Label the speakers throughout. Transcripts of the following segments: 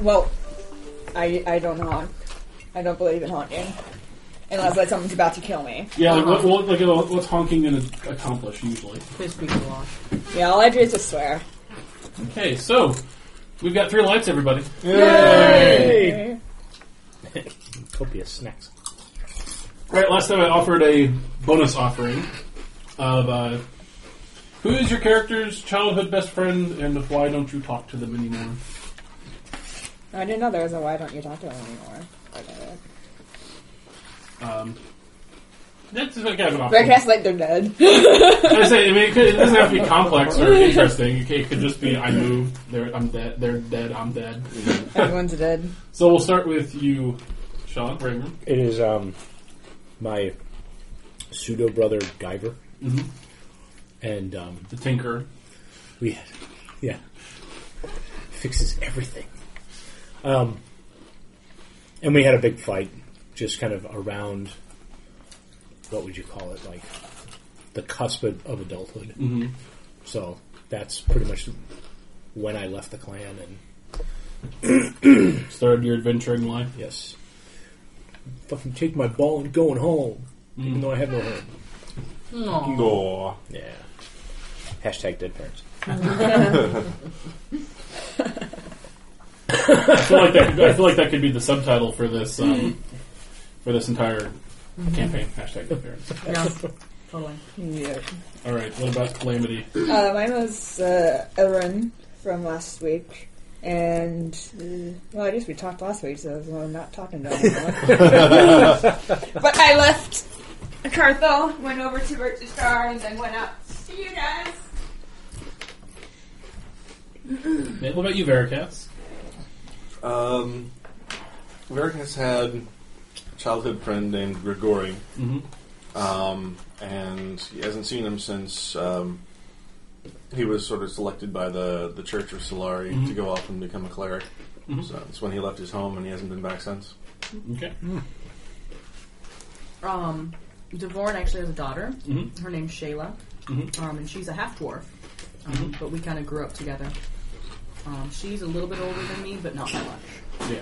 Speaker 1: Well, I I don't haunt. I don't believe in haunting, unless like someone's about to kill me.
Speaker 2: Yeah, like, what, what, like what- what's honking going to accomplish usually?
Speaker 3: Piss people off.
Speaker 1: Yeah, all I do is just swear.
Speaker 2: Okay, so we've got three lights, everybody.
Speaker 1: Hey.
Speaker 4: Copious snacks.
Speaker 2: Right, last time I offered a bonus offering of uh, who is your character's childhood best friend and why don't you talk to them anymore?
Speaker 1: I didn't know there was a why don't you talk to him anymore. Okay.
Speaker 2: Um, that's like kind of an
Speaker 1: But I
Speaker 2: option.
Speaker 1: guess like they're dead.
Speaker 2: I say, I mean, it, could, it doesn't have to be complex or interesting. It could, it could just be I move, they're, I'm dead, they're dead, I'm dead.
Speaker 1: Everyone's dead.
Speaker 2: So we'll start with you, Sean Braver.
Speaker 4: It is um, my pseudo brother Guyver,
Speaker 2: Mhm.
Speaker 4: and um,
Speaker 2: the Tinker.
Speaker 4: we had, yeah, fixes everything. Um, and we had a big fight, just kind of around what would you call it, like the cusp of, of adulthood.
Speaker 2: Mm-hmm.
Speaker 4: So that's pretty much when I left the clan, and
Speaker 2: Started your adventuring life.
Speaker 4: yes, fucking take my ball and going home, even though I have no home.
Speaker 3: No.
Speaker 5: Aw.
Speaker 4: Yeah. Hashtag dead parents.
Speaker 2: I feel like that. Could, I feel like that could be the subtitle for this um, for this entire campaign. Hashtag appearance.
Speaker 3: Yeah. Totally.
Speaker 1: Yeah.
Speaker 2: All right. What about calamity?
Speaker 1: Uh, mine was uh, Elrin from last week. And, uh, well, I guess we talked last week, so I'm not talking to anyone. but I left Carthel, went over to Virtus Star, and then went out. See you guys.
Speaker 2: Yeah, What about you, Veracast?
Speaker 5: Um, Varric has had a childhood friend named Grigori,
Speaker 2: Mm-hmm.
Speaker 5: um, and he hasn't seen him since um, he was sort of selected by the, the Church of Solari
Speaker 2: Mhm.
Speaker 5: to go off and become a cleric.
Speaker 2: Mhm.
Speaker 5: So that's when he left his home, and he hasn't been back since.
Speaker 2: Okay.
Speaker 3: Um, Devorn actually has a daughter.
Speaker 2: Mhm.
Speaker 3: Her name's Shayla,
Speaker 2: Mhm.
Speaker 3: um, and she's a half dwarf. Um, But we kind of grew up together. Um, she's a little bit older than me, but not by much.
Speaker 2: Yeah.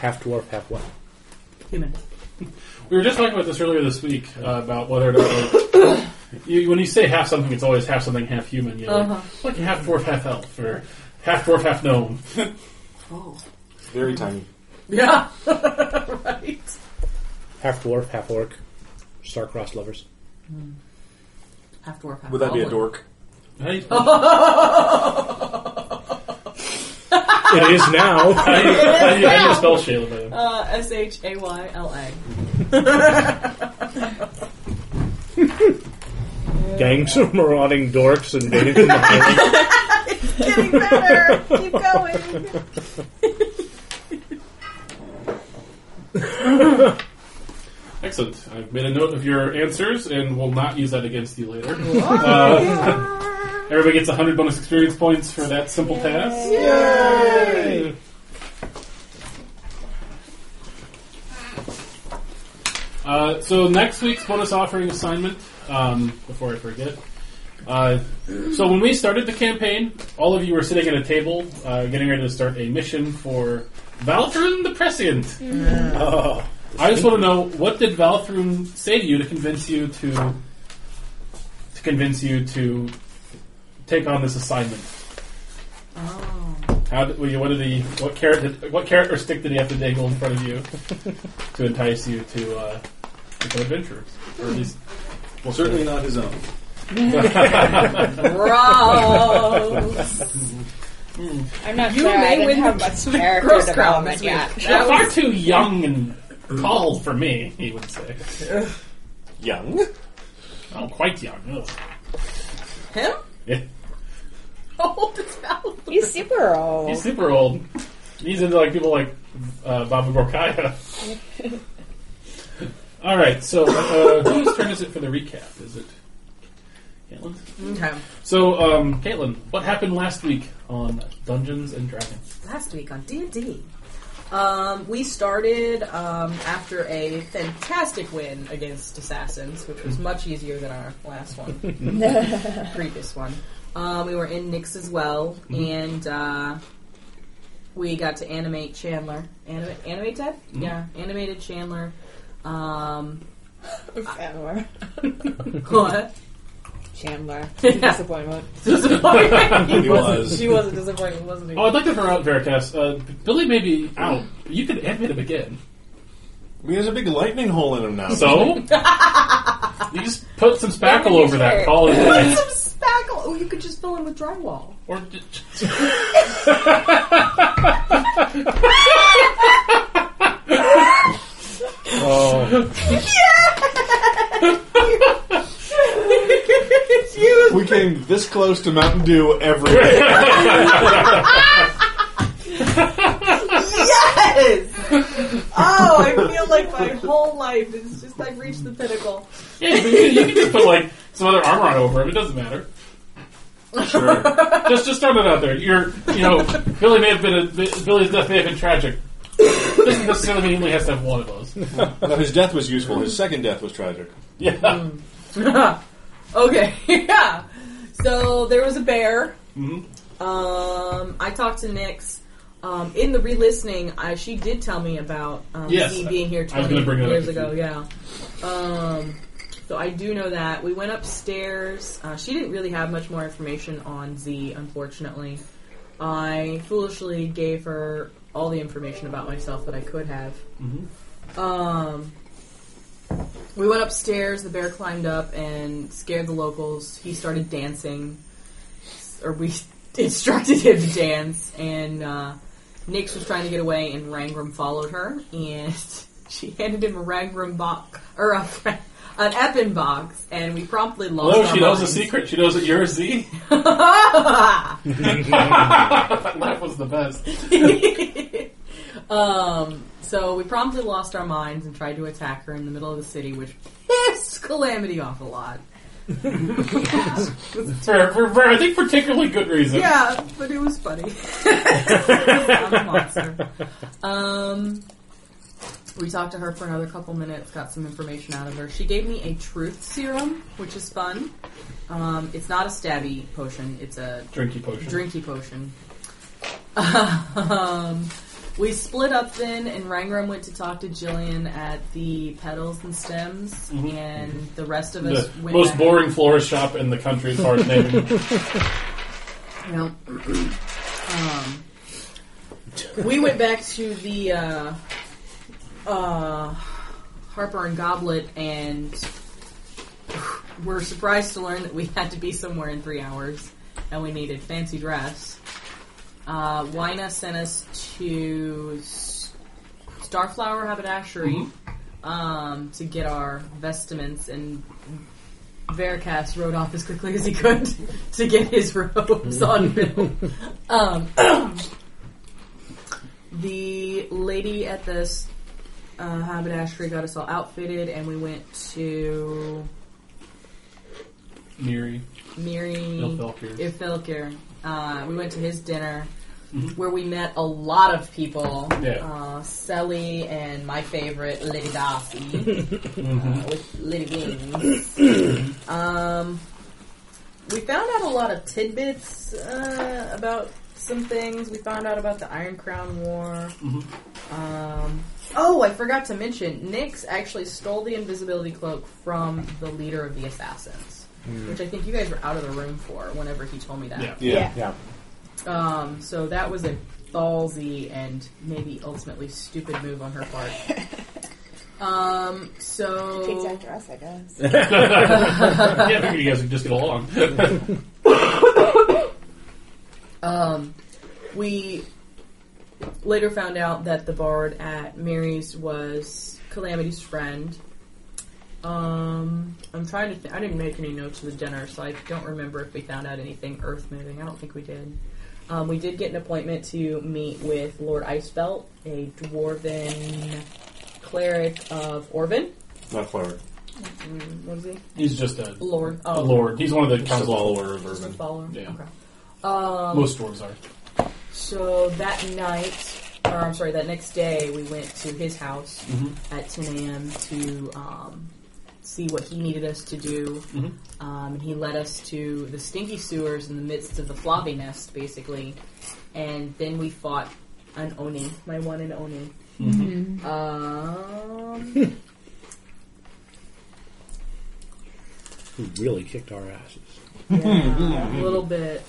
Speaker 4: Half dwarf, half what?
Speaker 3: Human.
Speaker 2: We were just talking about this earlier this week uh, about whether or not like, you, when you say half something, it's always half something, half human. You know, like-
Speaker 3: Uh-huh.
Speaker 2: like, half dwarf, half elf, or half dwarf, half gnome.
Speaker 3: Oh.
Speaker 5: Very tiny.
Speaker 3: Yeah. right.
Speaker 4: Half dwarf, half orc. Star-crossed lovers.
Speaker 3: Half dwarf. Half
Speaker 5: Would that be a
Speaker 3: goblin.
Speaker 5: dork?
Speaker 2: How do you spell,
Speaker 4: it is now.
Speaker 2: how do you, how do you, how do you spell Shayla? By the way?
Speaker 3: Uh, S H A Y L A.
Speaker 4: Gangs of marauding dorks and dating from the highway.
Speaker 3: Getting better. Keep going.
Speaker 2: Excellent. I've made a note of your answers and will not use that against you later. Uh, Everybody gets 100 bonus experience points for that simple task. Yay! Uh, so next week's bonus offering assignment, um, before I forget. Uh, so when we started the campaign, all of you were sitting at a table, uh, getting ready to start a mission for Valthrun the Prescient.
Speaker 4: Oh.
Speaker 2: I just want to know what did Valthrun say to you to convince you to to convince you to take on this assignment?
Speaker 3: Oh.
Speaker 2: How did, well, you- what did he? What carrot? Did, what carrot or stick did he have to dangle in front of you to entice you to uh, become adventurers, or at least well,
Speaker 5: Certainly not his own.
Speaker 3: Gross.
Speaker 1: I'm not
Speaker 3: You
Speaker 1: sure.
Speaker 3: may
Speaker 1: I didn't
Speaker 3: win
Speaker 1: have
Speaker 3: the
Speaker 1: much character
Speaker 3: Girl Scout
Speaker 1: development
Speaker 3: this week.
Speaker 1: yet.
Speaker 2: You're far too young and tall for me. He would say,
Speaker 5: Young?
Speaker 2: "Oh, quite young." Ugh.
Speaker 3: Him?
Speaker 2: Yeah.
Speaker 3: How old is Val?
Speaker 1: He's super old.
Speaker 2: He's super old. He's into like people like uh, Baba Gorkaya. All right, so uh, whose turn is it for the recap? Is it Caitlin?
Speaker 3: Okay.
Speaker 2: So, um, Caitlin, what happened last week on Dungeons and Dragons?
Speaker 3: last week on D&D. Um, we started um, after a fantastic win against Assassins, which
Speaker 5: Hmm.
Speaker 3: was much easier than our last
Speaker 5: Mm-hmm.
Speaker 3: one, previous one. Um, we were in Nyx as well, and uh, we got to animate Chandler. Anima- animate Ted?
Speaker 5: Mm-hmm.
Speaker 3: Yeah, animated Chandler. Um,
Speaker 1: Chandler.
Speaker 3: what?
Speaker 1: Chandler. Disappointment.
Speaker 5: He was.
Speaker 3: She wasn't disappointed, wasn't he?
Speaker 2: Oh, I'd like to throw out Veritas. Uh, Billy may be out. but You could animate him again.
Speaker 5: I mean, there's a big lightning hole in him now.
Speaker 2: So? you just put some spackle
Speaker 3: Whatever you
Speaker 2: over that
Speaker 3: care.
Speaker 2: call and
Speaker 3: Put
Speaker 2: good.
Speaker 3: some spackle. Oh, you could just fill in with drywall.
Speaker 2: Or just-
Speaker 5: we came this close to Mountain Dew every day.
Speaker 3: Yes! Oh, I feel like my whole life is just I've reached the pinnacle.
Speaker 2: Yeah, but you, you can just put like some other armor on over him. It doesn't matter.
Speaker 5: sure.
Speaker 2: Just just throw that out there. You're, you know, Billy may have been a, Billy's death may have been tragic. Doesn't necessarily mean he only has to have one of those.
Speaker 5: Now, his death was useful. His second death was tragic.
Speaker 2: Yeah.
Speaker 3: okay, yeah. So there was a bear.
Speaker 2: Mhm.
Speaker 3: Um, I talked to Nyx. Um, in the re-listening, I, she did tell me about um,
Speaker 2: Yes,
Speaker 3: me being here
Speaker 2: I was
Speaker 3: 20
Speaker 2: gonna bring that up
Speaker 3: years
Speaker 2: to
Speaker 3: ago.
Speaker 2: you.
Speaker 3: Yeah. Um, so I do know that we went upstairs. Uh, she didn't really have much more information on Z, unfortunately. I foolishly gave her all the information about myself that I could have. Um, we went upstairs. The bear climbed up and scared the locals. He started dancing, or we instructed him to dance. And uh, Nyx was trying to get away, and Rangram followed her, and she handed him a Rangram box or a, an Eppin box, and we promptly lost.
Speaker 2: Hello,
Speaker 3: our
Speaker 2: she knows a
Speaker 3: minds.
Speaker 2: secret. She knows that you're a Z. that laugh was the best.
Speaker 3: Um, so we promptly lost our minds and tried to attack her in the middle of the city, which pissed Calamity off a lot.
Speaker 2: For, for, for I think particularly good reason.
Speaker 3: Yeah, but it was funny. I'm a monster. Um, we talked to her for another couple minutes, got some information out of her. She gave me a truth serum, which is fun. Um, it's not a stabby potion; it's a
Speaker 2: Drinky potion.
Speaker 3: drinky potion. um, we split up then, and Rangram went to talk to Jillian at the Petals and Stems, and the rest of us
Speaker 2: Mm-hmm. The
Speaker 3: went
Speaker 2: most
Speaker 3: back-
Speaker 2: boring florist shop in the country as far as naming.
Speaker 3: No. um, we went back to the uh, uh, Harper and Goblet, and were surprised to learn that we had to be somewhere in three hours, and we needed fancy dress. Uh, Wina sent us to S- Starflower Haberdashery um, to get our vestments, and Veracast rode off as quickly as he could to get his robes on film. Um, the lady at this uh, haberdashery got us all outfitted, and we went to
Speaker 2: Miri.
Speaker 3: Miri
Speaker 2: Ilfilker.
Speaker 3: Ilfilker. Uh, we went to his dinner. Where we met a lot of people,
Speaker 2: Yeah.
Speaker 3: uh, Sally and my favorite Lady Darcy uh, with Lady Wings. um, we found out a lot of tidbits uh, about some things. We found out about the Iron Crown War.
Speaker 2: Mm-hmm.
Speaker 3: Um, oh, I forgot to mention, Nyx actually stole the invisibility cloak from the leader of the assassins, which I think you guys were out of the room for whenever he told me that.
Speaker 2: Yeah.
Speaker 5: Yeah.
Speaker 4: Yeah.
Speaker 3: Um, so that was a ballsy and maybe ultimately stupid move on her part. Um, so
Speaker 1: Takes after us, I guess.
Speaker 2: yeah, I figured you guys would just get along.
Speaker 3: Um, we later found out that the bard at Mary's was Calamity's friend. Um, I'm trying to. Th- I didn't make any notes of the dinner, so I don't remember if we found out anything earth moving. I don't think we did. Um, we did get an appointment to meet with Lord Icebelt, a dwarven cleric of Orvin.
Speaker 5: Not flowered.
Speaker 3: Mm, What is he?
Speaker 2: He's just a,
Speaker 3: Lord.
Speaker 2: a
Speaker 3: Oh,
Speaker 2: lord. He's one of the
Speaker 5: Just a
Speaker 2: council all
Speaker 5: follower of
Speaker 3: Just um, a
Speaker 5: Urban.
Speaker 3: follower.
Speaker 2: Yeah.
Speaker 3: Okay.
Speaker 2: Most dwarves are.
Speaker 3: So that night, or I'm sorry, that next day, we went to his house
Speaker 2: Mm-hmm.
Speaker 3: at 10 a.m. to um, see what he needed us to do.
Speaker 2: Mm-hmm.
Speaker 3: Um, and he led us to the stinky sewers in the midst of the floppy nest, basically. And then we fought an Oni, my one and Oni.
Speaker 2: Mm-hmm.
Speaker 3: Um,
Speaker 4: Who really kicked our asses?
Speaker 3: yeah, a little bit,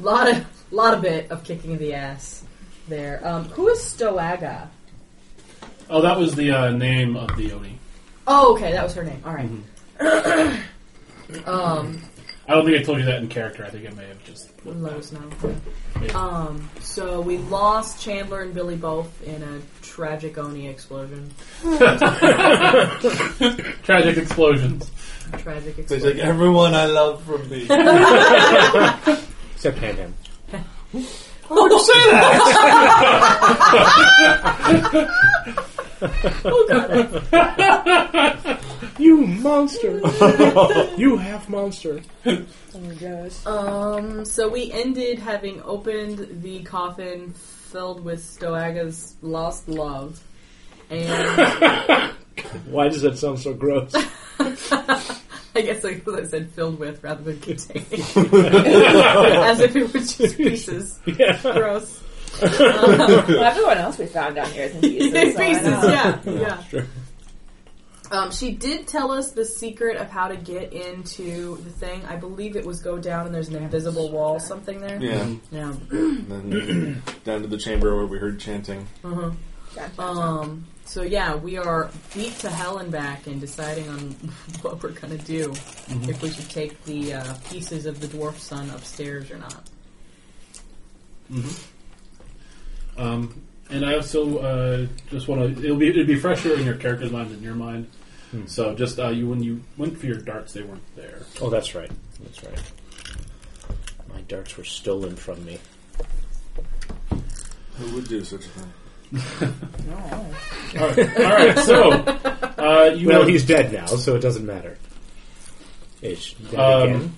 Speaker 3: lot of, lot of bit of kicking the ass there. Um, who is Stoaga?
Speaker 2: Oh, that was the uh, name of the Oni.
Speaker 3: Oh, okay, that was her name. All right. um,
Speaker 2: I don't think I told you that in character. I think I may have just.
Speaker 3: let us know. Um, so we lost Chandler and Billy both in a tragic Oni explosion.
Speaker 2: Tragic explosions.
Speaker 3: Tragic
Speaker 5: They take
Speaker 3: explosion.
Speaker 5: everyone I love from me.
Speaker 4: Except Ham Ham.
Speaker 3: Oh, God.
Speaker 4: You monster! you half monster.
Speaker 1: Oh, gosh.
Speaker 3: Um, so we ended having opened the coffin filled with Stoaga's lost love. And
Speaker 4: Why does that sound so gross?
Speaker 3: I guess I, I said filled with rather than containing. As if it was just pieces.
Speaker 4: yeah.
Speaker 3: Gross.
Speaker 1: well, everyone else we found down here is in pieces.
Speaker 3: pieces,
Speaker 1: so I know.
Speaker 3: yeah, yeah. Um, she did tell us the secret of how to get into the thing. I believe it was go down and there's an invisible wall, something there.
Speaker 5: yeah.
Speaker 3: Yeah.
Speaker 5: And then down to the chamber where we heard chanting.
Speaker 3: Uh-huh.
Speaker 1: Gotcha.
Speaker 3: Um, so yeah, we are beat to hell and back in deciding on what we're gonna do.
Speaker 5: Mm-hmm.
Speaker 3: If we should take the uh, pieces of the dwarf sun upstairs or not.
Speaker 2: Um, and I also uh, just want to. It'll be it'd be fresher in your character's mind than your mind.
Speaker 4: Hmm.
Speaker 2: So just uh, you when you went for your darts, they weren't there.
Speaker 4: Oh, that's right. That's right. My darts were stolen from me.
Speaker 5: Who would do such a thing?
Speaker 2: All right, all right. So uh, you
Speaker 4: Well,
Speaker 2: have-
Speaker 4: he's dead now, so it doesn't matter. Ish. Dead
Speaker 2: Um,
Speaker 4: again.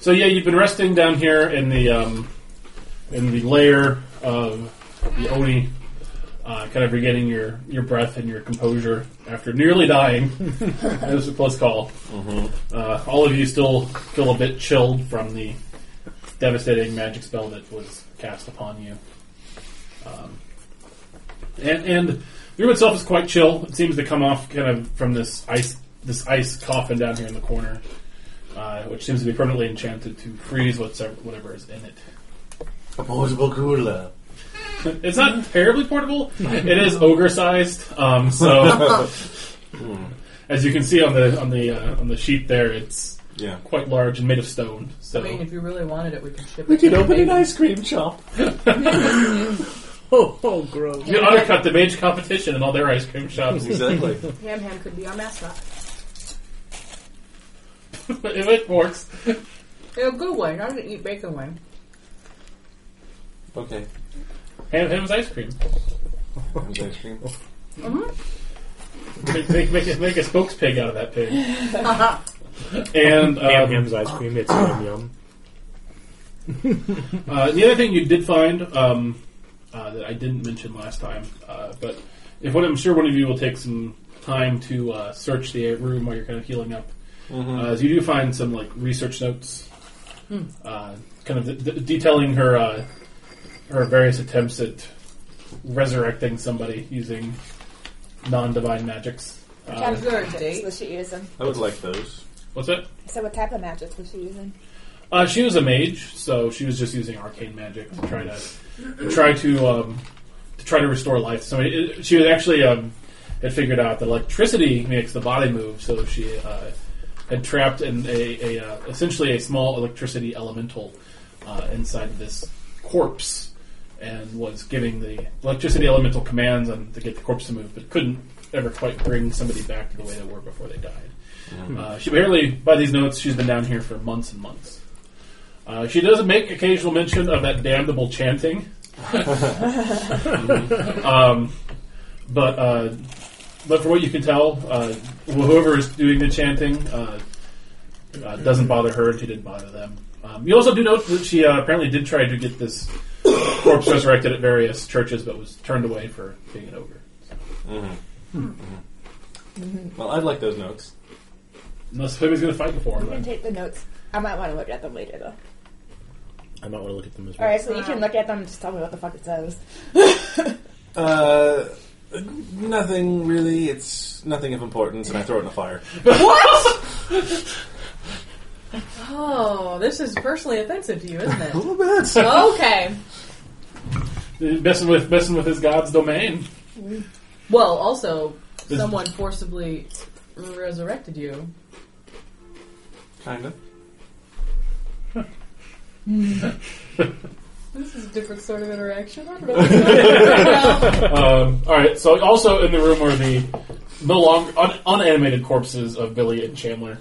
Speaker 2: So yeah, you've been resting down here in the um, in the lair of the Oni, uh, kind of regaining your, your breath and your composure after nearly dying. that was a close call. Uh, all of you still feel a bit chilled from the devastating magic spell that was cast upon you. Um, And, and the room itself is quite chill. It seems to come off kind of from this ice this ice coffin down here in the corner, uh, which seems to be permanently enchanted to freeze whatsoever, whatever is in it.
Speaker 5: A portable cooler.
Speaker 2: It's not terribly portable. It is ogre sized. Um, so, as you can see on the on the uh, on the sheet there, it's
Speaker 5: Yeah.
Speaker 2: quite large and made of stone. So
Speaker 3: I mean, if you really wanted it, we could ship it.
Speaker 5: We could
Speaker 3: to
Speaker 5: open
Speaker 3: you,
Speaker 5: an
Speaker 3: maybe.
Speaker 5: ice cream shop.
Speaker 4: Oh, oh, gross.
Speaker 2: you undercut the mage competition and all their ice cream shops.
Speaker 5: Exactly.
Speaker 3: Ham Ham could be our mascot.
Speaker 2: if it works.
Speaker 3: In a good way, not an eat bacon way.
Speaker 5: Okay.
Speaker 2: Ham, ham's ice cream.
Speaker 5: There's ice cream.
Speaker 2: Make, make, make, a, make a spokes pig out of that pig. and
Speaker 4: Ham
Speaker 2: um,
Speaker 4: Ham's ice cream. It's yum yum.
Speaker 2: uh, the other thing you did find um, uh, that I didn't mention last time, uh, but if one, I'm sure one of you will take some time to uh, search the room while you're kind of healing up, uh, is you do find some like research notes, uh, kind of th- th- detailing her uh, her various attempts at resurrecting somebody using non-divine magics. Uh,
Speaker 1: What type of magics was she using?
Speaker 5: I would like those.
Speaker 2: what's that?
Speaker 1: So what type of magic was she using?
Speaker 2: Uh, she was a mage, so she was just using arcane magic to try to, to try to um, to try to restore life. So it, she was actually um, had figured out that electricity makes the body move. So she uh, had trapped in a, a uh, essentially a small electricity elemental uh, inside this corpse, and was giving the electricity elemental commands on to get the corpse to move, but couldn't ever quite bring somebody back to the way they were before they died. Uh, she barely, by these notes, she's been down here for months and months. Uh, she does make occasional mention of that damnable chanting. um, but uh, but for what you can tell, uh, whoever is doing the chanting uh, uh, doesn't bother her, and she didn't bother them. Um, you also do note that she uh, apparently did try to get this corpse resurrected at various churches, but was turned away for being an ogre.
Speaker 5: Well, I'd like those notes.
Speaker 2: Unless somebody's going to fight before her.
Speaker 1: I'm gonna
Speaker 2: then.
Speaker 1: take the notes. I might want to look at them later though.
Speaker 4: I might want to look at them as well.
Speaker 1: Alright, so you can look at them and just tell me what the fuck it says.
Speaker 5: Uh, nothing really. It's nothing of importance, and I throw it in the fire.
Speaker 3: Oh, this is personally offensive to you, isn't it?
Speaker 5: little bit.
Speaker 3: okay.
Speaker 2: Messing with messing with his god's domain.
Speaker 3: Well, also, someone forcibly resurrected you.
Speaker 5: kind of.
Speaker 3: This is a different sort of interaction. I don't know. what's going on.
Speaker 2: Um, all right. So also in the room were the no longer un- unanimated corpses of Billy and Chandler.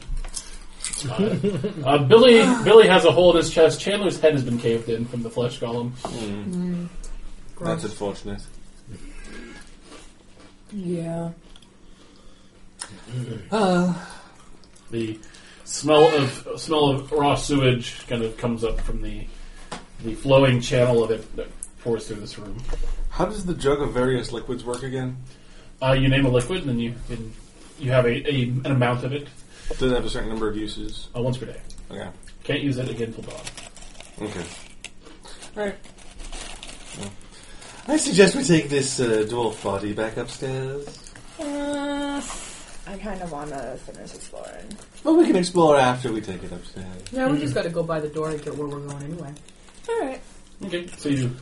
Speaker 2: Uh, uh, Billy Billy has a hole in his chest. Chandler's head has been caved in from the flesh golem.
Speaker 5: That's unfortunate.
Speaker 1: Yeah.
Speaker 2: The smell of smell of raw sewage kind of comes up from the the flowing channel of it that pours through this room.
Speaker 5: How does the jug of various liquids work again?
Speaker 2: Uh, you name a liquid, and then you can, you have a, a an amount of it
Speaker 5: Does it have a certain number of uses?
Speaker 2: uh, once per day.
Speaker 5: Okay.
Speaker 2: Can't use it again till dawn.
Speaker 5: Okay. Alright. I suggest we take this uh, dwarf body back upstairs.
Speaker 1: Uh, I kind of want to finish exploring.
Speaker 5: Well, we can explore after we take it upstairs.
Speaker 3: yeah, we just got to go by the door and get where we're going anyway.
Speaker 1: Alright.
Speaker 2: Okay, so you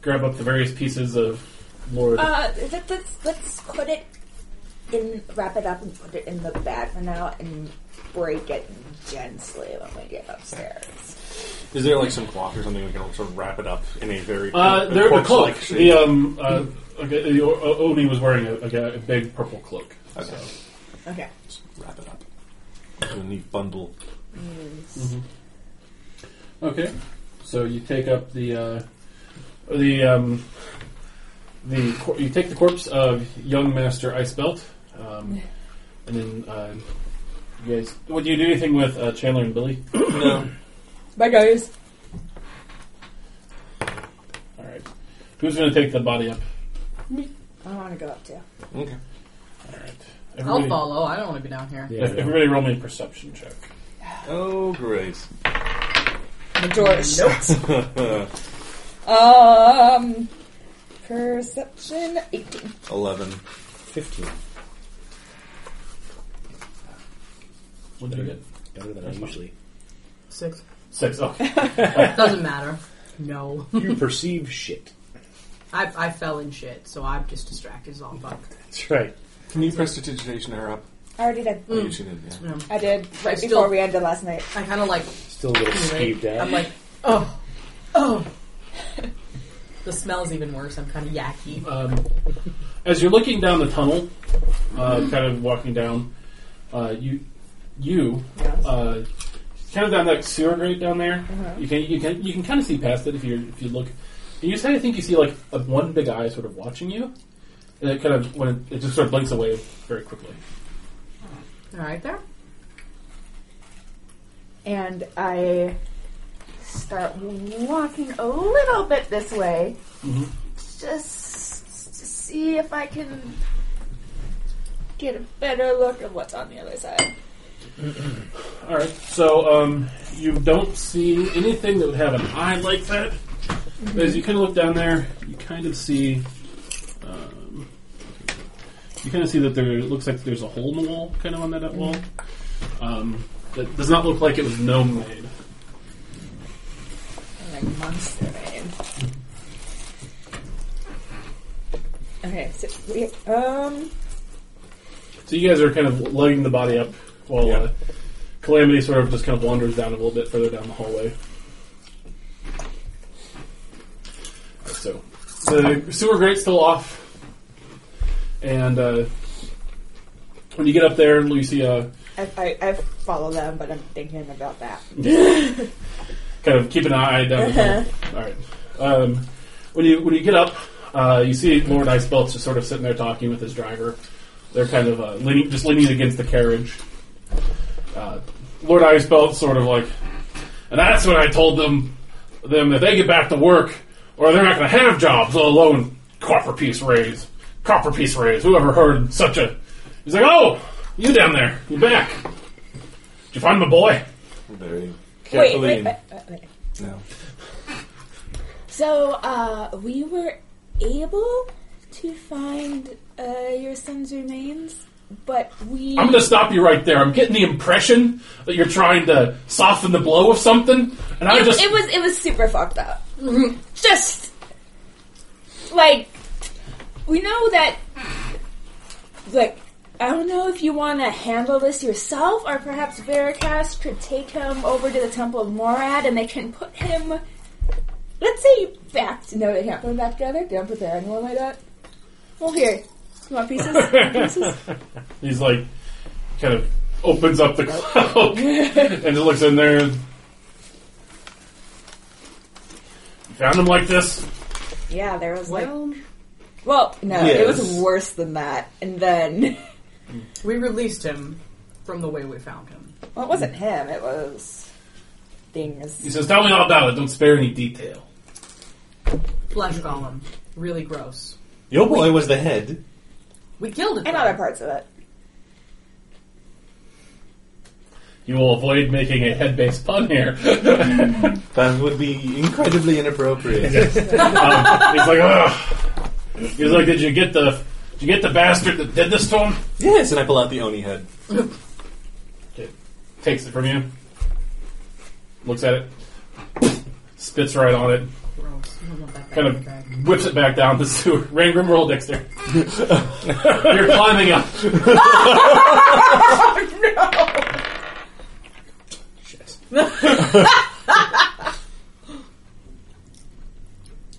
Speaker 2: grab up the various pieces of Lord.
Speaker 1: Uh, let, let's, let's put it in, wrap it up and put it in the bag for now and break it gently when we get upstairs.
Speaker 5: Is there like some cloth or something we can sort of wrap it up in a very
Speaker 2: Uh,
Speaker 5: a
Speaker 2: there, the
Speaker 5: corpse-like
Speaker 2: cloak.
Speaker 5: shape?
Speaker 2: The um, uh, okay, the, o- Odie was wearing a, a, a big purple cloak.
Speaker 5: Okay.
Speaker 1: Okay.
Speaker 5: Just wrap it up. In a neat bundle.
Speaker 3: Mm.
Speaker 2: Okay, so you take up the uh, the um, the cor- you take the corpse of young Master Icebelt, um, and then uh, you guys. Well, do you do anything with uh, Chandler and Billy?
Speaker 5: no.
Speaker 1: Bye, guys.
Speaker 2: All right, who's going to take the body up?
Speaker 1: I want to go up too.
Speaker 5: Okay.
Speaker 2: All right,
Speaker 3: I'll follow. I don't want to be down here.
Speaker 4: Yeah,
Speaker 2: If everybody roll me a perception check.
Speaker 5: Oh, great.
Speaker 1: The door is shut. um, perception 18.
Speaker 5: 11.
Speaker 4: 15.
Speaker 2: What did you get?
Speaker 4: Better than I
Speaker 2: That's fine.
Speaker 4: usually.
Speaker 3: Six.
Speaker 2: Six. Oh,
Speaker 3: Doesn't matter. No.
Speaker 4: you perceive shit.
Speaker 3: I, I fell in shit, so I'm just distracted as all fuck.
Speaker 4: That's right.
Speaker 5: Can you press prestidigitation her up?
Speaker 1: I already did.
Speaker 5: Oh, you should have, yeah.
Speaker 3: Um,
Speaker 1: I did
Speaker 3: I
Speaker 1: right
Speaker 3: still-
Speaker 1: before we ended last night.
Speaker 3: I kind of like.
Speaker 4: Still a little skeeved out.
Speaker 3: I'm like, oh, oh. the smell's even worse. I'm kind of yucky.
Speaker 2: um, as you're looking down the tunnel, uh, kind of walking down, uh, you you
Speaker 1: Yes.
Speaker 2: uh, kind of down that sewer grate down there.
Speaker 1: Uh-huh.
Speaker 2: You can you can you can kind of see past it if you if you look. And you just kind of think you see like a, one big eye sort of watching you, and it kind of when it, it just sort of blinks away very quickly.
Speaker 3: All right, there.
Speaker 1: and I start walking a little bit this way,
Speaker 2: Mhm.
Speaker 1: just to see if I can get a better look at what's on the other side.
Speaker 2: All right, so um, you don't see anything that would have an eye like that. But as you kind of look down there, you kind of see, um, you kind of see that there it looks like there's a hole in the wall, kind of on that wall. Um, that does not look like it was gnome made.
Speaker 1: I'm like monster man. Okay, so we um
Speaker 2: So you guys are kind of lugging the body up while
Speaker 5: Yeah.
Speaker 2: uh, Calamity sort of just kind of wanders down a little bit further down the hallway. So the sewer grate's still off, and uh, when you get up there, you see uh, a
Speaker 1: I, I, I follow them, but I'm thinking about that.
Speaker 2: kind of keep an eye down. The All right. Um, when you when you get up, uh, you see Lord Icebelt's just sort of sitting there talking with his driver. They're kind of uh, leaning, just leaning against the carriage. Uh, Lord Icebelt sort of like, and that's when I told them them that they get back to work, or they're not going to have jobs, let alone copper piece raise, copper piece raise. Whoever heard such a? He's like, oh, you down there, you back? Did you find my boy?
Speaker 5: Very carefully.
Speaker 1: Wait, wait, wait, wait, wait.
Speaker 5: No.
Speaker 6: So, uh, we were able to find uh, your son's remains, but we.
Speaker 2: I'm going to stop you right there. I'm getting the impression that you're trying to soften the blow of something, and I just
Speaker 6: It was Mm-hmm. it was super fucked up. Just like we know that. Like I don't know if you want to handle this yourself, or perhaps Veracast could take him over to the Temple of Morad, and they can put him. Let's say you back. No, they can't put him back together. They don't put their anyone like that. Well, here, you want pieces? You want pieces?
Speaker 2: he's like kind of opens up the cloak and just looks in there. and Found him like this.
Speaker 1: Yeah, there was like.
Speaker 3: Well,
Speaker 1: Well, no, it was
Speaker 5: Yes.
Speaker 1: worse than that. And then.
Speaker 3: we released him from the way we found him.
Speaker 1: Well, it wasn't him, it was. Things.
Speaker 2: He says, "Tell me all about it. Don't spare any detail."
Speaker 3: Flesh golem, really gross.
Speaker 5: Yo boy was the head.
Speaker 3: We killed it.
Speaker 1: And
Speaker 3: though.
Speaker 1: other parts of it.
Speaker 2: You will avoid making a head-based pun here.
Speaker 5: That would be incredibly inappropriate.
Speaker 2: Um, he's like, ugh. He's like, did you get the, did you get the bastard that did this to him?
Speaker 5: yes, and I pull out the Oni head.
Speaker 2: Takes it from you. Looks at it. Spits right on it.
Speaker 3: Gross. I don't want that
Speaker 2: Kind
Speaker 3: bad bag.
Speaker 2: of whips it back down the sewer. Rangrim, roll Dexter. You're climbing up.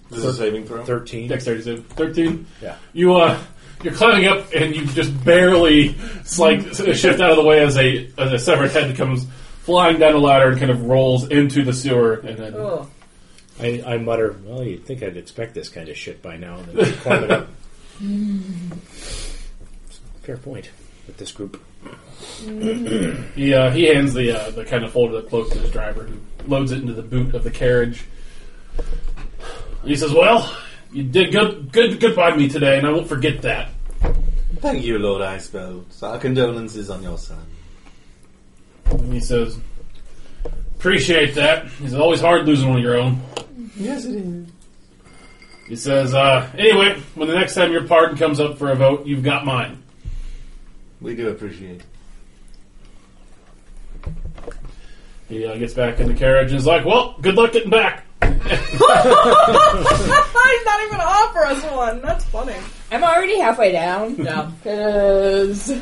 Speaker 5: This is a saving throw.
Speaker 4: Thirteen.
Speaker 2: Dexterity save. Thirteen.
Speaker 4: Yeah.
Speaker 2: You uh, you're climbing up and you just barely s- like s- shift out of the way as a as a severed head comes flying down the ladder and kind of rolls into the sewer and then
Speaker 3: Ugh.
Speaker 4: I, I mutter, well, you'd think I'd expect this kind of shit by now. And then climb it up. Fair point with this group.
Speaker 2: He, uh, he hands the uh, the kind of folded up cloak to his driver, who loads it into the boot of the carriage. And he says, "Well, you did good good good by me today, and I won't forget that."
Speaker 5: Thank you, Lord Icebones. Our condolences on your son.
Speaker 2: And he says, "Appreciate that." He says, "Always hard losing one of your own."
Speaker 5: Yes, it is.
Speaker 2: He says, uh, "Anyway, when the next time your pardon comes up for a vote, you've got mine."
Speaker 5: We do appreciate. it.
Speaker 2: He uh, gets back in the carriage and is like, "Well, good luck getting back."
Speaker 3: He's not even offer us one. That's funny.
Speaker 1: I'm already halfway down.
Speaker 3: Yeah.
Speaker 1: Because.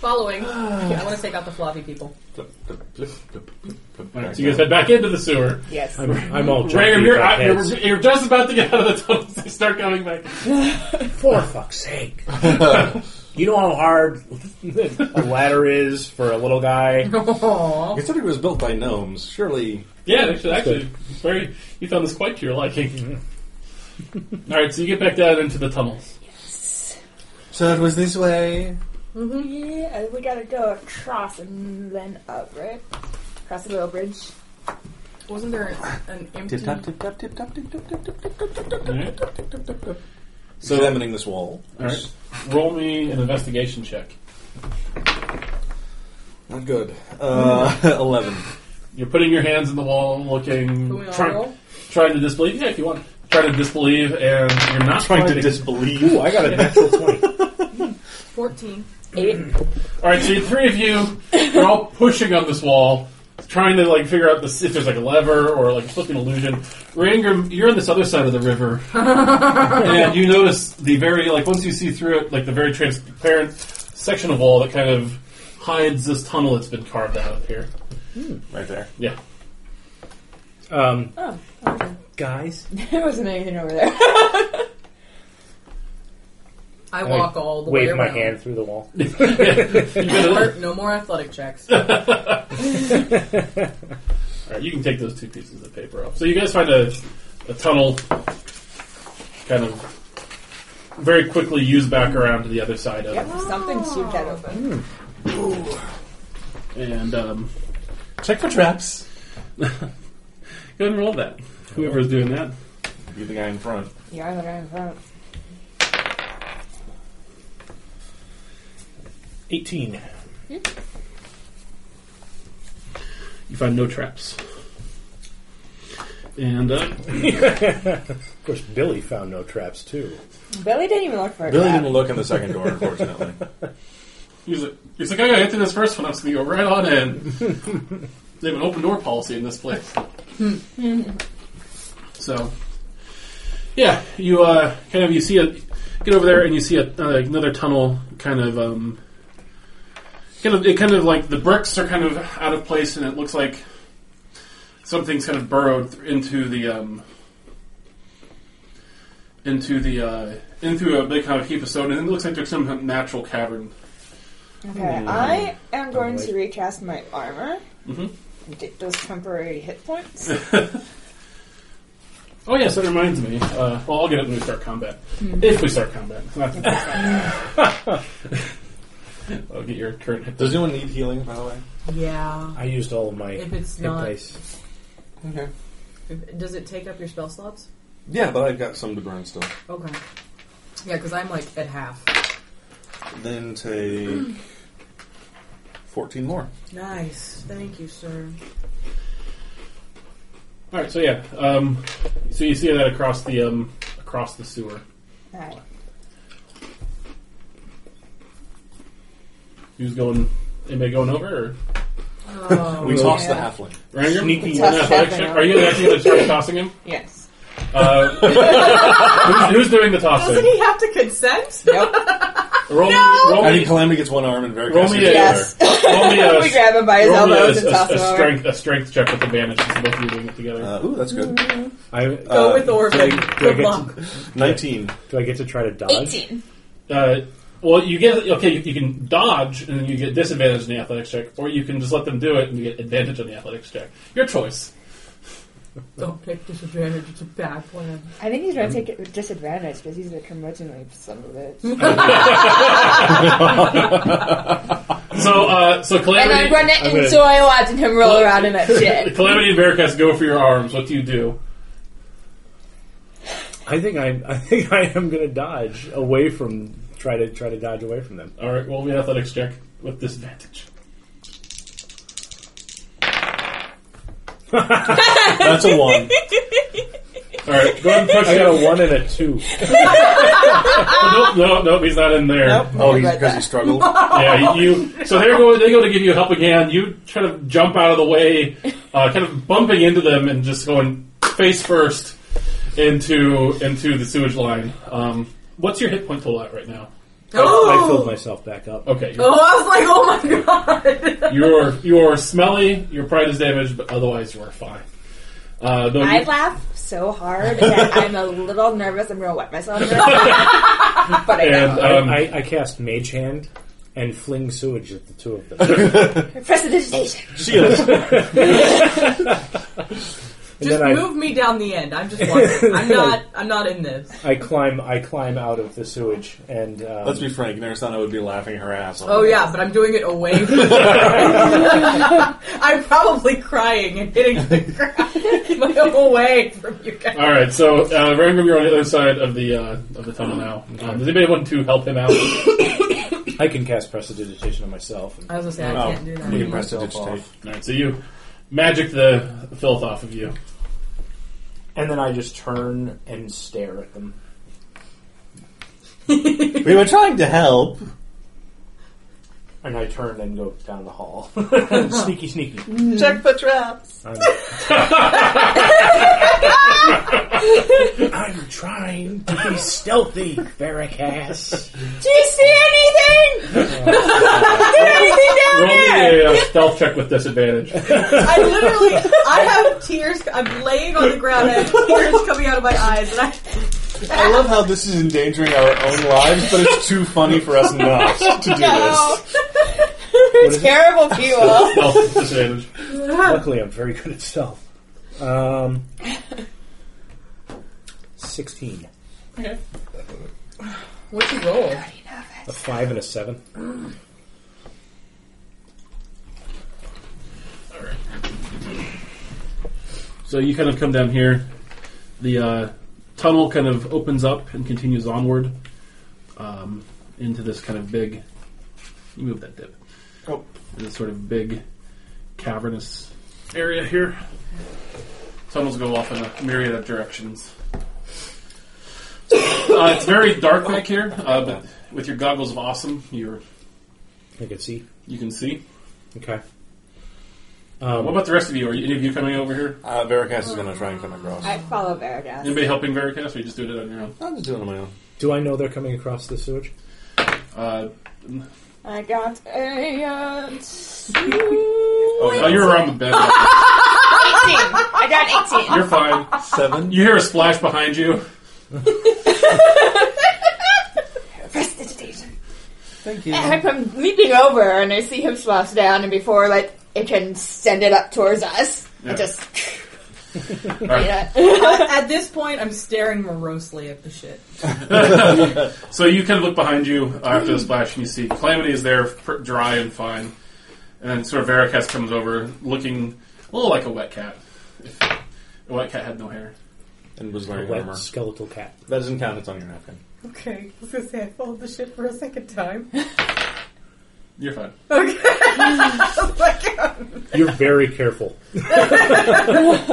Speaker 3: Following. I want to take out the floppy people.
Speaker 5: Flip, flip, flip, flip, flip, flip,
Speaker 2: All right,
Speaker 5: back
Speaker 2: so you guys
Speaker 5: down.
Speaker 2: head back into the sewer.
Speaker 1: Yes.
Speaker 4: I'm, I'm all
Speaker 2: Rangam,
Speaker 4: jumpy
Speaker 2: you're,
Speaker 4: about
Speaker 2: out, you're,
Speaker 4: heads.
Speaker 2: you're just about to get out of the tunnel. They start coming back.
Speaker 4: For fuck's sake. you know how hard a ladder is for a little guy?
Speaker 3: Aww.
Speaker 5: Considering it was built by gnomes, surely
Speaker 2: Yeah, actually, actually, it's very. You found this quite to your liking.
Speaker 5: Mm-hmm.
Speaker 2: All right, so you get back down into the tunnels.
Speaker 5: So it was this way.
Speaker 6: Yeah, we gotta go across and then up, right? Across the little bridge.
Speaker 3: Wasn't there an empty?
Speaker 5: Tip tap tip tap tip tap tip tip tip tip tip tip tip
Speaker 2: All right,
Speaker 5: tip tip tip tip.
Speaker 2: So-
Speaker 5: Examining this wall.
Speaker 2: all right. Roll me an investigation check.
Speaker 5: Not good. Uh, Eleven.
Speaker 2: You're putting your hands in the wall,
Speaker 3: Can we
Speaker 2: looking,
Speaker 3: all
Speaker 2: trying,
Speaker 3: roll?
Speaker 2: trying to disbelieve. Yeah, if you want, trying to disbelieve, and you're not
Speaker 5: Trying to
Speaker 2: finding-
Speaker 5: disbelieve.
Speaker 4: I got a natural 20.
Speaker 3: Fourteen.
Speaker 2: All right, so the three of you, you're all pushing on this wall, trying to like figure out this, if there's like a lever or like flipping illusion. Rangram, you're on this other side of the river, and you notice the very like once you see through it, like the very transparent section of wall that kind of hides this tunnel that's been carved out of here.
Speaker 5: Right there.
Speaker 2: Yeah,
Speaker 4: Um,
Speaker 6: Oh, okay.
Speaker 4: guys,
Speaker 1: There wasn't anything over there.
Speaker 3: I
Speaker 4: I
Speaker 3: walk all the way
Speaker 4: wave
Speaker 3: around.
Speaker 4: my hand through the wall.
Speaker 2: You gotta-
Speaker 3: Or No more athletic checks.
Speaker 2: All right, you can take those two pieces of paper off. So you guys find a, a tunnel, kind of very quickly use back around to the other side of
Speaker 1: yep, something shoot that open.
Speaker 2: it. And um,
Speaker 5: Check for traps.
Speaker 2: go ahead and roll that. Whoever's doing that.
Speaker 5: Be the guy in front.
Speaker 1: You're on the guy in front.
Speaker 4: 18.
Speaker 2: You find no traps. And uh,
Speaker 4: Of course, Billy found no traps too.
Speaker 1: Billy didn't even look for a
Speaker 5: Billy
Speaker 1: trap.
Speaker 5: didn't look in the second door, unfortunately.
Speaker 2: he's like, he's like, I gotta get through this first one. I'm just gonna go right on in. they have an open door policy in this place. so, yeah, you uh, kind of you see a get over there and you see a, uh, another tunnel, kind of um, kind of it kind of like the bricks are kind of out of place, and it looks like something's kind of burrowed th- into the um, into the uh, into a big kind of heap of stone, and it looks like there's some kind of natural cavern.
Speaker 1: Okay, I am going to recast my armor.
Speaker 2: Mhm.
Speaker 1: and Get those temporary hit points.
Speaker 2: Oh yes, that reminds me. Uh, well, I'll get it when we start combat. If we start combat, I'll get your current hit.
Speaker 5: Does anyone need healing, by the way?
Speaker 3: Yeah.
Speaker 4: I used all of my
Speaker 3: If it's
Speaker 4: hit
Speaker 3: not-
Speaker 4: dice.
Speaker 5: Okay.
Speaker 3: If- Does it take up your spell slots?
Speaker 5: Yeah, but I've got some to burn still.
Speaker 3: Okay. Yeah, because I'm like at half.
Speaker 5: Then take 14 more.
Speaker 3: Nice. Thank you, sir.
Speaker 2: All right, so yeah, um, so you see that across the um, across the sewer.
Speaker 1: Alright.
Speaker 2: Who's going? Anybody going over? Or?
Speaker 3: Oh,
Speaker 5: We
Speaker 1: yeah.
Speaker 5: tossed the halfling.
Speaker 2: Ranger?
Speaker 4: Sneaky
Speaker 2: An athletic check? Are you actually going to start tossing him?
Speaker 1: Yes.
Speaker 2: Uh, who's, who's doing the
Speaker 3: Doesn't
Speaker 2: tossing?
Speaker 3: he have to consent?
Speaker 1: Nope.
Speaker 2: Roll, roll,
Speaker 5: I think
Speaker 2: me,
Speaker 5: Calamity gets one arm and very
Speaker 2: Roll me a-
Speaker 1: yes.
Speaker 2: roll me
Speaker 1: we
Speaker 2: a,
Speaker 1: grab him by his
Speaker 2: roll me a,
Speaker 1: elbows and toss
Speaker 2: a, a
Speaker 1: him over.
Speaker 2: strength, a strength check with advantage. since Both of you are doing it together.
Speaker 5: Uh, ooh, that's good.
Speaker 1: Mm.
Speaker 4: I,
Speaker 3: Go
Speaker 5: Uh,
Speaker 3: with Orvin.
Speaker 4: do I
Speaker 3: Good
Speaker 4: get
Speaker 3: luck.
Speaker 5: 19.
Speaker 4: do I get to try to dodge?
Speaker 6: 18.
Speaker 2: Uh, well, you get okay. You, you can dodge, and then you get disadvantage on the athletics check, or you can just let them do it and you get advantage on the athletics check. Your choice.
Speaker 3: Don't take disadvantage. It's a bad plan.
Speaker 1: I think he's going to take it with disadvantage because he's a curmudgeonly son of a bitch.
Speaker 2: So, uh, so
Speaker 6: And I'm
Speaker 2: calamity,
Speaker 6: gonna
Speaker 4: I'm gonna-
Speaker 6: enjoy watching him roll around in that shit.
Speaker 2: calamity, and Veracast go for your arms. What do you do?
Speaker 4: I think I'm. I think I am going to dodge away from. Try to try to dodge away from them.
Speaker 2: All right, roll me an athletics check with disadvantage.
Speaker 5: That's a 1.
Speaker 2: All right, go ahead and push
Speaker 4: I
Speaker 2: him.
Speaker 4: got a one and a two.
Speaker 2: nope, nope, nope. He's not in there.
Speaker 5: Oh,
Speaker 1: Right
Speaker 5: because he
Speaker 1: back.
Speaker 5: struggled?
Speaker 2: Yeah, you. So they're going. They go to give you a helping hand. You kind of jump out of the way, uh, kind of bumping into them and just going face first into into the sewage line. Um, what's your hit point total at right now?
Speaker 4: I filled
Speaker 3: Oh,
Speaker 4: myself back up.
Speaker 2: Okay, you're,
Speaker 3: oh I was like, oh my god.
Speaker 2: you're you're smelly. Your pride is damaged, but otherwise you are fine. Uh, though
Speaker 1: I
Speaker 2: you,
Speaker 1: laugh so hard that I'm a little nervous. I'm going to wet myself. but I
Speaker 2: and
Speaker 1: know.
Speaker 2: um,
Speaker 4: I, I cast Mage Hand and fling sewage at the two of them.
Speaker 6: Prestidigitation.
Speaker 5: She is.
Speaker 4: and
Speaker 3: Just
Speaker 4: then I,
Speaker 3: move me down the end. I'm just watching. I'm not. I'm not in this.
Speaker 4: I climb I climb out of the sewage and um,
Speaker 5: Let's be frank, Narasana would be laughing her ass off.
Speaker 3: Oh yeah, but I'm doing it away. from I'm probably crying and hitting the ground away from you guys.
Speaker 2: all right. So uh, Rangram, you're on the other side of the uh, of the tunnel now. Um, does anybody want to help him out?
Speaker 4: I can cast Prestidigitation on myself. And,
Speaker 3: I was gonna say I
Speaker 5: Oh,
Speaker 3: can't do that.
Speaker 5: you can
Speaker 4: Myself
Speaker 5: press the digitate.
Speaker 4: off.
Speaker 2: all right. So you magic the filth off of you.
Speaker 4: and then I just turn and stare at them.
Speaker 5: We were trying to help.
Speaker 4: And I turn and go down the hall. sneaky, sneaky.
Speaker 1: Check for traps.
Speaker 4: I'm, I'm trying to be stealthy, Veracast.
Speaker 1: Do you see anything? Is there anything down
Speaker 2: Roll
Speaker 1: there?
Speaker 2: me a uh, stealth check with disadvantage.
Speaker 3: I literally, I have tears. I'm laying on the ground. I have tears coming out of my eyes, and I
Speaker 5: I love how this is endangering our own lives, but it's too funny for us not to do
Speaker 1: No.
Speaker 5: this.
Speaker 1: Terrible people.
Speaker 2: Stealth with disadvantage.
Speaker 4: Luckily, I'm very good at stealth. Um, 16.
Speaker 2: Okay.
Speaker 3: What'd you roll?
Speaker 4: A 5 and a 7.
Speaker 2: So you kind of come down here. The uh, tunnel kind of opens up and continues onward um, into this kind of big. You move that dip.
Speaker 5: Oh.
Speaker 2: This sort of big cavernous area here. Tunnels go off in a myriad of directions. Uh, it's very dark back here, uh, but with your goggles of awesome, you're
Speaker 4: I can see.
Speaker 2: you can see.
Speaker 4: Okay.
Speaker 2: What
Speaker 4: Um,
Speaker 2: about the rest of you? Are any of you coming over here?
Speaker 5: Uh, Veracast is going to try and come across.
Speaker 7: I follow Veritas.
Speaker 2: Anybody helping Veracast, or you just doing it on your own?
Speaker 5: I'm just doing it on my own.
Speaker 4: do I know they're coming across the sewage?
Speaker 2: Uh,
Speaker 1: I got a. Uh,
Speaker 2: oh,
Speaker 1: oh,
Speaker 2: you're around the
Speaker 1: 18.
Speaker 2: bed.
Speaker 1: I got an 18.
Speaker 2: You're fine.
Speaker 5: Seven.
Speaker 2: You hear a splash behind you.
Speaker 1: Prestidigitation.
Speaker 5: Thank you.
Speaker 1: And I'm leaping over and I see him splash down, and before like it can send it up towards us,
Speaker 2: Yeah.
Speaker 1: I just.
Speaker 2: All right.
Speaker 3: at this point, I'm staring morosely at the shit.
Speaker 2: So you kind of look behind you uh, after the splash, and you see Calamity is there, pr- dry and fine. And then sort of Veracast comes over, looking a little like a wet cat. If a wet cat had no hair.
Speaker 5: And was
Speaker 4: A
Speaker 5: wearing armor.
Speaker 4: wet skeletal cat.
Speaker 5: That doesn't count. It's on your napkin.
Speaker 3: Okay, I was gonna say I followed the shit for a second time.
Speaker 2: You're fine.
Speaker 4: You're very careful.
Speaker 3: I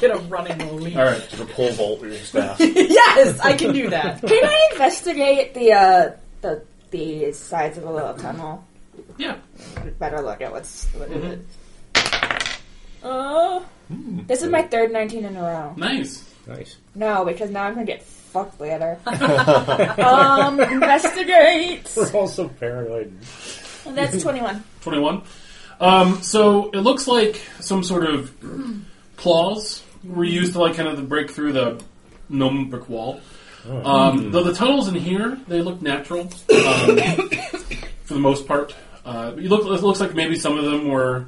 Speaker 3: get a running leap.
Speaker 2: All right.
Speaker 5: Just a pole vault with your staff.
Speaker 3: Yes, I can do that.
Speaker 1: Can I investigate the uh, the the sides of a little tunnel?
Speaker 2: Yeah.
Speaker 1: Better look at what's what
Speaker 2: Mm-hmm.
Speaker 1: it is. Oh,
Speaker 2: Hmm.
Speaker 1: this is my third 19 in a row.
Speaker 2: Nice.
Speaker 4: Nice.
Speaker 1: No, because now I'm gonna get fucked later. um, investigate.
Speaker 4: We're all so paranoid.
Speaker 1: That's 21.
Speaker 2: 21. Um, so it looks like some sort of claws were used to like kind of the break through the gnome brick wall. Um, Though the tunnels in here, they look natural um, for the most part. Uh, you look, it looks like maybe some of them were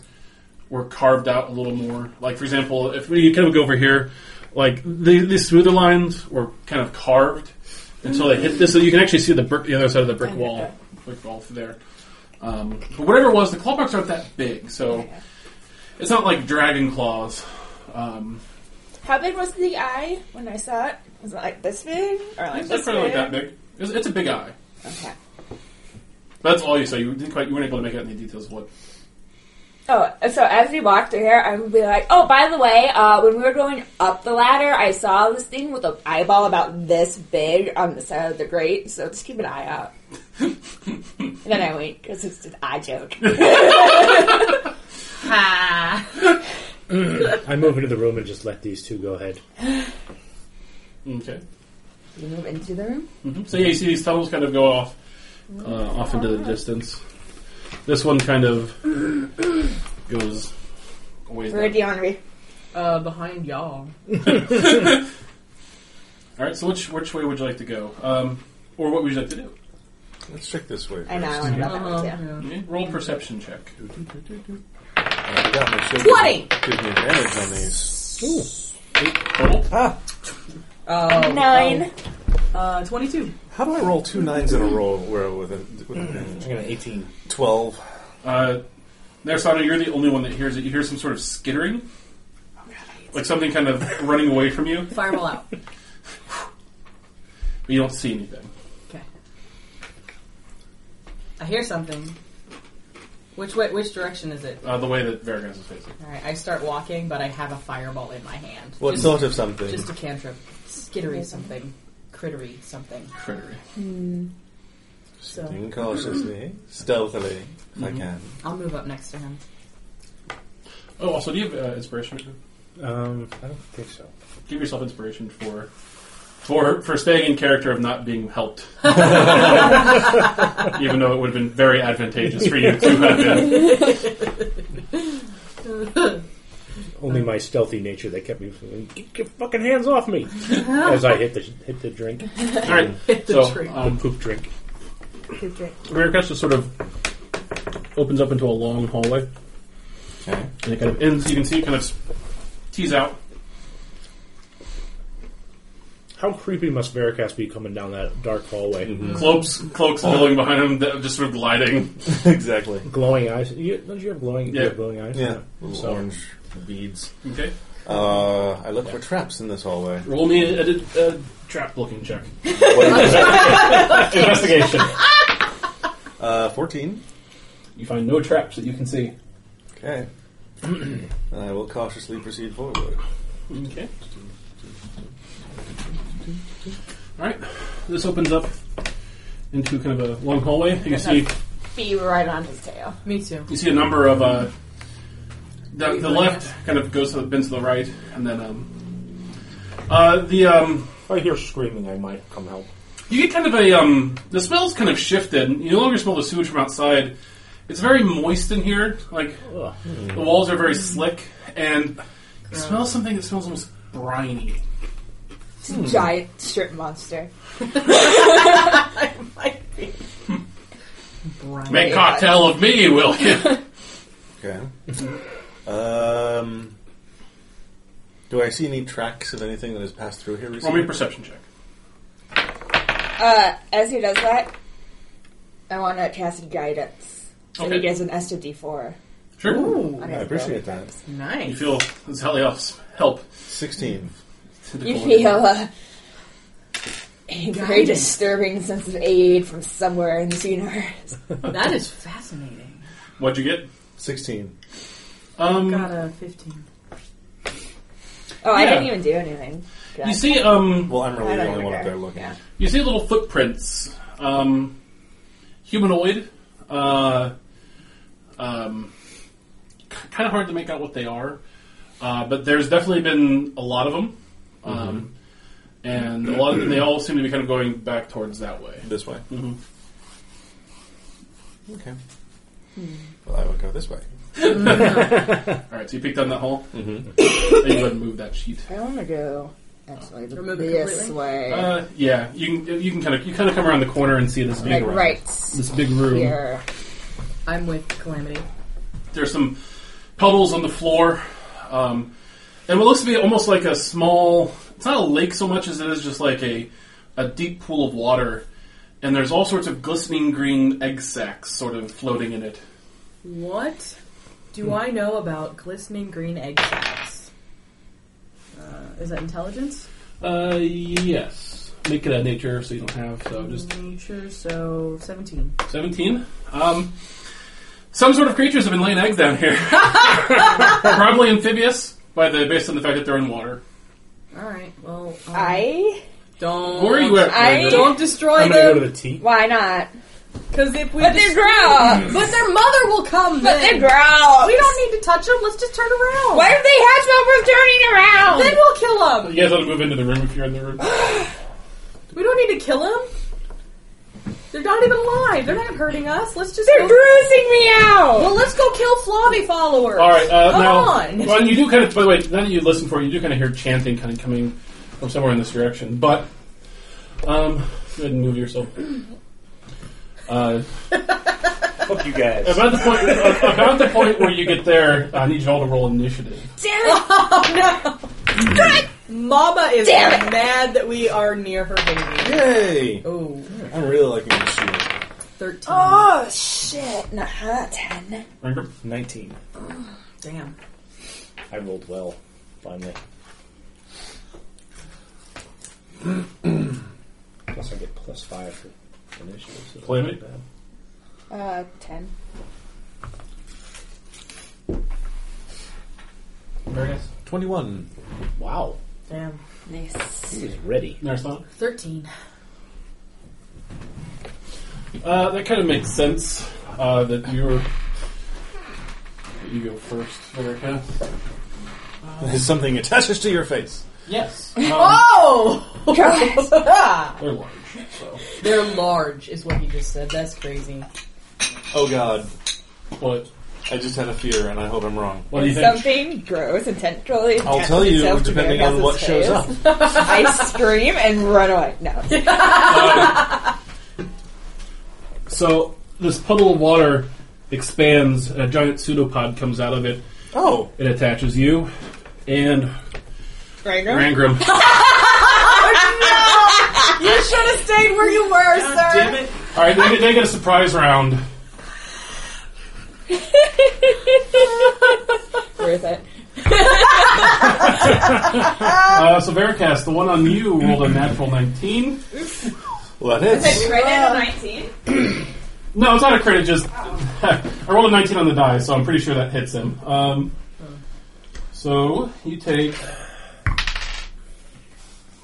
Speaker 2: were carved out a little more. Like for example, if we kind of go over here, like the, the smoother lines were kind of carved until they hit this. So you can actually see the brick, the other side of the brick wall, brick wall through there. Um, but whatever it was, the claw marks aren't that big, so it's not like dragon claws. Um,
Speaker 1: How big was the eye when I saw it? Was it like this big or like
Speaker 2: it's not
Speaker 1: this
Speaker 2: probably like
Speaker 1: big?
Speaker 2: that big. It's, it's a big eye.
Speaker 1: Okay.
Speaker 2: That's all you saw. You didn't quite. You weren't able to make out any details of what.
Speaker 1: Oh, so as we walked through here, I would be like, "Oh, by the way, uh, when we were going up the ladder, I saw this thing with an eyeball about this big on the side of the grate. So just keep an eye out." and then I wait because it's an eye joke.
Speaker 3: Ah.
Speaker 4: I move into the room and just let these two go ahead.
Speaker 2: Okay.
Speaker 1: you move into the room.
Speaker 2: hmm So yeah, you see these tunnels kind of go off, uh, off into the distance. This one kind of goes a ways.
Speaker 1: Where
Speaker 2: down.
Speaker 1: do you want to be?
Speaker 3: Uh, behind y'all.
Speaker 2: All right. So which which way would you like to go, um, or what would you like to do?
Speaker 5: Let's check this way. First.
Speaker 1: I know I want to go that way
Speaker 3: Uh-huh,
Speaker 1: too.
Speaker 3: yeah.
Speaker 2: Okay, Roll perception check.
Speaker 5: I forgot my shield
Speaker 3: Twenty.
Speaker 5: Gives me advantage on these.
Speaker 2: Roll.
Speaker 6: Uh-huh.
Speaker 3: Oh,
Speaker 1: Nine.
Speaker 3: oh. Uh, 22.
Speaker 5: How do I roll two nines in a row where with, a, with advantage?
Speaker 4: I got an 18.
Speaker 5: Twelve.
Speaker 2: Uh, Narasana, you're the only one that hears it. You hear some sort of skittering, like something kind of running away from you,
Speaker 3: Fireball out.
Speaker 2: but you don't see anything.
Speaker 3: Okay. I hear something. Which way, which direction is it?
Speaker 2: Uh, the way that Vargas is facing.
Speaker 3: Alright, I start walking, but I have a fireball in my hand.
Speaker 5: What
Speaker 3: just,
Speaker 5: sort of something?
Speaker 3: just a cantrip. Skittery something. Crittery something.
Speaker 2: Crittery.
Speaker 3: So
Speaker 5: Think cautiously, stealthily, if I can.
Speaker 3: I'll move up next to him.
Speaker 2: Oh, also, do you have uh, inspiration?
Speaker 4: Um, I don't think so.
Speaker 2: Give yourself inspiration for for for staying in character of not being helped, even though it would have been very advantageous for you to have been.
Speaker 4: Only my stealthy nature that kept me from get your fucking hands off me as I hit the hit the drink,
Speaker 2: All right,
Speaker 3: The
Speaker 2: so
Speaker 3: tree.
Speaker 2: um,
Speaker 4: poop drink.
Speaker 2: Vargas just sort of opens up into a long hallway.
Speaker 5: Okay.
Speaker 2: And it kind of ends, you can see it kind of tease out.
Speaker 4: How creepy must Veracast be coming down that dark hallway?
Speaker 2: Cloaks, cloaks billowing behind him, that- just sort of gliding.
Speaker 5: exactly.
Speaker 4: Glowing eyes. You, don't you have glowing? you
Speaker 2: Yeah.
Speaker 4: have glowing eyes.
Speaker 5: Yeah. Little
Speaker 4: So-
Speaker 5: orange beads.
Speaker 2: Okay.
Speaker 5: Uh, I look for traps in this hallway.
Speaker 2: Roll me a, a, a trap looking check.
Speaker 5: What is it?
Speaker 2: Investigation.
Speaker 5: uh, Fourteen.
Speaker 2: You find no traps that you can see.
Speaker 5: Okay. I will cautiously proceed forward.
Speaker 2: Okay. All right. This opens up into kind of a long hallway. You see,
Speaker 6: Be right on his tail.
Speaker 3: Me too.
Speaker 2: you see a number of uh, the, the left kind of goes to the, bends to the right, and then um, uh, the um,
Speaker 4: If I hear screaming, I might come help.
Speaker 2: you get kind of a um, the smell's kind of shifted. You no longer smell the sewage from outside. It's very moist in here. Like
Speaker 4: Ugh.
Speaker 2: the walls are very slick, and you smell something that smells almost briny.
Speaker 1: Giant strip monster.
Speaker 3: Might be. Brian.
Speaker 2: Make cocktail of me, will you?
Speaker 5: Okay. Mm-hmm. um, do I see any tracks of anything that has passed through here
Speaker 2: Roll me
Speaker 5: recently?
Speaker 2: a perception check.
Speaker 1: Uh, as he does that, I want to cast guidance. So
Speaker 2: Okay.
Speaker 1: he gets an S to D4.
Speaker 2: Sure.
Speaker 3: Ooh,
Speaker 1: on
Speaker 5: I
Speaker 1: his
Speaker 5: appreciate that.
Speaker 2: You
Speaker 3: nice.
Speaker 2: feel as hell else help.
Speaker 5: Sixteen.
Speaker 1: roll. You feel uh, a very
Speaker 3: Guidance.
Speaker 1: disturbing sense of aid from somewhere in this universe.
Speaker 3: That is fascinating.
Speaker 2: What'd you get?
Speaker 5: Sixteen.
Speaker 2: Um,
Speaker 3: Got a 15.
Speaker 1: Oh, I
Speaker 2: Yeah.
Speaker 1: didn't even do anything. Good.
Speaker 2: you see, um,
Speaker 5: Well, I'm really
Speaker 1: I
Speaker 5: the
Speaker 1: don't
Speaker 5: only
Speaker 1: even
Speaker 5: one up
Speaker 1: care.
Speaker 5: there looking.
Speaker 1: Yeah.
Speaker 2: you see little footprints, um, humanoid, uh, um, kind of hard to make out what they are, uh, but there's definitely been a lot of them, um, and a lot of them they all seem to be kind of going back towards that way.
Speaker 5: This way.
Speaker 2: Mhm.
Speaker 5: Okay.
Speaker 1: Hmm.
Speaker 5: Well, I will go this way.
Speaker 2: All right, so you picked on that hole.
Speaker 5: Mm-hmm.
Speaker 2: then you go ahead and move that sheet.
Speaker 1: I want to go actually
Speaker 3: Remove it
Speaker 1: this
Speaker 3: completely?
Speaker 1: way.
Speaker 2: Uh, yeah, you can you can kind of you kind of come around the corner and see this big
Speaker 1: like
Speaker 2: room.
Speaker 1: right
Speaker 2: this big room.
Speaker 1: here.
Speaker 3: I'm with Calamity.
Speaker 2: There's some puddles on the floor, um, and what looks to be almost like a small. It's not a lake so much as it is just like a a deep pool of water, and there's all sorts of glistening green egg sacs sort of floating in it.
Speaker 3: What
Speaker 2: Hmm.
Speaker 3: do I know about glistening green egg sacks? Uh, is that intelligence?
Speaker 2: Uh, yes. Make it a nature, so you don't have so
Speaker 3: Nature, so 17.
Speaker 2: seventeen. Um, some sort of creatures have been laying eggs down here. Probably amphibious, by the based on the fact that they're in water.
Speaker 3: Alright, well. Um,
Speaker 1: I?
Speaker 3: Don't.
Speaker 2: Where are you at?
Speaker 1: I-
Speaker 3: Don't destroy
Speaker 4: I'm going to go
Speaker 2: um,
Speaker 3: them!
Speaker 4: to the tea.
Speaker 1: Why not?
Speaker 3: Because if we.
Speaker 1: But they growl.
Speaker 3: but their mother will come
Speaker 1: But they
Speaker 3: then!
Speaker 1: growl.
Speaker 3: we don't need to touch them, let's just turn around!
Speaker 1: Why do they hatch while we're turning around?
Speaker 3: Then we'll kill them!
Speaker 2: You guys ought to move into the room if you're in the room.
Speaker 3: We don't need to kill them! They're not even alive, they're not hurting us, let's just.
Speaker 1: They're
Speaker 3: go-
Speaker 1: bruising me out.
Speaker 3: well, let's go kill Flavi followers!
Speaker 2: All right. Uh,
Speaker 3: Come
Speaker 2: now,
Speaker 3: on.
Speaker 2: Well, you do kind of. By the way, now that you listen for it, you do kind of hear chanting kind of coming from somewhere in this direction. But um, go ahead and move yourself. Uh,
Speaker 4: Fuck you guys.
Speaker 2: about the point. uh, about the point where you get there, I need you all to roll initiative.
Speaker 1: Damn it.
Speaker 3: Mama is
Speaker 1: Damn
Speaker 3: mad that we are near her baby.
Speaker 5: Yay!
Speaker 3: Oh,
Speaker 5: I'm really liking this shoe.
Speaker 3: 13.
Speaker 1: Oh shit! Nah, ten.
Speaker 2: Remember?
Speaker 4: 19.
Speaker 3: Damn.
Speaker 4: I rolled well, finally. plus, I get plus 5 for initiative. So
Speaker 2: Play me.
Speaker 1: Uh, ten.
Speaker 2: Very nice.
Speaker 5: Twenty-one.
Speaker 4: Wow.
Speaker 3: Damn.
Speaker 1: Nice.
Speaker 4: He's ready.
Speaker 2: Narasana.
Speaker 3: 13.
Speaker 2: Uh, that kind of makes sense. Uh, that you're. You go first, Erica.
Speaker 5: Something attaches to your face.
Speaker 2: Yes.
Speaker 3: Oh!
Speaker 2: they're large, so.
Speaker 3: They're large, is what he just said. That's crazy.
Speaker 5: Oh God!
Speaker 2: What?
Speaker 5: I just had a fear, and I hope I'm wrong.
Speaker 2: What do you think?
Speaker 1: Something grows intentionally.
Speaker 5: I'll tell you, depending on what shows up.
Speaker 1: I scream and run away. No.
Speaker 2: So this puddle of water expands, and a giant pseudopod comes out of it.
Speaker 5: Oh,
Speaker 2: It attaches you, and
Speaker 1: Rangrim?
Speaker 2: Rangram.
Speaker 3: You should have stayed where you were, sir!
Speaker 5: it!
Speaker 2: All right, they get, they get a surprise round.
Speaker 1: Worth it.
Speaker 2: Uh, so Veracast, the one on you rolled a natural nineteen.
Speaker 5: Well, that hits.
Speaker 1: Right
Speaker 3: Uh,
Speaker 1: now, nineteen.
Speaker 2: No, it's not a crit. It just I rolled a nineteen on the die, so I'm pretty sure that hits him. Um, so you take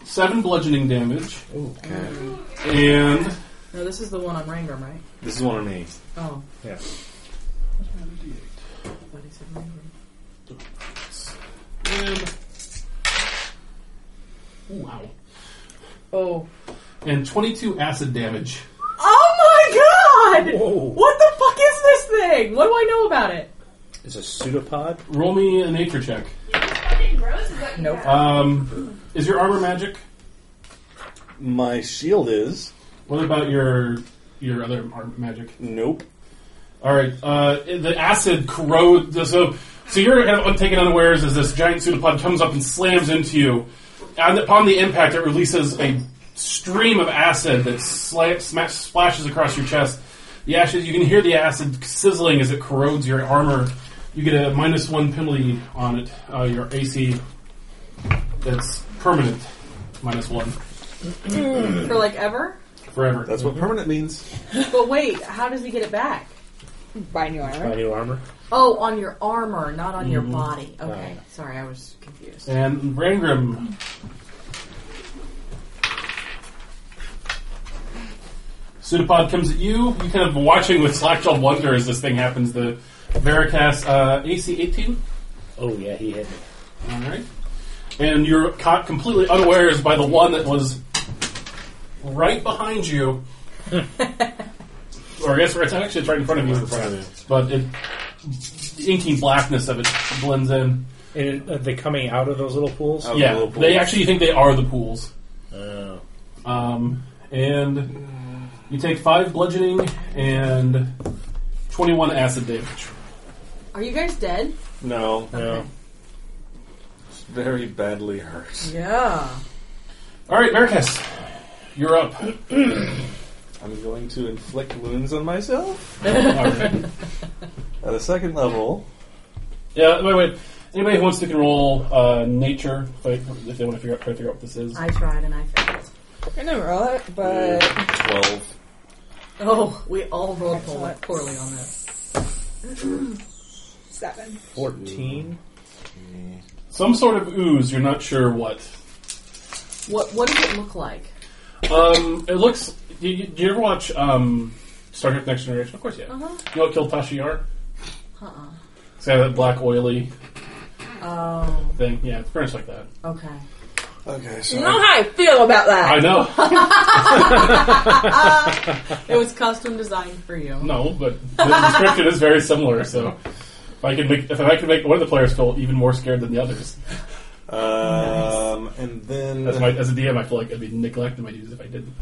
Speaker 2: seven bludgeoning damage,
Speaker 5: Okay.
Speaker 2: and
Speaker 3: No, this is the one on Rangram, right?
Speaker 5: This is one on me.
Speaker 3: Oh.
Speaker 5: Yeah.
Speaker 3: I thought he said Rangram.
Speaker 2: and wow,
Speaker 3: Oh.
Speaker 2: and twenty-two acid damage.
Speaker 3: Oh my god!
Speaker 4: Whoa.
Speaker 3: What the fuck is this thing? What do I know about it?
Speaker 4: It's a pseudopod.
Speaker 2: Roll me a nature check.
Speaker 3: Nope.
Speaker 2: Um, is your armor magic?
Speaker 5: My shield is
Speaker 2: What about your your other arm magic?
Speaker 5: nope.
Speaker 2: All right, uh, the acid corrodes. So, so you're kind of taken unawares as this giant pseudopod comes up and slams into you. And upon the impact, it releases a stream of acid that sla- smash, splashes across your chest. The ashes, you can hear the acid sizzling as it corrodes your armor. You get a minus one penalty on it. Uh, your AC, that's permanent, minus one
Speaker 3: For like ever?
Speaker 2: forever.
Speaker 5: That's what permanent means.
Speaker 3: But wait, how does he get it back?
Speaker 1: Buy new armor.
Speaker 4: My new armor.
Speaker 3: Oh, on your armor, not on your body. Okay.
Speaker 4: No.
Speaker 3: Sorry, I was confused.
Speaker 2: And Rangrim. Pseudopod comes at you. You kind of watching with slackjawed wonder as this thing happens. The Veracast uh, AC 18.
Speaker 4: Oh yeah, he hit me.
Speaker 2: All right. And you're caught completely unawares by the one that was right behind you. or I guess it's actually it's right in front of you. But it, the inky blackness of it blends in.
Speaker 4: And are they coming out of those little pools?
Speaker 5: Out of the
Speaker 2: Yeah,
Speaker 5: little
Speaker 2: they
Speaker 5: pools.
Speaker 2: actually think they are the pools.
Speaker 4: Oh.
Speaker 2: Um, and you take five bludgeoning and twenty-one acid damage.
Speaker 3: Are you guys dead?
Speaker 5: No,
Speaker 4: No.
Speaker 5: it's very badly hurt.
Speaker 3: Yeah.
Speaker 2: All right, Marcus, you're up.
Speaker 5: I'm going to inflict wounds on myself
Speaker 2: All right.
Speaker 5: at a second level.
Speaker 2: Yeah. By the way, anybody who wants to can roll uh, nature if they, if they want to figure out try to figure out what this is.
Speaker 3: I tried and I failed.
Speaker 1: I didn't roll it, but
Speaker 5: Twelve.
Speaker 3: Oh, we all rolled poor-
Speaker 1: Excellent.
Speaker 3: poorly on this.
Speaker 1: seven.
Speaker 4: Fourteen.
Speaker 2: Some sort of ooze. You're not sure what.
Speaker 3: What What does it look like?
Speaker 2: Um, it looks. Do you, do you ever watch um, Star Trek: Next Generation? Of course, yeah.
Speaker 3: Uh-huh.
Speaker 2: You know what killed Tasha Yar?
Speaker 3: Uh-uh.
Speaker 2: It's got that black oily
Speaker 3: Oh,
Speaker 2: thing. Yeah, it's pretty much like that.
Speaker 3: okay.
Speaker 5: Okay,
Speaker 1: You
Speaker 5: so
Speaker 1: know how I feel about
Speaker 2: I
Speaker 1: that.
Speaker 2: know.
Speaker 3: It was custom designed for you.
Speaker 2: No, but the description is very similar. So if I could make if I could make one of the players feel even more scared than the others,
Speaker 5: um, and then
Speaker 2: as, my, as a DM, I feel like I'd be neglecting my duties if I didn't,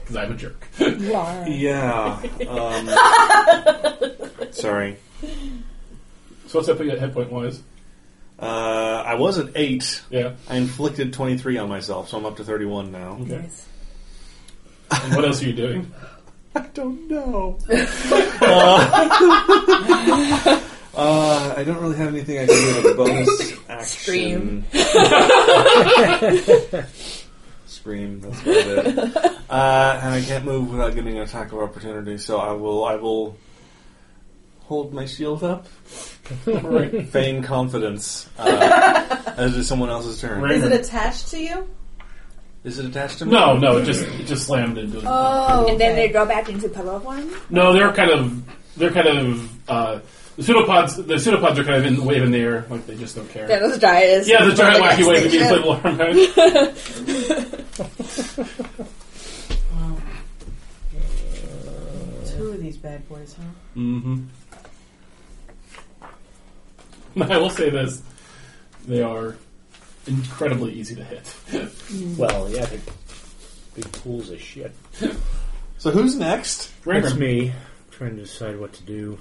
Speaker 2: because I'm a jerk.
Speaker 1: Yeah.
Speaker 5: yeah. Um, sorry,
Speaker 2: so what's up with your hit point wise?
Speaker 5: uh, I was at eight.
Speaker 2: Yeah.
Speaker 5: I inflicted twenty three on myself, so I'm up to thirty one now.
Speaker 2: Okay. And what else are you doing?
Speaker 5: I don't know. Uh, uh, I don't really have anything I can do with a bonus action.
Speaker 1: Scream.
Speaker 5: Scream. That's about it. Uh, and I can't move without getting an attack of opportunity, so I will. I will hold my shield up,
Speaker 2: right.
Speaker 5: feign confidence, uh, as is someone else's turn.
Speaker 2: Right.
Speaker 3: Is it attached to you?
Speaker 5: Is it attached to me?
Speaker 2: No, no, it just it just slammed into. it.
Speaker 1: Uh,
Speaker 6: Oh.
Speaker 1: And then they
Speaker 6: go back into pillow one?
Speaker 2: No, they're kind of they're kind of uh, the pseudopods. The pseudopods are kind of in, waving in the air, like they just don't care.
Speaker 1: That was dry as
Speaker 2: Yeah, the giant wacky wave
Speaker 1: Yeah.
Speaker 2: against the alarm mode.
Speaker 3: Wow. Two of these bad boys, huh?
Speaker 2: Mm-hmm. I will say this: they are incredibly easy to hit.
Speaker 4: Well, yeah, big, big pools of shit.
Speaker 5: So who's next?
Speaker 4: That's
Speaker 2: Raymer,
Speaker 4: me trying to decide what to do.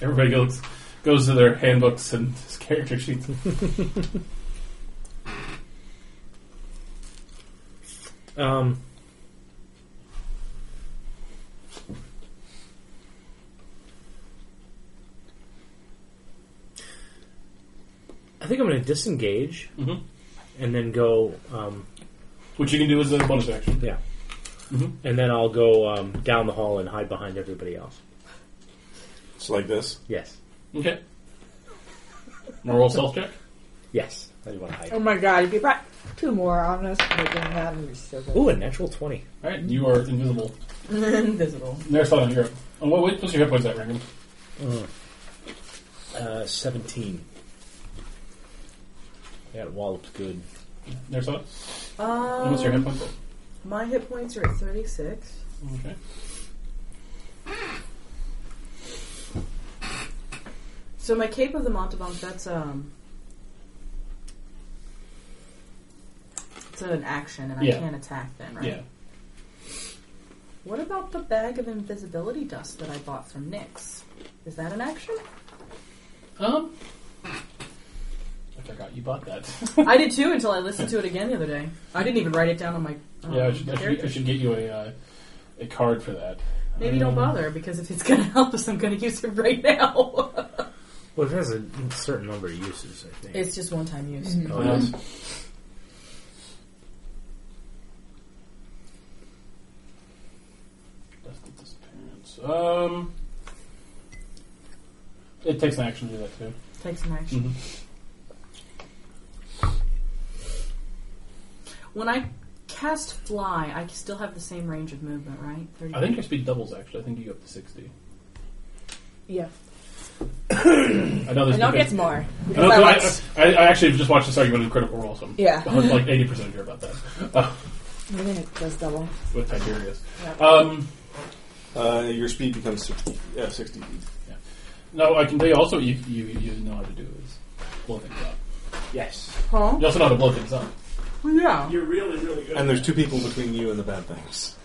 Speaker 2: Everybody goes goes to their handbooks and character sheets.
Speaker 4: Um, I think I'm going to disengage
Speaker 2: Mhm.
Speaker 4: and then go. Um,
Speaker 2: Which you can do as a bonus action.
Speaker 4: yeah.
Speaker 2: Mhm.
Speaker 4: Mm-hmm. And then I'll go um, down the hall and hide behind everybody else.
Speaker 5: It's like this.
Speaker 4: Yes.
Speaker 2: Okay. Now roll stealth check.
Speaker 4: Yes, I do want to hide.
Speaker 1: Oh my god, if you brought two more on us, we'd been mad and be so good.
Speaker 4: Ooh, a natural twenty.
Speaker 2: All right, you are invisible.
Speaker 3: Invisible.
Speaker 2: Never saw that in Europe. And what, Oh, what's your hit points at, Rankin?
Speaker 4: Uh, Seventeen. That wallop's good.
Speaker 2: Never saw it? And what's your
Speaker 3: Um,
Speaker 2: hit points?
Speaker 3: my hit points are at 36.
Speaker 2: Okay.
Speaker 3: So my Cape of the Montebank, that's um, it's an action, and I
Speaker 2: Yeah.
Speaker 3: can't attack then, right?
Speaker 2: Yeah.
Speaker 3: What about the bag of invisibility dust that I bought from Nyx? Is that an action?
Speaker 2: Um, I forgot you bought that.
Speaker 3: I did too until I listened to it again the other day. I didn't even write it down on my. Um,
Speaker 2: yeah, I should, I should, I
Speaker 3: character sheet.
Speaker 2: should get you a uh, a card for that.
Speaker 3: Maybe don't
Speaker 2: Um,
Speaker 3: bother because if it's going to help us, I'm going to use it right now.
Speaker 4: Well, it has a certain number of uses, I think.
Speaker 3: it's just one time use.
Speaker 4: oh, it is?
Speaker 2: Dust of disappearance. Um, it takes an action to do that too.
Speaker 3: Take some action.
Speaker 2: Mm-hmm.
Speaker 3: When I cast fly, I still have the same range of movement, right? 30
Speaker 2: I think your speed doubles actually. I think you go up to sixty.
Speaker 1: Yeah.
Speaker 2: I know there's
Speaker 6: And I'll
Speaker 2: been-
Speaker 6: get more.
Speaker 2: I, know, so I, I, I actually just watched this argument in Critical Role, so I'm
Speaker 1: Yeah.
Speaker 2: I'm like eighty percent sure about that uh,
Speaker 1: I think it does double.
Speaker 2: with Tiberius.
Speaker 1: Yeah.
Speaker 2: Um,
Speaker 5: Uh, your speed becomes 60, uh, 60 feet.
Speaker 2: no, I can tell you also what you you, you know how to do is blow things up.
Speaker 4: Yes.
Speaker 3: Huh?
Speaker 2: You also know how to blow things up.
Speaker 3: Yeah.
Speaker 4: You're really, really good.
Speaker 5: And there's two people between you and the bad things.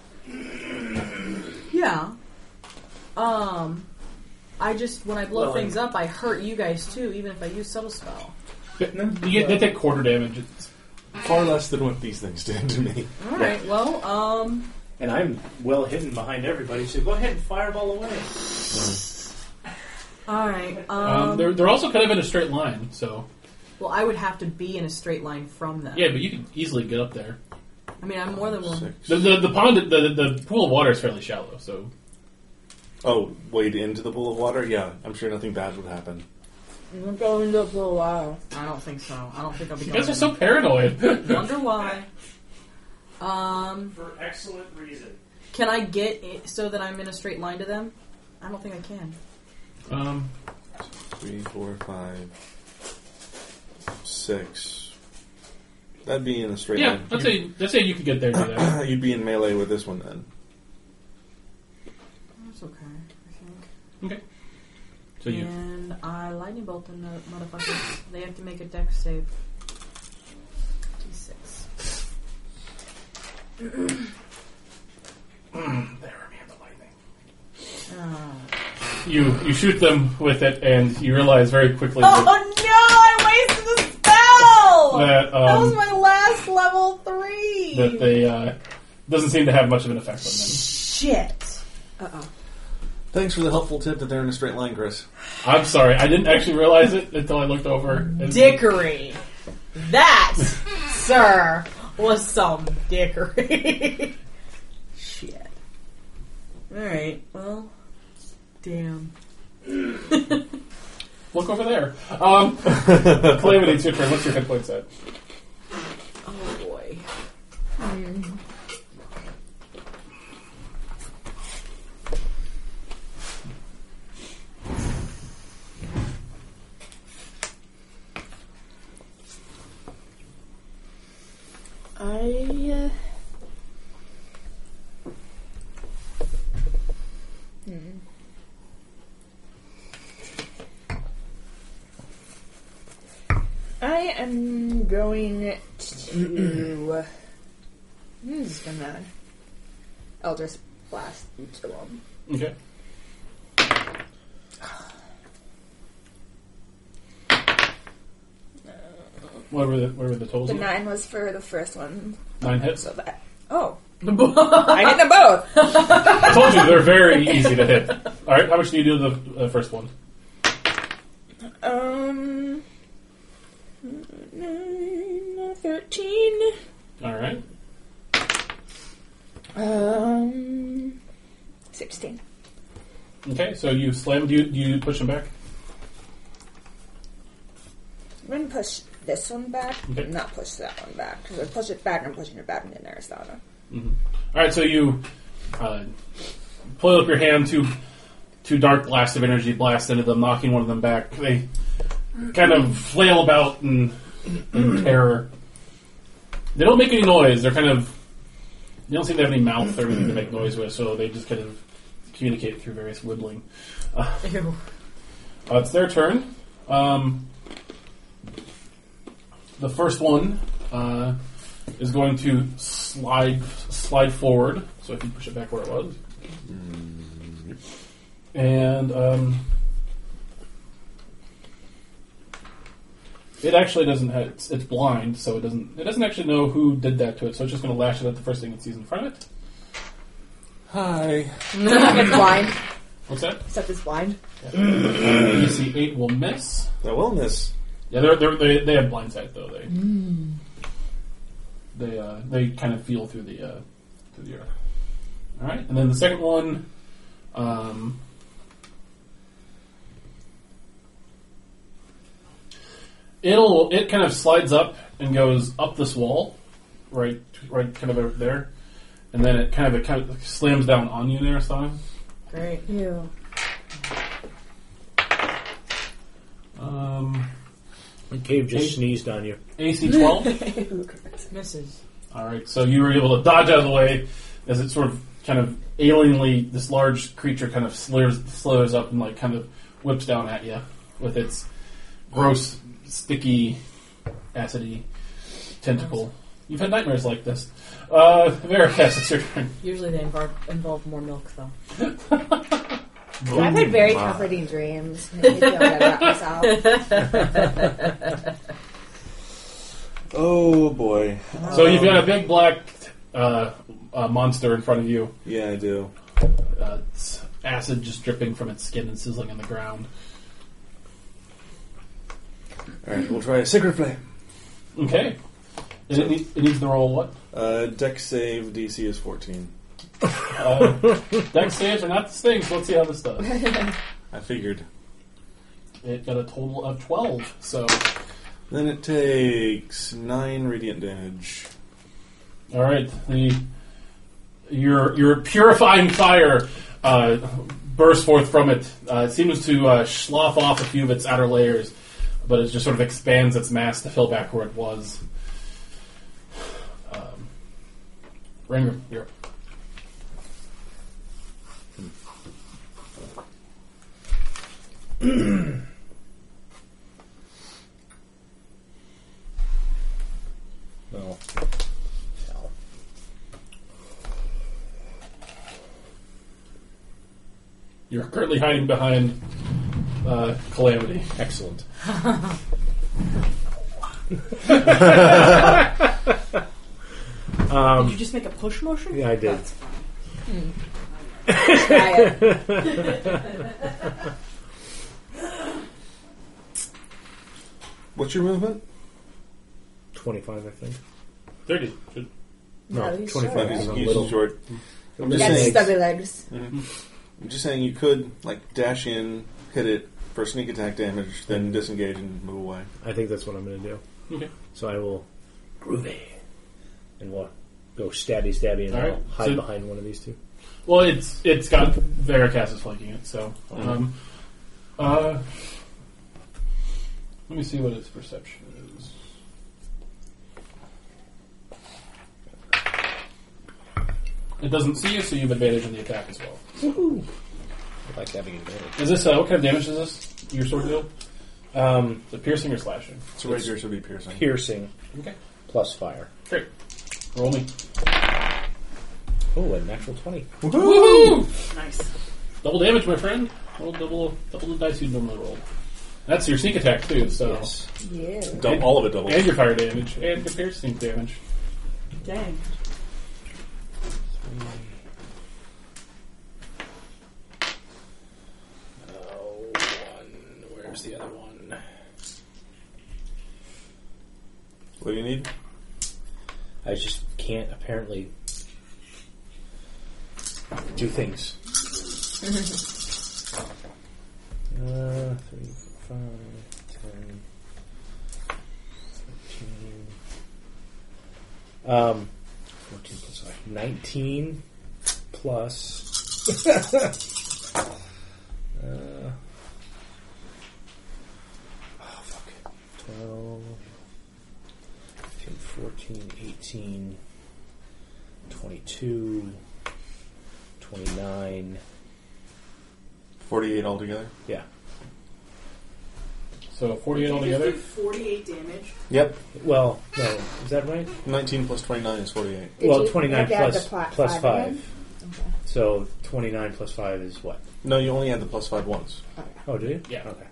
Speaker 3: Yeah. Um, I just when I blow things up, I hurt you guys too, even if I use subtle spell.
Speaker 2: You get, they take quarter damage. It's,
Speaker 5: Far less than what these things did to me.
Speaker 3: All right. Well, um,
Speaker 4: And I'm well hidden behind everybody, so go ahead and fireball away.
Speaker 3: all right.
Speaker 2: um,
Speaker 3: Um,
Speaker 2: they're, they're also kind of in a straight line, so
Speaker 3: well, I would have to be in a straight line from them.
Speaker 2: yeah. But you can easily get up there.
Speaker 3: I mean, I'm more than one.
Speaker 5: Six.
Speaker 2: The the, the pond, the, the the pool of water is fairly shallow, so
Speaker 5: Oh, wade into the pool of water? Yeah, I'm sure nothing bad would happen.
Speaker 1: I'm gonna go into it for a while.
Speaker 3: I don't think so. I don't think I'll be.
Speaker 2: you
Speaker 3: going
Speaker 2: guys are
Speaker 3: in.
Speaker 2: so paranoid.
Speaker 3: Wonder why. Um,
Speaker 8: For excellent reason.
Speaker 3: can I get it so that I'm in a straight line to them? I don't think I can.
Speaker 2: um,
Speaker 5: Three, four, five, six. That'd be in a straight
Speaker 2: yeah,
Speaker 5: line.
Speaker 2: let's say let's say you could get there and do that.
Speaker 5: You'd be in melee with this one then.
Speaker 3: That's okay. I think.
Speaker 2: So you
Speaker 3: And I lightning bolt them, the motherfuckers. They have to make a dex save. D6. Oh.
Speaker 2: you you shoot them with it, and you realize very quickly that,
Speaker 3: Oh, I wasted the spell!
Speaker 2: Oh, that, um,
Speaker 3: my last level three!
Speaker 2: that they uh, doesn't seem to have much of an effect on them.
Speaker 3: Shit!
Speaker 5: Thanks for the helpful tip that they're in a straight line, Chris.
Speaker 2: I'm sorry, I didn't actually realize it until I looked over. and-
Speaker 3: Dickery! That, sir, was some dickery. Shit. Alright, well, damn.
Speaker 2: Look over there. Um, Calamity, it's your turn. What's your hit points at?
Speaker 3: Oh boy.
Speaker 6: I.
Speaker 1: I am going to. I'm just gonna Elder Blast each of them.
Speaker 2: Okay. Uh, What were the what were the totals?
Speaker 1: The
Speaker 2: again?
Speaker 1: nine was for the first one,
Speaker 2: Nine hits.
Speaker 1: so that. Oh! I hit them both!
Speaker 2: I told you they're very easy to hit. All right, how much do you do the uh, first one?
Speaker 1: Um. nine, 13.
Speaker 2: All right,
Speaker 1: Um. 16.
Speaker 2: okay. So you slam. Do you, do you push him back?
Speaker 1: I'm gonna push this one back,
Speaker 2: Okay.
Speaker 1: but not push that one back. Because I push it back, I'm pushing it back into Narasana.
Speaker 2: All right, so you uh, pull up your hand, two two dark blasts of energy blast into them, knocking one of them back. They kind of flail about in, in terror. They don't make any noise. They're kind of they don't seem to have any mouth or anything to make noise with, so they just kind of communicate through various wibbling.
Speaker 3: Ew.
Speaker 2: Uh, it's their turn. Um, the first one uh, is going to slide slide forward. So I can push it back where it was. And um, it actually doesn't. Have, it's, it's blind, so it doesn't. It doesn't actually know who did that to it. So it's just going to lash it at the first thing it sees in front of it.
Speaker 5: Hi.
Speaker 1: it's blind.
Speaker 2: What's that?
Speaker 1: Except it's blind.
Speaker 2: DC eight will miss.
Speaker 5: That wellness.
Speaker 2: Yeah, they're, they're, they they have blindsight though. They they uh, they kind of feel through the uh, through the earth. All right, and then the second one. Um, It'll it kind of slides up and goes up this wall, right, right, kind of over there, and then it kind of it kind of slams down on you there, Stein.
Speaker 3: Great.
Speaker 1: Ew.
Speaker 2: Um,
Speaker 4: The cave
Speaker 2: Hey.
Speaker 4: just sneezed on you.
Speaker 2: AC twelve.
Speaker 3: Misses.
Speaker 2: All right, so you were able to dodge out of the way as it sort of kind of alienly, this large creature kind of slurs, slurs up and like kind of whips down at you with its gross, sticky, acidy tentacle. You've had nightmares like this. Uh, Veracast, it's your turn.
Speaker 3: Usually they involve, involve more milk, though.
Speaker 8: I've had very
Speaker 5: my.
Speaker 8: comforting dreams. I feel good about myself.
Speaker 5: Oh boy.
Speaker 2: So you've got a big black uh, uh, monster in front of you.
Speaker 5: Yeah, I do.
Speaker 2: Uh, it's acid just dripping from its skin and sizzling on the ground.
Speaker 5: Alright, we'll try a secret flame.
Speaker 2: Okay. And it, need, it needs to roll what?
Speaker 5: Uh, deck save DC is 14.
Speaker 2: Uh, deck saves are not the thing, so let's see how this does.
Speaker 5: I figured.
Speaker 2: It got a total of 12. So,
Speaker 5: Then it takes 9 radiant damage.
Speaker 2: all right, the your your purifying fire uh, bursts forth from it. Uh, it seems to uh, slough off a few of its outer layers, but it just sort of expands its mass to fill back where it was. Um, Ringer, you're up.
Speaker 4: Well, hell.
Speaker 2: you're currently hiding behind uh, Calamity.
Speaker 4: excellent.
Speaker 3: Did you just make a push motion?
Speaker 4: Yeah, I did.
Speaker 1: Diet.
Speaker 5: What's your movement?
Speaker 4: 25, I think.
Speaker 2: 30. Should-
Speaker 4: No,
Speaker 8: No, he's
Speaker 4: 25
Speaker 8: short.
Speaker 4: is a
Speaker 5: He's
Speaker 4: little.
Speaker 5: short. I'm
Speaker 4: That's
Speaker 5: just,
Speaker 8: Got
Speaker 5: saying,
Speaker 8: stubby legs.
Speaker 5: I'm just saying you could, like, dash in, hit it for sneak attack damage, then disengage and move away.
Speaker 4: I think that's what I'm going to do.
Speaker 2: Okay.
Speaker 4: So I will groovy and walk, go stabby stabby, and
Speaker 2: All
Speaker 4: I'll
Speaker 2: right.
Speaker 4: hide
Speaker 2: So-
Speaker 4: behind one of these two.
Speaker 2: Well, it's it's got Veracast is flanking it, so um, uh, let me see what its perception is. It doesn't see you, so you have advantage on the attack as well.
Speaker 4: I like having advantage.
Speaker 2: Is this uh, what kind of damage is this? Your sword deal?
Speaker 4: Um,
Speaker 2: Is it piercing or slashing?
Speaker 5: So rapier should be piercing.
Speaker 4: piercing
Speaker 2: Okay,
Speaker 4: plus fire.
Speaker 2: great. Roll me.
Speaker 4: Oh, a natural 20.
Speaker 2: Woohoo!
Speaker 3: Nice.
Speaker 2: Double damage, my friend. Roll double double the dice you normally roll. That's your sneak attack too. So
Speaker 4: Yes.
Speaker 8: Yeah.
Speaker 5: Dou- all of it double.
Speaker 2: and your fire damage and your piercing damage.
Speaker 3: Dang.
Speaker 2: Oh, one. Where's the other one?
Speaker 5: What do you need?
Speaker 4: I just can't apparently do things. uh, three, five, ten, Um, 14 plus 5. 19 plus. uh, oh, fuck. 12, 13, 14, 18, 22, 29.
Speaker 5: 48 altogether.
Speaker 4: Yeah.
Speaker 2: So 48
Speaker 3: You just
Speaker 2: altogether.
Speaker 3: did 48 damage.
Speaker 5: Yep.
Speaker 4: Well, no. Is that right?
Speaker 5: 19 plus 29 is 48.
Speaker 8: Did
Speaker 4: well,
Speaker 8: you
Speaker 4: 29
Speaker 8: have to add
Speaker 4: plus,
Speaker 8: the plot
Speaker 4: plus
Speaker 8: five
Speaker 4: 5.
Speaker 8: again?
Speaker 4: So 29 plus 5 is what?
Speaker 5: No, you only add the plus 5 once.
Speaker 4: Oh, do you?
Speaker 2: Yeah.
Speaker 4: Okay.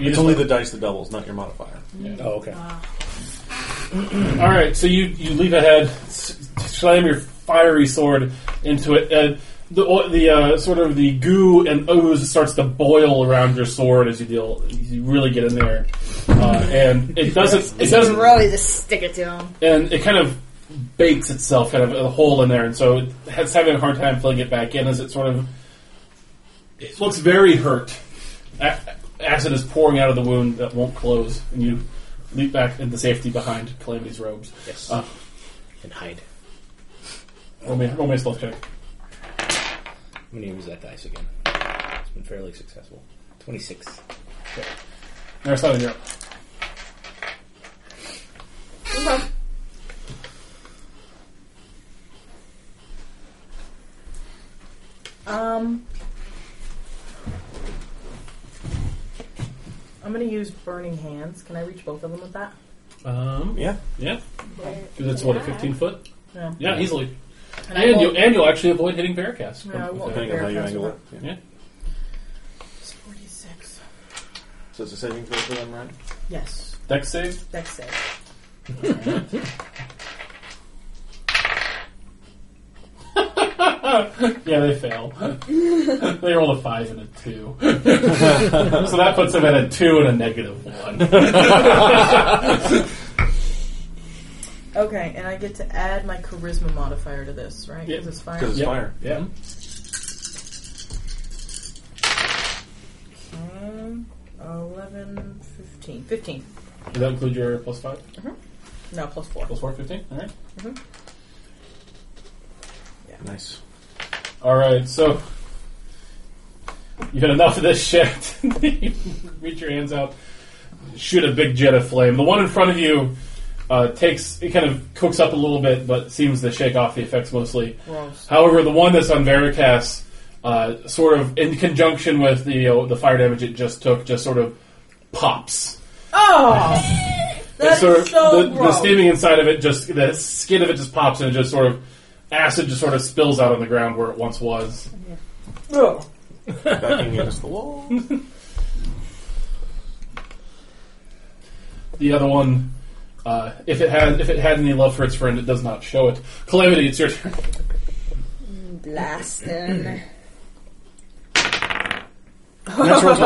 Speaker 2: You
Speaker 5: It's
Speaker 2: just-
Speaker 5: only the dice that doubles, not your modifier.
Speaker 4: Oh, okay.
Speaker 8: Uh,
Speaker 2: All right, so you you leap ahead, s- slam your fiery sword into it, and the o- the uh, sort of the goo and ooze starts to boil around your sword as you deal. You really get in there, uh, and it doesn't. It doesn't
Speaker 8: Really, just stick it to him.
Speaker 2: and it kind of bakes itself, kind of a hole in there, and so it- it's having a hard time filling it back in as it sort of it looks very hurt. A- Acid is pouring out of the wound that won't close, and you leap back into safety behind Calamity's robes.
Speaker 4: Yes.
Speaker 2: Uh,
Speaker 4: and hide.
Speaker 2: roll me, roll me a stealth check.
Speaker 4: I'm going to use that dice again. It's been fairly successful. 26.
Speaker 2: Narasana, you're up.
Speaker 3: Um, I'm gonna use burning hands. Can I reach both of them with that?
Speaker 2: Um,
Speaker 5: Yeah.
Speaker 2: yeah, because it's what a 15 foot.
Speaker 3: No.
Speaker 2: Yeah, easily.
Speaker 3: And, I
Speaker 2: And you
Speaker 3: won't-
Speaker 2: and you'll actually avoid hitting Veracast.
Speaker 3: No, I won't.
Speaker 5: Depending on how you angle it. Yeah.
Speaker 3: It's 46.
Speaker 5: So it's a saving throw for them, right?
Speaker 3: Yes.
Speaker 2: Dex save.
Speaker 3: Dex save.
Speaker 2: Yeah, they fail. they roll a five and a two. so that puts them at a two and a negative one.
Speaker 3: Okay, and I get to add my charisma modifier to this, right?
Speaker 2: Yeah.
Speaker 3: Because it's fire.
Speaker 5: Because it's
Speaker 2: Yep.
Speaker 5: fire.
Speaker 2: Yeah.
Speaker 3: Um, 11, 15. 15.
Speaker 2: Does that include your plus five?
Speaker 3: No, plus 4.
Speaker 2: Plus four, 15? Alright.
Speaker 5: Nice.
Speaker 2: Alright, so you've had enough of this shit. you reach your hands out, shoot a big jet of flame. The one in front of you uh, takes, it kind of cooks up a little bit, but seems to shake off the effects mostly.
Speaker 3: Gross.
Speaker 2: However, the one that's on Veracast, uh, sort of in conjunction with the uh, the fire damage it just took, just sort of pops.
Speaker 3: Oh!
Speaker 2: And
Speaker 3: That's
Speaker 2: sort of
Speaker 3: so
Speaker 2: the, the
Speaker 3: gross.
Speaker 2: steaming inside of it, just the skin of it just pops and it just sort of acid just sort of spills out on the ground where it once was.
Speaker 3: Ugh.
Speaker 5: Backing against the wall.
Speaker 2: The other one, uh, if it had if it had any love for its friend, it does not show it. Calamity, it's your turn.
Speaker 8: Blast him.
Speaker 5: Natural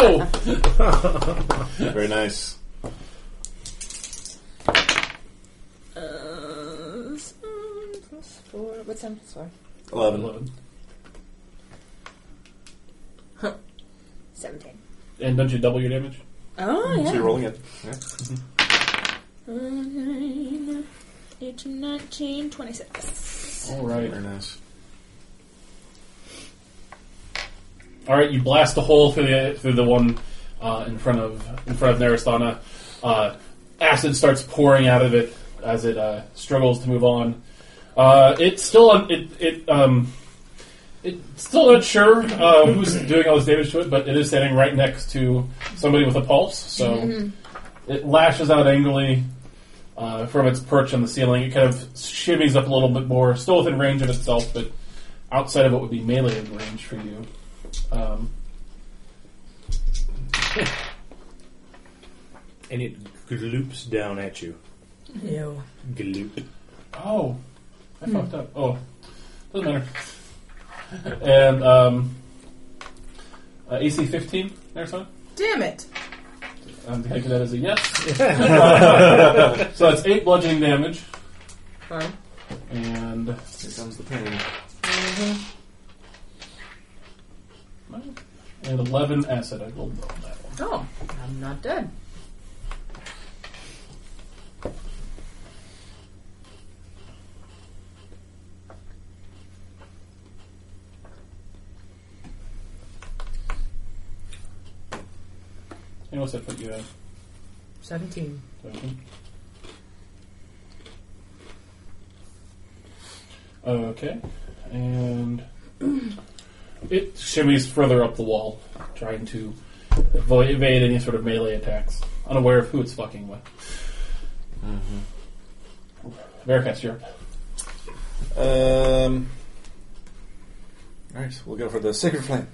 Speaker 2: Oh!
Speaker 5: Very nice.
Speaker 8: Uh, seven plus four. What's that? plus four?
Speaker 5: 11.
Speaker 8: Seventeen.
Speaker 2: and don't you double your damage?
Speaker 6: Oh,
Speaker 5: So
Speaker 6: yeah.
Speaker 5: you're rolling it. Yeah.
Speaker 6: 18, 19, 26.
Speaker 2: All right.
Speaker 5: Very nice.
Speaker 2: All right, you blast a hole through the through the one uh, in front of in front of Naristana. Uh, acid starts pouring out of it as it uh, struggles to move on. Uh, it's still un- it it um it's still not sure uh, who's doing all this damage to it, but it is standing right next to somebody with a pulse, so it lashes out angrily. Uh, from its perch on the ceiling, it kind of shimmies up a little bit more, still within range of itself, but outside of what would be melee range for you. Um,
Speaker 4: And it gloops down at you.
Speaker 3: Ew.
Speaker 4: Gloop.
Speaker 2: oh, I fucked up. Oh, doesn't matter. and um, uh, AC 15, there, son?
Speaker 3: Damn it!
Speaker 2: I'm taking that as a yes. so that's 8 bludgeoning damage.
Speaker 3: Fine.
Speaker 2: And. Mm-hmm.
Speaker 5: Here comes the pain.
Speaker 2: And 11 acid. I rolled low on that one.
Speaker 3: Oh, I'm not dead.
Speaker 2: And what's that put you at?
Speaker 3: 17.
Speaker 2: Seven. Okay, and it shimmies further up the wall, trying to avoid, evade any sort of melee attacks, unaware of who it's fucking with. Veracast, you're up.
Speaker 5: Um. All right, so we'll go for the sacred flame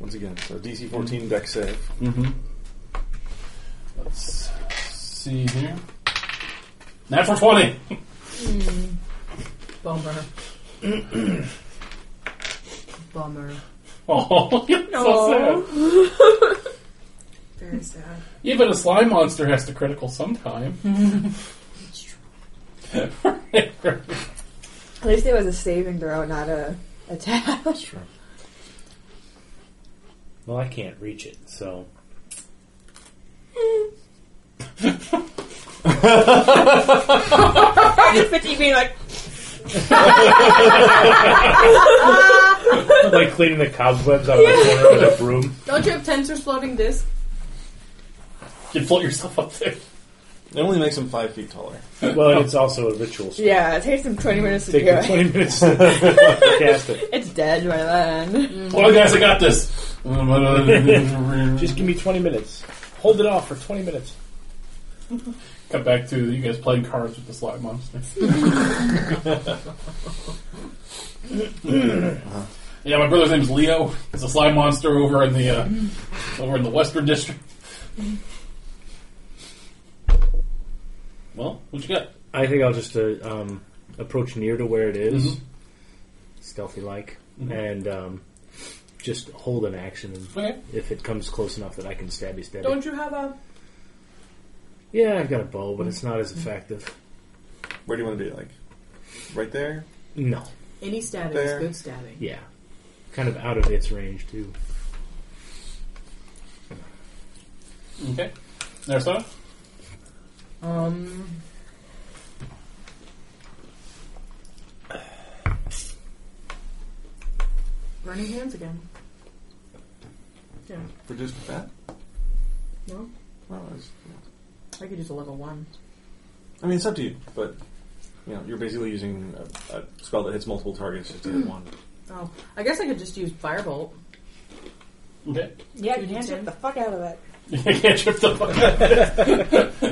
Speaker 5: once again. So DC 14 deck save.
Speaker 2: Mm-hmm. Let's see here. Natural 20!
Speaker 3: Bummer. Bummer.
Speaker 2: Oh, you're so sad.
Speaker 8: Very sad.
Speaker 2: Even a slime monster has to critical sometime.
Speaker 8: At least it was a saving throw, not a attack.
Speaker 5: Sure.
Speaker 4: Well, I can't reach it, so.
Speaker 8: Fifty being like,
Speaker 4: like cleaning the cobwebs out of the corner with a broom.
Speaker 3: Don't you have tensors floating disc?
Speaker 2: you float yourself up there.
Speaker 5: It only makes him five feet taller.
Speaker 4: Well, it's also a ritual spell.
Speaker 1: Yeah, it takes them 20 minutes to do
Speaker 4: Take the
Speaker 1: it.
Speaker 4: 20 minutes to cast it.
Speaker 1: It's dead by then.
Speaker 2: Well, guys, I got this.
Speaker 4: Just
Speaker 2: Just
Speaker 4: give me 20 minutes. Hold it off for 20 minutes.
Speaker 2: cut back to you guys playing cards with the slime monster. yeah, my brother's name's Leo. He's a slime monster over in the uh, over in the Western District. Well, what you got?
Speaker 4: I think I'll just uh, um, approach near to where it
Speaker 2: Mhm.
Speaker 4: stealthy like,
Speaker 2: Mhm.
Speaker 4: and um, just hold an action. And
Speaker 2: Okay.
Speaker 4: if it comes close enough that I can stabby stabby.
Speaker 3: Don't you have a.
Speaker 4: Yeah, I've got a bow, but it's not as effective.
Speaker 5: Where do you want to be? Like, right there?
Speaker 4: No.
Speaker 3: Any stabbing
Speaker 5: There.
Speaker 3: is good stabbing.
Speaker 4: Yeah. Kind of out of its range, too.
Speaker 2: Okay. There's that.
Speaker 3: Um. Running hands again. Yeah,
Speaker 5: For just that?
Speaker 3: no.
Speaker 5: Well, it's-
Speaker 3: I could use a level one.
Speaker 5: I mean, it's up to you, but you know, you're basically using a, a spell that hits multiple targets just to hit one.
Speaker 3: Oh, I guess I could just use firebolt.
Speaker 2: Okay.
Speaker 1: Yeah,
Speaker 3: you
Speaker 1: you
Speaker 3: can't
Speaker 1: can't
Speaker 3: take
Speaker 1: get
Speaker 3: the
Speaker 1: the fuck out of it.
Speaker 2: You can't trip the fuck out.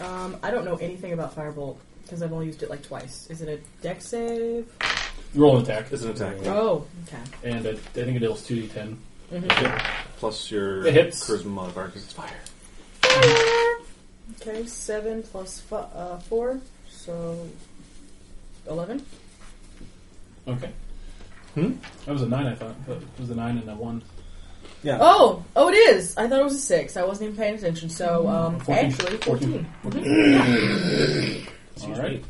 Speaker 3: Um, I don't know anything about firebolt because I've only used it like twice. Is it a deck save?
Speaker 2: Roll an attack.
Speaker 5: It's an attack
Speaker 3: Oh, okay.
Speaker 2: And I, I think it deals 2d10.
Speaker 1: Mm-hmm.
Speaker 5: plus your
Speaker 2: It hits.
Speaker 5: charisma modifier because it's fire.
Speaker 3: Okay, seven plus fi- uh, four, so eleven.
Speaker 2: Okay.
Speaker 5: Hmm?
Speaker 2: That was a 9, I thought. But It was a 9 and a 1.
Speaker 5: Yeah.
Speaker 3: Oh, oh, it is. I thought it was a six. I wasn't even paying attention. So, um,
Speaker 2: Fourteen.
Speaker 3: actually,
Speaker 2: Fourteen.
Speaker 3: fourteen.
Speaker 1: Mm-hmm.
Speaker 2: Alright.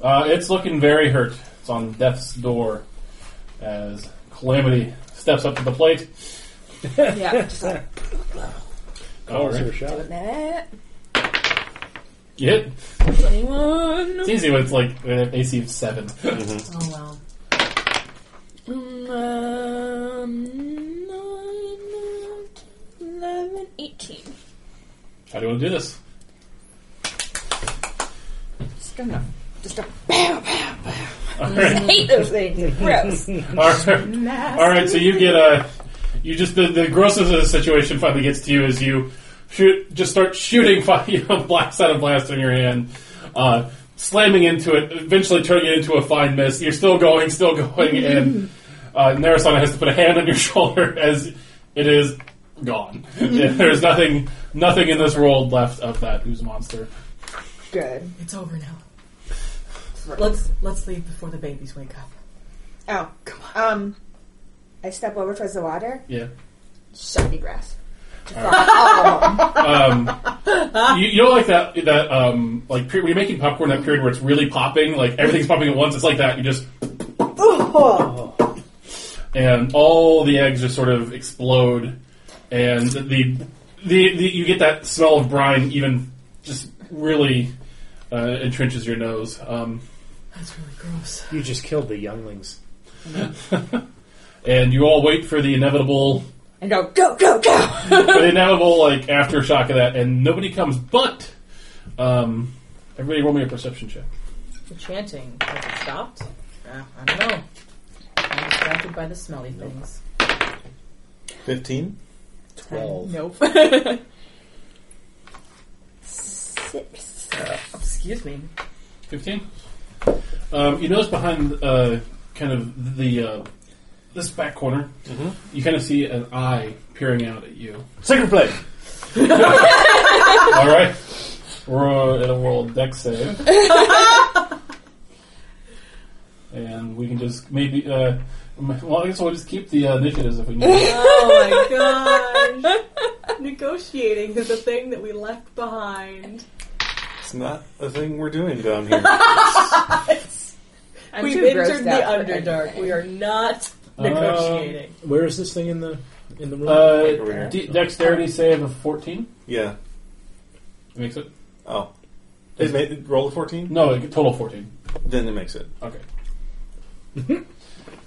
Speaker 2: Uh, it's looking very hurt. It's on death's door as Calamity steps up to the plate.
Speaker 1: Yeah, just like,
Speaker 4: Calls for a shot.
Speaker 8: nah.
Speaker 2: You hit.
Speaker 8: Anyone?
Speaker 2: It's easy when it's like when an AC of 7.
Speaker 3: Oh wow.
Speaker 8: Mm,
Speaker 3: Mm, uh,
Speaker 8: Um, nine, eleven, eighteen.
Speaker 2: How do you want to do this?
Speaker 1: just gonna just a
Speaker 2: Alright.
Speaker 8: Hate those things. Gross.
Speaker 2: Alright. All right, so you get a. You just the, the grossness of the situation finally gets to you as you shoot, just start shooting, fi- you know, blast out a blast in your hand, uh, slamming into it, eventually turning it into a fine mist. You're still going, still going, and uh, Narasana has to put a hand on your shoulder as it is gone. There's nothing, nothing in this world left of that ooze monster.
Speaker 1: good.
Speaker 3: It's over now. Let's let's leave before the babies wake up.
Speaker 1: Oh, come on. Um, I step over towards the water.
Speaker 2: Yeah.
Speaker 8: Shiny grass.
Speaker 1: Oh.
Speaker 2: um, you, you know, like that that um, like period, when you're making popcorn, that period where it's really popping, like everything's popping at once. It's like that. You just and all the eggs just sort of explode, and the, the the you get that smell of brine even just really uh, entrenches your nose. Um,
Speaker 3: That's really gross.
Speaker 4: You just killed the younglings.
Speaker 2: and you all wait for the inevitable,
Speaker 1: And go, go, go, go!
Speaker 2: for the inevitable like aftershock of that, and nobody comes. But um, everybody, roll me a perception check.
Speaker 3: The chanting. Has it stopped? Uh, I don't know. I'm distracted by the smelly things.
Speaker 5: 15?
Speaker 4: Twelve.
Speaker 3: Nope.
Speaker 6: Six.
Speaker 3: Excuse me.
Speaker 2: 15. Um, you notice behind uh, kind of the uh, this back corner,
Speaker 5: Mhm.
Speaker 2: you kind of see an eye peering out at you.
Speaker 5: Sacred Plague!
Speaker 2: All right. Roll at uh, a roll deck save. and we can just maybe. Uh, well, I guess we'll just keep the uh, initiatives if we need.
Speaker 3: Oh my gosh. Negotiating is a thing that we left behind.
Speaker 5: It's not a thing we're doing down here.
Speaker 8: I'm
Speaker 3: We've
Speaker 8: too grossed
Speaker 3: entered the
Speaker 8: out for
Speaker 3: Underdark. We are not
Speaker 4: Oh.
Speaker 2: Um,
Speaker 3: negotiating.
Speaker 4: Where is this thing in the in the room?
Speaker 5: over
Speaker 2: Uh,
Speaker 5: here.
Speaker 2: de- dexterity save of 14
Speaker 5: yeah.
Speaker 2: makes it.
Speaker 5: Oh. It made, roll a 14?
Speaker 2: No, total 14.
Speaker 5: Then it makes it.
Speaker 2: Okay. you,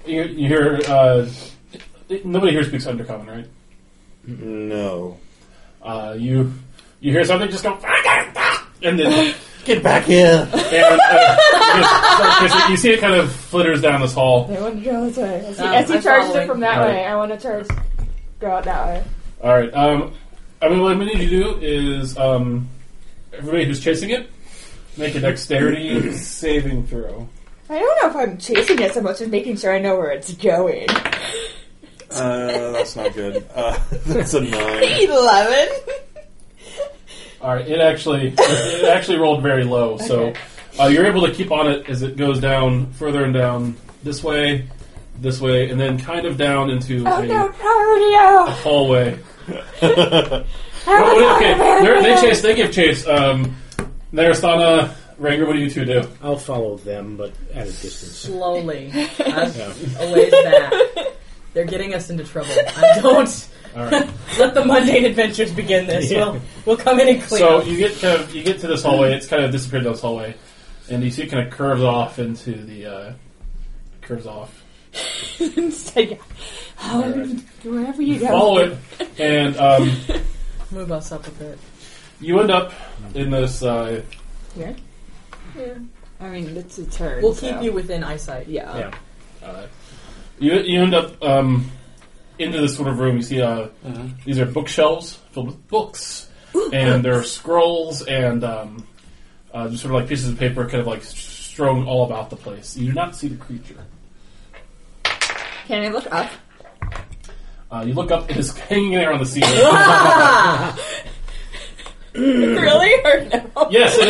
Speaker 2: you hear. Uh, nobody here speaks Undercommon, right?
Speaker 5: No.
Speaker 2: Uh, you you hear something just go. And then.
Speaker 5: Get back here!
Speaker 2: And, uh, you just- 'cause you see it kind of flitters down this hall.
Speaker 8: I want to go this way.
Speaker 3: Um,
Speaker 6: As he
Speaker 3: I'm
Speaker 6: charges
Speaker 3: following.
Speaker 6: it from that
Speaker 2: All
Speaker 6: way, I want to charge. Go out that way.
Speaker 2: All right. Um, I mean, what I'm going to do is um, everybody who's chasing it make a dexterity saving throw.
Speaker 1: I don't know if I'm chasing it so much as making sure I know where it's going.
Speaker 5: Uh, that's not good. Uh, that's a 9.
Speaker 1: 11?
Speaker 2: All right. It actually it actually rolled very low, so uh, you're able to keep on it as it goes down further and down this way, this way, and then kind of down into
Speaker 6: Oh
Speaker 2: a,
Speaker 6: no, cardio!
Speaker 2: a hallway.
Speaker 6: I
Speaker 2: Well,
Speaker 6: was
Speaker 2: what- okay,
Speaker 6: on the
Speaker 2: they're- they
Speaker 6: rampage.
Speaker 2: chase. They give chase. Um, Narasana, Ranger, what do you two do?
Speaker 4: I'll follow them, but at a distance.
Speaker 3: Slowly. As
Speaker 4: Yeah.
Speaker 3: a ways back. They're getting us into trouble. I don't.
Speaker 2: All right.
Speaker 3: Let the mundane adventures begin this.
Speaker 4: Yeah.
Speaker 3: We'll, we'll come in and clean
Speaker 2: So
Speaker 3: up.
Speaker 2: you get kind of you get to this hallway. It's kind of disappeared down this hallway, and you see it kind of curves off into the uh, curves off.
Speaker 6: It's like,
Speaker 2: Alright.
Speaker 6: however, wherever you go.
Speaker 2: Follow it, and um,
Speaker 3: Move us up a bit.
Speaker 2: you end up in this. Uh,
Speaker 1: I mean, it's a turn.
Speaker 3: We'll
Speaker 1: so-
Speaker 3: keep you within eyesight.
Speaker 1: Yeah.
Speaker 4: Yeah.
Speaker 2: uh, you you end up um, into this sort of room. You see uh,
Speaker 5: Mm-hmm.
Speaker 2: these are bookshelves filled with books, and there are scrolls and um, uh, just sort of like pieces of paper, kind of like strewn all about the place. You do not see the creature.
Speaker 1: Can I look up?
Speaker 2: Uh, you look up; it is hanging there on the ceiling.
Speaker 6: really? Or no?
Speaker 2: yes, it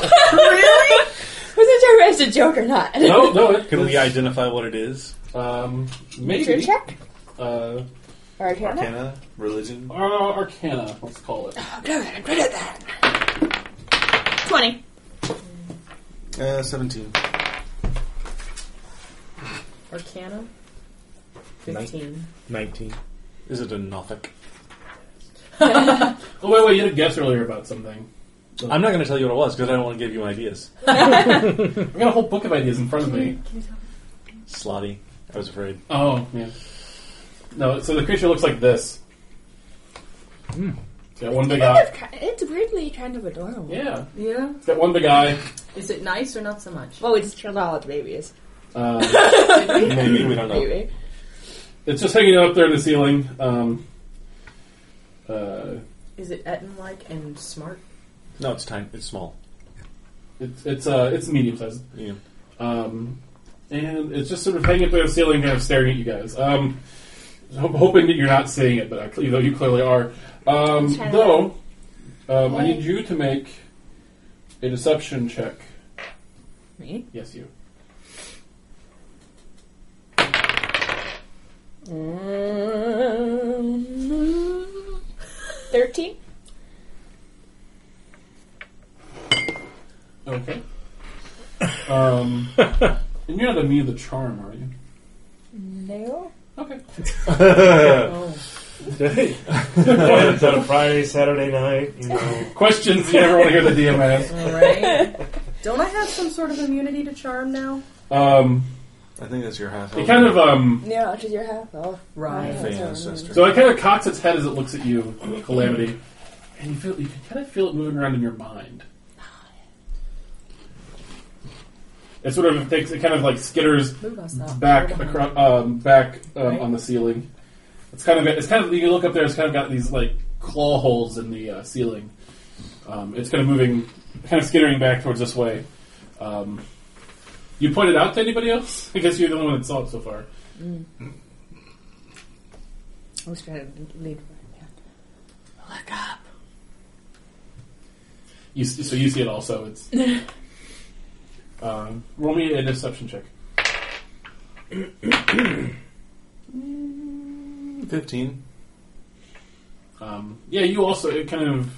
Speaker 2: is.
Speaker 6: Wasn't sure if it was a joke or not.
Speaker 2: No, no. It,
Speaker 5: Can we identify what it is?
Speaker 2: Um,
Speaker 1: Nature
Speaker 2: maybe.
Speaker 1: check?
Speaker 2: Uh,
Speaker 1: Or can I?
Speaker 5: Arcana? Religion?
Speaker 2: Ar- Arcana, let's call it.
Speaker 1: I'm good at that. 20.
Speaker 5: Uh, 17.
Speaker 3: Arcana?
Speaker 4: Nine.
Speaker 3: 15.
Speaker 4: Nineteen.
Speaker 5: Is it a Nothic?
Speaker 2: Oh, wait, wait, you had a guess earlier about something.
Speaker 5: I'm not going to tell you what it was because I don't want to give you ideas.
Speaker 2: I've got a whole book of ideas in front of me.
Speaker 5: Slotty. I was afraid.
Speaker 2: Oh, yeah. No, so the creature looks like this. It's got one big eye.
Speaker 6: It's weirdly kind of adorable.
Speaker 2: Yeah.
Speaker 3: Yeah.
Speaker 2: It's got one big eye.
Speaker 3: Is it nice or not so much?
Speaker 1: Well, we just killed all of the babies.
Speaker 2: Um,
Speaker 5: Maybe. We don't know.
Speaker 1: Maybe.
Speaker 2: it's just hanging up there in the ceiling. Um, uh,
Speaker 3: Is it Eton like and smart?
Speaker 5: No, it's time. It's small.
Speaker 2: it's it's uh, it's medium sized.
Speaker 5: Yeah.
Speaker 2: Um, and it's just sort of hanging up there on the ceiling, kind of staring at you guys. Um, ho- hoping that you're not seeing it, but I, cle- though you clearly are. Um,
Speaker 6: Try
Speaker 2: though, um, I need you to make a deception check.
Speaker 1: Me?
Speaker 2: Yes, you.
Speaker 6: Thirteen?
Speaker 2: Okay. Um, and you're not immune to charm, are you?
Speaker 1: No.
Speaker 2: Okay.
Speaker 3: Oh.
Speaker 9: It's on a Friday, Saturday night, you know.
Speaker 2: Questions you never want to hear the DM ask.
Speaker 3: Alright. Don't I have some sort of immunity to charm now?
Speaker 2: Um,
Speaker 5: I think that's your half.
Speaker 2: It kind of um.
Speaker 8: Yeah, to your half. Oh,
Speaker 3: Right.
Speaker 8: Yeah.
Speaker 5: Fey's sister.
Speaker 2: So it kind of cocks its head as it looks at you, Calamity, and you feel you can kind of feel it moving around in your mind. It sort of takes it kind of like skitters
Speaker 3: Move us up.
Speaker 2: back
Speaker 3: Hold on.
Speaker 2: across, um, back um, on the ceiling. It's kind of it's kind of you look up there. It's kind of got these like claw holes in the uh, ceiling. Um, it's kind of moving, kind of skittering back towards this way. Um, you pointed out to anybody else? I guess you're the only one that saw it so far.
Speaker 1: I'm just gonna leave.
Speaker 6: Look up.
Speaker 2: You s- so you see it also. It's um, roll me a deception check.
Speaker 5: Fifteen.
Speaker 2: Um, yeah, you also it kind of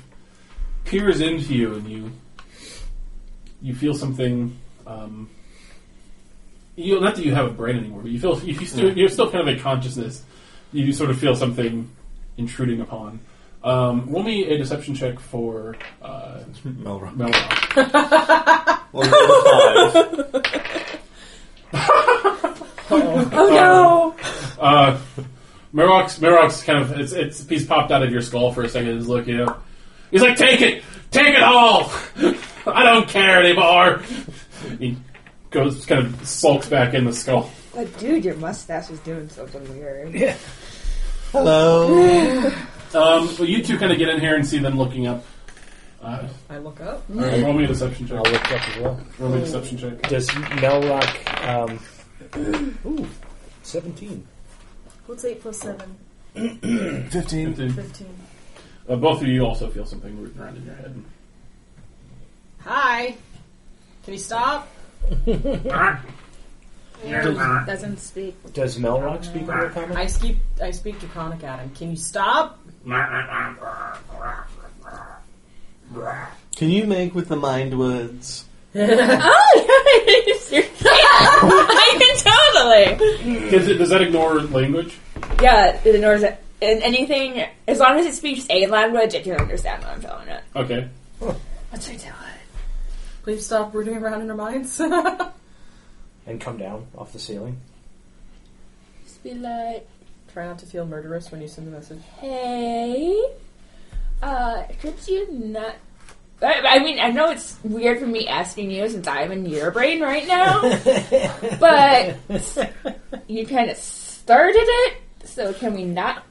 Speaker 2: peers into you, and you you feel something. Um, you not that you have a brain anymore, but you feel you, you still, you're still kind of a consciousness. You do sort of feel something intruding upon. Um, roll me a deception check for uh,
Speaker 5: Melra.
Speaker 2: Melrock.
Speaker 5: Well, you rolled a five.
Speaker 6: Oh no!
Speaker 2: Uh, Merox, Merox kind of, it's, it's, he's popped out of your skull for a second. He's looking up. He's like, take it! Take it all! I don't care anymore! He goes, kind of sulks back in the skull.
Speaker 1: But dude, your mustache is doing something weird.
Speaker 5: Hello.
Speaker 2: Um, so you two kind of get in here and see them looking up. Uh,
Speaker 3: I look up.
Speaker 2: alright, roll me a deception check.
Speaker 4: I'll look up as well.
Speaker 2: Roll me a deception check.
Speaker 4: Does Melrock. Um, ooh, 17.
Speaker 8: What's 8 plus 7?
Speaker 5: Fifteen.
Speaker 2: Fifteen.
Speaker 8: 15.
Speaker 2: Uh, both of you also feel something rooting around in your head.
Speaker 3: Hi. Can you stop?
Speaker 8: Doesn't speak.
Speaker 4: Does Melrock speak on your
Speaker 3: I speak. I speak draconic at him. Can you stop?
Speaker 5: Can you make with the mind words?
Speaker 6: Oh yes! You're- I can totally.
Speaker 2: Does, it, does that ignore language?
Speaker 6: Yeah, it ignores it. And anything, as long as it speaks a language, it can understand what I'm telling it.
Speaker 2: Okay.
Speaker 6: What's I tell it?
Speaker 3: Please stop rooting around in our minds.
Speaker 4: And come down off the ceiling.
Speaker 6: Just be like,
Speaker 3: Try not to feel murderous when you send the message.
Speaker 6: hey, uh, could you not? I, I mean, I know it's weird for me asking you since I'm in your brain right now, but you kind of started it, so can we not?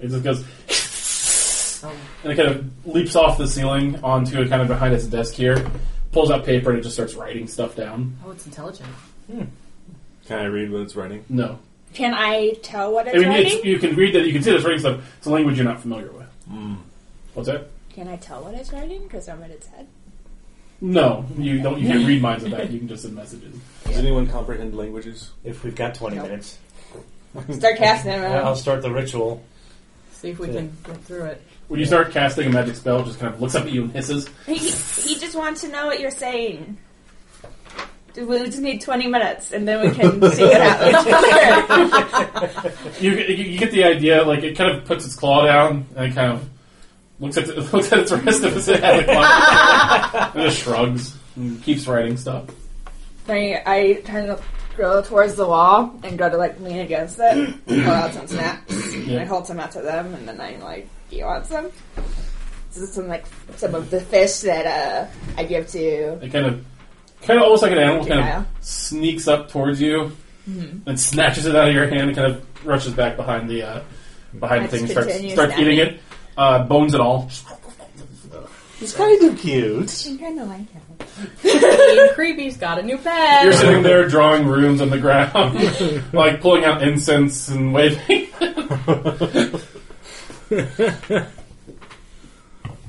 Speaker 2: It just goes.
Speaker 3: Um,
Speaker 2: And it kind of leaps off the ceiling onto a kind of behind its desk here, pulls out paper, and it just starts writing stuff down.
Speaker 3: Oh, it's intelligent.
Speaker 5: Can I read what it's writing?
Speaker 2: No.
Speaker 6: Can I tell what it's
Speaker 2: I mean, it's,
Speaker 6: writing?
Speaker 2: you can read that, you can see this writing stuff. It's a language you're not familiar with. What's that?
Speaker 6: Can I tell what it's writing? Because I'm at its head.
Speaker 2: No, you don't. You can't read minds of that. You can just send messages.
Speaker 5: Does anyone comprehend languages?
Speaker 4: If we've got 20 minutes,
Speaker 1: Start casting it around.
Speaker 4: I'll start the ritual.
Speaker 3: See if we
Speaker 4: Yeah.
Speaker 3: can get through it.
Speaker 2: When you start casting a magic spell, it just kind of looks up at you and hisses.
Speaker 6: He, he just wants to know what you're saying. We just need 20 minutes and then we can see what happens.
Speaker 2: You, you get the idea. Like it kind of puts its claw down and it kind of looks at the, looks at its wrist if it has a claw, and just shrugs and keeps writing stuff.
Speaker 1: I, I kind of go towards the wall and go to like lean against it, pull out some snaps, and I hold some out to them, and then I like, do you want some? This is some like some of the fish that uh, I give to.
Speaker 2: It kind of, kind of almost like an animal, kind
Speaker 1: Yeah.
Speaker 2: of sneaks up towards you and snatches it out of your hand and kind of rushes back behind the uh, behind the
Speaker 6: Let's
Speaker 2: thing and starts
Speaker 6: continue
Speaker 2: starts eating it, uh, bones and all.
Speaker 5: It's kind of cute.
Speaker 3: Being creepy's got a new pet.
Speaker 2: You're sitting there drawing runes on the ground, like pulling out incense and waving.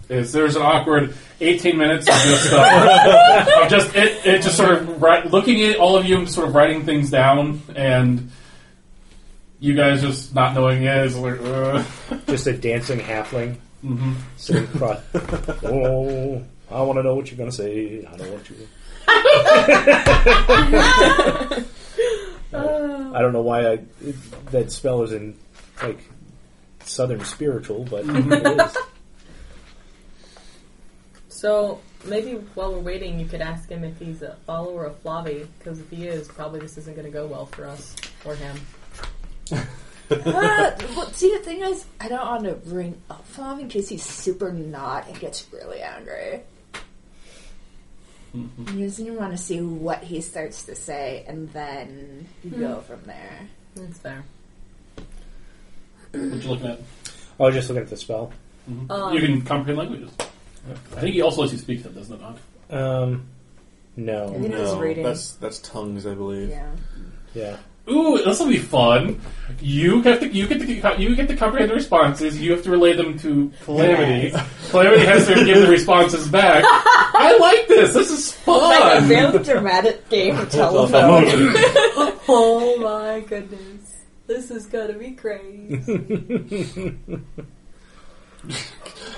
Speaker 2: Is there's an awkward 18 minutes of just, uh, of just it, it just sort of ri- looking at all of you, and sort of writing things down, and you guys just not knowing it is like, uh,
Speaker 4: Just a dancing halfling
Speaker 2: mhm.
Speaker 4: sitting across. oh, I want to know what you're going to say. I don't want you I don't know why I, it- that spell is in, like, southern spiritual, but it is.
Speaker 3: So maybe while we're waiting, you could ask him if he's a follower of Flavi, because if he is, probably this isn't going to go well for us or him.
Speaker 8: Uh, well, see, the thing is, I don't want to bring up Flav in case he's super not and gets really angry.
Speaker 2: Mm-hmm.
Speaker 8: You just want to see what he starts to say, and then you go
Speaker 6: Hmm.
Speaker 8: from there.
Speaker 3: That's fair.
Speaker 2: What you looking at? Mm-hmm.
Speaker 4: Oh, I was just looking at the spell.
Speaker 3: Um,
Speaker 2: you can comprehend languages. I think he also lets you speak them, doesn't it not?
Speaker 4: Um, no.
Speaker 8: I think it was
Speaker 5: No,
Speaker 8: reading.
Speaker 5: That's that's tongues, I believe.
Speaker 8: Yeah.
Speaker 4: Yeah.
Speaker 2: Ooh, this will be fun. You get to you get to you get to comprehend the responses. You have to relay them to Calamity. Calamity has to give the responses back. I like this. This is
Speaker 1: Like a
Speaker 2: fun.
Speaker 1: real dramatic game of telephone.
Speaker 5: Telephone.
Speaker 3: oh my goodness. This is going to be crazy.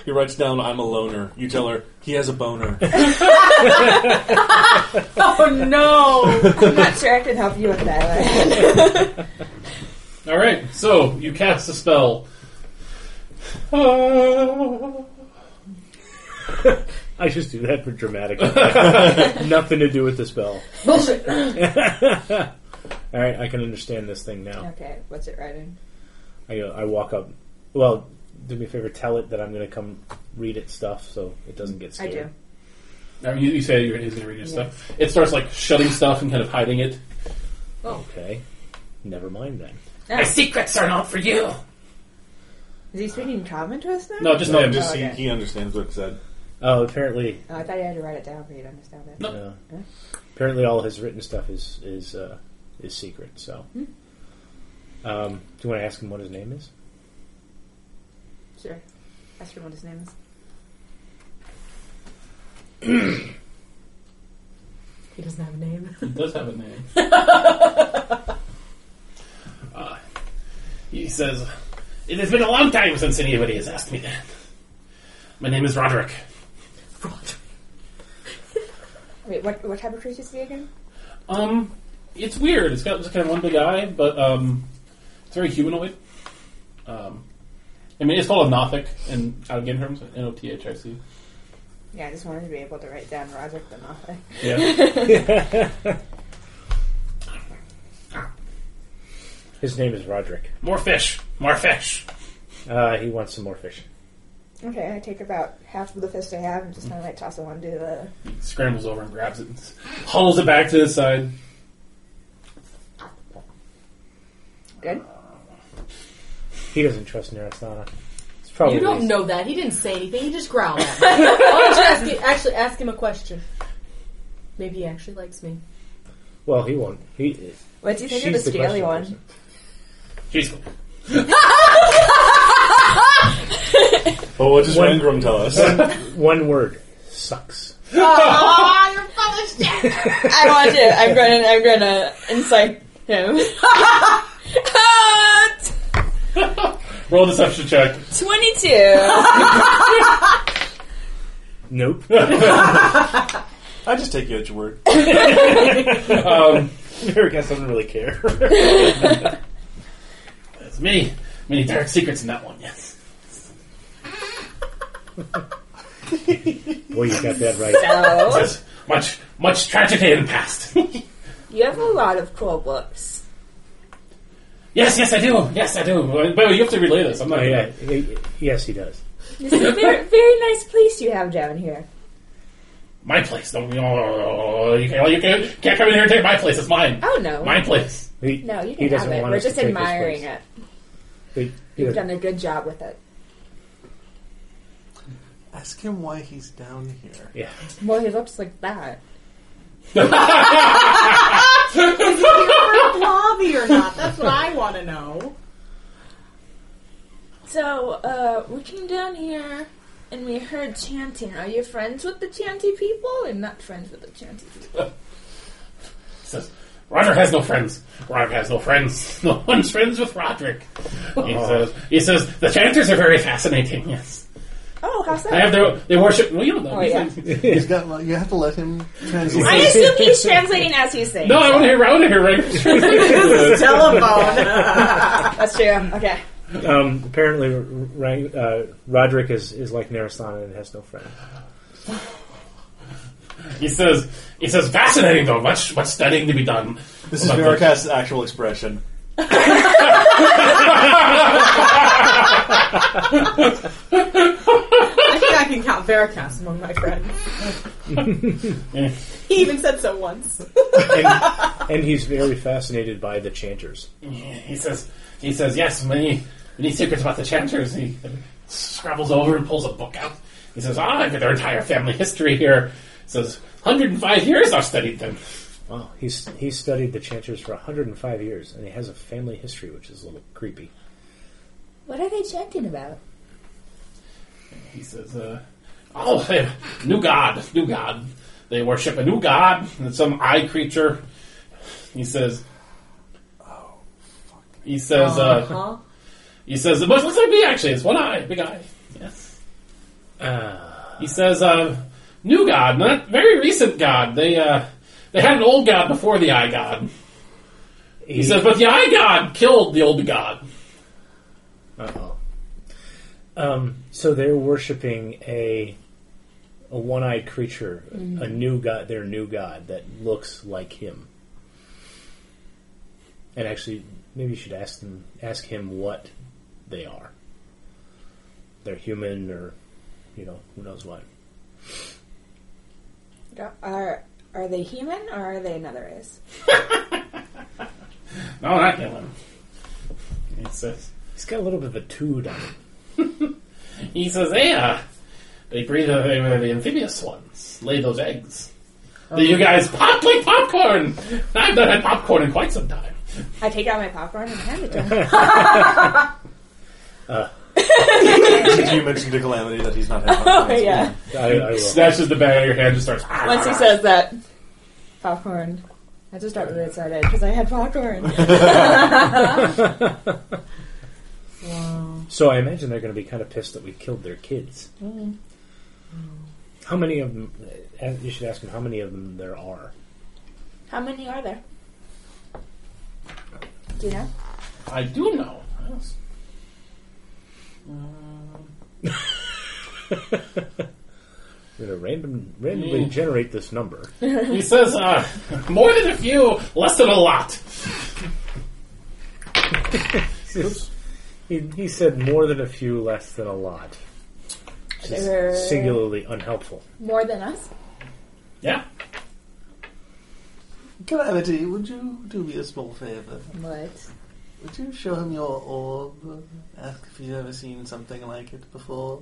Speaker 5: he writes down, "I'm a loner." You tell her he has a boner.
Speaker 3: oh no!
Speaker 1: I'm not sure I can help you with that.
Speaker 2: All right, so you cast the spell. Oh.
Speaker 4: I just do that for dramatic. Nothing to do with the spell.
Speaker 1: Bullshit.
Speaker 4: All right, I can understand this thing now.
Speaker 1: Okay, what's it writing?
Speaker 4: I go, I walk up. Well, do me a favor, tell it that I'm going to come read it stuff, so it doesn't get
Speaker 1: I
Speaker 4: scared.
Speaker 1: do.
Speaker 2: I mean, you, you say you're, he's going to read your stuff. It starts like shutting stuff and kind of hiding it.
Speaker 4: Okay. Never mind then.
Speaker 2: My secrets are not for you.
Speaker 1: Is he speaking common to us now?
Speaker 2: No, just
Speaker 5: No,
Speaker 2: him.
Speaker 5: just
Speaker 1: Oh, okay.
Speaker 5: he, he understands what it said.
Speaker 4: Oh, apparently,
Speaker 1: Oh, I thought you had to write it down for you to understand it.
Speaker 2: No.
Speaker 4: uh, apparently, all his written stuff is is uh, is secret. So,
Speaker 1: Hmm.
Speaker 4: um, do you want to ask him what his name is?
Speaker 1: Sure. Ask him what his name is.
Speaker 3: He doesn't have a name.
Speaker 2: He does have a name. uh, he says, It has been a long time since anybody has asked me that. My name is Roderick.
Speaker 1: Wait, what, what type of creature is he again?
Speaker 2: Um, it's weird. It's got just kind of one big eye, but um, it's very humanoid. Um, I mean, it's called a Nothic in out of game terms, N O T H I C.
Speaker 1: Yeah, I just wanted to be able to write down Roderick the Mothra.
Speaker 2: Yeah.
Speaker 4: His name is Roderick.
Speaker 2: more fish. More fish.
Speaker 4: Uh, he wants some more fish.
Speaker 1: Okay, I take about half of the fist I have and just kind of like toss it onto the.
Speaker 2: He scrambles over and grabs it and s- hauls it back to the side.
Speaker 1: Good?
Speaker 4: He doesn't trust Narasana. It's probably
Speaker 3: You don't know that. He didn't say anything. He just growled at me. Why don't you ask him- actually ask him a question? Maybe he actually likes me.
Speaker 4: Well, he won't. He.
Speaker 1: What do you think of the
Speaker 4: she's the
Speaker 1: scaly
Speaker 4: question
Speaker 1: one?
Speaker 4: person.
Speaker 2: Jeez.
Speaker 5: Well, what does
Speaker 4: What-
Speaker 5: Rangram tell us?
Speaker 4: One word sucks.
Speaker 1: Ah,
Speaker 8: Oh, you're full of shit!
Speaker 1: I want to. I'm gonna. I'm gonna incite him.
Speaker 6: Ah, t-
Speaker 2: Roll a deception check.
Speaker 6: 22.
Speaker 4: Nope.
Speaker 5: I just take you at your word.
Speaker 2: Um,
Speaker 4: Narasana doesn't really care.
Speaker 2: It's me. Many dark secrets in that one, yes.
Speaker 4: Boy, you got that right.
Speaker 1: Oh,
Speaker 2: There's much, much tragedy in the past.
Speaker 8: You have a lot of cool books.
Speaker 2: yes, yes, I do. Yes, I do. But you have to relay this. I'm not
Speaker 4: Oh,
Speaker 2: gonna-
Speaker 4: yeah. He- yes, he does.
Speaker 1: this is a very, very nice place you have down here.
Speaker 2: My place. Don't oh, you, can't, you can't, can't come in here and take my place. It's mine.
Speaker 1: Oh no,
Speaker 2: My place.
Speaker 4: He,
Speaker 1: no, you
Speaker 4: he
Speaker 1: can
Speaker 4: doesn't
Speaker 1: have it.
Speaker 4: want
Speaker 1: We're
Speaker 4: us to
Speaker 1: just
Speaker 4: take his
Speaker 1: admiring
Speaker 4: place.
Speaker 1: it.
Speaker 4: He- he
Speaker 1: You've
Speaker 4: doesn't-
Speaker 1: done a good job with it.
Speaker 5: Ask him why he's down here.
Speaker 4: yeah.
Speaker 1: Well, he looks like that.
Speaker 3: Blobby or not? That's what I want to know.
Speaker 6: So, uh, we came down here and we heard chanting. Are you friends with the chanty people? I'm not friends with the chanty people.
Speaker 2: Says, Roger has no friends. Roger has no friends. No one's friends with Roderick. He says, he says the chanters are very fascinating. Yes,
Speaker 1: Oh, how's
Speaker 2: they
Speaker 1: that?
Speaker 2: have their they worship. Well, you don't know.
Speaker 1: Oh, yeah.
Speaker 5: He's got. You have to let him translate.
Speaker 6: I assume he's translating as he's saying.
Speaker 2: No, I want to hear. I want to hear. Right?
Speaker 1: That's true. Okay.
Speaker 4: Um, apparently, R- Rang- uh, Roderick is, is like Narasana and has no friend.
Speaker 2: He says, he says, fascinating though. Much, much studying to be done.
Speaker 5: This is
Speaker 2: About the-
Speaker 5: Veracast's actual expression.
Speaker 3: I think I can count Veracast among my friends. he even said so once.
Speaker 4: and, and he's very fascinated by the chanters.
Speaker 2: He says, he says, yes, many, many secrets about the Chanters. He scrabbles over and pulls a book out. He says, ah, I've got their entire family history here. He says, 105 years I've studied them.
Speaker 4: Wow, he's he's studied the chanters for 105 years, and he has a family history, which is a little creepy.
Speaker 8: What are they chanting about?
Speaker 2: He says, uh, oh, they- new god, new god. They worship a new god and some eye creature. He says, he says, uh,
Speaker 3: Huh?
Speaker 2: he says, it looks like me actually. It's one eye, big eye. Yes.
Speaker 4: Uh,
Speaker 2: He says, uh, "New God, not very recent God. They uh, they had an old God before the Eye God." He says, "But the Eye God killed the old God."
Speaker 4: Uh-oh. Um, so they're worshiping a a one-eyed creature, a new god, their new god that looks like him. And actually, maybe you should ask them, ask him what they are. They're human, or you know, who knows what.
Speaker 8: Are are they human or are they another race?
Speaker 2: No, not Oh, kill him. He says,
Speaker 4: He's got a little bit of a toad on him.
Speaker 2: "He says, hey, uh, they breathe. Uh, they were the amphibious ones. Lay those eggs. You guys pop like popcorn. I've not had popcorn in quite some time."
Speaker 8: I take out my popcorn and hand it to him.
Speaker 5: you mentioned to Calamity that he's not having oh,
Speaker 8: yeah.
Speaker 4: I, I will.
Speaker 2: Snatches the bag out of your hand and starts.
Speaker 8: Once he says that, popcorn. I just got really excited because I had popcorn.
Speaker 3: Wow.
Speaker 4: So I imagine they're going to be kind of pissed that we killed their kids. How many of them? uh, You should ask them how many of them there are.
Speaker 8: How many are there? Do you know?
Speaker 2: I do know. I don't s-
Speaker 4: We're going to random, randomly
Speaker 2: Mm.
Speaker 4: generate this number.
Speaker 2: He says, uh, more than a few, less than a lot.
Speaker 4: he, he said more than a few, less than a lot. Which is
Speaker 8: There-
Speaker 4: singularly unhelpful.
Speaker 8: More than us?
Speaker 2: Yeah.
Speaker 5: Calamity, would you do me a small favor?
Speaker 8: What?
Speaker 5: Would you show him your orb? Ask if you've ever seen something like it before.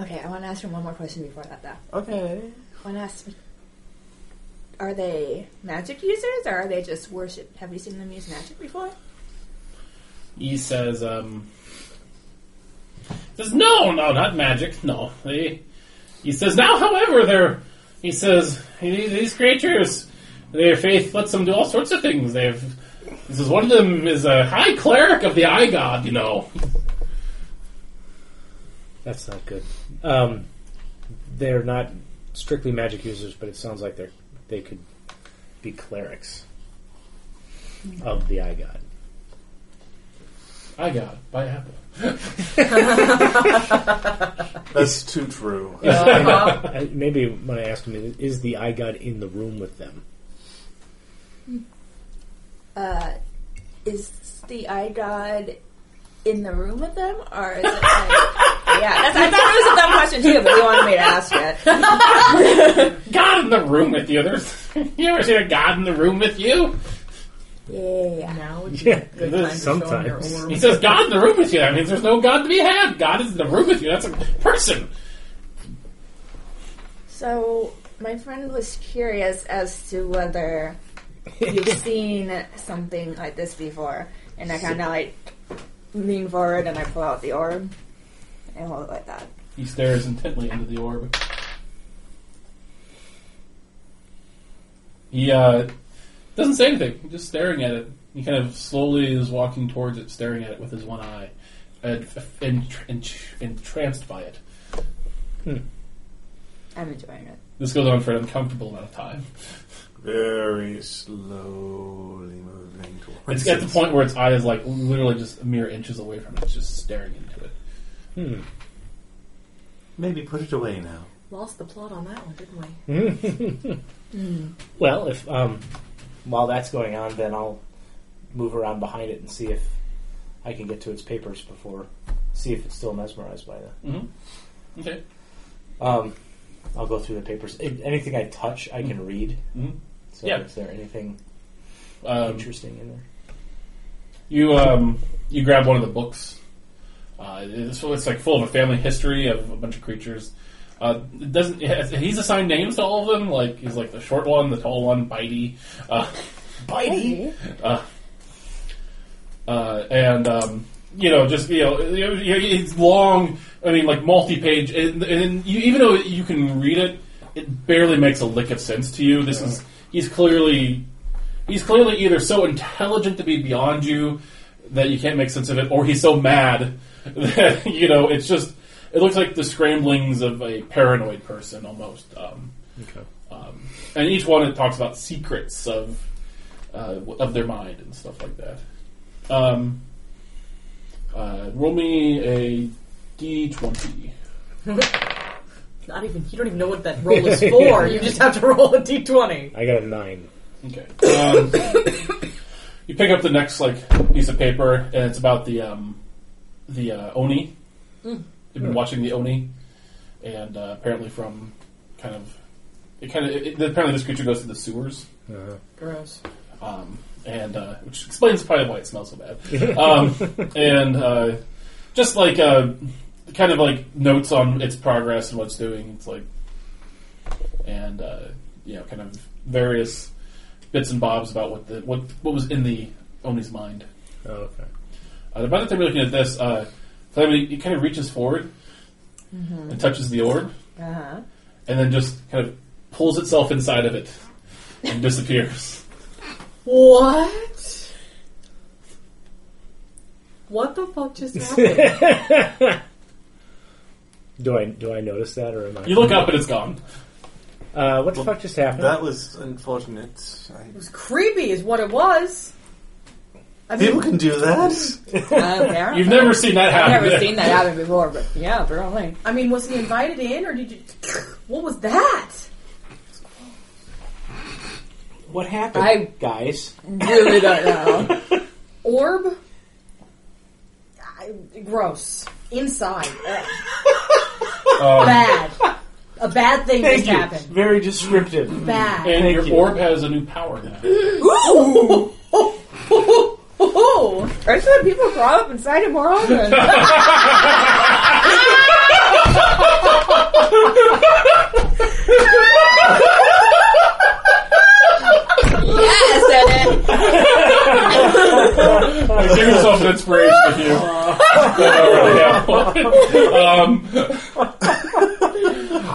Speaker 8: Okay, I want to ask him one more question before that, though. I
Speaker 5: Okay.
Speaker 8: want to ask Are they magic users or are they just worship? Have you seen them use magic before?
Speaker 2: He says, um, says, no, no, not magic, no. They, he says, now, however, they're, he says, these, these creatures, their faith lets them do all sorts of things. They've, he says, one of them is a high cleric of the eye god, you know.
Speaker 4: That's not good. Um, they're not strictly magic users, but it sounds like they're they could be clerics of the Eye God.
Speaker 2: Eye god, by apple.
Speaker 5: That's too true.
Speaker 3: Uh-huh.
Speaker 4: I- Maybe when I asked him, is the eye god in the room with them?
Speaker 8: Uh, is the eye god in the room with them or is it like. yeah, that's, I thought it was a dumb question too, but you wanted me to ask it.
Speaker 2: God in the room with you. There's, you ever seen a god in the room with you?
Speaker 8: Yeah.
Speaker 3: now would be
Speaker 4: Yeah,
Speaker 3: a good time to
Speaker 4: sometimes.
Speaker 3: show him
Speaker 2: He
Speaker 3: your orb.
Speaker 2: says God in the room with you. That means there's no God to be had. God is in the room with you. That's a person.
Speaker 8: So, my friend was curious as to whether you've seen something like this before. And I kind of like lean forward and I pull out the orb and hold it like that.
Speaker 2: He stares intently into the orb. He uh, doesn't say anything. He's just staring at it. He kind of slowly is walking towards it, staring at it with his one eye, and, and, and, entranced by it.
Speaker 8: I'm enjoying it.
Speaker 2: This goes on for an uncomfortable amount of time.
Speaker 5: Very slowly moving towards
Speaker 2: It's at the point where its eye is like literally just a mere inches away from it. It's just staring into it.
Speaker 4: Hmm.
Speaker 5: Maybe put it away now.
Speaker 3: Lost the plot on that one, didn't we?
Speaker 4: Well, if um, while that's going on, then I'll move around behind it and see if I can get to its papers before. See if it's still mesmerized by the.
Speaker 2: Mm-hmm. Okay.
Speaker 4: Um, I'll go through the papers. An- anything I touch, I can read.
Speaker 2: Mhm.
Speaker 4: So
Speaker 2: Yeah.
Speaker 4: is there anything
Speaker 2: Um,
Speaker 4: interesting in there?
Speaker 2: You um, you grab one of the books. Uh, it's, it's like full of a family history of a bunch of creatures. Uh, it doesn't it has- he's assigned names to all of them? Like he's like the short one, the tall one, Bitey, uh,
Speaker 4: Bitey.
Speaker 2: uh, and um, you know just you know you know, it's long. I mean like multi-page, and, and you, even though you can read it, it barely makes a lick of sense to you. This is he's clearly he's clearly either so intelligent to be beyond you that you can't make sense of it, or he's so mad that you know it's just it looks like the scramblings of a paranoid person almost. Um,
Speaker 4: Okay.
Speaker 2: um, and each one it talks about secrets of uh, of their mind and stuff like that. Um, uh, roll me a d twenty.
Speaker 3: Not even you don't even know what that roll is for. You just have to roll a d twenty.
Speaker 4: I got a nine.
Speaker 2: Okay. Um, you pick up the next like piece of paper, and it's about the um, the uh, oni. You've been watching the oni, and uh, apparently from kind of it kind of it, apparently this creature goes to the sewers,
Speaker 4: Uh,
Speaker 3: Gross.
Speaker 2: um, and uh, which explains probably why it smells so bad. um, and uh, just like uh, kind of like notes on its progress and what it's doing. It's like and uh, you know kind of various bits and bobs about what the what what was in the Oni's mind.
Speaker 4: oh, okay.
Speaker 2: Uh, by the time you're looking at this, uh, Calamity he kind of reaches forward and touches the orb,
Speaker 8: Uh-huh.
Speaker 2: and then just kind of pulls itself inside of it and disappears.
Speaker 3: What? What the fuck just happened?
Speaker 4: Do I do I notice that or am I?
Speaker 2: You look up and it's gone.
Speaker 4: Uh, what the fuck just happened?
Speaker 5: That was unfortunate.
Speaker 3: it
Speaker 5: I,
Speaker 3: was creepy, is what it was. I
Speaker 5: people
Speaker 3: mean,
Speaker 5: can do that.
Speaker 8: apparently.
Speaker 2: You've never seen that
Speaker 8: I've
Speaker 2: happen.
Speaker 8: never seen that happen before, but yeah, apparently.
Speaker 3: I mean, was he invited in, or did you? What was that?
Speaker 4: what happened,
Speaker 8: I-
Speaker 4: guys?
Speaker 8: Really don't know.
Speaker 3: Orb. I- Gross. Inside. Ugh.
Speaker 2: Um,
Speaker 3: Bad. A bad thing just happened.
Speaker 4: Very descriptive.
Speaker 3: Bad.
Speaker 2: And
Speaker 4: Thank
Speaker 2: your
Speaker 4: you.
Speaker 2: orb has a new power now.
Speaker 8: Ooh, I just want people to crawl up inside it more often. yes, and
Speaker 2: Give yourself an inspiration if you don't already have one.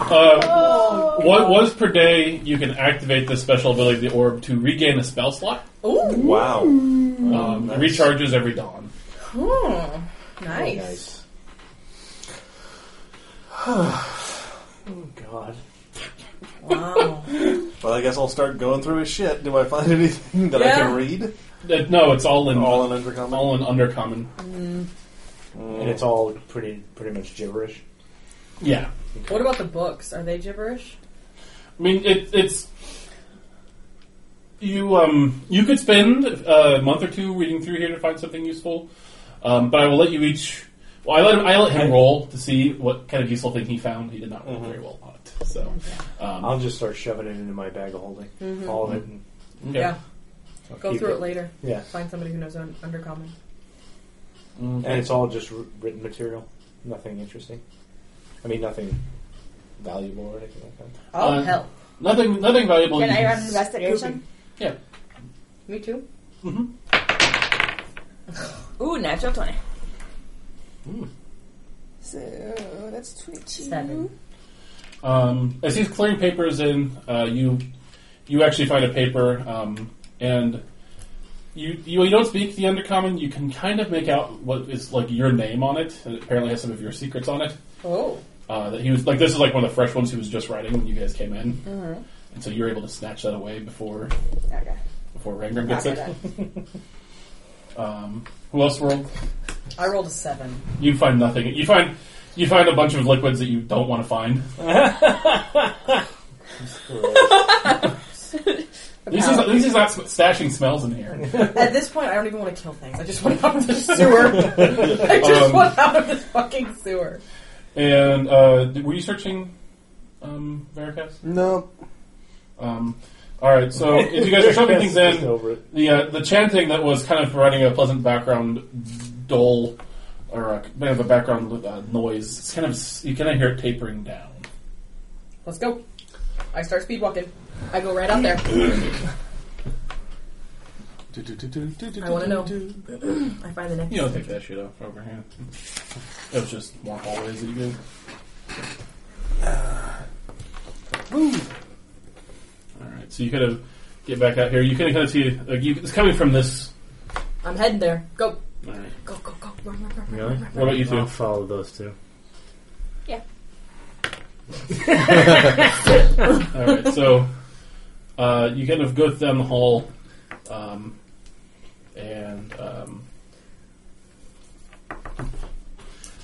Speaker 2: um, uh, what was per day you can activate the special ability of the orb to regain a spell slot?
Speaker 3: Ooh.
Speaker 5: Wow.
Speaker 2: Um, Recharges every dawn.
Speaker 3: Hmm. Nice.
Speaker 4: Nice. oh God.
Speaker 3: Wow.
Speaker 5: Well, I guess I'll start going through his shit. Do I find anything that I
Speaker 3: Yeah.
Speaker 5: can read?
Speaker 2: Uh, no, it's all in
Speaker 5: All
Speaker 2: all,
Speaker 5: in undercommon.
Speaker 2: in undercommon.
Speaker 4: And it's all pretty pretty much gibberish.
Speaker 2: Yeah,
Speaker 3: What about the books? Are they gibberish?
Speaker 2: I mean it, it's you. Um, you could spend a month or two reading through here to find something useful, um, but I will let you each. Well, I let him, I let him roll to see what kind of useful thing he found. He did not roll very well on it, so um,
Speaker 4: I'll just start shoving it into my bag of holding, all of it. And
Speaker 2: okay.
Speaker 3: Yeah.
Speaker 4: I'll
Speaker 3: Mm-hmm. Go
Speaker 4: keep
Speaker 3: through it. later.
Speaker 4: Yeah,
Speaker 3: Find somebody who knows un- undercommon.
Speaker 4: and it's all just wr- written material. Nothing interesting. I mean, nothing valuable or anything like that.
Speaker 3: Oh
Speaker 2: Uh,
Speaker 3: hell,
Speaker 2: Nothing, nothing valuable.
Speaker 8: then
Speaker 2: you
Speaker 8: I
Speaker 2: can
Speaker 8: run an
Speaker 2: s-
Speaker 8: investigation.
Speaker 2: Yeah,
Speaker 3: me too.
Speaker 8: Ooh, natural 20.
Speaker 1: So that's twenty-two.
Speaker 3: Seven.
Speaker 2: Um, as he's clearing papers in, uh, you you actually find a paper, um, and you, you you don't speak the undercommon. You can kind of make out what is like your name on it, and it apparently has some of your secrets on it.
Speaker 3: Oh,
Speaker 2: Uh, that he was like this is like one of the fresh ones he was just writing when you guys came in, and so you're able to snatch that away before
Speaker 8: Okay.
Speaker 2: before Rangram gets
Speaker 8: Okay,
Speaker 2: it. um, who else rolled?
Speaker 3: I rolled a seven.
Speaker 2: You find nothing. You find You find a bunch of liquids that you don't want to find. At least, he's, at least he's not sm- stashing smells in here.
Speaker 3: At this point, I don't even want to kill things. I just want out of this sewer. I just
Speaker 2: Um,
Speaker 3: want out of this fucking sewer.
Speaker 2: And uh, d- were you searching um, Veracast?
Speaker 5: No.
Speaker 2: Um, all right, so if you guys are shoving things
Speaker 4: Just
Speaker 2: in,
Speaker 4: over it.
Speaker 2: the uh, the chanting that was kind of providing a pleasant background, dull or a bit of a background uh, noise. It's kind of s- you kind of hear it tapering down.
Speaker 3: Let's go. I start speed walking. I go right out there. I wanna know. I find the next.
Speaker 2: You don't take that shit off over here. It was just more hallways that you did. All right, so you kind of get back out here. You can kind of see like you, it's coming from this.
Speaker 3: I'm heading there. Go,
Speaker 2: All right,
Speaker 3: go, go, go. Run, run, run, run,
Speaker 4: Really?
Speaker 3: run, run.
Speaker 2: what about you
Speaker 4: I'll
Speaker 2: two?
Speaker 4: follow those two.
Speaker 2: All right, so uh, you kind of go down the hall, um, and um,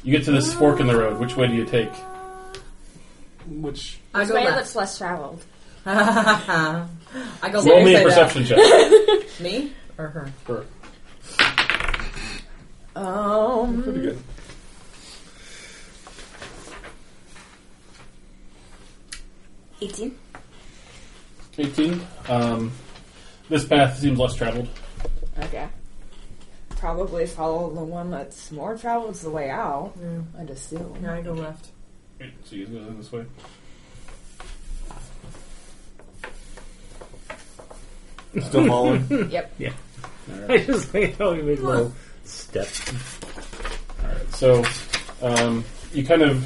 Speaker 2: you get to this fork in the road. Which way do you take?
Speaker 5: Which
Speaker 3: I
Speaker 8: Which
Speaker 3: go
Speaker 8: way
Speaker 3: left.
Speaker 8: looks less traveled?
Speaker 3: I go
Speaker 2: Roll me a
Speaker 3: left.
Speaker 2: perception check.
Speaker 3: Me or her?
Speaker 2: Or-
Speaker 3: Um,
Speaker 5: pretty good.
Speaker 8: Eighteen.
Speaker 2: 18. Um, this path seems less traveled.
Speaker 1: Okay. Probably follow the one that's more traveled the way out.
Speaker 3: yeah,
Speaker 1: I'd assume.
Speaker 3: yeah, I go left.
Speaker 2: So you guys go down this way.
Speaker 5: Still falling.
Speaker 4: I just like how you make little steps.
Speaker 2: All right. So um, you kind of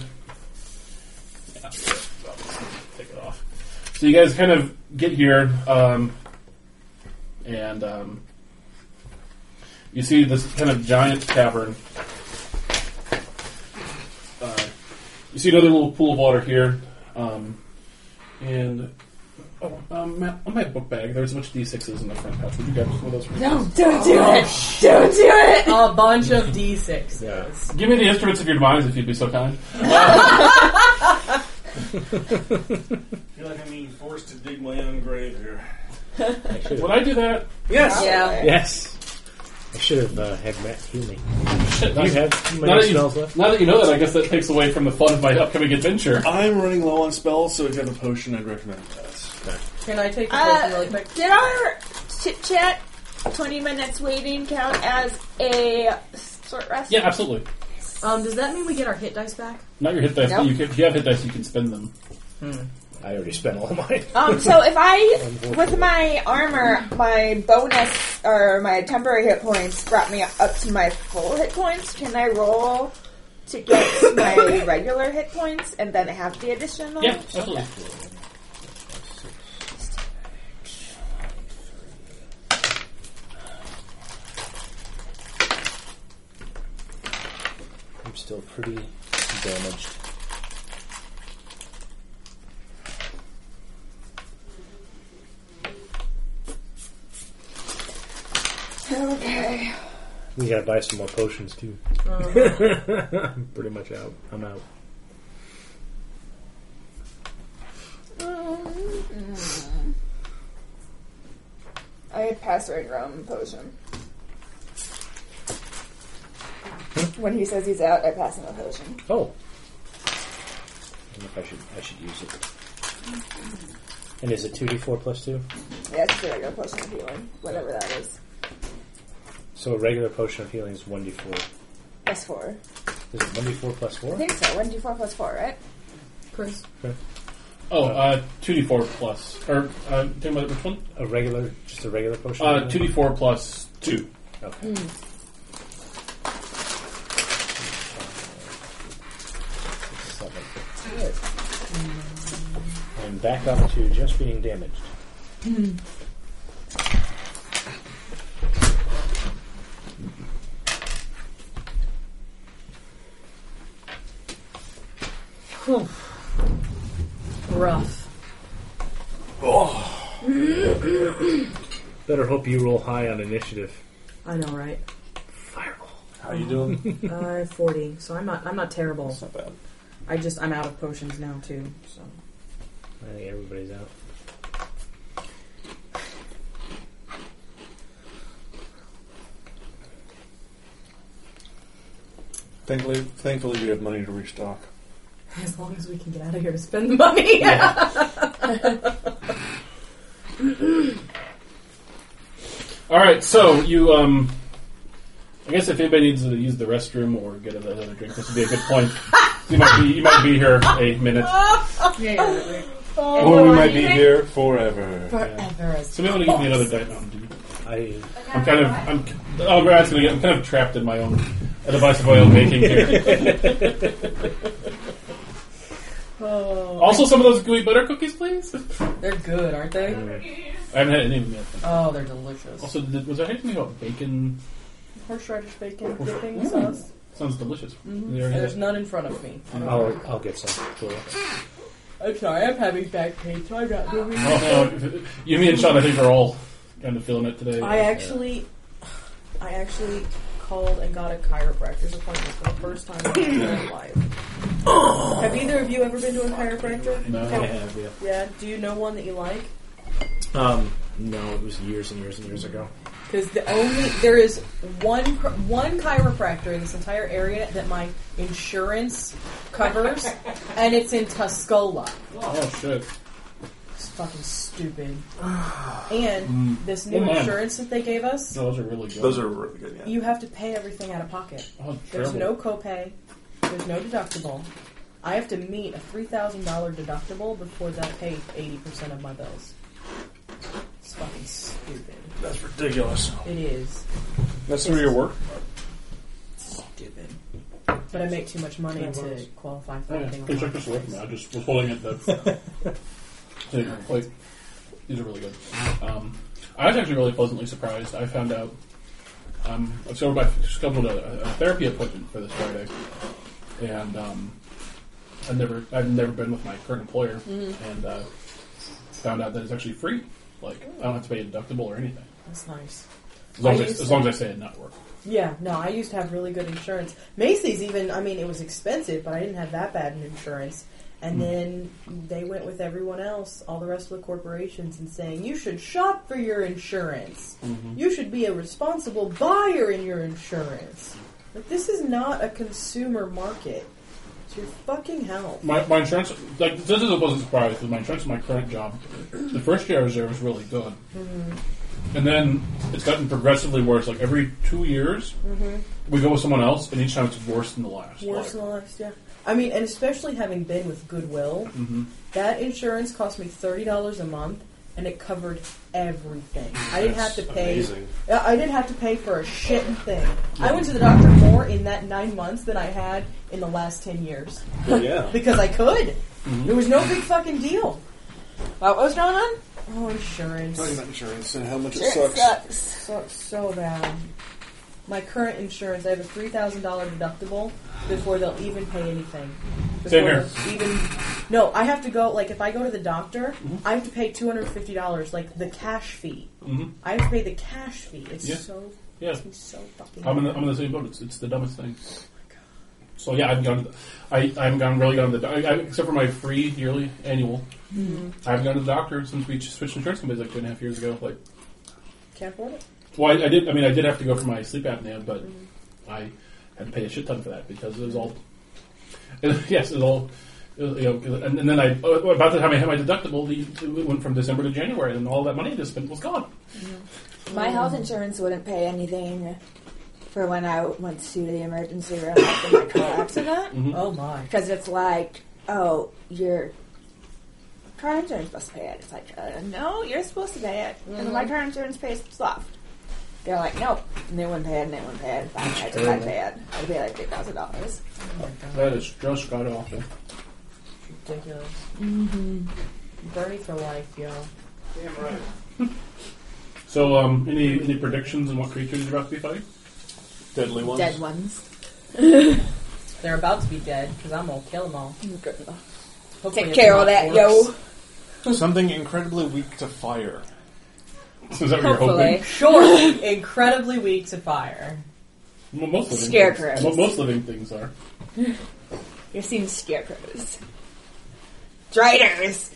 Speaker 2: take it off. So you guys kind of get here, um, and um, you see this kind of giant cavern. Uh, you see another little pool of water here, um, and. Oh, um, my, on my book bag, there's a bunch of D6s in the front pouch. Would you grab one of those? for me?
Speaker 8: No, don't do it. Don't do it.
Speaker 3: A bunch of d6s.
Speaker 2: Give me the instruments of your demise, if you'd be so kind.
Speaker 9: feel like I'm being forced to dig my own grave here.
Speaker 2: Would I do that?
Speaker 5: Yes.
Speaker 3: Yeah.
Speaker 4: Yes. I should have uh, had Matt heal me.
Speaker 2: Shit,
Speaker 4: Do
Speaker 2: I-
Speaker 4: you have
Speaker 2: now,
Speaker 4: many
Speaker 2: that you,
Speaker 4: spells left?
Speaker 2: now that you know that, I guess that takes away from the fun of my upcoming adventure.
Speaker 5: I'm running low on spells, so if you have a potion, I'd recommend that.
Speaker 3: Can I take the
Speaker 8: Uh,
Speaker 3: potion really quick?
Speaker 8: Did our chit chat, 20 minutes waiting, count as a short rest?
Speaker 2: Yeah, absolutely.
Speaker 3: Um, does that mean we get our hit dice back?
Speaker 2: Not your hit dice.
Speaker 1: Nope.
Speaker 2: But you can, if you have hit dice, you can spend them.
Speaker 4: I already spent all mine.
Speaker 8: Um, so if I, with my armor, my bonus or my temporary hit points brought me up to my full hit points, can I roll to get my regular hit points and then have the additional?
Speaker 2: Yeah, absolutely.
Speaker 4: I'm still pretty damaged.
Speaker 8: Okay.
Speaker 4: We gotta buy some more potions too. I'm pretty much out. I'm out.
Speaker 8: Mm. I pass right around the potion. When he says he's out, I pass him a potion.
Speaker 4: Oh. I don't know if I should I should use it. And is it two D four plus two?
Speaker 8: Yeah, it's a regular potion of healing, whatever that is.
Speaker 4: So a regular potion of healing is one D four.
Speaker 8: Plus four.
Speaker 4: Is it one D four plus
Speaker 8: I
Speaker 4: four?
Speaker 8: think so. One D four plus four, right?
Speaker 3: Chris.
Speaker 2: Oh, uh, 2d4 plus. Or, uh, tell me about which one?
Speaker 4: A regular just a regular potion?
Speaker 2: Uh,
Speaker 4: of healing?
Speaker 2: 2d4 plus 2.
Speaker 4: Okay. Seven. I'm back up to just being damaged.
Speaker 3: Rough.
Speaker 4: Better hope you roll high on initiative.
Speaker 3: I know, right?
Speaker 4: Fireball.
Speaker 5: I How you doing?
Speaker 3: uh, forty. So I'm not. I'm not terrible.
Speaker 5: That's not bad.
Speaker 3: I just. I'm out of potions now too. So
Speaker 4: I think everybody's out.
Speaker 5: Thankfully, thankfully we have money to restock.
Speaker 3: as long as we can get out of here to spend the money.
Speaker 2: All right, so you. um... I guess if anybody needs to use the restroom or get another drink, this would be a good point. You might be, you might be here a minute.
Speaker 3: Oh,
Speaker 5: or we might be here forever.
Speaker 2: Forever. Somebody want to give me another Diet Mountain Dew?
Speaker 4: I
Speaker 2: I'm kind of I'm oh Brad's gonna get I'm kind of trapped in my own a device of my own making here.
Speaker 3: Oh.
Speaker 2: also some of those gooey butter cookies, please. I
Speaker 3: they're good, aren't they?
Speaker 2: haven't had any of them yet.
Speaker 3: Oh, they're delicious.
Speaker 2: Also, did, was there anything about bacon?
Speaker 3: Horseradish bacon dipping sauce.
Speaker 2: Sounds delicious. Did you
Speaker 3: And
Speaker 2: already
Speaker 3: Mm-hmm. there's
Speaker 2: have-
Speaker 3: none in front of me.
Speaker 4: I'll, I'll get some. Cool.
Speaker 3: I'm sorry. I'm having back pain, so I'm not moving.
Speaker 2: Oh, no. You, me, and Sean, I think are all kind of feeling it today.
Speaker 3: I actually, I actually called and got a chiropractor's appointment for the first time in my life. Have either of you ever been to a chiropractor?
Speaker 2: No.
Speaker 4: I have, yeah.
Speaker 3: Yeah. Do you know one that you like?
Speaker 4: Um, no, it was years and years and years ago.
Speaker 3: Because the only there is one chr- one chiropractor in this entire area that my insurance covers, and it's in Tuscola.
Speaker 2: Oh shit!
Speaker 3: It's fucking stupid. And this
Speaker 2: Oh,
Speaker 3: new
Speaker 2: man.
Speaker 3: insurance that they gave us,
Speaker 2: Those are really good.
Speaker 5: Those are really good, yeah.
Speaker 3: you have to pay everything out of pocket.
Speaker 2: oh,
Speaker 3: There's
Speaker 2: terrible.
Speaker 3: no copay. There's no deductible. I have to meet a three thousand dollar deductible before they'll pay eighty percent of my bills. It's fucking stupid.
Speaker 9: That's ridiculous.
Speaker 3: It is
Speaker 5: That's through your work?
Speaker 3: stupid. But I make too much money
Speaker 2: Yeah,
Speaker 3: to
Speaker 2: works.
Speaker 3: qualify for
Speaker 2: Oh, yeah.
Speaker 3: anything.
Speaker 2: Hey, check
Speaker 3: online.
Speaker 2: this away from me. I just was holding it. That Hey, wait. These are really good. Um, I was actually really pleasantly surprised. I found out. Um, so I scheduled a, a therapy appointment for this Friday, and um, I've never I've never been with my current employer, and uh, found out that it's actually free. Like I don't have to pay a deductible or anything.
Speaker 3: That's nice.
Speaker 2: As long
Speaker 3: I
Speaker 2: as, I,
Speaker 3: used
Speaker 2: as,
Speaker 3: to-
Speaker 2: long as I say it not work.
Speaker 3: Yeah, no, I used to have really good insurance. Macy's even, I mean, it was expensive, but I didn't have that bad an insurance. And then they went with everyone else, all the rest of the corporations, and saying, you should shop for your insurance. You should be a responsible buyer in your insurance. Like, this is not a consumer market. It's your fucking health.
Speaker 2: My, my insurance, like this is a pleasant surprise because my insurance, at my current job, the first year I was there was really good,
Speaker 3: Mm-hmm.
Speaker 2: and then it's gotten progressively worse. Like every two years, we go with someone else, and each time it's worse than the last.
Speaker 3: Mm-hmm. Worse than
Speaker 2: Like,
Speaker 3: last, yeah. I mean, and especially having been with Goodwill,
Speaker 2: Mhm.
Speaker 3: that insurance cost me thirty dollars a month, and it covered everything. I didn't have to pay.
Speaker 9: Amazing.
Speaker 3: Yeah, I didn't have to pay for a shit thing. I went to the doctor more in that nine months than I had in the last ten years
Speaker 9: yeah.
Speaker 3: because I could. There was no big fucking deal. Uh, What was going on? Oh,
Speaker 9: Talking
Speaker 3: insurance
Speaker 9: about insurance and how much it
Speaker 8: Sure, it
Speaker 9: sucks.
Speaker 8: sucks.
Speaker 3: sucks so bad. My current insurance, I have a three thousand dollar deductible before they'll even pay anything. Before
Speaker 2: Same here.
Speaker 3: they'll Even no, I have to go. Like if I go to the doctor,
Speaker 2: Mm-hmm.
Speaker 3: I have to pay two hundred fifty dollars, like the cash fee.
Speaker 2: Mhm.
Speaker 3: I have to pay the cash fee. It's
Speaker 2: Yeah.
Speaker 3: so
Speaker 2: yeah,
Speaker 3: it's so fucking.
Speaker 2: I'm in, the, I'm in the same boat. It's, it's the dumbest thing.
Speaker 3: Oh
Speaker 2: So yeah, I've gone. To the, I I haven't gone really gone to the. I, I, except for my free yearly annual,
Speaker 3: Mm-hmm.
Speaker 2: I haven't gone to the doctor since we switched insurance companies like two and a half years ago. Like
Speaker 3: can't afford it. Mm-hmm.
Speaker 2: Well, I, I did. I mean, I did have to go for my sleep apnea, but I had to pay a shit ton for that because it was all. yes, it was all. it was, You know, and, and then I oh, about the time I had my deductible, the, it went from December to January, and all that money I just spent was gone.
Speaker 3: Uh-huh.
Speaker 8: My health insurance wouldn't pay anything for when I went to the emergency room after my car accident
Speaker 3: Oh my.
Speaker 8: because it's like, oh, your car insurance must pay it. It's like, uh,
Speaker 3: Oh,
Speaker 8: no, you're supposed to pay it, and my car insurance pays itself. Mm-hmm. They're like, no, and they wouldn't pay it, and they wouldn't pay it. Fine, I just not pay it. I'd pay like eight thousand dollars.
Speaker 2: That is just god awful.
Speaker 3: Ridiculous. Mm-hmm. Bernie for life, yo.
Speaker 9: Damn right.
Speaker 2: So, um, any any predictions on what creatures you're about to be fighting?
Speaker 5: Deadly ones?
Speaker 8: Dead ones.
Speaker 3: They're about to be dead because I'm gonna kill them all. Hopefully
Speaker 8: Take
Speaker 3: it's
Speaker 8: care of
Speaker 3: not
Speaker 8: that,
Speaker 3: orcs.
Speaker 8: yo.
Speaker 5: Something incredibly weak to fire.
Speaker 2: Is that what you're hoping?
Speaker 8: Hopefully.
Speaker 3: Short, incredibly weak to fire.
Speaker 2: Well, most living
Speaker 1: Scarecrows.
Speaker 2: Things, mo- most living things are.
Speaker 1: You're seeing scarecrows. Driders!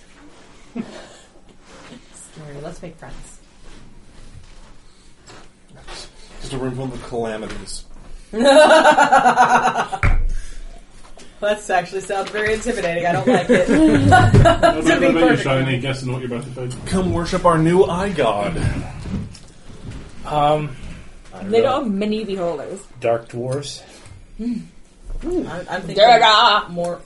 Speaker 3: Scary. Let's make friends.
Speaker 5: Just a room full of calamities.
Speaker 3: That actually sounds very intimidating. I don't like it.
Speaker 2: What about,
Speaker 3: be
Speaker 2: what about you,
Speaker 3: perfect.
Speaker 2: Sean? Any guessing what you're about to say?
Speaker 5: Come worship our new eye god.
Speaker 4: Um,
Speaker 1: Little
Speaker 8: Oh,
Speaker 1: mini beholders.
Speaker 4: dark dwarves.
Speaker 3: I'm, I'm thinking
Speaker 1: Durga!
Speaker 3: more,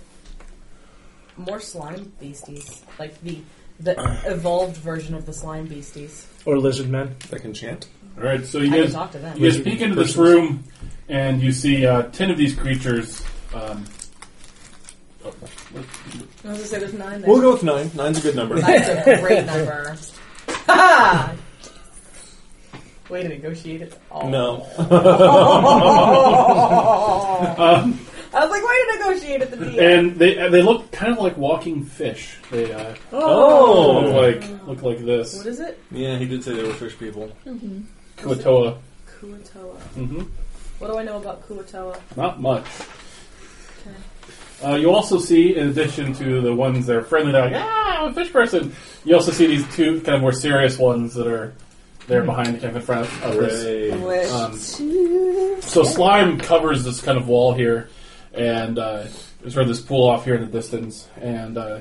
Speaker 3: more slime beasties, like the the evolved version of the slime beasties.
Speaker 4: Or lizard men.
Speaker 5: That can chant.
Speaker 2: All right, so you
Speaker 3: I can
Speaker 2: guys
Speaker 3: talk to them.
Speaker 2: You guys peek into this room, and you see uh, ten of these creatures. Um,
Speaker 3: I was gonna say there's nine. There.
Speaker 5: We'll go with nine. Nine's a good number.
Speaker 3: That's a great number. Ha! Way to negotiate it. all.
Speaker 5: no.
Speaker 3: I was like, way to negotiate at the DM.
Speaker 2: and they and they look kind of like walking fish. They uh, look
Speaker 5: Oh.
Speaker 2: like look like this.
Speaker 3: What is it?
Speaker 5: Yeah, he did say they were fish people.
Speaker 2: Kuatoa.
Speaker 3: Kuatoa.
Speaker 2: hmm
Speaker 3: What do I know about Kuatoa?
Speaker 2: Not much. Uh, you also see, in addition to the ones that are friendly, that are like ah, I'm a fish person. You also see these two kind of more serious ones that are there behind, kind of in front of this Um, so slime covers this kind of wall here, and uh, there's sort of this pool off here in the distance. And uh,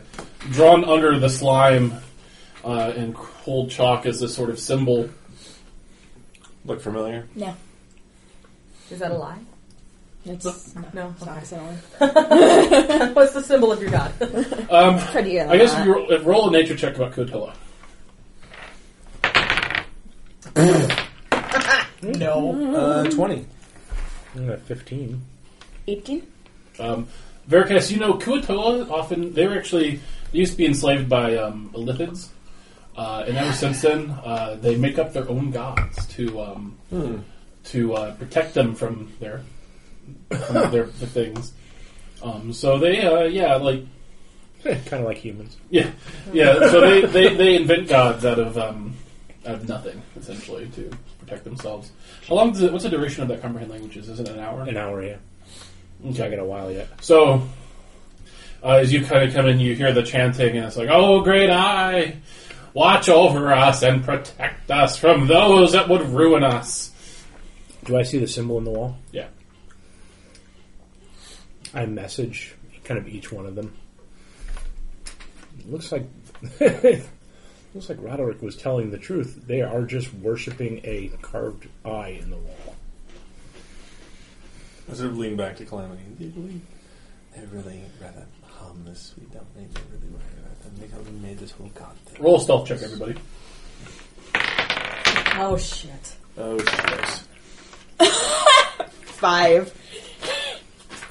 Speaker 2: drawn under the slime uh, in cold chalk is this sort of symbol.
Speaker 5: Look familiar.
Speaker 3: Is that a lie?
Speaker 1: That's not
Speaker 3: No.
Speaker 1: not someone.
Speaker 3: What's the symbol of your god?
Speaker 2: Um,
Speaker 1: Pretty
Speaker 2: I guess if you roll, if roll a nature check about Kotilla.
Speaker 3: no.
Speaker 5: Uh, 20.
Speaker 4: I'm at 15.
Speaker 1: 18?
Speaker 2: Um, Veracast, you know, Kuatoa often, they were actually, they used to be enslaved by um, Elithids. Uh, and ever since then, uh, they make up their own gods to um,
Speaker 5: Hmm.
Speaker 2: to uh, protect them from their from their the things. Um, so they, uh, yeah, like
Speaker 4: kind of like humans.
Speaker 2: yeah, yeah. So they, they, they invent gods out of um, out of nothing essentially to protect themselves. How long does it? What's the duration of that comprehend languages? Is it an hour?
Speaker 4: An hour, yeah. So I got a while yet.
Speaker 2: So, uh, as you kind of come in, you hear the chanting, and it's like, "Oh, great eye, watch over us and protect us from those that would ruin us."
Speaker 4: Do I see the symbol in the wall?
Speaker 2: Yeah.
Speaker 4: I message kind of each one of them. It looks like looks like Roderick was telling the truth. They are just worshiping a carved eye in the wall.
Speaker 5: I sort of lean back to Calamity. They really, they really rather harmless. We don't need to really worry about them. They haven't made this whole god thing.
Speaker 2: Roll a stealth check, everybody.
Speaker 3: Oh shit.
Speaker 5: Oh, shit.
Speaker 1: Five.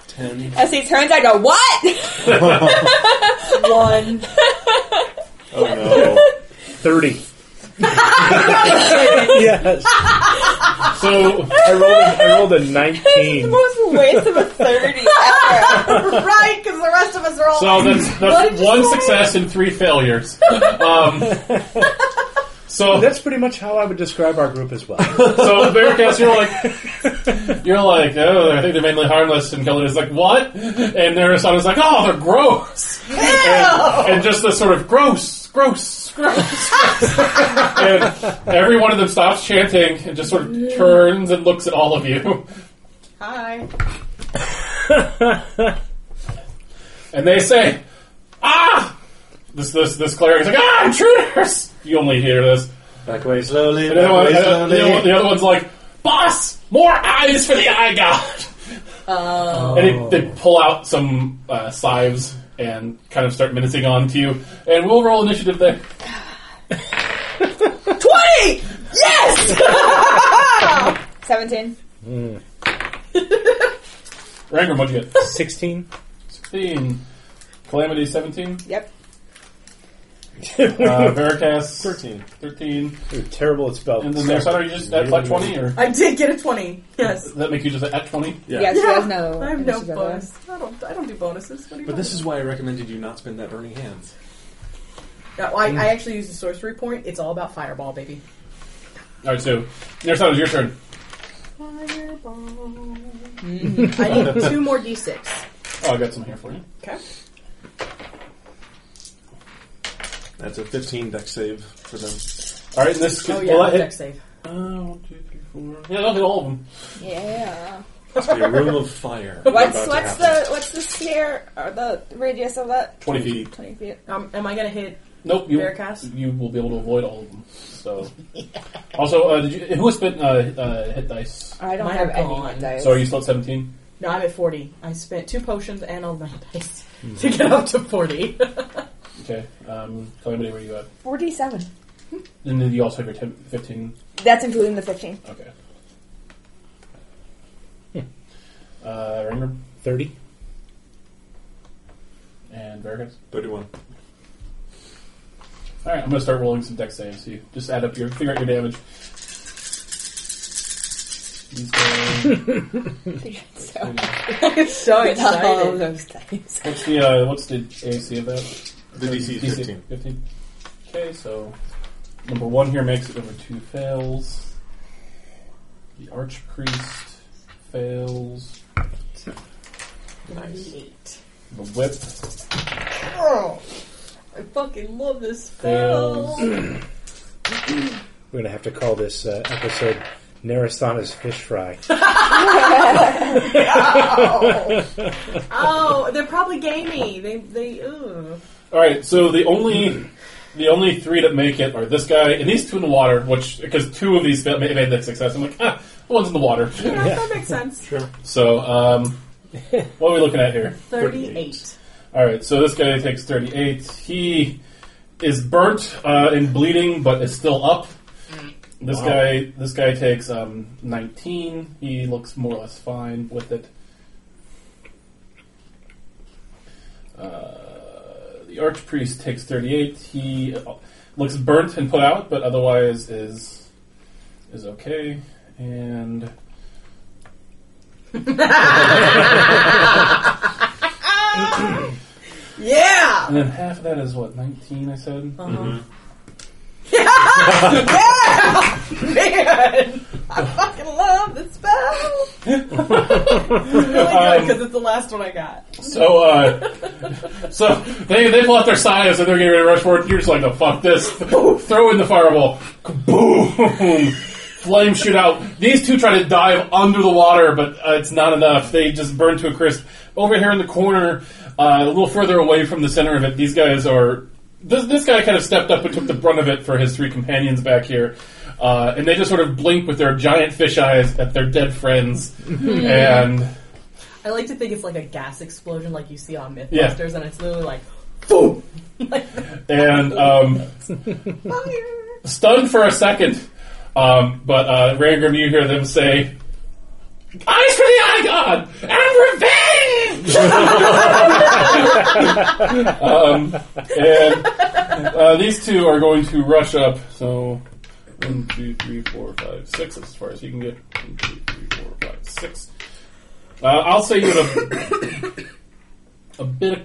Speaker 5: Ten.
Speaker 1: As he turns, I go, what?
Speaker 3: One.
Speaker 5: Oh, no.
Speaker 4: Thirty. yes,
Speaker 2: So,
Speaker 4: I rolled. A, I rolled a nineteen.
Speaker 1: Most waste of a 30 ever.
Speaker 3: right, because the rest of us are all.
Speaker 2: so that's, that's one success and three failures. Um, so
Speaker 4: That's pretty much how I would describe our group as well.
Speaker 2: So Bearcats, you're like, you're like, oh, I think they're mainly harmless, and Kelly is like, what? And Narasana is like, oh, they're gross, and, and just this sort of gross, gross, gross. and every one of them stops chanting and just sort of turns and looks at all of you,
Speaker 3: Hi.
Speaker 2: and they say, ah, this this this cleric is like, ah, intruders. You only hear this.
Speaker 5: Back away slowly.
Speaker 2: And the,
Speaker 5: Back
Speaker 2: other one,
Speaker 5: away
Speaker 2: the, other- the other-
Speaker 5: slowly.
Speaker 2: the other one's like, boss, more eyes for the eye god.
Speaker 3: Uh,
Speaker 2: And they, they pull out some uh, scythes and kind of start menacing on to you. And we'll roll initiative there.
Speaker 1: 20! Yes! 17.
Speaker 2: Rangram, what'd you get?
Speaker 4: Sixteen.
Speaker 2: 16. Calamity, 17.
Speaker 1: Yep.
Speaker 2: Uh, Veracast,
Speaker 5: 13.
Speaker 2: 13.
Speaker 4: They're terrible at spells.
Speaker 2: And then there's are you just at flat 20? Or
Speaker 3: I did get a twenty. Yes.
Speaker 2: does that make you just at 20?
Speaker 5: Yeah.
Speaker 1: Yes, he has no.
Speaker 3: I have no
Speaker 1: initiative.
Speaker 3: bonus. I don't. I don't do bonuses. What do you
Speaker 5: But
Speaker 3: want?
Speaker 5: this is why I recommended you not spend that burning hands.
Speaker 3: No, I, I actually use a sorcery point. It's all about fireball, baby.
Speaker 2: Alright, so Narasana, it's your turn.
Speaker 3: I need two more d6.
Speaker 2: Oh, I got some here for you.
Speaker 3: Okay.
Speaker 5: That's a 15 deck save for them.
Speaker 2: All right, and this
Speaker 3: Oh yeah,
Speaker 2: well,
Speaker 3: well,
Speaker 2: that
Speaker 3: deck
Speaker 2: hit,
Speaker 3: save.
Speaker 2: uh, one, two, three, four. Yeah, that'll hit all of them.
Speaker 8: Yeah.
Speaker 5: It's a room of fire. About
Speaker 8: What's
Speaker 5: to
Speaker 8: what's
Speaker 5: happen.
Speaker 8: the what's the sphere or the radius of that?
Speaker 2: Twenty feet.
Speaker 8: Twenty feet.
Speaker 3: Um, am I gonna hit?
Speaker 2: Nope. You,
Speaker 3: Bear cast?
Speaker 2: you will be able to avoid all of them. So, also, uh, did you, who has spent uh, uh, hit dice?
Speaker 8: I don't
Speaker 3: Mine
Speaker 8: have
Speaker 3: are
Speaker 8: any
Speaker 3: gone.
Speaker 8: hit dice.
Speaker 2: So are you still at seventeen?
Speaker 3: No, I'm at forty. I spent two potions and all my dice to get up to forty.
Speaker 2: Okay. Um, Calamity, where you at?
Speaker 8: Forty-seven.
Speaker 2: And then you also have your 10, 15.
Speaker 8: That's including the fifteen.
Speaker 2: Okay. Uh, Ringer
Speaker 4: 30.
Speaker 2: and Vargas.
Speaker 5: 31.
Speaker 2: All right, I'm gonna start rolling some deck saves. So you just add up your figure out your damage. These guys-
Speaker 1: so
Speaker 3: I'm so
Speaker 1: all
Speaker 3: excited.
Speaker 1: those things.
Speaker 2: what's the uh, what's the AC of that?
Speaker 5: The DC is 15.
Speaker 2: 15. Okay, so number one here makes it. Number two fails. The archpriest fails.
Speaker 5: Nice.
Speaker 3: Eight.
Speaker 2: The whip
Speaker 3: Oh, I fucking love this spell.
Speaker 2: fails.
Speaker 4: We're going to have to call this uh, episode Narasana's Fish Fry.
Speaker 3: Oh, they're probably gamey. They they. Ooh.
Speaker 2: All right, so the only the only three that make it are this guy and these two in the water, which because two of these fa- made made that success. I'm like, ah, the one's in the water.
Speaker 3: Yeah, that makes sense.
Speaker 2: So, um, what are we looking at here?
Speaker 3: Thirty-eight.
Speaker 2: All right, so this guy takes 38. He is burnt uh, and bleeding, but is still up. This guy, this guy takes um, 19. He looks more or less fine with it. Uh, the archpriest takes 38. He uh, looks burnt and put out, but otherwise is is okay. And
Speaker 3: Yeah.
Speaker 2: and then half of that is what 19. I said.
Speaker 3: Uh-huh. Yeah, man! I fucking love this spell.
Speaker 2: Um,
Speaker 3: really good because it's the last one I got.
Speaker 2: So, uh, so they they pull out their size and they're getting ready to rush forward. You're just like, oh, fuck this. Throw in the fireball. Boom. Flame shoot out. These two try to dive under the water, but uh, it's not enough. They just burn to a crisp. Over here in the corner, uh, a little further away from the center of it, these guys are. This, this guy kind of stepped up and took the brunt of it for his three companions back here. Uh, and they just sort of blink with their giant fish eyes at their dead friends. and.
Speaker 3: I like to think it's like a gas explosion, like you see on MythBusters,
Speaker 2: Yeah.
Speaker 3: and it's literally like
Speaker 2: and um, stunned for a second. Um, but uh, Rangram, you hear them say, "Eyes for the Eye God and revenge!" um, and uh, these two are going to rush up. So one, two, three, four, five, six. That's as far as you can get. One, two, three, four, five, six. Uh, I'll say you have a, a bit of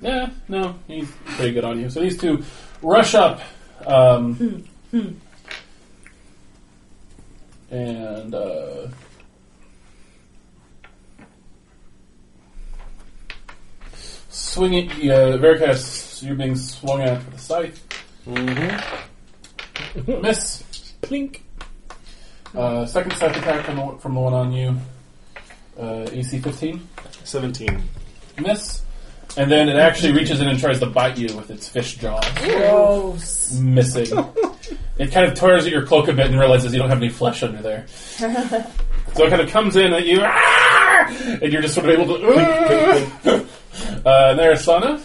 Speaker 2: yeah, no, he's pretty good on you. So these two rush up, um, and uh, swing it. Uh, Veracast, you're being swung at with a scythe. Mm-hmm. Miss. Plink. Uh, second scythe attack from the, from the one on you. Uh, AC 15.
Speaker 5: 17.
Speaker 2: Miss. And then it actually reaches in and tries to bite you with its fish jaw.
Speaker 3: gross.
Speaker 2: Missing. it kind of tears at your cloak a bit and realizes you don't have any flesh under there. so it kind of comes in at you, "Arr!" and you're just sort of able to. uh, Narasana.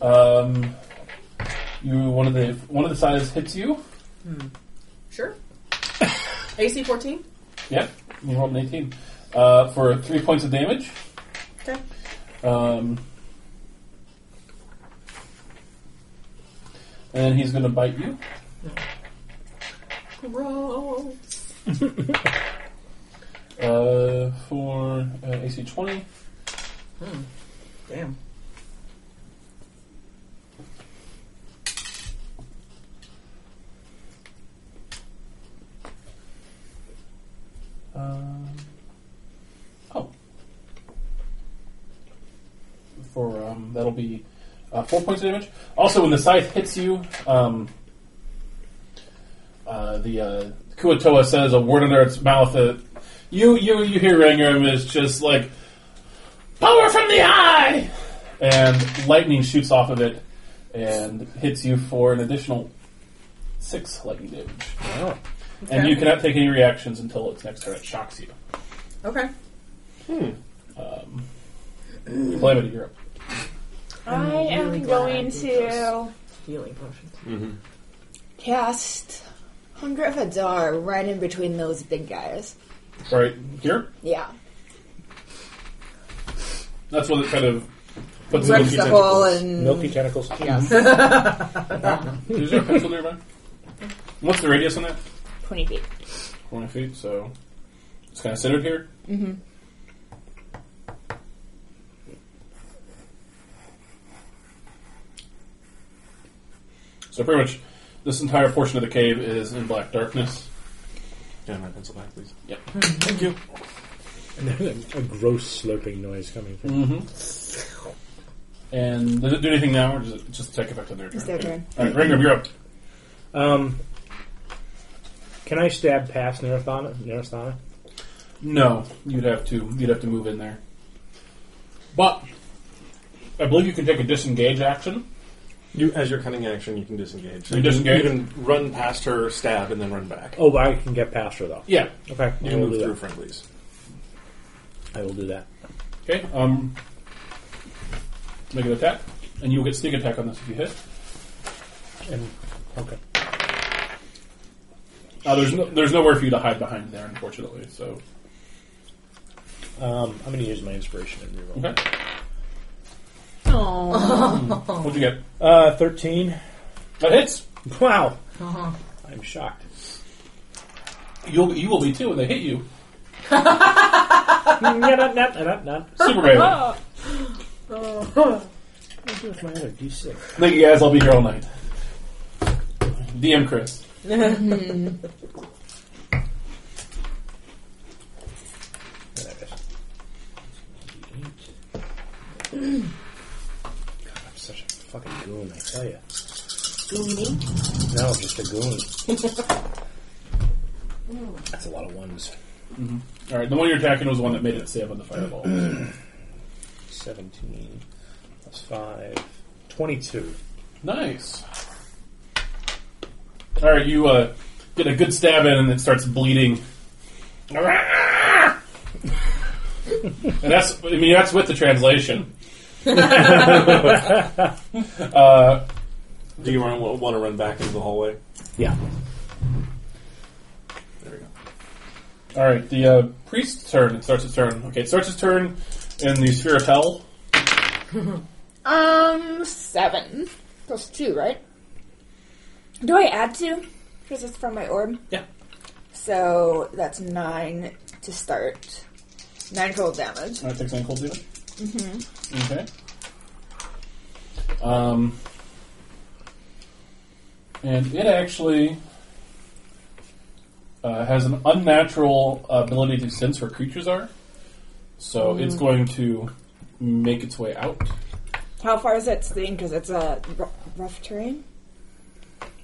Speaker 2: Um, you one of the one of the sides hits you.
Speaker 3: Sure. AC fourteen.
Speaker 2: Yep, you rolled an 18. Uh, for three points of damage.
Speaker 3: Okay.
Speaker 2: Um, and he's going to bite you.
Speaker 3: Gross.
Speaker 2: Uh, for uh, AC 20.
Speaker 3: Damn.
Speaker 2: Um, oh. For um, that'll be uh, four points of damage. Also, when the scythe hits you, um, uh, the uh, Kuatoa says a word under its mouth that you you you hear Rangram is just like power from the eye, and lightning shoots off of it and hits you for an additional six lightning damage.
Speaker 4: Wow.
Speaker 2: And you cannot take any reactions until its next turn. It shocks you. Um,
Speaker 3: Okay.
Speaker 2: Calamity, you're up.
Speaker 6: I am
Speaker 3: really glad I
Speaker 6: going
Speaker 3: did
Speaker 6: to
Speaker 3: Healing potions.
Speaker 8: Cast Hunger of Hadar right in between those big guys.
Speaker 2: All right, here.
Speaker 8: Yeah.
Speaker 2: That's what it kind of puts
Speaker 1: Rips the hole and
Speaker 4: Milky tentacles.
Speaker 2: Is there a pencil nearby? What's the radius on that?
Speaker 6: 20 feet.
Speaker 2: 20 feet, so it's kind of centered here.
Speaker 1: Mm-hmm.
Speaker 2: Mm-hmm. So pretty much, this entire portion of the cave is in black darkness.
Speaker 5: Yeah, my pencil back, please.
Speaker 2: Yep.
Speaker 5: Thank you.
Speaker 4: And there's a gross slurping noise coming from
Speaker 2: Mm-hmm. And does it do anything now, or does it just take effect on their turn?
Speaker 1: It's their turn.
Speaker 2: All right, Ringram, you're up.
Speaker 4: Um, can I stab past Narasana? Narasana?
Speaker 2: No, you'd have to you'd have to move in there. But I believe you can take a disengage action.
Speaker 5: You, as your cunning action, you can disengage.
Speaker 2: You disengage?
Speaker 5: You can run past her, stab, and then run back.
Speaker 4: Oh, but I can get past her though.
Speaker 2: Yeah.
Speaker 4: Okay,
Speaker 5: You
Speaker 4: I
Speaker 5: can
Speaker 4: will
Speaker 5: move
Speaker 4: do
Speaker 5: through
Speaker 4: that.
Speaker 5: friendlies.
Speaker 4: I will do that.
Speaker 2: Okay. Um. Make an attack, and you'll get sneak attack on this if you hit.
Speaker 4: And okay,
Speaker 2: Uh, there's no, there's nowhere for you to hide behind there, unfortunately. So
Speaker 4: um, I'm going to use my inspiration and reroll.
Speaker 2: okay.
Speaker 3: Oh.
Speaker 2: What'd you get?
Speaker 4: Uh, thirteen.
Speaker 2: That hits.
Speaker 4: Wow,
Speaker 3: Uh-huh.
Speaker 4: I'm shocked.
Speaker 2: You'll you will be too when they hit you.
Speaker 4: Nah, nah, nah, nah, nah.
Speaker 2: Super Raven.
Speaker 6: Oh,
Speaker 4: What do I do with my other D6?
Speaker 2: Thank you guys. I'll be here all night. DM Chris.
Speaker 4: There it is. God, I'm such a fucking goon, I tell you.
Speaker 3: Goonie.
Speaker 4: No, just a goon. That's a lot of ones.
Speaker 2: All right. The one you're attacking was the one that made it save on the fireball.
Speaker 4: 17 plus 5. 22.
Speaker 2: Nice. All right, you uh, get a good stab in, and it starts bleeding. and that's—I mean—that's with the translation. uh,
Speaker 5: Do you want, want to run back into the hallway?
Speaker 4: Yeah.
Speaker 5: There we go.
Speaker 2: all right, the uh, priest's turn. It starts his turn. Okay, it starts his turn in the sphere of hell.
Speaker 6: Um, seven. Plus two, right?
Speaker 8: Do I add two? Because it's from my orb.
Speaker 2: Yeah.
Speaker 8: So that's nine to start. Nine cold damage.
Speaker 2: All right, takes an cold damage. Mm-hmm. Okay. Um, and it actually uh, has an unnatural ability to sense where creatures are, so it's going to make its way out.
Speaker 8: How far is that thing? Because it's a r- rough terrain.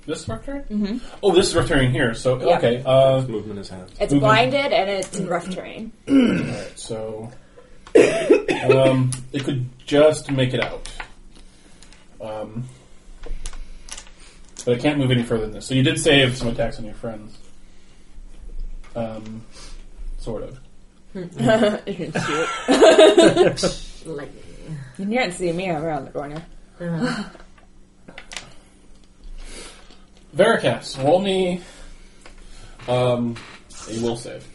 Speaker 2: This rectarian? Mm-hmm. Oh, this rectarian here. So
Speaker 8: Yeah.
Speaker 2: okay. Uh,
Speaker 5: Movement is half.
Speaker 8: It's
Speaker 2: Movement.
Speaker 8: blinded and it's in rough terrain.
Speaker 2: So um, it could just make it out. Um, but it can't move any further than this. So you did save some attacks on your friends. Um, sort of.
Speaker 1: you can shoot.
Speaker 3: Lightning.
Speaker 1: You can't see me. I'm around the corner.
Speaker 2: Veracast, roll me um, a will save.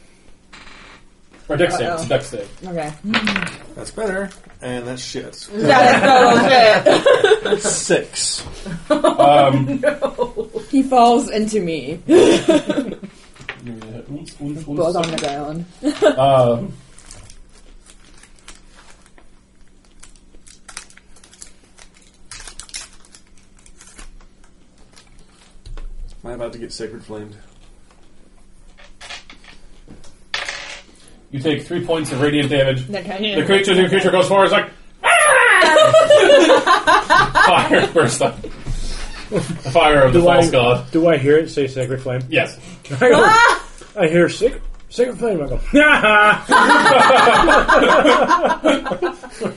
Speaker 2: Or dex save. It's a dex save.
Speaker 1: Okay.
Speaker 5: That's better. And that's shit.
Speaker 1: That is so
Speaker 5: Six.
Speaker 2: Um,
Speaker 1: shit. He falls into me.
Speaker 2: give me that. Oons, oons, oons.
Speaker 1: Both on the ground.
Speaker 2: Um,
Speaker 5: Am I about to get sacred flamed?
Speaker 2: You take three points of radiant damage.
Speaker 1: Then kind
Speaker 2: The creature, the creature goes forward. It's like "Ah!" fire burst up. The fire of the
Speaker 4: Do I-
Speaker 2: false god.
Speaker 4: Do I hear it say Sacred Flame?
Speaker 2: Yes.
Speaker 4: I, go- I hear sick, Sacred Flame. I go,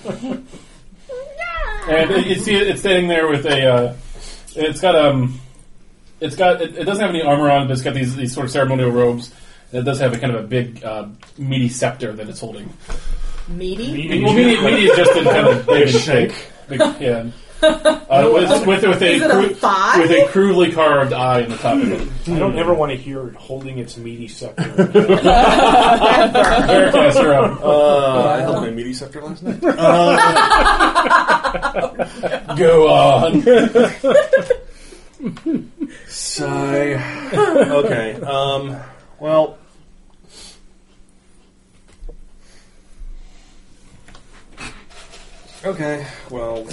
Speaker 4: nah!
Speaker 2: And it- you see it, it's standing there with a. Uh, it's got um, it's got it, it doesn't have any armor on, but it's got these these sort of ceremonial robes. And it does have a kind of a big uh, meaty scepter that it's holding.
Speaker 3: Meaty?
Speaker 2: Well, meaty, meaty is just in kind of big
Speaker 5: shake.
Speaker 2: shake. Big, yeah. Uh, with, with, with a
Speaker 3: Is it a
Speaker 2: cru-
Speaker 3: thigh?
Speaker 2: with a crudely carved eye in the top of it.
Speaker 4: I don't ever want to hear it holding its meaty sucker.
Speaker 2: Bearcast, you're up.
Speaker 5: Uh,
Speaker 9: I held my meaty scepter last night.
Speaker 2: Go on.
Speaker 5: Sigh. okay. Um. Well. Okay. Well,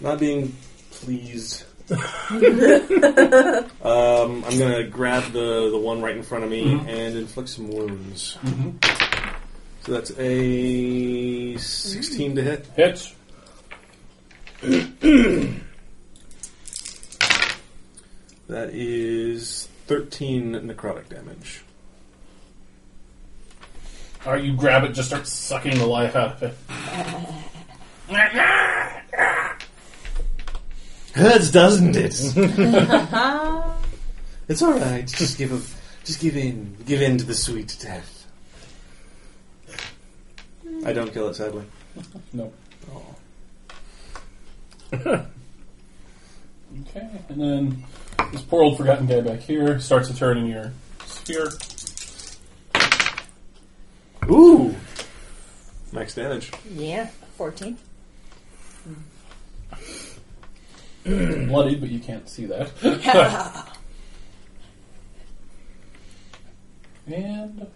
Speaker 5: not being pleased. um, I'm gonna grab the the one right in front of me and inflict some wounds. So that's a 16 to hit.
Speaker 2: Hits.
Speaker 5: That is 13 necrotic damage.
Speaker 2: All right, you grab it, just start sucking the life out of it.
Speaker 5: Hurts, doesn't it? it's all right. Just give up. Just give in. Give in to the sweet death. I don't kill it, sadly.
Speaker 2: No.
Speaker 5: Oh.
Speaker 2: Okay, and then this poor old forgotten guy back here starts to turn in your spear.
Speaker 5: Ooh. Max damage.
Speaker 1: Yeah, 14.
Speaker 2: Bloodied, but you can't see that. and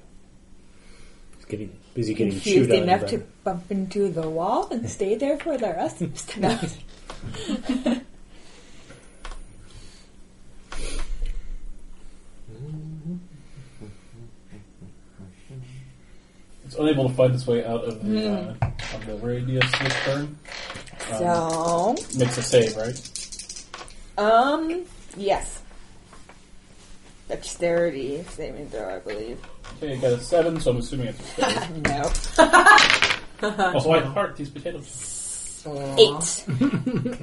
Speaker 4: It's getting busy getting
Speaker 1: Confused
Speaker 4: chewed on.
Speaker 1: enough
Speaker 4: by-
Speaker 1: to bump into the wall and stay there for the rest of the night.
Speaker 2: it's unable to find its way out of the, uh, of the radius this turn. Um,
Speaker 1: So,
Speaker 2: Makes a save, right?
Speaker 1: um, yes. Dexterity saving throw, I believe.
Speaker 2: Okay, you got a seven, so I'm assuming it's a save.
Speaker 1: No.
Speaker 2: also, Oh, I heart these potatoes.
Speaker 6: Eight.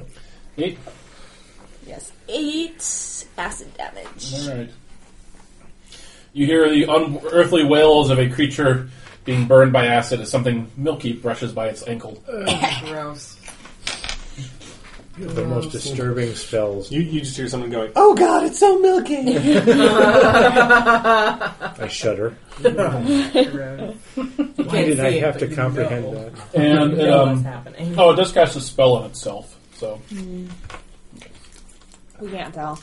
Speaker 2: Eight.
Speaker 6: Yes, eight acid damage.
Speaker 2: All right. You hear the unearthly wails of a creature being burned by acid as something milky brushes by its ankle.
Speaker 3: Gross.
Speaker 4: The most disturbing spells.
Speaker 5: You, you just hear someone going, "Oh God, it's so milky."
Speaker 4: I shudder.
Speaker 3: Gross.
Speaker 4: Why did I have to comprehend that?
Speaker 2: And it, um,
Speaker 3: happening.
Speaker 2: oh, it does cast a spell on itself. So
Speaker 1: We can't tell.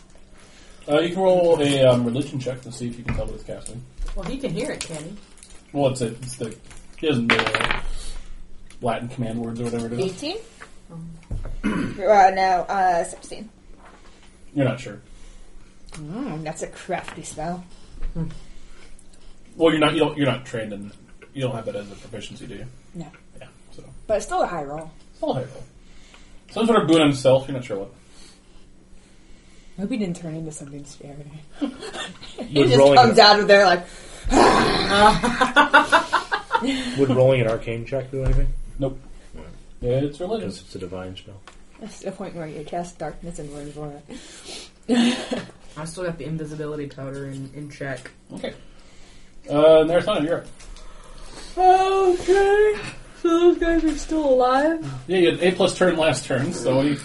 Speaker 2: uh, you can roll a um, religion check to see if you can tell what it's casting.
Speaker 3: Well, he can hear it, can he?
Speaker 2: Well, it's a, it's the he doesn't know uh, Latin command words or whatever it is.
Speaker 8: 18?
Speaker 1: Mm.
Speaker 8: Well, no, uh, 16.
Speaker 2: You're not sure.
Speaker 1: Mm, that's a crafty spell.
Speaker 2: Well, you're not you don't, you're not trained in you don't have that as a proficiency, do you?
Speaker 1: No.
Speaker 2: Yeah. So
Speaker 1: But it's still a high roll.
Speaker 2: still high roll. Some sort of boon on itself. You're not sure what.
Speaker 1: Hope he didn't turn into something scary.
Speaker 4: Would
Speaker 1: He just
Speaker 4: rolling,
Speaker 1: comes
Speaker 4: an,
Speaker 1: out of there like,
Speaker 4: would rolling an arcane check do anything?
Speaker 2: Nope. Yeah, it's religion.
Speaker 4: Because it's a divine spell.
Speaker 1: that's the point where you cast darkness and learn for it.
Speaker 3: I still got the invisibility powder in, in check.
Speaker 2: Okay. Uh, Narasana, you're up.
Speaker 3: Okay. So those guys are still alive?
Speaker 2: Yeah, you had A plus turn last turn, so what do you,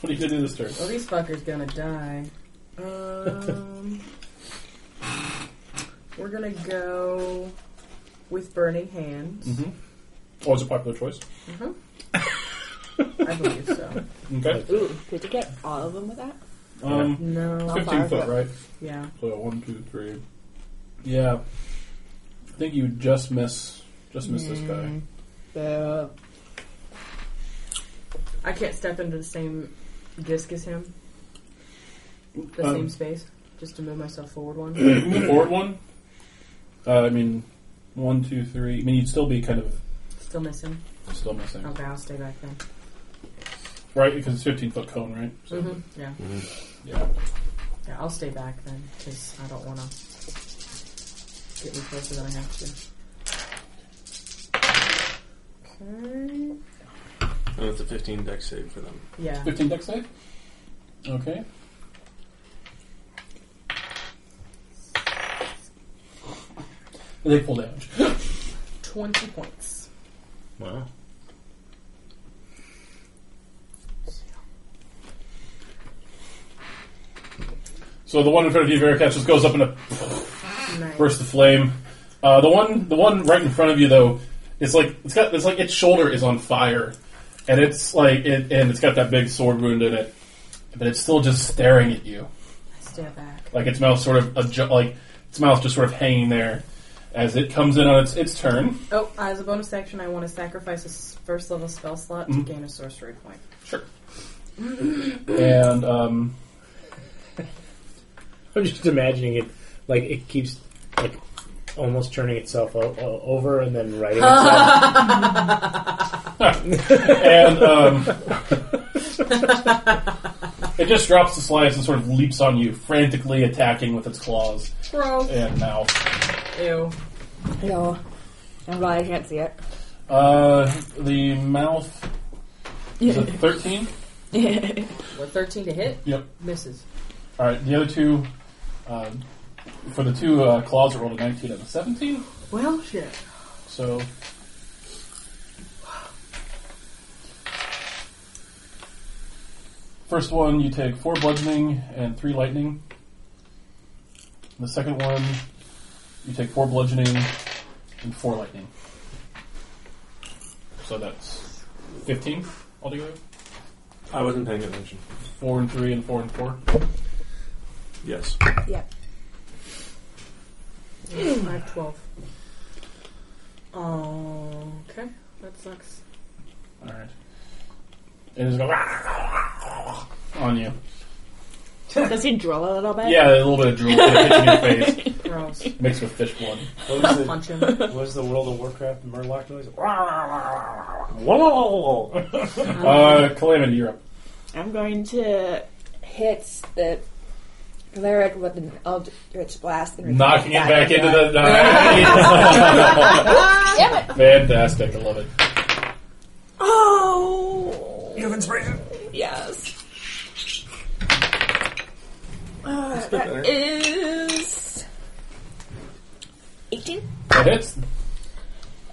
Speaker 2: what do you gonna do this turn?
Speaker 3: Well, these fuckers gonna die. Um, we're gonna go with Burning Hands.
Speaker 2: Oh, it's a popular choice.
Speaker 3: I believe so.
Speaker 2: Okay.
Speaker 1: Ooh, could you get all of them with that?
Speaker 2: Um,
Speaker 3: No.
Speaker 2: 15 foot, right?
Speaker 3: Yeah.
Speaker 2: So one, two, three. Yeah. I think you just miss, just miss this guy.
Speaker 10: Mm.
Speaker 1: So,
Speaker 3: I can't step into the same disc as him. The
Speaker 2: Um,
Speaker 3: same space. Just to move myself forward one.
Speaker 2: Move forward one. Uh, I mean, One, two, three. I mean, you'd still be kind of
Speaker 10: Still missing.
Speaker 2: still missing,
Speaker 10: Okay, I'll stay back then.
Speaker 2: right? Because it's fifteen foot cone, right? So,
Speaker 10: Mm-hmm. Yeah.
Speaker 2: yeah.
Speaker 10: yeah, I'll stay back then because I don't want to get any closer than I have to.
Speaker 5: And it's a 15 deck save for them.
Speaker 10: Yeah.
Speaker 2: Fifteen deck save. Okay. They pull damage.
Speaker 10: 20 points.
Speaker 4: Wow.
Speaker 2: So the one in front of you, Vericat, just goes up in a
Speaker 10: Nice.
Speaker 2: burst of flame. Uh, the one, the one right in front of you, though, it's like it's got it's like its shoulder is on fire, and it's like it, and it's got that big sword wound in it, but it's still just staring at you,
Speaker 10: I stay back.
Speaker 2: like its mouth sort of adju- like its mouth just sort of hanging there as it comes in on its its turn.
Speaker 10: Oh, as a bonus action, I want to sacrifice a s- first level spell slot
Speaker 2: Mhm.
Speaker 10: to gain a sorcery point.
Speaker 2: Sure. and um,
Speaker 4: I'm just imagining it like it keeps like almost turning itself o- o- over and then writing itself.
Speaker 2: and um, it just drops the slice and sort of leaps on you, frantically attacking with its claws
Speaker 10: Bro.
Speaker 2: and mouth.
Speaker 10: Ew.
Speaker 8: No. I'm glad I can't see it.
Speaker 2: Uh, the mouth is a thirteen.
Speaker 10: What, 13 to hit?
Speaker 2: Yep.
Speaker 10: Misses.
Speaker 2: All right. The other two, um, for the two uh, claws, I rolled a nineteen and a seventeen.
Speaker 10: Well, Oh, shit.
Speaker 2: So. First one, you take four bludgeoning and three lightning. The second one, you take four bludgeoning and four lightning. So that's 15 altogether?
Speaker 5: I wasn't paying attention.
Speaker 2: Four and three and four and four.
Speaker 5: Yes.
Speaker 10: I have 12. Oh, okay. That sucks.
Speaker 2: All right. And it's going on you.
Speaker 1: Does he draw a little bit?
Speaker 2: Yeah, a little bit of drool hitting your face,
Speaker 10: Gross.
Speaker 2: mixed with fish blood.
Speaker 4: What was
Speaker 10: Punch him.
Speaker 4: what was the World of Warcraft Murloc noise?
Speaker 5: Whoa!
Speaker 1: Uh-huh.
Speaker 2: Uh, Calamity, you're up.
Speaker 1: I'm going to
Speaker 8: Hits the cleric with an eldritch blast and
Speaker 2: Knocking it back into the. Fantastic, I love it.
Speaker 1: Oh. You have inspiration? Yes. Uh, that is 18.
Speaker 2: That hits.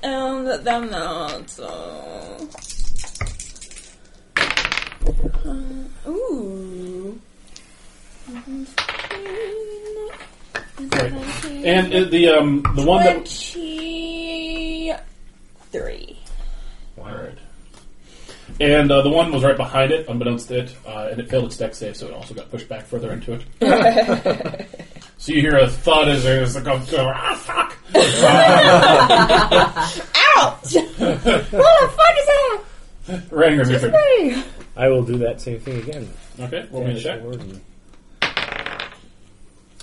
Speaker 1: Um, that I'm not. So. Uh, ooh.
Speaker 2: Right. And uh, the um the one that.
Speaker 1: Twenty-three.
Speaker 2: Alright. And uh, the one was right behind it, unbeknownst to it, uh, and it failed its deck save, so it also got pushed back further into it. so you hear a thud as there's like a ah fuck.
Speaker 1: Ouch! what the fuck is that?
Speaker 2: Rangrim, your turn.
Speaker 1: Hey.
Speaker 4: I will do that same thing again.
Speaker 2: Okay, roll me a
Speaker 4: Damage
Speaker 2: check.
Speaker 4: sword and-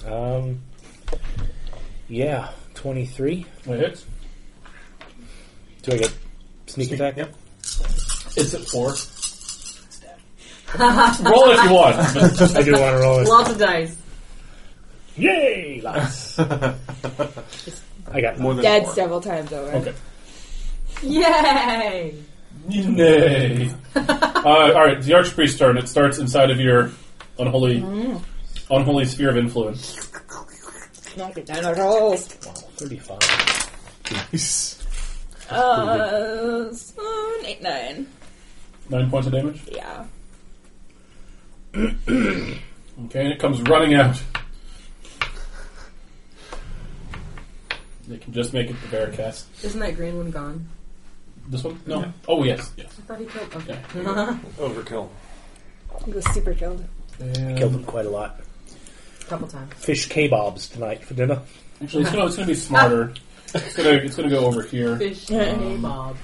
Speaker 4: Um, yeah, 23.
Speaker 2: That hits.
Speaker 4: Do I get sneak attack?
Speaker 5: Yep.
Speaker 2: It's at four. roll if you want. but-
Speaker 4: I do want to roll it.
Speaker 10: Lots of dice.
Speaker 4: Yay! Lots. I got more.
Speaker 5: More than
Speaker 8: Dead
Speaker 5: four.
Speaker 8: several times over.
Speaker 2: okay.
Speaker 10: Yay!
Speaker 2: Nay. uh, all right, the archpriest's turn. It starts inside of your unholy, unholy sphere of influence.
Speaker 8: Knock it down the rolls.
Speaker 4: 35.
Speaker 1: Uh, seven, eight, nine.
Speaker 2: Nine points of damage.
Speaker 1: Yeah.
Speaker 2: Okay, and it comes running out. They can just make it the bear cast.
Speaker 10: Isn't that green one gone?
Speaker 2: This one? No. Oh yes, yes.
Speaker 10: I thought he killed. Okay.
Speaker 5: Overkill.
Speaker 8: He was super killed.
Speaker 4: Killed him quite a lot.
Speaker 10: couple times.
Speaker 4: Fish kebabs tonight for dinner.
Speaker 2: Actually, it's gonna, it's gonna be smarter.
Speaker 3: Ah.
Speaker 2: it's gonna it's gonna go over here
Speaker 10: Fish kebabs.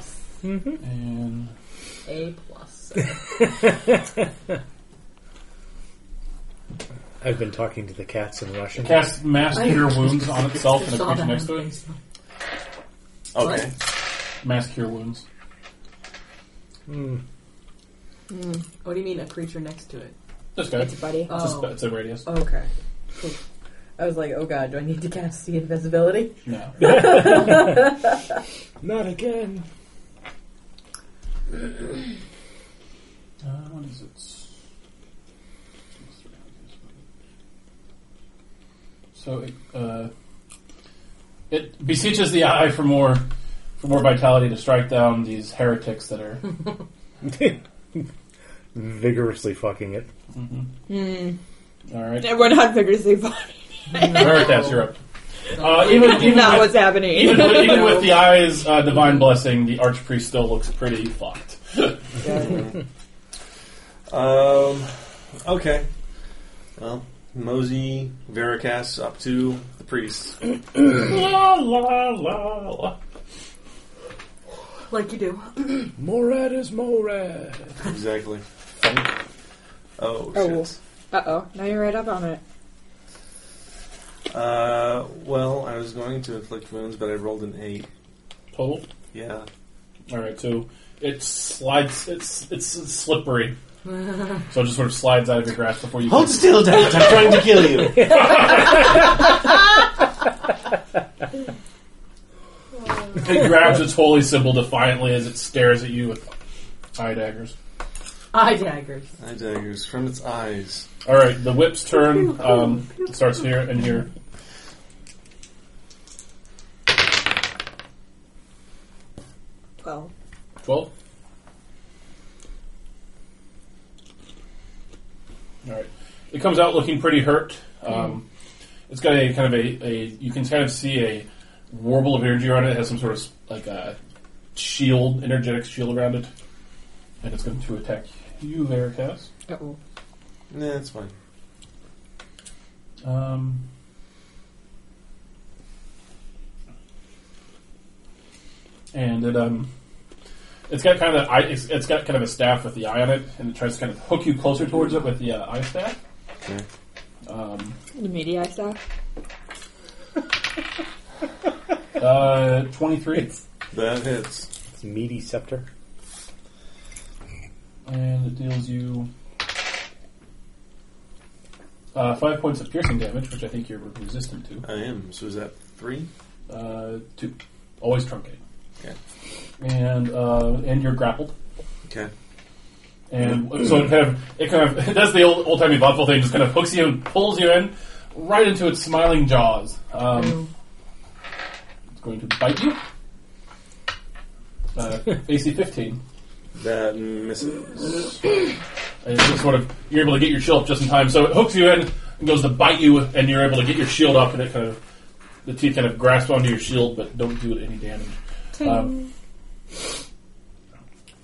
Speaker 2: and
Speaker 10: A plus.
Speaker 4: I've been talking to the cats in Russian.
Speaker 2: cast mass cure wounds on itself and the
Speaker 10: Saw
Speaker 2: creature
Speaker 10: that
Speaker 2: next to
Speaker 10: on
Speaker 2: it.
Speaker 10: Facebook.
Speaker 5: Okay.
Speaker 2: Mass cure wounds.
Speaker 3: What do you mean a creature next to it?
Speaker 2: This guy.
Speaker 6: It's a buddy.
Speaker 2: It's a spe-
Speaker 3: Oh,
Speaker 2: it's a radius.
Speaker 3: okay. Cool. I was like, oh god, do I need to cast the invisibility?
Speaker 2: No.
Speaker 4: Not again.
Speaker 2: Uh, what is it? So it, uh, it beseeches the eye for more for more vitality to strike down these heretics that are.
Speaker 4: Vigorously fucking it.
Speaker 2: All right,
Speaker 1: We're not vigorously fighting.
Speaker 2: heretics, you're up. Uh, even even
Speaker 1: Not
Speaker 2: with,
Speaker 1: what's happening.
Speaker 2: even, with, even with the eye's uh, divine blessing, the archpriest still looks pretty fucked.
Speaker 5: Um, okay. Well, Mosey, Veracast, up to the priest.
Speaker 2: la Ah, la la la.
Speaker 3: Like you do.
Speaker 4: Morad is Morad.
Speaker 5: Exactly. Oh,
Speaker 1: Oh.
Speaker 5: shit.
Speaker 1: Uh oh. Now you're right up on it.
Speaker 5: Uh, well, I was going to inflict wounds, but I rolled an 8.
Speaker 2: Total.
Speaker 5: Yeah.
Speaker 2: All right, so it slides. It's it's slippery, so it just sort of slides out of your grasp before you.
Speaker 5: still, Dad! I'm trying to kill you!
Speaker 2: It grabs its holy symbol defiantly as it stares at you with eye daggers.
Speaker 3: Eye daggers.
Speaker 5: Eye daggers from its eyes.
Speaker 2: All right, the whip's turn um, starts here and here.
Speaker 1: Twelve.
Speaker 2: Twelve. All right, it comes out looking pretty hurt. Um, it's got a kind of a, a you can kind of see a warble of energy around it. It has some sort of like a shield, energetic shield around it, and it's going to attack you, Veracast.
Speaker 1: Uh oh.
Speaker 5: Nah, it's fine.
Speaker 2: Um, and it um, it's got kind of the eye, it's, it's got kind of a staff with the eye on it, and it tries to kind of hook you closer towards it with the uh, eye staff.
Speaker 5: Okay.
Speaker 2: Um,
Speaker 1: The media stuff.
Speaker 2: uh, twenty three,
Speaker 5: That hits.
Speaker 4: It's meaty scepter.
Speaker 2: and it deals you. Uh, five points of piercing damage, which I think you're resistant to.
Speaker 5: I am. So is that 3?
Speaker 2: Uh, two, always truncate.
Speaker 5: Okay.
Speaker 2: And uh, and you're grappled.
Speaker 5: Okay.
Speaker 2: And so it kind of, it kind of, that's the old old timey thoughtful thing. Just kind of hooks you and pulls you in, right into its smiling jaws. Um, it's going to bite you. Uh, AC 15.
Speaker 5: That misses.
Speaker 2: And it's just sort of, you're able to get your shield up just in time. So it hooks you in and goes to bite you, and you're able to get your shield up, and it kind of, the teeth kind of grasp onto your shield, but don't do it any damage. Um,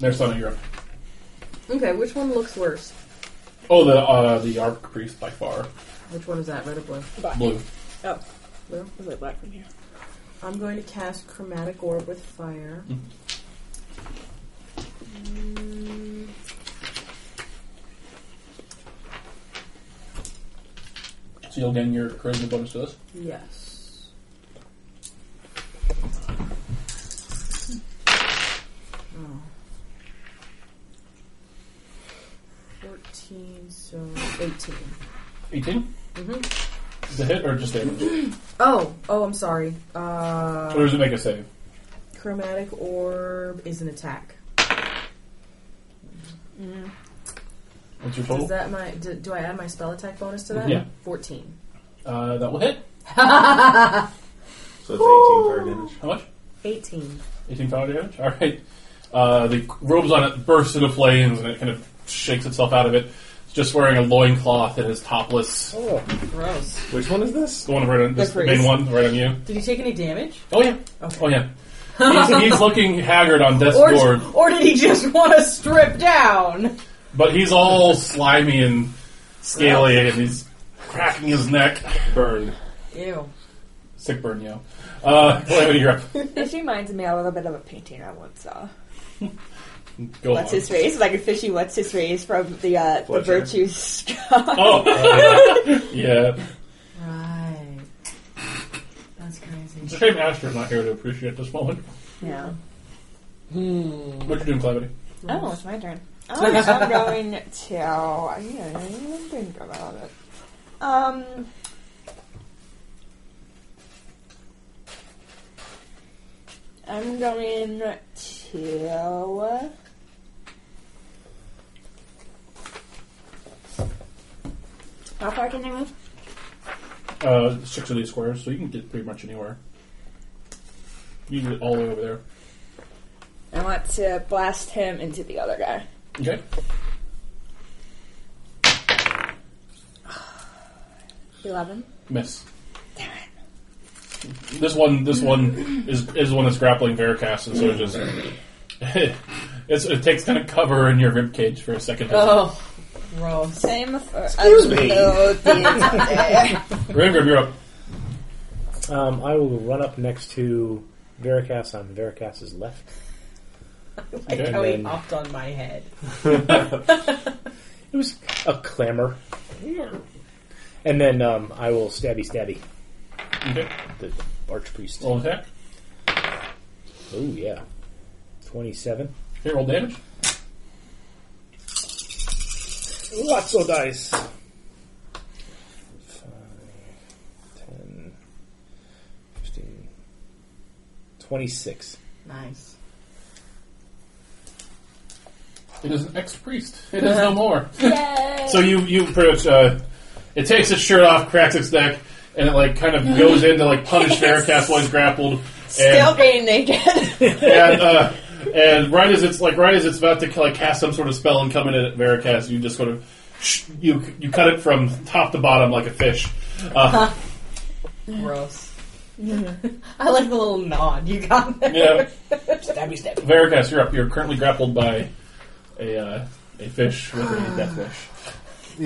Speaker 2: there's some of your.
Speaker 3: Okay, which one looks worse?
Speaker 2: Oh, the uh, the arc priest by far.
Speaker 3: Which one is that, red or blue?
Speaker 2: Blue.
Speaker 1: Oh. Well, was it black from here?
Speaker 3: I'm going to cast Chromatic Orb with Fire. Mm.
Speaker 2: So you'll gain your charisma bonus to this.
Speaker 3: Yes. Oh. 14, so 18.
Speaker 2: 18?
Speaker 3: Mm-hmm.
Speaker 2: Is it hit or just damage?
Speaker 3: Oh, oh, I'm sorry.
Speaker 2: or
Speaker 3: Uh,
Speaker 2: does it make a save?
Speaker 3: chromatic Orb is an attack.
Speaker 2: What's your
Speaker 3: Is
Speaker 2: total?
Speaker 3: that my? Do, do I add my spell attack bonus to that?
Speaker 2: Yeah.
Speaker 3: Fourteen.
Speaker 2: Uh, that will hit.
Speaker 5: So it's 18 fire damage.
Speaker 2: How much?
Speaker 3: Eighteen.
Speaker 2: 18 fire damage? Alright. Uh, the robes on it burst into flames and it kind of shakes itself out of it. It's just wearing a loincloth and is topless.
Speaker 4: Oh,
Speaker 3: Gross.
Speaker 5: Which one is this?
Speaker 2: The one right on this, the main
Speaker 1: priest.
Speaker 2: one right on you.
Speaker 3: Did he take any damage,
Speaker 2: Oh yeah.
Speaker 3: Okay.
Speaker 2: Oh yeah. He's, he's looking haggard on death's
Speaker 3: or
Speaker 2: door,
Speaker 3: or did he just want to strip down?
Speaker 2: but he's all slimy and scaly and he's cracking his neck.
Speaker 5: Burn.
Speaker 3: Ew.
Speaker 2: Sick burn, yo. Uh, Calamity, you're up.
Speaker 1: This reminds me a little bit of a painting I once saw.
Speaker 2: Go
Speaker 1: What's
Speaker 2: on.
Speaker 1: his face? Like a fishy what's his face from the uh, the
Speaker 5: Fletcher.
Speaker 1: virtues.
Speaker 2: Oh. yeah.
Speaker 3: Right. That's crazy.
Speaker 2: It's a shame Astra's not here to appreciate this moment.
Speaker 8: Yeah.
Speaker 2: What you doing, Clevity?
Speaker 8: Oh, it's my turn. Oh, I'm going to. I didn't even think about it. Um. I'm going to.
Speaker 6: How far can I move?
Speaker 2: Uh, six of these squares, so you can get pretty much anywhere. You can get all the way over there.
Speaker 8: I want to blast him into the other guy.
Speaker 2: Okay.
Speaker 8: Eleven.
Speaker 2: Miss. This one, this one is is one that's grappling Veracast, and so it just it's, it takes kind of cover in your rib cage for a second.
Speaker 3: Oh, gross.
Speaker 8: Same for uh, Excuse me.
Speaker 2: Ringrim, you're up.
Speaker 4: Um, I will run up next to Veracast on Veracast's left.
Speaker 3: Like
Speaker 2: Okay.
Speaker 3: how he
Speaker 4: And-
Speaker 3: hopped on my head.
Speaker 4: It was a clamor. And then um, I will stabby stabby
Speaker 2: Okay.
Speaker 4: the archpriest.
Speaker 2: Roll attack.
Speaker 4: Oh yeah, twenty-seven.
Speaker 2: Okay, roll damage.
Speaker 4: Lots of dice. Five, 10, 15, 26.
Speaker 3: Nice.
Speaker 2: It is an ex-priest. It is no more.
Speaker 6: Yay!
Speaker 2: So you you pretty much uh, it takes its shirt off, cracks its neck, and it like kind of goes in to like punish Veracast while he's grappled.
Speaker 8: Still
Speaker 2: And,
Speaker 8: getting naked.
Speaker 2: and, uh, and right as it's like right as it's about to like cast some sort of spell and come in at Veracast, you just sort of sh- you you cut it from top to bottom like a fish. Uh,
Speaker 3: Gross. I like the little nod you got there.
Speaker 2: yeah,
Speaker 3: Stabby stabby.
Speaker 2: Veracast, you're up. You're currently grappled by a uh, a fish with a death wish.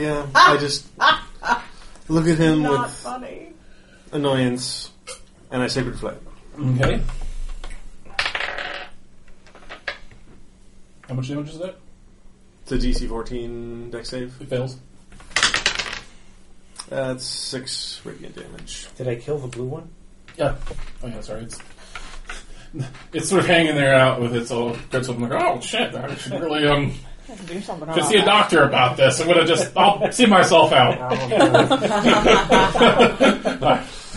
Speaker 5: Yeah, I just look at him
Speaker 3: Not
Speaker 5: with
Speaker 3: funny.
Speaker 5: annoyance, and I sacred flame.
Speaker 2: Okay. How much damage is that?
Speaker 5: It's a DC 14 deck save.
Speaker 2: It fails.
Speaker 5: That's six radiant damage.
Speaker 4: Did I kill the blue one?
Speaker 2: Yeah. Oh yeah, sorry. It's it's sort of hanging there out with its old grits open. Like, oh shit, I should really um
Speaker 8: Do something
Speaker 2: should
Speaker 8: about
Speaker 2: see a
Speaker 8: that.
Speaker 2: doctor about this. I'm gonna just I'll see myself out.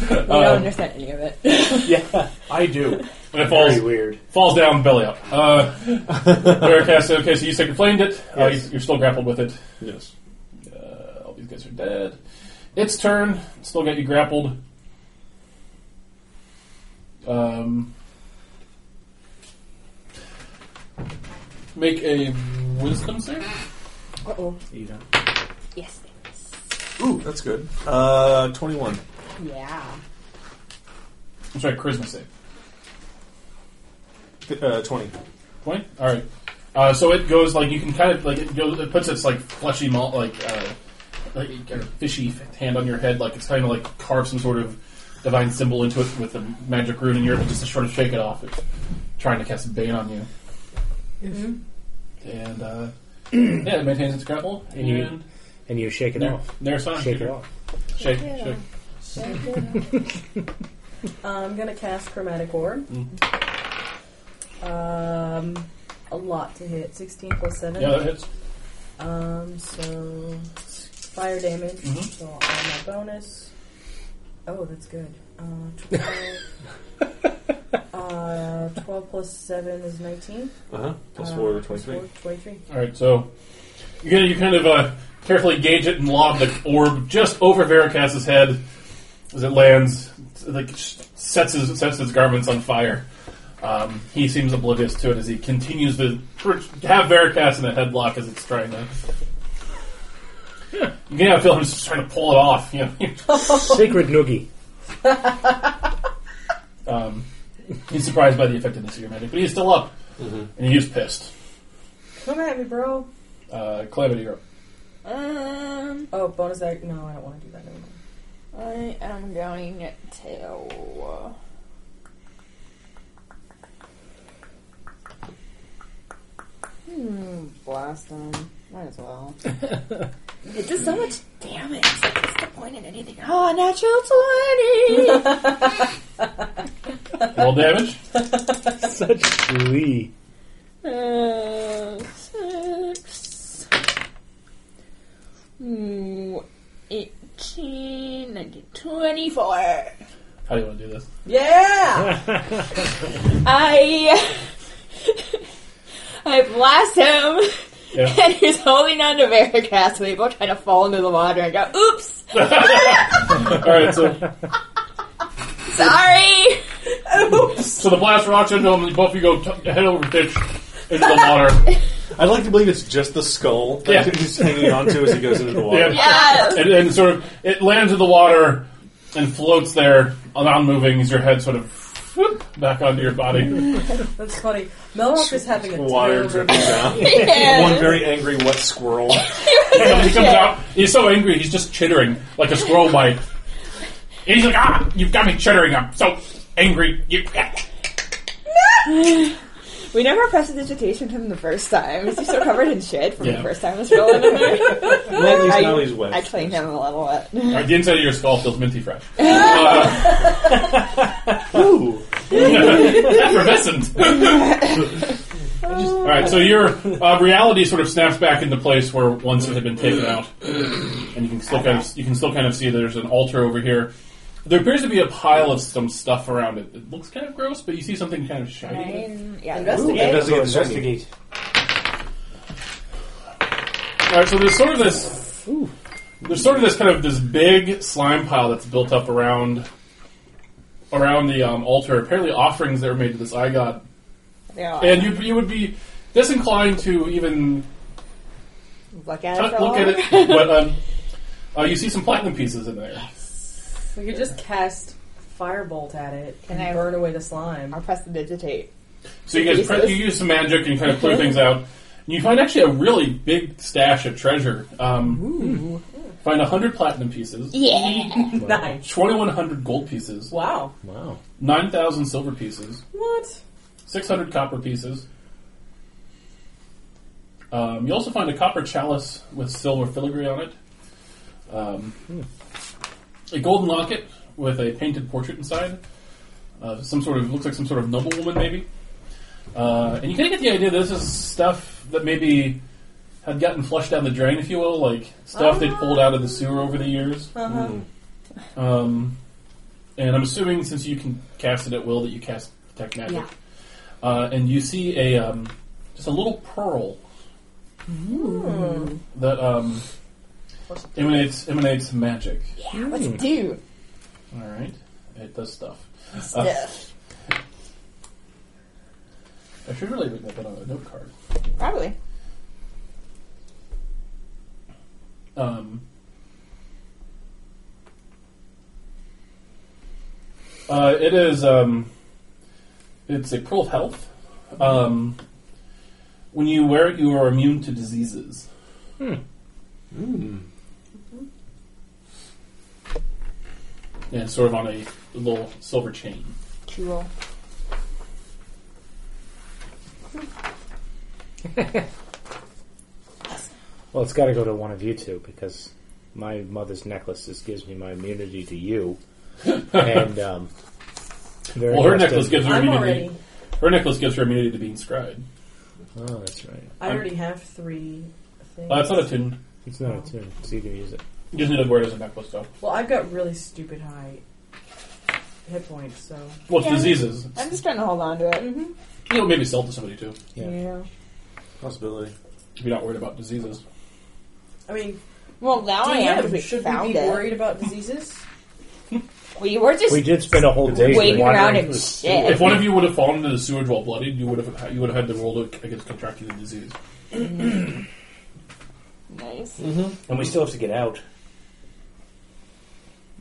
Speaker 8: You don't understand any of it.
Speaker 4: Yeah, I do.
Speaker 2: And it
Speaker 4: Very
Speaker 2: falls
Speaker 4: weird.
Speaker 2: falls down belly up. Uh, Veracast, okay, so you second flamed it. Uh,
Speaker 4: Yes.
Speaker 2: you- you're still grappled with it.
Speaker 5: Yes.
Speaker 2: Uh, all these guys are dead. Its turn. Still got you grappled. Um, make a wisdom save.
Speaker 6: Yes.
Speaker 5: Ooh, that's good. Uh, 21.
Speaker 3: Yeah.
Speaker 2: I'm sorry, charisma save.
Speaker 5: Uh, 20.
Speaker 2: Twenty. All right. Uh, so it goes like you can kind of like it goes. It puts its like fleshy malt like uh, like kind of fishy f- hand on your head, like it's trying to like carve some sort of divine symbol into it with a magic rune in your just to sort of shake it off. It's trying to cast a bane on you. And uh, yeah, it maintains its grapple.
Speaker 4: And you-
Speaker 2: And
Speaker 4: And you shake it
Speaker 2: there,
Speaker 4: off.
Speaker 2: there's Sonic.
Speaker 4: Shake it off.
Speaker 2: Shake, shake.
Speaker 3: I'm gonna cast Chromatic Orb. Um, a lot to hit. 16 plus 7.
Speaker 2: Yeah, that hits.
Speaker 3: Um, so fire damage.
Speaker 2: Mhm.
Speaker 3: So on my bonus. Oh, that's good. Uh, 12, uh, 12 plus 7 is 19.
Speaker 5: Uh huh. Plus
Speaker 3: Uh,
Speaker 5: 4 to
Speaker 3: plus
Speaker 5: 23.
Speaker 3: four, 23.
Speaker 2: All right, so you kind of, you kind of uh, carefully gauge it and lob the orb just over Veracast's head as it lands. It, Like sh- sets his sets his garments on fire. Um, he seems oblivious to it as he continues to pr- have Veracast in a headlock as it's trying to. You can feel him just trying to pull it off. You know?
Speaker 4: Sacred noogie.
Speaker 2: um, he's surprised by the effectiveness of your magic, but he's still up, and he is pissed.
Speaker 3: Come at me, bro.
Speaker 2: Uh, Calamity, you're up.
Speaker 8: Um,
Speaker 3: Oh, bonus act. No, I don't want to do that anymore.
Speaker 8: I am going to. Hmm, blast him. Might as well.
Speaker 6: It does so much
Speaker 1: Ah,
Speaker 6: damage. Like, what's the point in anything? Oh, a natural 20!
Speaker 2: Roll damage.
Speaker 4: Such glee.
Speaker 6: Uh, six. Mm, 18, 19, 24.
Speaker 2: How do you want to do this?
Speaker 3: Yeah!
Speaker 6: I. I blast him,
Speaker 2: Yeah.
Speaker 6: and he's holding on to Veracast, and they both kind of fall into the water and go, oops,
Speaker 2: All right, so
Speaker 6: sorry!
Speaker 2: so the blast rocks into him, and both of you go t- head over ditch into the water.
Speaker 5: I'd like to believe it's just the skull that
Speaker 2: Yeah.
Speaker 5: he's hanging onto as he goes into the water.
Speaker 2: Yeah.
Speaker 6: Yes!
Speaker 2: and, and sort of it lands in the water and floats there, non-moving. As your head sort of whoop, back onto your body.
Speaker 3: That's funny. Melrock is having a
Speaker 5: Water
Speaker 3: terrible
Speaker 5: dripping down. One very angry wet squirrel.
Speaker 2: And he comes out. He's so angry. He's just chittering like a squirrel might. And he's like, "Ah, you've got me chittering. I'm so angry." You.
Speaker 1: We never prestidigitation him the first time. Is he still covered in shit from
Speaker 2: Yeah.
Speaker 1: the first time? Was rolling in there?
Speaker 5: Well, at least
Speaker 1: I-
Speaker 5: now he's wet.
Speaker 1: I cleaned him a little bit.
Speaker 2: All right, the inside of your skull feels minty fresh. Uh,
Speaker 5: Ooh.
Speaker 2: effervescent. All right, so your uh, reality sort of snaps back into place where once it had been taken out, and you can still kind of you can still kind of see there's an altar over here. There appears to be a pile of some stuff around it. It looks kind of gross, but you see something kind of shiny.
Speaker 1: Nine, yeah,
Speaker 5: Investigate.
Speaker 1: investigate.
Speaker 5: Investigate.
Speaker 2: All right, so there's sort of this there's sort of this kind of this big slime pile that's built up around around the um, altar. Apparently, offerings that were made to this eye god
Speaker 1: Yeah,
Speaker 2: And you, you would be disinclined to even
Speaker 1: look at
Speaker 2: t-
Speaker 1: it. For
Speaker 2: look at it, but um, uh, you see some platinum pieces in there.
Speaker 3: We could just cast firebolt at it and,
Speaker 1: I-
Speaker 3: burn away the slime.
Speaker 1: I'll prestidigitate.
Speaker 2: So you guys pre-
Speaker 1: Pieces?
Speaker 2: you use some magic and kind of clear things out. And you find actually a really big stash of treasure. Um, find hundred platinum pieces,
Speaker 8: E-
Speaker 6: Yeah!
Speaker 3: Nice.
Speaker 2: twenty one hundred gold pieces,
Speaker 3: Wow.
Speaker 4: Wow.
Speaker 2: nine thousand silver pieces,
Speaker 3: What?
Speaker 2: six hundred copper pieces. Um, you also find a copper chalice with silver filigree on it, um, a golden locket with a painted portrait inside, uh, some sort of looks like some sort of noblewoman maybe. Uh, and you kind of get the idea that this is stuff that maybe had gotten flushed down the drain, if you will, like stuff they'd pulled out of the sewer over the years.
Speaker 3: Uh-huh.
Speaker 2: Um, and I'm assuming since you can cast it at will that you cast detect magic.
Speaker 6: Yeah.
Speaker 2: Uh, and you see a um, just a little pearl that um, emanates emanates magic.
Speaker 1: Yeah, let's
Speaker 2: Hmm.
Speaker 1: do
Speaker 2: All right, it does stuff.
Speaker 1: stuff.
Speaker 2: I should really written that down on a note card.
Speaker 1: Probably.
Speaker 2: Um, uh, it is. Um, it's a pearl of health. Um, when you wear it, you are immune to diseases. Hmm. And sort of on a little silver chain.
Speaker 1: Cool.
Speaker 4: Well, it's got to go to one of you two because my mother's necklace just gives me my immunity to you. and um, very
Speaker 2: Well, her
Speaker 4: much
Speaker 2: necklace
Speaker 4: does-
Speaker 2: gives her
Speaker 3: I'm
Speaker 2: immunity.
Speaker 3: already.
Speaker 2: Her necklace gives her immunity to being scryed.
Speaker 4: Oh, that's right.
Speaker 3: I already have three things.
Speaker 2: Uh, it's not a tune.
Speaker 4: It's not a tune, so you can use it.
Speaker 2: You just need to wear it as a necklace, though.
Speaker 3: well, I've got really stupid high hit points, so.
Speaker 2: Well, it's
Speaker 1: Yeah.
Speaker 2: diseases.
Speaker 1: I'm just trying to hold on to it.
Speaker 2: You know, maybe sell it to somebody too.
Speaker 4: Yeah.
Speaker 5: Possibility.
Speaker 2: If you're not worried about diseases.
Speaker 3: I mean,
Speaker 1: Well, now I am
Speaker 3: DM,
Speaker 1: because we
Speaker 3: should
Speaker 1: found
Speaker 3: we be
Speaker 1: it.
Speaker 3: worried about diseases?
Speaker 1: We were just
Speaker 4: We did spend a whole day
Speaker 1: waiting around
Speaker 4: wandering
Speaker 1: and
Speaker 4: through
Speaker 2: If
Speaker 1: shit.
Speaker 2: one of you would have fallen into the sewage while bloodied, you would have you would have had to roll to against contracting the disease.
Speaker 1: Nice.
Speaker 10: And we still have to get out.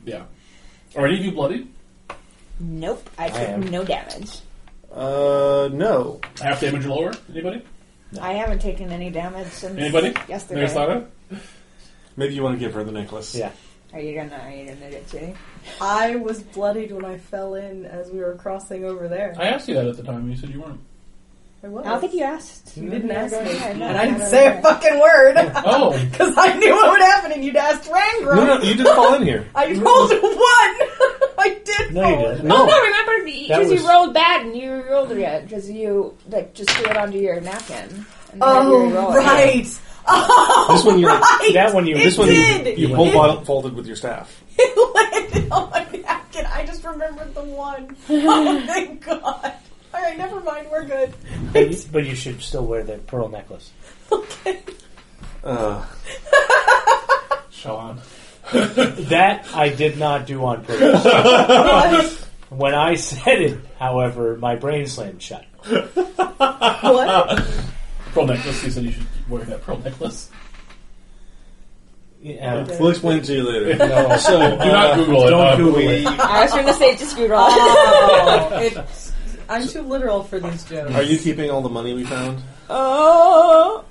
Speaker 2: Yeah. Are any of you bloodied?
Speaker 1: Nope, I took
Speaker 10: am.
Speaker 1: no damage.
Speaker 5: Uh, no.
Speaker 2: Half damage or lower? Anybody?
Speaker 1: I haven't taken any damage since
Speaker 2: Anybody?
Speaker 1: yesterday.
Speaker 2: There's Lana.
Speaker 5: Maybe you want to give her the necklace.
Speaker 10: Yeah.
Speaker 1: Are you gonna? Are you gonna get Jenny?
Speaker 3: I was bloodied when I fell in as we were crossing over there.
Speaker 2: I asked you that at the time. You said you weren't.
Speaker 3: I was.
Speaker 1: I don't think you asked.
Speaker 3: you didn't ask me.
Speaker 1: Yeah, no,
Speaker 3: And I didn't
Speaker 1: don't
Speaker 3: say a
Speaker 1: know.
Speaker 3: fucking word
Speaker 2: Oh,
Speaker 3: because I knew what would happen and you'd asked Rangro.
Speaker 5: No, no, you did fall in here.
Speaker 3: I rolled a one. I did.
Speaker 10: No, you
Speaker 3: roll a
Speaker 1: Oh,
Speaker 10: didn't.
Speaker 3: one.
Speaker 5: No.
Speaker 6: remember be
Speaker 4: That
Speaker 6: because
Speaker 4: was-
Speaker 6: you rolled bad and you rolled it again because you like just threw it onto your napkin. and then you roll
Speaker 3: Oh,
Speaker 6: it.
Speaker 3: right. Oh,
Speaker 5: This one you-
Speaker 3: right.
Speaker 4: that one you-
Speaker 3: It
Speaker 4: this one you-
Speaker 3: did.
Speaker 5: You
Speaker 4: It-
Speaker 5: whole bottle folded with your staff.
Speaker 3: It landed on my napkin. I just remembered the one. Oh, thank God. All right, never mind. We're good.
Speaker 4: But you, but you should still wear the pearl necklace.
Speaker 3: Okay.
Speaker 5: Uh,
Speaker 2: Sean.
Speaker 4: That I did not do on purpose. when I said it, however, my brain slammed shut.
Speaker 3: What?
Speaker 2: Pearl necklace. You said you should wear that pearl necklace.
Speaker 4: Yeah.
Speaker 5: we'll explain it to you later.
Speaker 4: No.
Speaker 5: So,
Speaker 2: Do not Google it. uh,
Speaker 4: Don't Google
Speaker 5: we-
Speaker 4: it.
Speaker 8: I was going to say just Google.
Speaker 3: Oh, it's, I'm too literal for these jokes.
Speaker 5: Are you keeping all the money we found?
Speaker 8: Oh.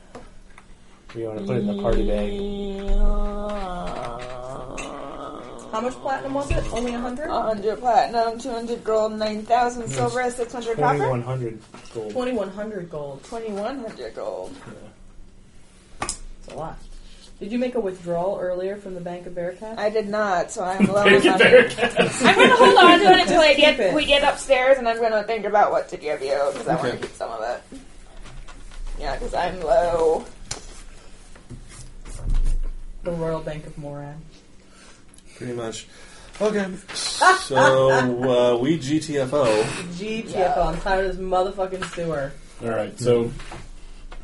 Speaker 4: We want to put it in the party bag.
Speaker 6: Oh.
Speaker 3: How much platinum was it? Only a hundred.
Speaker 8: 100 platinum, 200 gold, 9,000 silver, 600 copper,
Speaker 4: Twenty-one hundred gold.
Speaker 3: Twenty-one hundred gold.
Speaker 8: 2,100 gold.
Speaker 3: It's a lot. Did you make a withdrawal earlier from the Bank of Veritas?
Speaker 8: I did not, so I'm low on
Speaker 2: Take it
Speaker 8: money.
Speaker 2: there, Cass.
Speaker 8: I'm going to hold on to it until I
Speaker 3: Keep
Speaker 8: get
Speaker 3: it.
Speaker 8: we get upstairs, and I'm going to think about what to give you because I want
Speaker 5: Okay.
Speaker 8: to keep some of it. Yeah, because I'm low.
Speaker 3: The Royal Bank of Moran.
Speaker 5: Pretty much. Okay. So, uh, we GTFO.
Speaker 3: GTFO. I'm tired of this motherfucking sewer.
Speaker 2: All right, so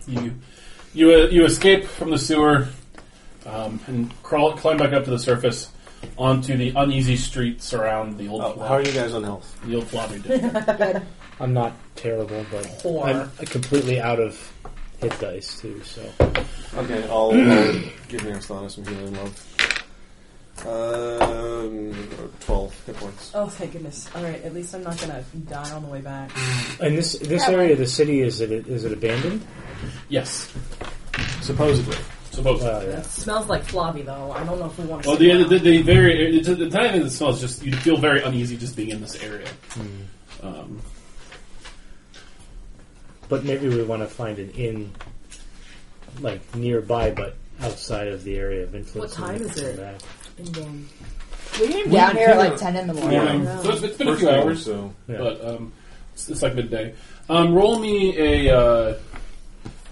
Speaker 2: you you uh, you escape from the sewer um, and crawl climb back up to the surface onto the uneasy streets around the old
Speaker 5: Oh,
Speaker 2: flo-
Speaker 5: how are you guys on health?
Speaker 2: the old floppy district.
Speaker 4: I'm not terrible, but
Speaker 3: Poor.
Speaker 4: I'm completely out of hit dice too. So
Speaker 5: Okay, I'll, I'll give Aristotle some healing love. Um, 12 hit points.
Speaker 3: Oh, thank goodness. All right, at least I'm not gonna die on the way back.
Speaker 4: and this this area of the city is it is it abandoned?
Speaker 2: yes,
Speaker 5: Supposedly.
Speaker 2: supposedly. Uh,
Speaker 4: Well, yeah.
Speaker 3: It smells like floppy though. I don't know if we want to.
Speaker 2: well, the, the the very it's, the time it smells just you feel very uneasy just being in this area.
Speaker 5: Hmm.
Speaker 2: Um,
Speaker 4: But maybe we want to find an inn, like nearby, but outside of the area of influence.
Speaker 3: What
Speaker 4: and
Speaker 3: time
Speaker 4: we can
Speaker 3: is
Speaker 4: come
Speaker 3: it?
Speaker 4: back.
Speaker 3: the
Speaker 6: We came down here at like ten in the
Speaker 5: Yeah.
Speaker 6: morning.
Speaker 2: um, so it's, it's been a
Speaker 5: First
Speaker 2: few
Speaker 5: hour,
Speaker 2: hours,
Speaker 5: So.
Speaker 4: Yeah.
Speaker 2: but um, it's, it's like midday. Um, roll me a uh,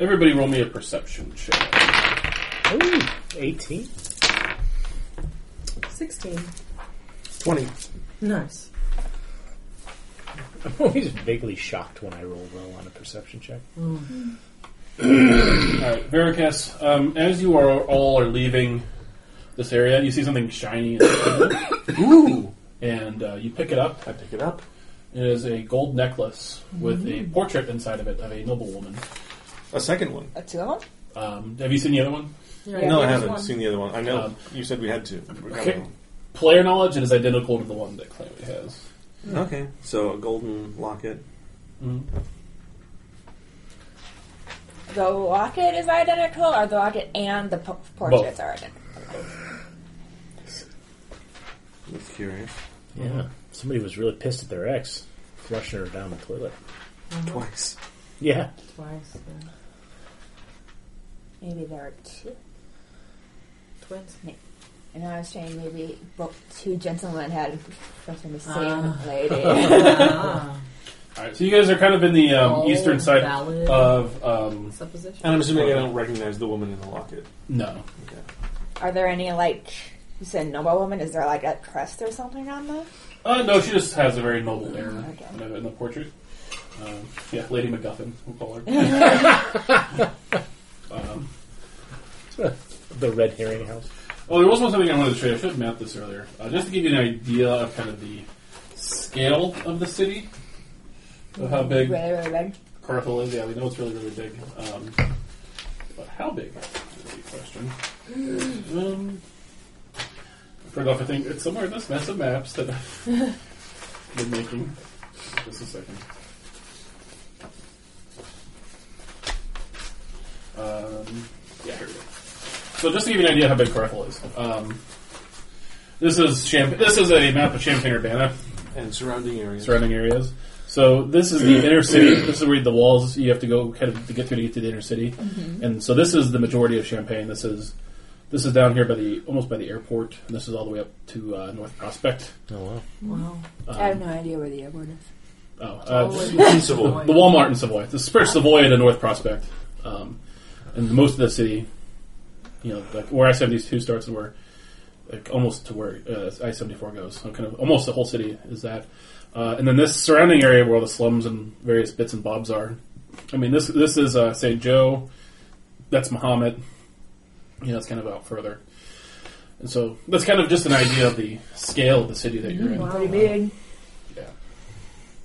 Speaker 2: everybody roll me a perception check.
Speaker 4: Ooh, 18?
Speaker 3: sixteen.
Speaker 5: 20.
Speaker 3: Nice.
Speaker 4: I'm always vaguely shocked when I roll well on a perception check.
Speaker 2: All right, Veracast, um, as you are all are leaving this area, you see something shiny, in the
Speaker 5: Ooh!
Speaker 2: and uh, you pick it up.
Speaker 5: I pick it up.
Speaker 2: It is a gold necklace with a portrait inside of it of a noblewoman.
Speaker 5: A second one.
Speaker 8: A Uh, two of them?
Speaker 2: Um, have you seen the other one?
Speaker 5: no, I
Speaker 3: there's
Speaker 5: haven't
Speaker 3: one.
Speaker 5: seen the other one. I know.
Speaker 2: Um,
Speaker 5: you said we had to. We got
Speaker 2: okay.
Speaker 5: one.
Speaker 2: Player knowledge. It is identical to the one that Clammy has.
Speaker 5: Okay. So a golden locket.
Speaker 6: The locket is identical, or the locket and the po- portraits
Speaker 2: Both.
Speaker 6: are identical.
Speaker 5: That's curious.
Speaker 4: Yeah. Uh-huh. Somebody was really pissed at their ex, flushing her down the toilet.
Speaker 5: Twice.
Speaker 4: Yeah.
Speaker 3: Twice. yeah.
Speaker 6: Maybe there are two.
Speaker 3: Twins.
Speaker 6: And I was saying maybe both two gentlemen had something the same
Speaker 3: Ah.
Speaker 6: lady.
Speaker 3: Ah.
Speaker 2: All right, so you guys are kind of in the um,
Speaker 3: Oh,
Speaker 2: eastern side
Speaker 3: valid.
Speaker 2: of um,
Speaker 3: Supposition.
Speaker 5: And I'm assuming I don't recognize the woman in the locket.
Speaker 2: no.
Speaker 5: Okay.
Speaker 6: are there any like you said noble woman? Is there like a crest or something on them?
Speaker 2: Uh, no, she just has a very noble air
Speaker 6: Okay.
Speaker 2: in, the, in the portrait. Um, yeah, Lady MacGuffin, we'll call her. um,
Speaker 4: The red herring house.
Speaker 2: Oh, there was one something I wanted to show you. I should have mapped this earlier. Uh, just to give you an idea of kind of the scale of the city, of how big
Speaker 6: Really, really big.
Speaker 2: Carthel is. Yeah, we know it's really, really big. Um, but how big? Is the question. Um, first off, I think it's somewhere in this mess of maps that I've been making. Just a second. Um, yeah, here we go. So just to give you an idea how big Carthel is. Um, this is Champ- This is a map of Champaign Urbana
Speaker 5: And surrounding areas.
Speaker 2: surrounding areas. So this is the inner city. This is where the walls you have to go kind of to get through to get to the inner city. And so this is the majority of Champagne. This is This is down here by the almost by the airport, and this is all the way up to uh, North Prospect.
Speaker 4: Oh wow.
Speaker 3: Wow.
Speaker 2: Um,
Speaker 6: I have no idea where the airport is.
Speaker 2: Oh, uh,
Speaker 3: Always
Speaker 2: the, the Walmart in Savoy. The Spirit Savoy to North Prospect. Um, and most of the city, you know, like where I 72 starts and where, like almost to where uh, I 74 goes. So kind of almost the whole city is that. Uh, and then this surrounding area where all the slums and various bits and bobs are. I mean, this this is uh, St. Joe. That's Muhammad. You know, it's kind of out further. And so that's kind of just an idea of the scale of the city that you're in.
Speaker 3: Wow.
Speaker 6: Pretty big.
Speaker 2: Yeah.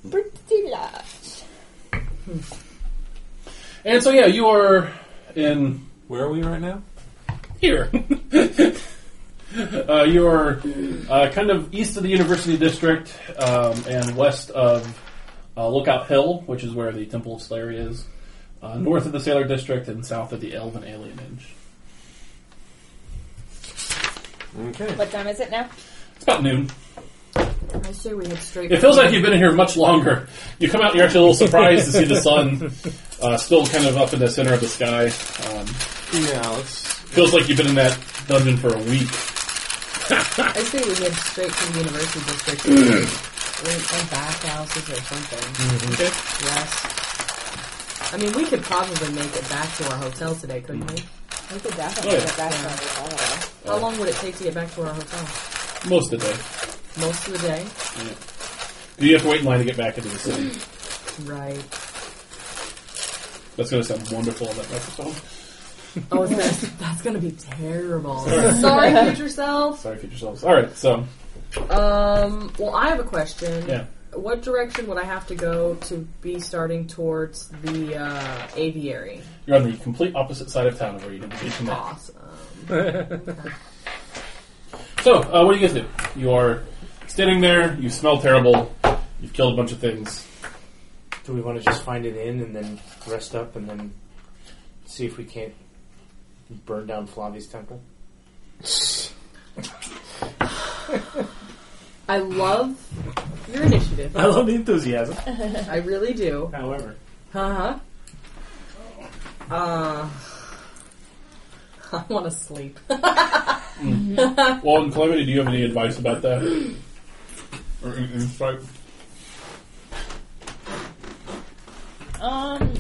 Speaker 6: Pretty large.
Speaker 2: And so, yeah, you are in
Speaker 5: Where are we right now?
Speaker 2: here. uh, you're uh, kind of east of the university district um, and west of uh, Lookout Hill, which is where the Temple of Slayer is, uh, north of the Sailor District, and south of the Elven Alienage.
Speaker 5: Okay.
Speaker 8: What time is it now?
Speaker 2: It's about noon.
Speaker 3: I say we head straight.
Speaker 2: It feels like you've been in here much longer. You come out and you're actually a little surprised to see the sun uh, still kind of up in the center of the sky. Um,
Speaker 5: Yeah, let's.
Speaker 2: feels like you've been in that dungeon for a week.
Speaker 3: I say we head straight to the university district. Like, like bathhouses or something.
Speaker 2: Okay.
Speaker 3: Yes. I mean, we could probably make it back to our hotel today, couldn't we?
Speaker 8: We could definitely
Speaker 2: Oh, yeah.
Speaker 8: get back on the ball.
Speaker 3: How long would it take to get back to our hotel?
Speaker 2: Most of the day.
Speaker 3: Most of the day.
Speaker 2: You have to wait in line to get back into the city.
Speaker 3: Right.
Speaker 2: That's going to sound wonderful on that microphone.
Speaker 3: Oh, it's gonna, that's gonna be terrible. Sorry, future self.
Speaker 2: Sorry, future selves. All right, so
Speaker 3: Um. Well, I have a question.
Speaker 2: yeah,
Speaker 3: What direction would I have to go to be starting towards the uh, aviary?
Speaker 2: you're on the complete opposite side of town of where you need to be tonight.
Speaker 3: Awesome.
Speaker 2: So, uh, what do you guys do? You are standing there. You smell terrible. You've killed a bunch of things.
Speaker 4: Do we want to just find an inn and then rest up and then see if we can't burn down Flavi's temple?
Speaker 3: I love your initiative.
Speaker 4: I love the enthusiasm.
Speaker 3: I really do.
Speaker 4: However,
Speaker 3: Uh-huh. Uh I want to sleep.
Speaker 2: Well, in Calamity, do you have any advice about that? Or in- insight?
Speaker 6: Um,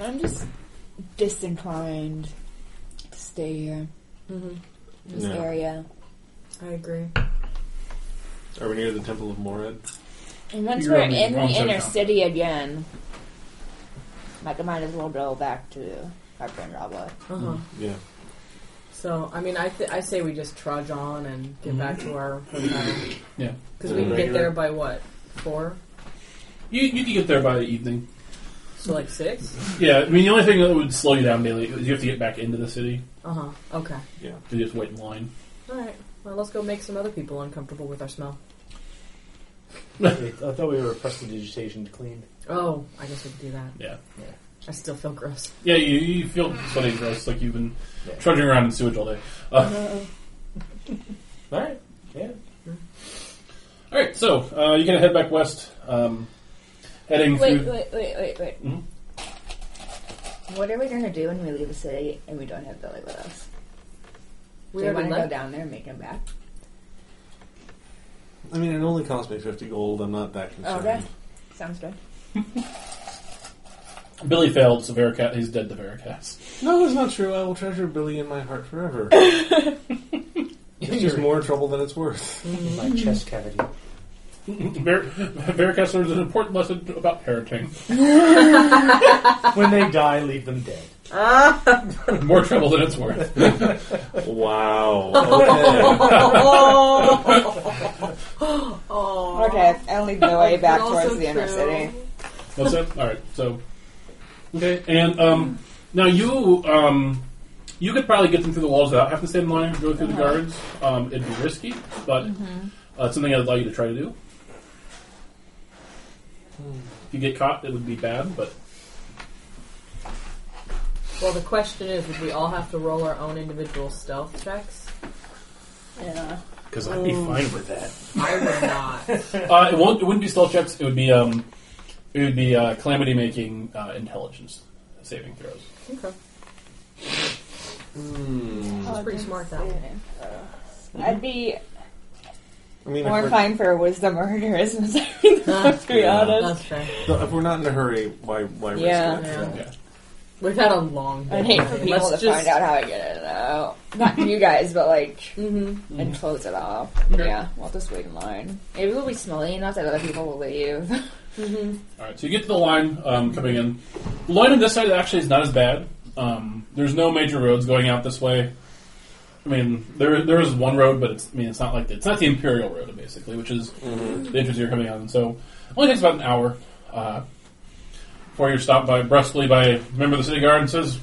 Speaker 6: I'm just disinclined to stay here in this
Speaker 5: Yeah.
Speaker 6: area.
Speaker 3: I agree.
Speaker 5: Are we near the Temple of Morad?
Speaker 6: And once
Speaker 2: You're
Speaker 6: we're
Speaker 2: on the
Speaker 6: in the
Speaker 2: wrong side of
Speaker 6: inner
Speaker 2: town.
Speaker 6: city again, like I might as well go back to Harper and Rabba.
Speaker 3: Uh-huh.
Speaker 5: Yeah.
Speaker 3: So, I mean, I th- I say we just trudge on and get back to our hotel.
Speaker 2: Yeah.
Speaker 3: Because we can get there by what? Four?
Speaker 2: You you can get there by the evening.
Speaker 3: So, like six?
Speaker 2: Yeah, I mean the only thing that would slow you down daily is you have to get back into the city.
Speaker 3: Uh-huh. Okay.
Speaker 2: You just wait in line.
Speaker 3: All right. Well, let's go make some other people uncomfortable with our smell.
Speaker 4: I thought we were prestidigitation to clean.
Speaker 3: Oh, I guess we could do that.
Speaker 2: Yeah.
Speaker 3: I still feel gross.
Speaker 2: Yeah, you, you feel sweaty and gross, like you've been
Speaker 4: Yeah.
Speaker 2: trudging around in sewage all day. Uh,
Speaker 4: All right. Yeah.
Speaker 2: All right, so uh, you're gonna head back west, um, heading
Speaker 8: Wait,
Speaker 2: through.
Speaker 8: wait, wait, wait, wait.
Speaker 2: Mhm.
Speaker 8: What are we gonna do when we leave the city and we don't have Billy with us?
Speaker 3: We
Speaker 8: do we
Speaker 3: already
Speaker 8: want to go
Speaker 3: left.
Speaker 8: down there and make him back?
Speaker 5: I mean, it only cost me 50 gold. I'm not
Speaker 1: Oh,
Speaker 5: that concerned.
Speaker 8: Okay. Sounds good.
Speaker 2: Billy failed, so Vericat, he's dead to Veracast.
Speaker 5: No, it's not true. I will treasure Billy in my heart forever. it's just more trouble than it's worth.
Speaker 3: Mm-hmm.
Speaker 4: In my chest cavity.
Speaker 2: Ver- Veracast learns an important lesson about parenting.
Speaker 4: When they die, leave them dead.
Speaker 2: More trouble than it's worth.
Speaker 5: Wow.
Speaker 3: Oh.
Speaker 1: Okay, I only the way back towards the inner
Speaker 3: true.
Speaker 1: city.
Speaker 2: That's it. All right. So, okay, and um, now you um, you could probably get them through the walls without having to stand in line and go through the guards. Um, it'd be risky, but uh, it's something I'd allow you to try to do. If you get caught, it would be bad, but
Speaker 3: Well, the question is, would we all have to roll our own individual stealth checks?
Speaker 6: Yeah.
Speaker 2: because I'd be fine with that.
Speaker 3: I would not.
Speaker 2: Uh, it won't. It wouldn't be stealth checks. It would be um, it would be uh, calamity making uh, intelligence saving throws.
Speaker 3: Okay.
Speaker 5: Hmm.
Speaker 3: It's pretty smart that way.
Speaker 1: I'd be
Speaker 5: I mean,
Speaker 1: more
Speaker 5: if we're,
Speaker 1: fine for wisdom or charisma. to be
Speaker 5: Yeah.
Speaker 1: honest,
Speaker 3: That's fair.
Speaker 5: no, if we're not in a hurry, why why
Speaker 1: Yeah.
Speaker 5: risk
Speaker 3: Yeah.
Speaker 5: it?
Speaker 3: We've had a long day.
Speaker 1: I'd hate for people
Speaker 3: Let's
Speaker 1: to
Speaker 3: just-
Speaker 1: find out how I get it out. Not you guys, but like
Speaker 3: Mhm.
Speaker 1: and close it off. Yeah, we'll just wait in line. Maybe we'll be smelly enough that other people will leave.
Speaker 2: All right, so you get to the line um, coming in. The line on this side actually is not as bad. Um, there's no major roads going out this way. I mean, there there is one road, but it's I mean it's not like the, it's not the Imperial Road basically, which is the entrance you're coming on. So it only takes about an hour uh, before you're stopped by brusquely by a member of the city guard and says,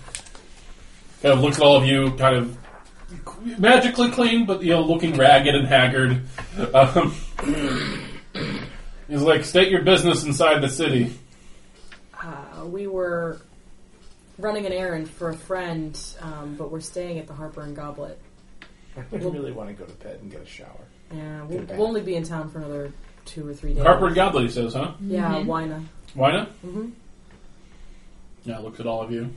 Speaker 2: kind of looks at all of you, kind of magically clean, but you know looking ragged and haggard. Um, he's like, state your business inside the city.
Speaker 3: Uh, we were running an errand for a friend, um, but we're staying at the Harper and Goblet.
Speaker 10: I really want to go to bed and get a shower.
Speaker 3: Yeah, we'll,
Speaker 10: Good bad.
Speaker 3: we'll only be in town for another two or three days.
Speaker 2: Harper and Goblet, he says, huh?
Speaker 3: Yeah,
Speaker 1: Mm-hmm.
Speaker 3: why not?
Speaker 2: Why not?
Speaker 3: Mhm.
Speaker 2: Yeah, looks at all of you.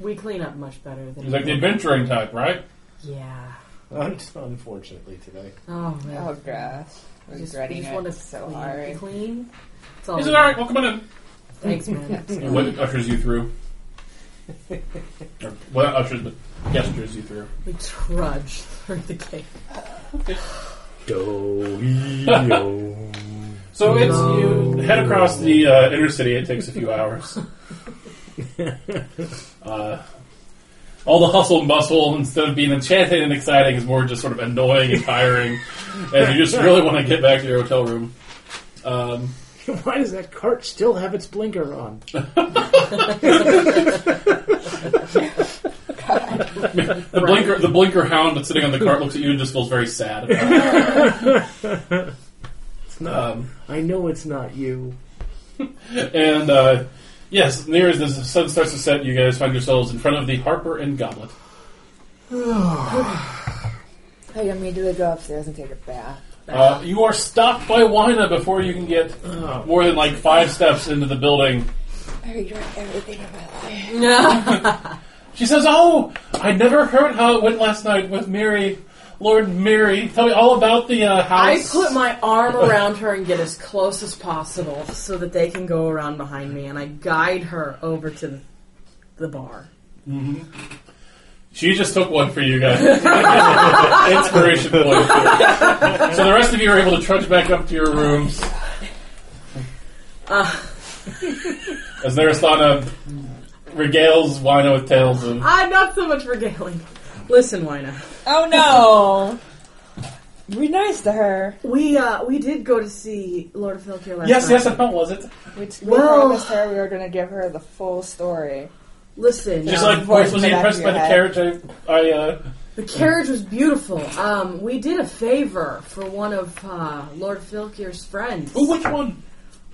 Speaker 3: We clean up much better than.
Speaker 2: He's like the adventuring type, right?
Speaker 3: yeah.
Speaker 10: Un- Unfortunately, today.
Speaker 3: Oh man.
Speaker 1: oh gosh,
Speaker 3: We just, we
Speaker 1: regretting
Speaker 3: just want
Speaker 1: it
Speaker 3: to
Speaker 1: so
Speaker 3: clean.
Speaker 1: hard.
Speaker 3: clean. It's all
Speaker 10: Oh,
Speaker 2: He says,
Speaker 3: we
Speaker 2: all
Speaker 3: want.
Speaker 2: right, welcome on in.
Speaker 3: Thanks, man.
Speaker 2: He wi- ushers you through. or, well, not ushers, but gestures you through.
Speaker 3: we trudge through the gate.
Speaker 4: Do
Speaker 2: So it's you head across the uh, inner city. It takes a few hours. uh, all the hustle and bustle, instead of being enchanted and exciting, is more just sort of annoying and tiring, and you just really want to get back to your hotel room. Um,
Speaker 4: Why does that cart still have its blinker on?
Speaker 2: The blinker, the blinker hound that's sitting on the cart looks at you and just feels very sad. um,
Speaker 4: I know it's not you.
Speaker 2: and uh, yes, near as the sun starts to set, you guys find yourselves in front of the Harper and Goblet.
Speaker 1: I immediately go upstairs and take a bath.
Speaker 3: Ah.
Speaker 2: Uh, you are stopped by Wina before you can get
Speaker 3: Oh.
Speaker 2: more than like five steps into the building.
Speaker 1: I regret everything in my life.
Speaker 2: She says, "Oh, I never heard how it went last night with Mary, Lord Mary. Tell me all about the uh,
Speaker 3: I
Speaker 2: house."
Speaker 3: put my arm around her and get as close as possible so that they can go around behind me, and I guide her over to the, the bar.
Speaker 2: She just took one for you guys. Inspiration point. so the rest of you are able to trudge back up to your rooms. As Narasana regales Wino with tales of.
Speaker 3: Ah, not so much regaling. Listen, Wina.
Speaker 1: Oh no! Be nice to her.
Speaker 3: We uh we did go to see Lord of Falkir last
Speaker 2: Yes,
Speaker 3: night.
Speaker 2: yes, and how was it?
Speaker 1: We, we
Speaker 3: Well-
Speaker 1: promised her we were going to give her the full story.
Speaker 3: Listen,
Speaker 2: Just
Speaker 3: um,
Speaker 2: like, was he
Speaker 1: voice
Speaker 2: impressed
Speaker 1: in
Speaker 2: by
Speaker 1: the
Speaker 2: the
Speaker 1: back
Speaker 2: carriage I, I uh,
Speaker 3: the carriage was beautiful. Um, we did a favor for one of uh, Lord Filkir's friends,
Speaker 2: Oh, which one?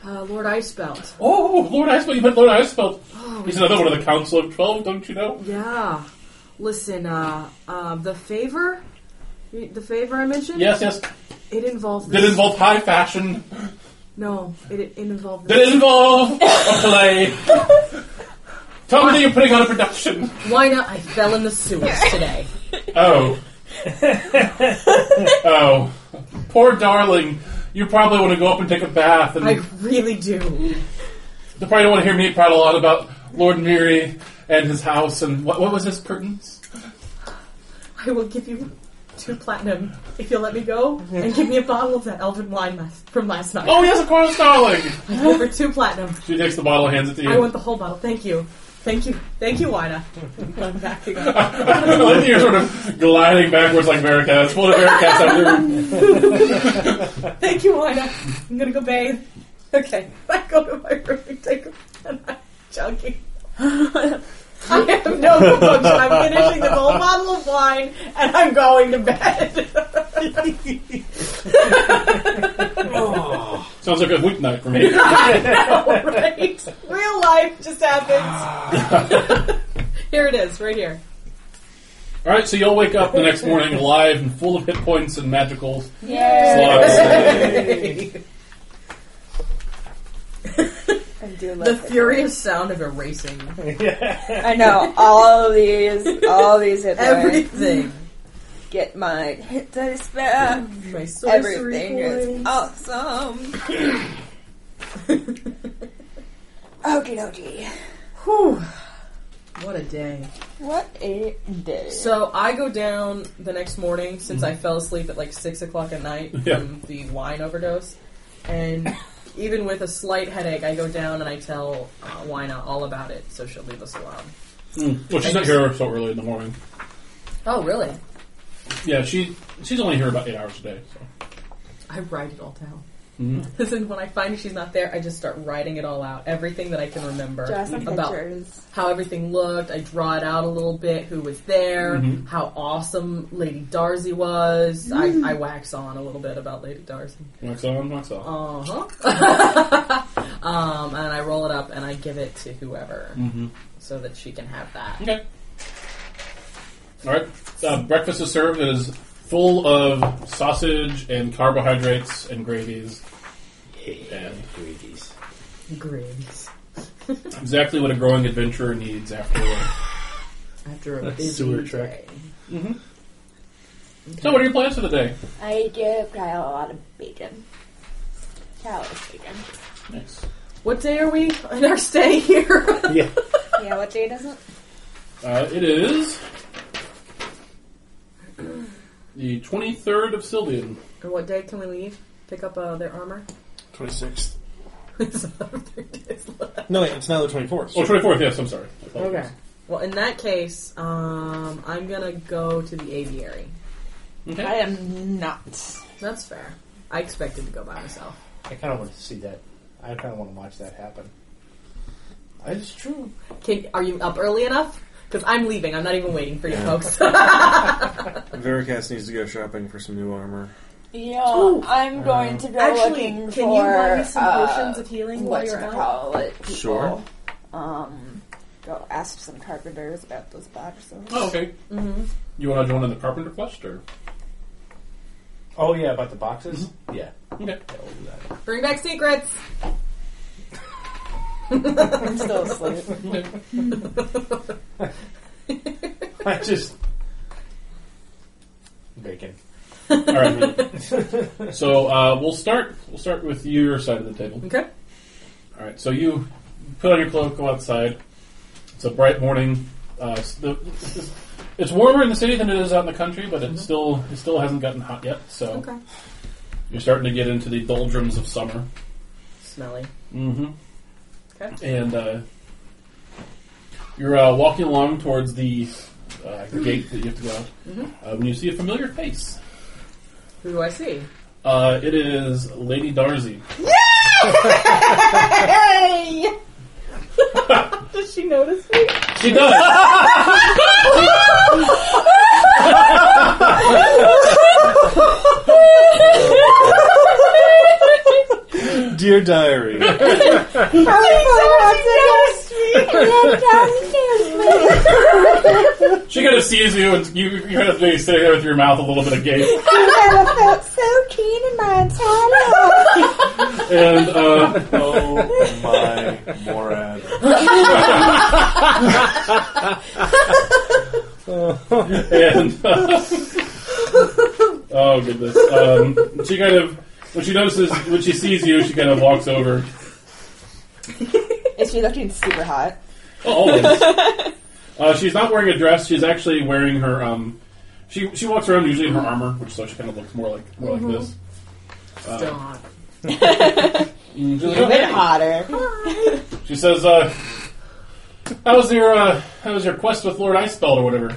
Speaker 3: uh, Lord Icebelt.
Speaker 2: Oh, Lord Icebelt. You met Lord Icebelt. He's another one of the Council of Twelve, don't you know?
Speaker 3: Yeah. Listen, uh, uh, the favor, the favor I mentioned.
Speaker 2: Yes, yes.
Speaker 3: It involved.
Speaker 2: Did it involve high fashion?
Speaker 3: No, it, it involved.
Speaker 2: Did it involve a play? Tell me that you're putting on a production.
Speaker 3: Why not? I fell in the sewers today.
Speaker 2: Oh. oh. Poor darling. You probably want to go up and take a bath, and
Speaker 3: I really do.
Speaker 2: you probably don't want to hear me prattle on about Lord Miri and his house and what, what was his curtains?
Speaker 3: I will give you two platinum if you'll let me go and give me a bottle of that elven wine last, from last night.
Speaker 2: Oh, yes, of course, darling!
Speaker 3: Over two platinum.
Speaker 2: She takes the bottle, hands it to you.
Speaker 3: I want the whole bottle. Thank you. Thank you. Thank you, Wina. I'm back to go.
Speaker 2: Then you're sort of gliding backwards like Maracas. Full of Maracas out of the room.
Speaker 3: Thank you, Wina. I'm gonna go bathe. Okay. I go to my room and take a and I'm chunky. I have no function. I'm finishing the whole bottle of wine and I'm going to bed.
Speaker 2: Sounds like a weeknight for me.
Speaker 3: right? Real life just happens. here it is, right here.
Speaker 2: All right, so you'll wake up the next morning alive and full of hit points and magical
Speaker 1: Yeah.
Speaker 2: slots.
Speaker 1: I do love
Speaker 3: The
Speaker 1: it.
Speaker 3: furious sound of erasing
Speaker 1: I know all of these, all of these hit points.
Speaker 3: everything.
Speaker 1: Get my hit dice back.
Speaker 3: My sorcery
Speaker 1: Everything is
Speaker 3: points.
Speaker 1: awesome. Okie dokie.
Speaker 3: Whew. What a day.
Speaker 1: What a day.
Speaker 3: So I go down the next morning since I fell asleep at like six o'clock at night
Speaker 2: Yeah.
Speaker 3: from the wine overdose, and even with a slight headache, I go down and I tell uh, Wina all about it, so she'll leave us alone.
Speaker 2: Well, she's not here so early in the morning.
Speaker 3: Oh, really?
Speaker 2: Yeah, she she's only here about eight hours a day. So.
Speaker 3: I write it all down. This is when I find she's not there, I just start writing it all out, everything that I can remember
Speaker 8: Draw some
Speaker 3: about
Speaker 8: pictures.
Speaker 3: how everything looked. I draw it out a little bit, who was there,
Speaker 2: Mhm.
Speaker 3: how awesome Lady Darcy was. I, I wax on a little bit about Lady Darcy.
Speaker 2: Wax on, wax off.
Speaker 3: Uh huh. um, and I roll it up and I give it to whoever
Speaker 2: Mm-hmm.
Speaker 3: so that she can have that.
Speaker 2: Okay. All right. Uh, breakfast is served. It is full of sausage and carbohydrates and gravies. And
Speaker 4: Greedies.
Speaker 3: Graves.
Speaker 2: exactly what a growing adventurer needs after. work.
Speaker 3: After a
Speaker 4: That's
Speaker 3: busy
Speaker 4: sewer
Speaker 3: day.
Speaker 4: trick.
Speaker 2: So, what are your plans for the day?
Speaker 8: I give Kyle a lot of bacon. Kyle is bacon.
Speaker 2: Nice.
Speaker 3: What day are we in our stay here?
Speaker 4: Yeah.
Speaker 1: yeah, what day doesn't?
Speaker 2: Uh, it is the twenty third of Sylvian.
Speaker 3: and what day can we leave? Pick up uh, their armor?
Speaker 5: 26th.
Speaker 3: It's another three days left.
Speaker 5: No, wait, it's now the 24th.
Speaker 2: Oh, 24th. Yes, I'm sorry. I apologize.
Speaker 3: Okay. Well, in that case, um, I'm gonna go to the aviary.
Speaker 2: Okay.
Speaker 1: I am not.
Speaker 3: That's fair. I expected to go by myself.
Speaker 10: I kind of want to see that. I kind of want to watch that happen. It's true.
Speaker 3: Can, are you up early enough? Because I'm leaving. I'm not even waiting for you
Speaker 5: Yeah.
Speaker 3: folks.
Speaker 5: Veracast needs to go shopping for some new armor.
Speaker 8: Yeah,
Speaker 3: Ooh.
Speaker 8: I'm going to go
Speaker 3: Actually,
Speaker 8: looking
Speaker 3: can
Speaker 8: for
Speaker 3: you buy me some
Speaker 8: uh,
Speaker 3: potions of healing while
Speaker 8: what's
Speaker 3: you're
Speaker 8: it
Speaker 3: out?
Speaker 8: called? Like, people,
Speaker 5: Sure.
Speaker 8: Um, go ask some carpenters about those boxes.
Speaker 2: Oh, okay.
Speaker 3: hmm
Speaker 2: You want to join in the carpenter quest, or
Speaker 10: Oh yeah, about the boxes.
Speaker 2: Mm-hmm.
Speaker 10: Yeah.
Speaker 2: okay?
Speaker 10: yeah, we'll do that.
Speaker 3: Bring back secrets.
Speaker 1: I'm still asleep.
Speaker 2: okay.
Speaker 10: I just bacon.
Speaker 2: All right. so uh, we'll start. We'll start with your side of the table.
Speaker 3: Okay.
Speaker 2: All right. So you put on your cloak, go outside. It's a bright morning. Uh, s- the, it's- it's warmer in the city than it is out in the country, but it still it still hasn't gotten hot yet. So
Speaker 3: Mm-hmm. Okay.
Speaker 2: you're starting to get into the doldrums of summer.
Speaker 3: Smelly.
Speaker 2: Mm-hmm.
Speaker 3: Okay.
Speaker 2: And uh, you're uh, walking along towards the uh, gate that you have to go out uh, when you see a familiar face.
Speaker 3: Mm-hmm. Who do I see?
Speaker 2: Uh, it is Lady Darcy.
Speaker 1: Hey! Does she notice me?
Speaker 2: She does.
Speaker 5: Dear Diary.
Speaker 2: she kind of sees you, and you you kind of be sitting there with your mouth a little bit agape. And uh,
Speaker 5: oh my Morad.
Speaker 2: and uh, oh goodness, um, she kind of when she notices when she sees you, she kind of walks over.
Speaker 1: Is she looking super hot?
Speaker 2: Oh, always. Uh, she's not wearing a dress. She's actually wearing her. Um, she she walks around usually in her armor, which so she kind of looks more like more like this. Uh,
Speaker 3: Still hot.
Speaker 2: Mm, she's like,
Speaker 1: A
Speaker 2: "Oh,
Speaker 1: bit
Speaker 2: hey."
Speaker 1: hotter.
Speaker 2: She says, uh, "How's your uh, how's your quest with Lord Icebelt or whatever?"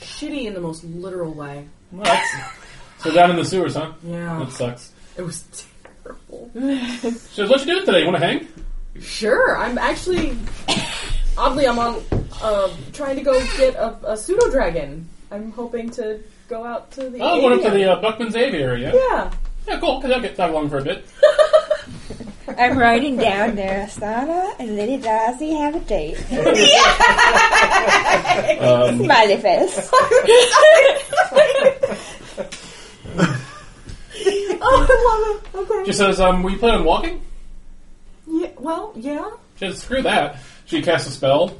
Speaker 3: Shitty in the most literal way.
Speaker 2: Well, that's- so down in the sewers, huh?
Speaker 3: Yeah.
Speaker 2: That sucks.
Speaker 3: It was terrible.
Speaker 2: She says, "What you doing today? You want to hang?"
Speaker 3: Sure. I'm actually oddly I'm on uh, trying to go get a, a pseudo dragon. I'm hoping to go out to the.
Speaker 2: Oh, I'm going up to
Speaker 3: aviary.
Speaker 2: the uh, Buckman's Aviary. Yeah,
Speaker 3: Yeah.
Speaker 2: yeah, cool. Cause I'll get that along for a bit.
Speaker 1: I'm writing down there. Sana and Lady Darcy have a date.
Speaker 2: Um,
Speaker 1: Smiley face.
Speaker 3: Oh,
Speaker 2: she says, um, "We plan on walking?"
Speaker 3: Well, yeah.
Speaker 2: Just screw that. She casts a spell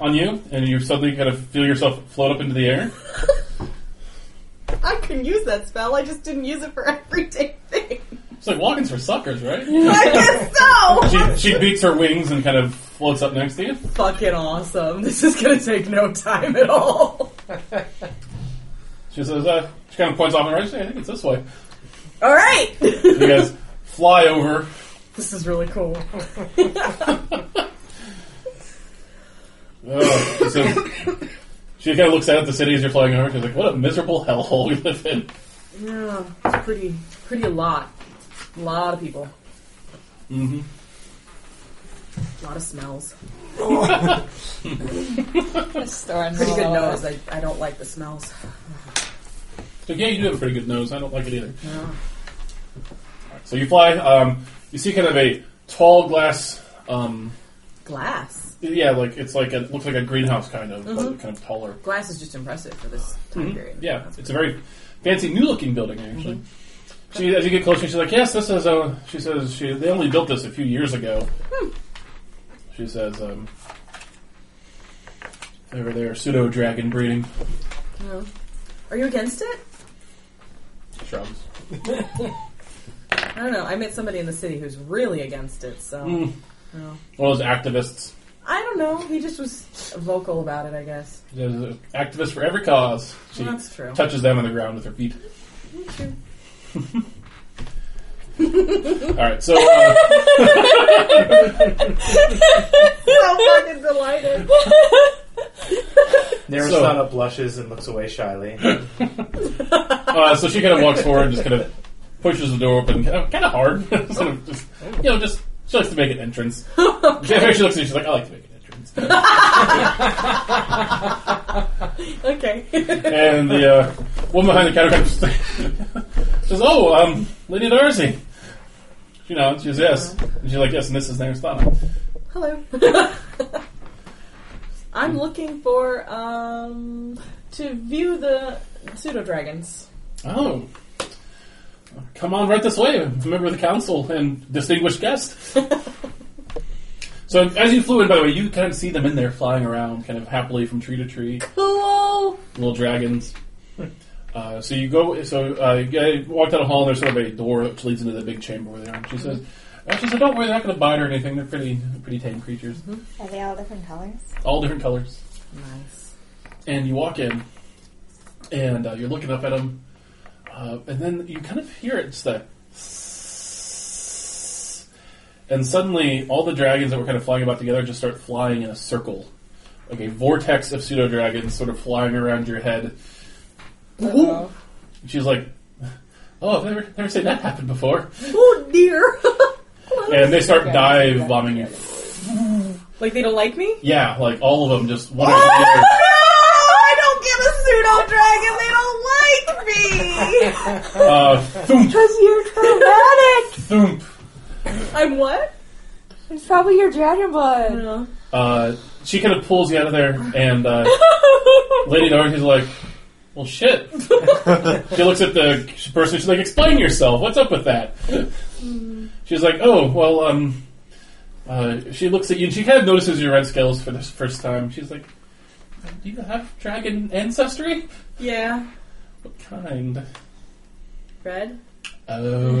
Speaker 2: on you, and you suddenly kind of feel yourself float up into the air.
Speaker 3: I can use that spell. I just didn't use it for everyday things.
Speaker 2: It's like walking's for suckers, right?
Speaker 3: I guess so.
Speaker 2: She, she beats her wings and kind of floats up next to you.
Speaker 3: Fucking awesome. This is gonna take no time at all.
Speaker 2: She says, uh, she kind of points off and right. She says, I think it's this way.
Speaker 3: All right.
Speaker 2: You guys fly over.
Speaker 3: this is really cool.
Speaker 2: Oh, she says, she kind of looks out at the city as you're flying over. She's like, what a miserable hellhole we live in.
Speaker 3: Yeah, it's pretty, pretty a lot, a lot of people,
Speaker 2: Mm-hmm.
Speaker 3: a lot of smells.
Speaker 1: Storing
Speaker 3: Pretty good
Speaker 1: all of
Speaker 3: nose.
Speaker 1: it.
Speaker 3: I, I don't like the smells.
Speaker 2: So yeah, you do have a pretty good nose. I don't like it either.
Speaker 3: Yeah.
Speaker 2: So you fly. Um, you see kind of a tall glass. Um,
Speaker 3: Glass.
Speaker 2: yeah, like it's like a, looks like a greenhouse kind of, but kind of taller.
Speaker 3: Mm-hmm. Glass is just impressive for this time
Speaker 2: Mhm.
Speaker 3: period.
Speaker 2: Yeah,
Speaker 3: That's
Speaker 2: it's a very fancy, new-looking building actually.
Speaker 3: Mm-hmm.
Speaker 2: She, as you get closer, she's like, "Yes, this is." Uh, she says, "She they only built this a few years ago."
Speaker 3: Hmm.
Speaker 2: She says, um, "Over there, pseudo dragon breeding
Speaker 3: Yeah. Are you against it?
Speaker 2: shrubs."
Speaker 3: I don't know. I met somebody in the city who's really against it, so
Speaker 2: Mm.
Speaker 3: no.
Speaker 2: One of those activists.
Speaker 3: I don't know. He just was vocal about it, I guess.
Speaker 2: There's an activist for every cause. She
Speaker 3: Well, that's true.
Speaker 2: touches them on the ground with her feet.
Speaker 3: true.
Speaker 2: All right, so uh,
Speaker 3: so fucking delighted.
Speaker 10: Nearest
Speaker 2: So-
Speaker 10: Sana blushes and looks away shyly.
Speaker 2: uh, so she kind of walks forward and just kind of pushes the door open, kind of, kind of hard. Sort of just, you know, just she likes to make an entrance. She actually looks at you, she's like, I like to make an entrance.
Speaker 3: Okay.
Speaker 2: And the uh, woman behind the counter kind of just says, "Oh, um, Lady Darcy." You know, and she says, "Yes," and she's like, "Yes," and this is Naristana.
Speaker 3: Hello. I'm looking for um to view the pseudo dragons.
Speaker 2: Oh. Come on right this way, member of the council and distinguished guest. so, as you flew in, by the way, you kind of see them in there flying around, kind of happily from tree to tree,
Speaker 3: Cool.
Speaker 2: little dragons. Uh, so you go. So uh, you get- walk down a hall, and there's sort of a door which leads into the big chamber where they are. And she says, uh, "She said, don't worry, they're not going to bite or anything. They're pretty, pretty tame creatures,
Speaker 8: Are they all different colors?
Speaker 2: all different colors."
Speaker 3: Nice.
Speaker 2: and you walk in, and uh, you're looking up at him, uh, and then you kind of hear it just that, and suddenly all the dragons that were kind of flying about together just start flying in a circle, like a vortex of pseudo dragons sort of flying around your head.
Speaker 1: Uh-oh.
Speaker 2: And she's like, "Oh, I've never, never seen that happen before,"
Speaker 3: Oh dear.
Speaker 2: and they start
Speaker 1: Okay.
Speaker 2: dive bombing you.
Speaker 3: like they don't like me?
Speaker 2: Yeah, like all of them just one after the other.
Speaker 3: I don't get a pseudo dragon. They don't like me.
Speaker 2: Uh, thump,
Speaker 6: Because you're dramatic.
Speaker 2: thump.
Speaker 3: I'm what?
Speaker 6: it's probably your dragon blood.
Speaker 3: No.
Speaker 2: Uh, she kind of pulls you out of there, and uh, Lady Dorothy's like, "Well, shit." she looks at the person. She's like, "Explain yourself. What's up with that?" She's like, "Oh, well." Um, uh, she looks at you, and she kind of notices your red scales for the first time. She's like, "Do you have dragon ancestry?
Speaker 3: Yeah.
Speaker 2: What kind?"
Speaker 3: Red.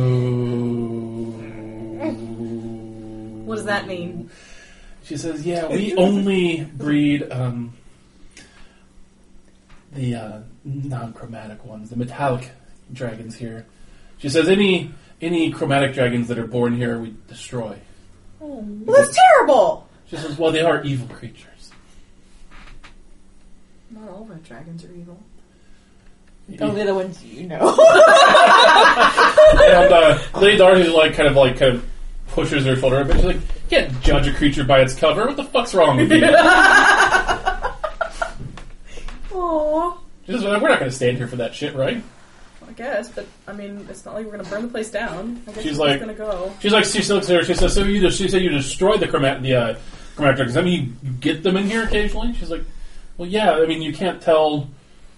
Speaker 2: Oh.
Speaker 3: What does that mean?
Speaker 2: She says, "Yeah, we only breed um, the uh, non-chromatic ones, the metallic dragons here." She says, "Any any chromatic dragons that are born here, we destroy."
Speaker 3: Well, that's terrible.
Speaker 2: She says, "Well, they are evil creatures."
Speaker 3: Not all red dragons are evil.
Speaker 1: Only the ones you know.
Speaker 2: And uh, Lady Darcy's like, kind of like, kind of pushes her shoulder up, and she's like, "You "Can't judge a creature by its cover. What the fuck's wrong with you?"
Speaker 3: Aww.
Speaker 2: She says, "We're not going to stand here for that shit, right?"
Speaker 3: I guess, but I mean, it's not like we're gonna burn the place down. I guess
Speaker 2: She's
Speaker 3: it's
Speaker 2: like-
Speaker 3: gonna go.
Speaker 2: She's like, she looks at her. She says, "So you, she said you destroyed the chromat, the uh, chromatic dragons. I mean, you, you get them in here occasionally." She's like, "Well, yeah. I mean, you can't tell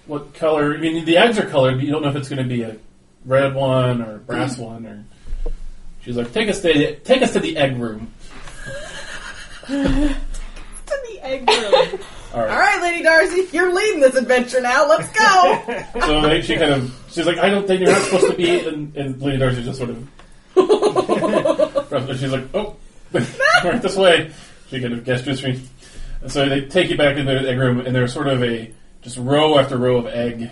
Speaker 2: what color. I mean, the eggs are colored, but you don't know if it's going to be a red
Speaker 1: Mm.
Speaker 2: one or a brass one." Or she's like, "Take us to take us to the egg room."
Speaker 3: to the egg room.
Speaker 2: All right.
Speaker 3: All right, Lady Darcy, you're leading this adventure now. Let's go.
Speaker 2: So like, she kind of, she's like, I don't think you're not supposed to be. And, and Lady Darcy just sort of, and she's like, oh, right this way. She kind of gestures me. And so they take you back into the egg room, and there's sort of a just row after row of egg.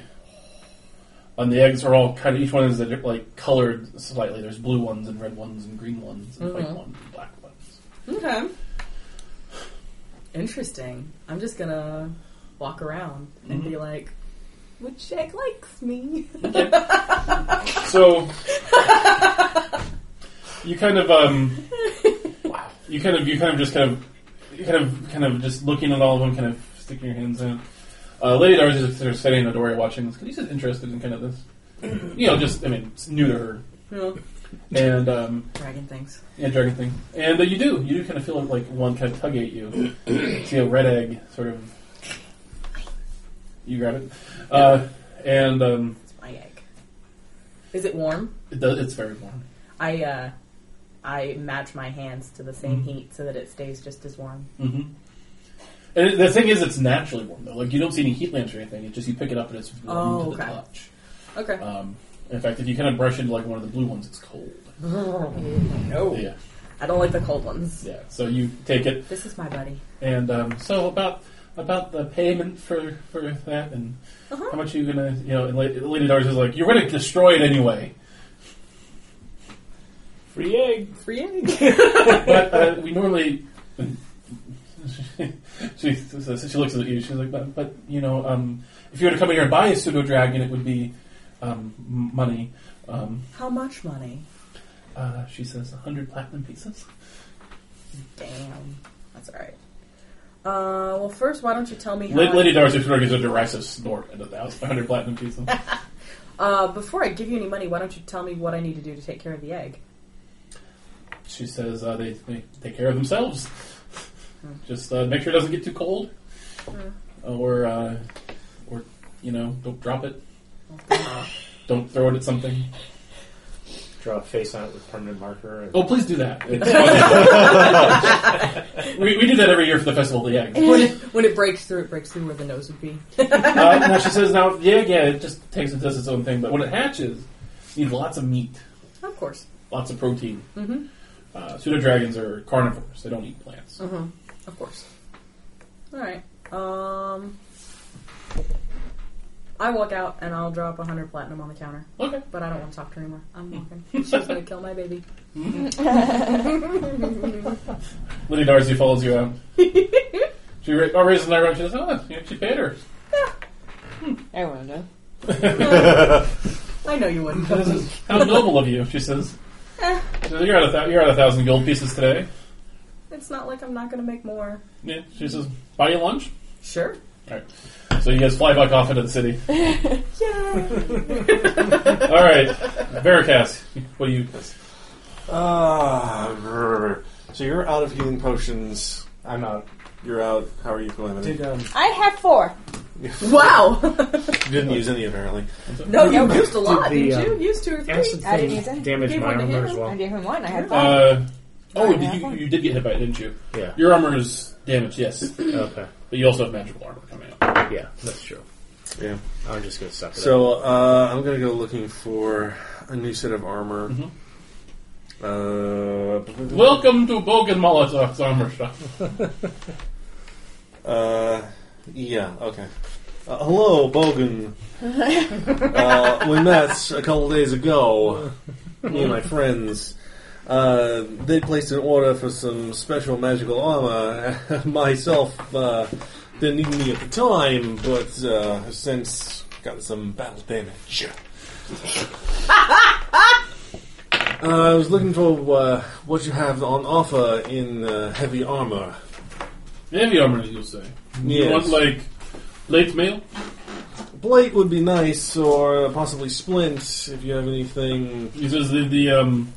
Speaker 2: And the eggs are all kind of each one is like colored slightly. There's blue ones and red ones and green ones and
Speaker 3: Mm-hmm.
Speaker 2: white ones and black ones.
Speaker 3: okay. Interesting. I'm just gonna walk around and be like, which egg likes me?
Speaker 2: So you kind of um, you kind of you kind of just kind of you kind of kind of just looking at all of them, kind of sticking your hands in. Uh, Lady Darcy is sort of sitting in the doorway watching this because he's just interested in kind of this, you know, just I mean, it's new to her
Speaker 3: No.
Speaker 2: and um,
Speaker 3: Dragon things.
Speaker 2: yeah, dragon thing. And uh, you do you do kind of feel like one kind of tug at you. You See a red egg sort of. You grab it, uh, and um,
Speaker 3: It's my egg. Is it warm?
Speaker 2: it does. It's very warm.
Speaker 3: I uh, I match my hands to the same heat so that it stays just as warm.
Speaker 2: hmm And the thing is, it's naturally warm though. Like you don't see any heat lamps or anything. It's just you pick it up and it's warm
Speaker 3: Oh,
Speaker 2: to the
Speaker 3: okay.
Speaker 2: touch.
Speaker 3: Okay.
Speaker 2: Um, in fact, if you kind of brush into like one of the blue ones, it's cold.
Speaker 3: no,
Speaker 2: Yeah,
Speaker 3: I don't like the cold ones.
Speaker 2: yeah. So you take it,
Speaker 3: This is my buddy.
Speaker 2: and um, so about about the payment for for that, and
Speaker 3: Uh-huh.
Speaker 2: how much you gonna, you know, and Lady Lady Darcy's like, you're gonna destroy it anyway.
Speaker 4: Free egg.
Speaker 3: Free egg.
Speaker 2: but uh, we normally. she, she looks at you. She's like, but, but you know, um, if you were to come in here and buy a pseudo dragon, it would be um, m- money. Um,
Speaker 3: How much money?
Speaker 2: uh, she says, hundred platinum pieces.
Speaker 3: Damn. That's alright. Uh, well, first, why don't you tell me how.
Speaker 2: La-
Speaker 3: I-
Speaker 2: Lady Darcy sort of gives a derisive snort at a thousand, hundred platinum pieces.
Speaker 3: uh, before I give you any money, why don't you tell me what I need to do to take care of the egg?
Speaker 2: she says, uh, they, they take care of themselves. Just uh, make sure it doesn't get too cold, or uh, or you know, don't drop it. Don't throw it at something.
Speaker 10: Draw a face on it with permanent marker. And
Speaker 2: Oh, please do that. It's- we, we do that every year for the Festival of the Egg.
Speaker 3: when, it, when it breaks through, it breaks through where the nose would be.
Speaker 2: Uh, now she says, now, yeah, yeah, it just takes and does its own thing, but when it hatches, you need lots of meat,
Speaker 3: of course.
Speaker 2: lots of protein.
Speaker 3: Mm-hmm.
Speaker 2: Uh, pseudo dragons are carnivores, they don't eat plants.
Speaker 3: Mm-hmm. Of course. Alright. Um. I walk out and I'll drop 100 platinum on the counter,
Speaker 2: Okay.
Speaker 3: but I don't want to talk to her anymore. I'm walking. She's gonna kill my baby.
Speaker 2: Lady Darcy follows you out. she ra- oh, raises an eyebrow and she says, oh, you actually paid her.
Speaker 1: I want to know.
Speaker 3: I know you wouldn't.
Speaker 2: That is- How noble of you, she says. She says, you're at a, thou you're at a thousand gold pieces today.
Speaker 3: It's not like I'm not gonna make more.
Speaker 2: Yeah, she says, buy you lunch.
Speaker 3: Sure.
Speaker 2: So you guys fly back off into the city.
Speaker 3: Yeah.
Speaker 2: All right, Veracast, what do you?
Speaker 5: Ah, grr. so you're out of healing potions.
Speaker 10: I'm out.
Speaker 5: You're out. How are you going?
Speaker 10: Did, um,
Speaker 8: I have four.
Speaker 3: wow.
Speaker 5: You didn't use any apparently.
Speaker 3: No, you used a lot,
Speaker 10: Did the,
Speaker 3: did not you?
Speaker 10: um,
Speaker 3: You used two or three.
Speaker 10: acid
Speaker 8: I didn't
Speaker 10: thing
Speaker 8: use any.
Speaker 10: damage
Speaker 3: Gave
Speaker 10: my
Speaker 3: one to
Speaker 10: armor
Speaker 3: him.
Speaker 10: as
Speaker 8: I
Speaker 10: well?
Speaker 8: gave him one. I had five.
Speaker 2: Uh, oh,
Speaker 8: I have
Speaker 2: you,
Speaker 8: one.
Speaker 2: you did get hit by it, didn't you?
Speaker 10: Yeah.
Speaker 2: Your armor is damaged, yes, but
Speaker 10: Okay.
Speaker 2: you also have magical armor coming out.
Speaker 10: Yeah, that's true.
Speaker 5: Yeah.
Speaker 10: I'm just gonna suck it up.
Speaker 5: So uh, I'm gonna go looking for a new set of armor.
Speaker 2: Mhm.
Speaker 5: Uh,
Speaker 2: Welcome to Bogan Molotov's armor shop.
Speaker 5: Uh, yeah, okay. Uh, hello, Bogan. uh, we met a couple days ago. Me and my friends. Uh, they placed an order for some special magical armor. Myself uh, didn't need any at the time, but uh, have since got some battle damage. Uh, I was looking for uh, what you have on offer in uh, heavy armor.
Speaker 2: Heavy armor, you'll say. You
Speaker 5: Yes.
Speaker 2: want like late mail?
Speaker 5: Blight would be nice, or possibly Splint, if you have anything.
Speaker 2: He says the the um,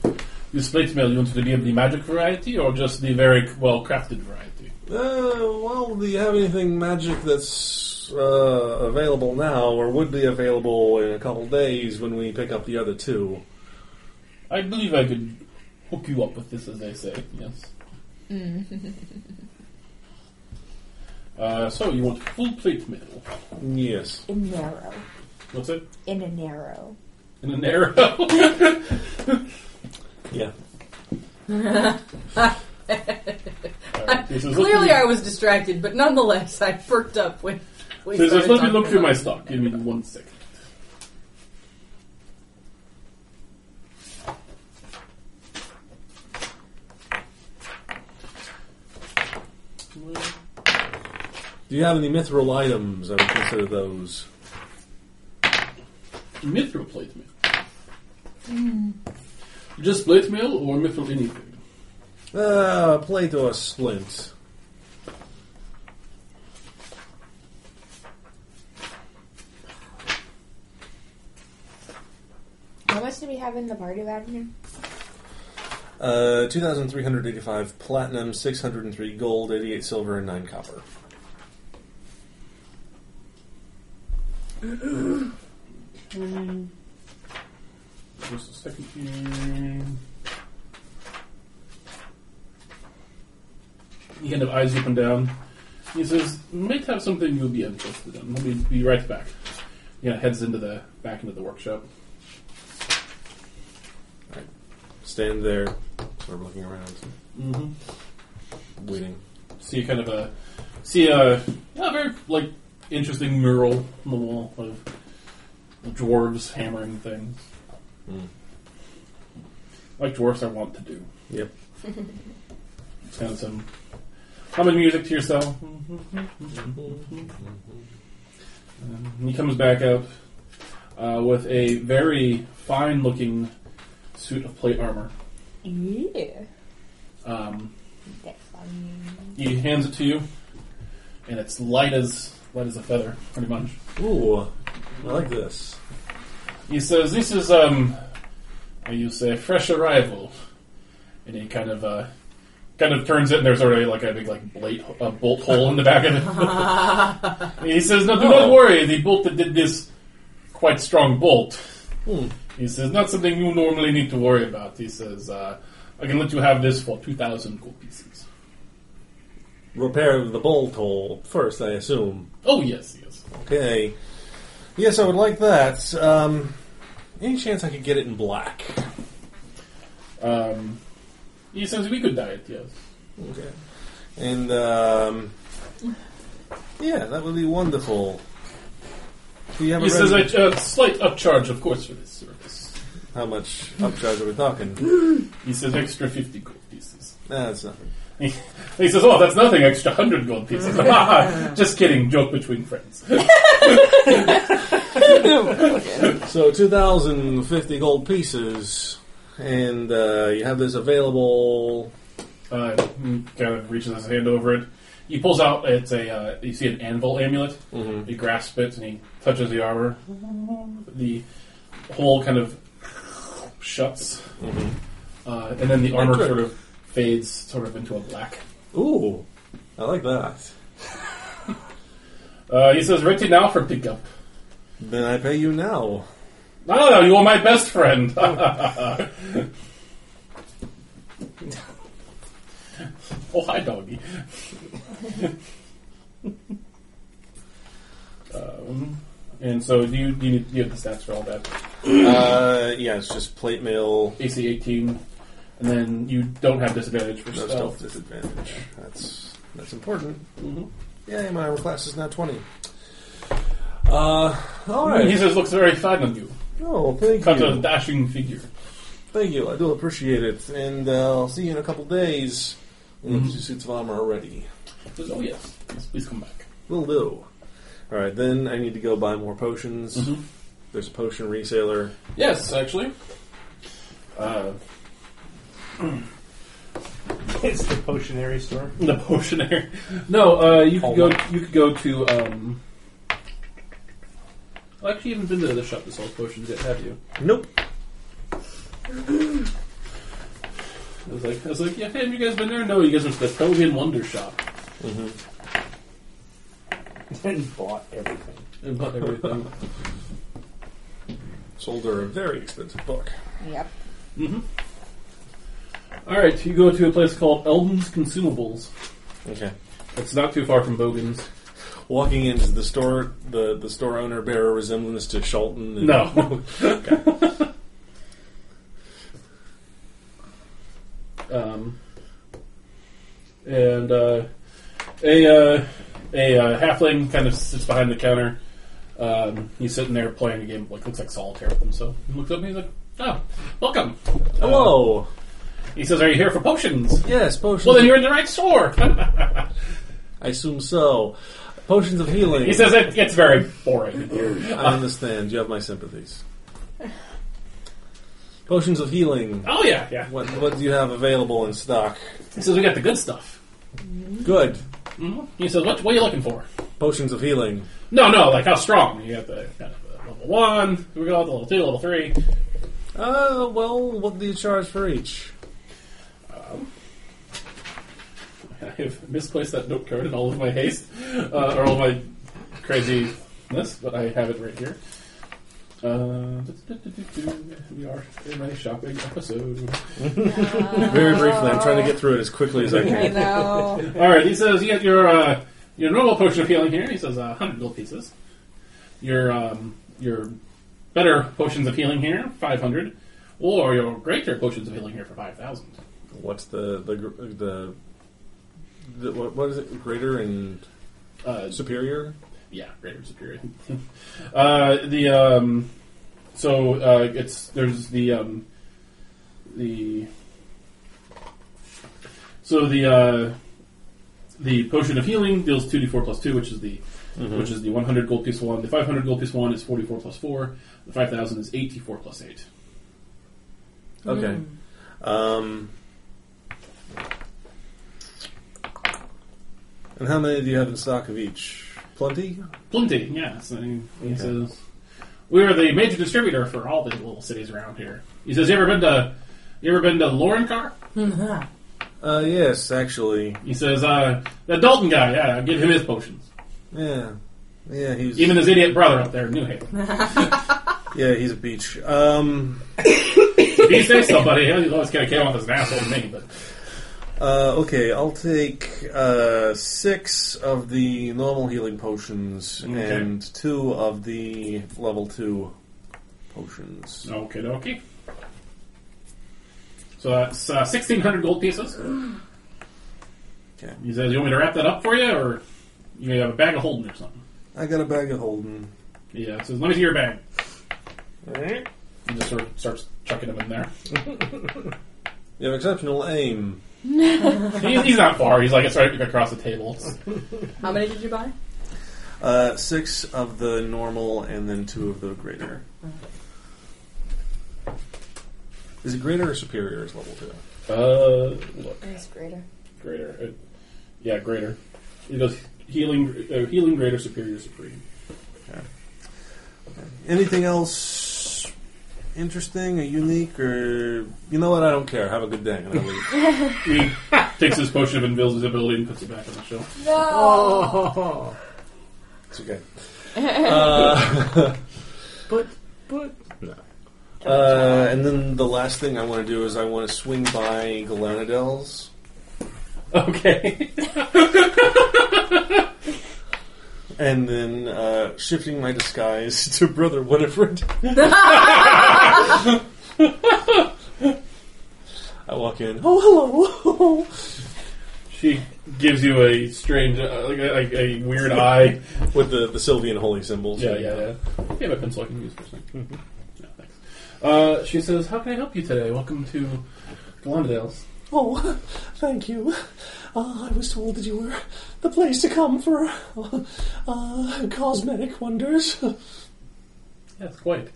Speaker 2: this plate mail. You want to be of the magic variety or just the very well crafted variety?
Speaker 5: Uh, well, do you have anything magic that's uh, available now, or would be available in a couple days when we pick up the other two?
Speaker 2: I believe I could hook you up with this, as they say. Yes. Uh, so you want full plate metal.
Speaker 5: Yes.
Speaker 8: In narrow.
Speaker 2: What's it?
Speaker 8: In a narrow.
Speaker 2: In an arrow.
Speaker 5: Yeah.
Speaker 2: Alright, he says, let
Speaker 3: Clearly,
Speaker 2: me-
Speaker 3: I was distracted, but nonetheless, I perked up when. we
Speaker 2: he says,
Speaker 3: started
Speaker 2: let me look
Speaker 3: talking
Speaker 2: through my
Speaker 3: about
Speaker 2: stock. Give me one second.
Speaker 5: Do you have any mithril items? I would consider those.
Speaker 2: Mithril plate mail. Just plate mail or mithril anything?
Speaker 5: Uh, plate or splint.
Speaker 8: How much do we have in the party bag here?
Speaker 5: Uh, 2,385 platinum, 603 gold, 88 silver, and 9 copper.
Speaker 2: Just a second here. He kind of eyes up and down. He says, "Might have something you'll be interested in. Let me be right back." He kind of heads into the back into the workshop.
Speaker 5: Stand there, sort of looking around,
Speaker 2: Mm-hmm.
Speaker 5: waiting.
Speaker 2: See kind of a see a, a very like interesting mural on the wall of dwarves hammering things.
Speaker 5: Mm.
Speaker 2: Like dwarves, I want to do.
Speaker 5: Yep.
Speaker 2: It's kind of some humming music to yourself. Um, he comes back out uh, with a very fine-looking suit of plate armor.
Speaker 8: Yeah.
Speaker 2: Um,
Speaker 8: That's fun.
Speaker 2: he hands it to you, and it's light as light as a feather, pretty much.
Speaker 5: Ooh, I like this.
Speaker 2: He says, "This is um, how you say, fresh arrival," and he kind of uh, kind of turns it, and there's already like a big like blade, a bolt hole in the back of it. he says, "No, do not
Speaker 5: Oh.
Speaker 2: worry. The bolt that did this quite strong bolt."
Speaker 5: Hmm.
Speaker 2: He says, "Not something you normally need to worry about." He says, uh, "I can let you have this for two thousand gold pieces."
Speaker 5: Repair the bolt hole first, I assume.
Speaker 2: Oh yes, yes.
Speaker 5: Okay. Yes, I would like that. Um, any chance I could get it in black?
Speaker 2: Um, he says, "We could dye it." Yes.
Speaker 5: Okay. And, um, yeah, that would be wonderful. Do you have
Speaker 2: He
Speaker 5: a
Speaker 2: says, "A
Speaker 5: ready-
Speaker 2: uh, slight upcharge, of course, for this service."
Speaker 5: How much upcharge are we talking?
Speaker 2: He says, "Extra fifty gold pieces."
Speaker 5: That's nothing.
Speaker 2: He says, "Oh, that's nothing. Extra hundred gold pieces." Just kidding. Joke between friends.
Speaker 5: So 2,050 gold pieces, and uh, you have this available.
Speaker 2: Uh, he kind of reaches his hand over it. He pulls out. It's a. Uh, you see an anvil amulet.
Speaker 5: Mhm.
Speaker 2: He grasps it and he touches the armor. The hole kind of shuts, uh, and then the armor
Speaker 5: Good.
Speaker 2: sort of fades, sort of into a black.
Speaker 5: Ooh, I like that.
Speaker 2: Uh, he says, "Ready now for pickup."
Speaker 5: Then I pay you now.
Speaker 2: Ah, you are my best friend. oh, hi, doggy. um, and so, do you, do you, need, do you have the stats for all that?
Speaker 5: uh, yeah, it's just plate mail.
Speaker 2: AC 18, and then you don't have disadvantage for
Speaker 5: No
Speaker 2: stealth.
Speaker 5: stealth disadvantage. That's that's important.
Speaker 2: Mhm.
Speaker 5: Yeah, my armor class is now twenty. Uh, all right.
Speaker 2: He says, looks very fine on you.
Speaker 5: oh, thank
Speaker 2: Such a
Speaker 5: you,
Speaker 2: dashing figure.
Speaker 5: thank you. I do appreciate it, and uh, I'll see you in a couple days. when
Speaker 2: Mhm.
Speaker 5: the two suits of armor are ready.
Speaker 2: He says, oh, yes, please, please come back.
Speaker 5: Will do. All right, then I need to go buy more potions.
Speaker 2: Mhm.
Speaker 5: There's a potion reseller.
Speaker 2: Yes, actually. Uh,
Speaker 10: It's the potionary store.
Speaker 2: The potionary. No, uh, you could
Speaker 10: Hold
Speaker 2: go. You could go to. Um, well, actually, you haven't been to the shop that sells potions yet, have you?
Speaker 5: Nope.
Speaker 2: I was like, I was like, yeah, have you guys been there? No, you guys went to the Pelvian Wonder Shop
Speaker 10: and bought everything.
Speaker 2: and bought everything.
Speaker 5: Sold her a very expensive book.
Speaker 8: Yep.
Speaker 2: mm-hmm. All right, you go to a place called Eldon's Consumables.
Speaker 5: Okay.
Speaker 2: It's not too far from Bogan's.
Speaker 5: Walking into the store, the, the store owner bear a resemblance to Shelton. and-
Speaker 2: No.
Speaker 5: Okay.
Speaker 2: Um, and uh, a uh, a uh, halfling kind of sits behind the counter. Um, he's sitting there playing a game, like looks like solitaire with himself. He looks up and he's like, "Oh, welcome."
Speaker 5: Hello.
Speaker 2: He says, "Are you here for potions?"
Speaker 5: Yes,
Speaker 2: Uh,
Speaker 5: potions.
Speaker 2: Well, then you're in the right store.
Speaker 5: I assume so. Potions of healing.
Speaker 2: he says, "It gets very boring in here."
Speaker 5: I understand. You have my sympathies. Potions of healing.
Speaker 2: Oh yeah, yeah.
Speaker 5: What, what do you have available in stock?
Speaker 2: He says, "We got the good stuff."
Speaker 5: Good.
Speaker 2: Mhm. He says, "What? What are you looking for?"
Speaker 5: Potions of healing.
Speaker 2: No, no, like how strong? You got the kind of, uh, level one. We got the level two, level three.
Speaker 5: Uh, well, what do you charge for each?
Speaker 2: I have misplaced that note card in all of my haste, uh, or all my craziness, but I have it right here. Uh, we are in a shopping episode.
Speaker 5: Very briefly, I'm trying to get through it as quickly as I
Speaker 1: I
Speaker 5: can.
Speaker 1: know.
Speaker 2: All right, he says you got your uh, your normal potion of healing here. He says uh, hundred gold pieces. Your um, your better potions of healing here, five hundred, or your greater potions of healing here for five thousand.
Speaker 5: What's the the gr- the, the what, what is it? Greater and
Speaker 2: Uh,
Speaker 5: superior.
Speaker 2: Yeah, greater superior. uh, the um, so uh, it's there's the um, the so the uh, the potion of healing deals two d four plus two, which is the which is the one hundred gold piece one. The five hundred gold piece one is forty four plus four. The five thousand is eighty four plus eight.
Speaker 5: Okay. Um. And how many do you have in stock of each? Plenty.
Speaker 2: Plenty, yeah. So he, he
Speaker 5: Okay.
Speaker 2: says, "We are the major distributor for all the little cities around here." He says, "You ever been to you ever been to Lorencar?"
Speaker 5: Uh, yes, actually.
Speaker 2: He says, uh, that Dalton guy, yeah, I'll give him his potions.
Speaker 5: Yeah, yeah. He's
Speaker 2: Even his idiot brother up there in New Haven.
Speaker 5: yeah. He's a beach. Um.
Speaker 2: If he says somebody, he'll always kind of came off as an asshole to me, but
Speaker 5: Uh, okay, I'll take uh, six of the normal healing potions
Speaker 2: Okay.
Speaker 5: and two of the level two potions.
Speaker 2: okay, dokie. So that's uh, 1,600 gold pieces.
Speaker 5: Okay.
Speaker 2: He says, you want me to wrap that up for you, or you have a bag of holding or something?
Speaker 5: I got a bag of holding.
Speaker 2: Yeah, he uh, says, let me see your bag.
Speaker 5: You
Speaker 2: He just sort of starts chucking them in there.
Speaker 5: have exceptional aim.
Speaker 2: he's, he's not far. He's like, it's right across the table.
Speaker 3: How many did you buy?
Speaker 5: Uh, six of the normal and then two of the greater. Is it greater or superior is level two?
Speaker 2: Uh, look.
Speaker 8: It's greater.
Speaker 2: Greater. Uh, yeah, greater. It goes healing, uh, healing greater, superior, supreme.
Speaker 5: Anything else interesting or unique or you know what? I don't care. Have a good day. And I leave.
Speaker 2: He takes his potion of invisibility and puts it back on the shelf.
Speaker 5: It's okay. uh,
Speaker 4: But, but.
Speaker 5: uh, and then the last thing I want to do is I want to swing by Galanadels.
Speaker 2: Okay.
Speaker 5: And then uh, shifting my disguise to Brother Winifred. I walk in. Oh, hello.
Speaker 2: she gives you a strange, uh, like a, like a weird eye.
Speaker 5: With the, the Sylvian holy symbols.
Speaker 2: Yeah, yeah, yeah. Do you have a pencil I can use for something? No, thanks. Uh, she says, "How can I help you today? Welcome to Glendale's."
Speaker 5: Oh, thank you. Uh, I was told that you were the place to come for uh, cosmetic wonders.
Speaker 2: Yes, quite.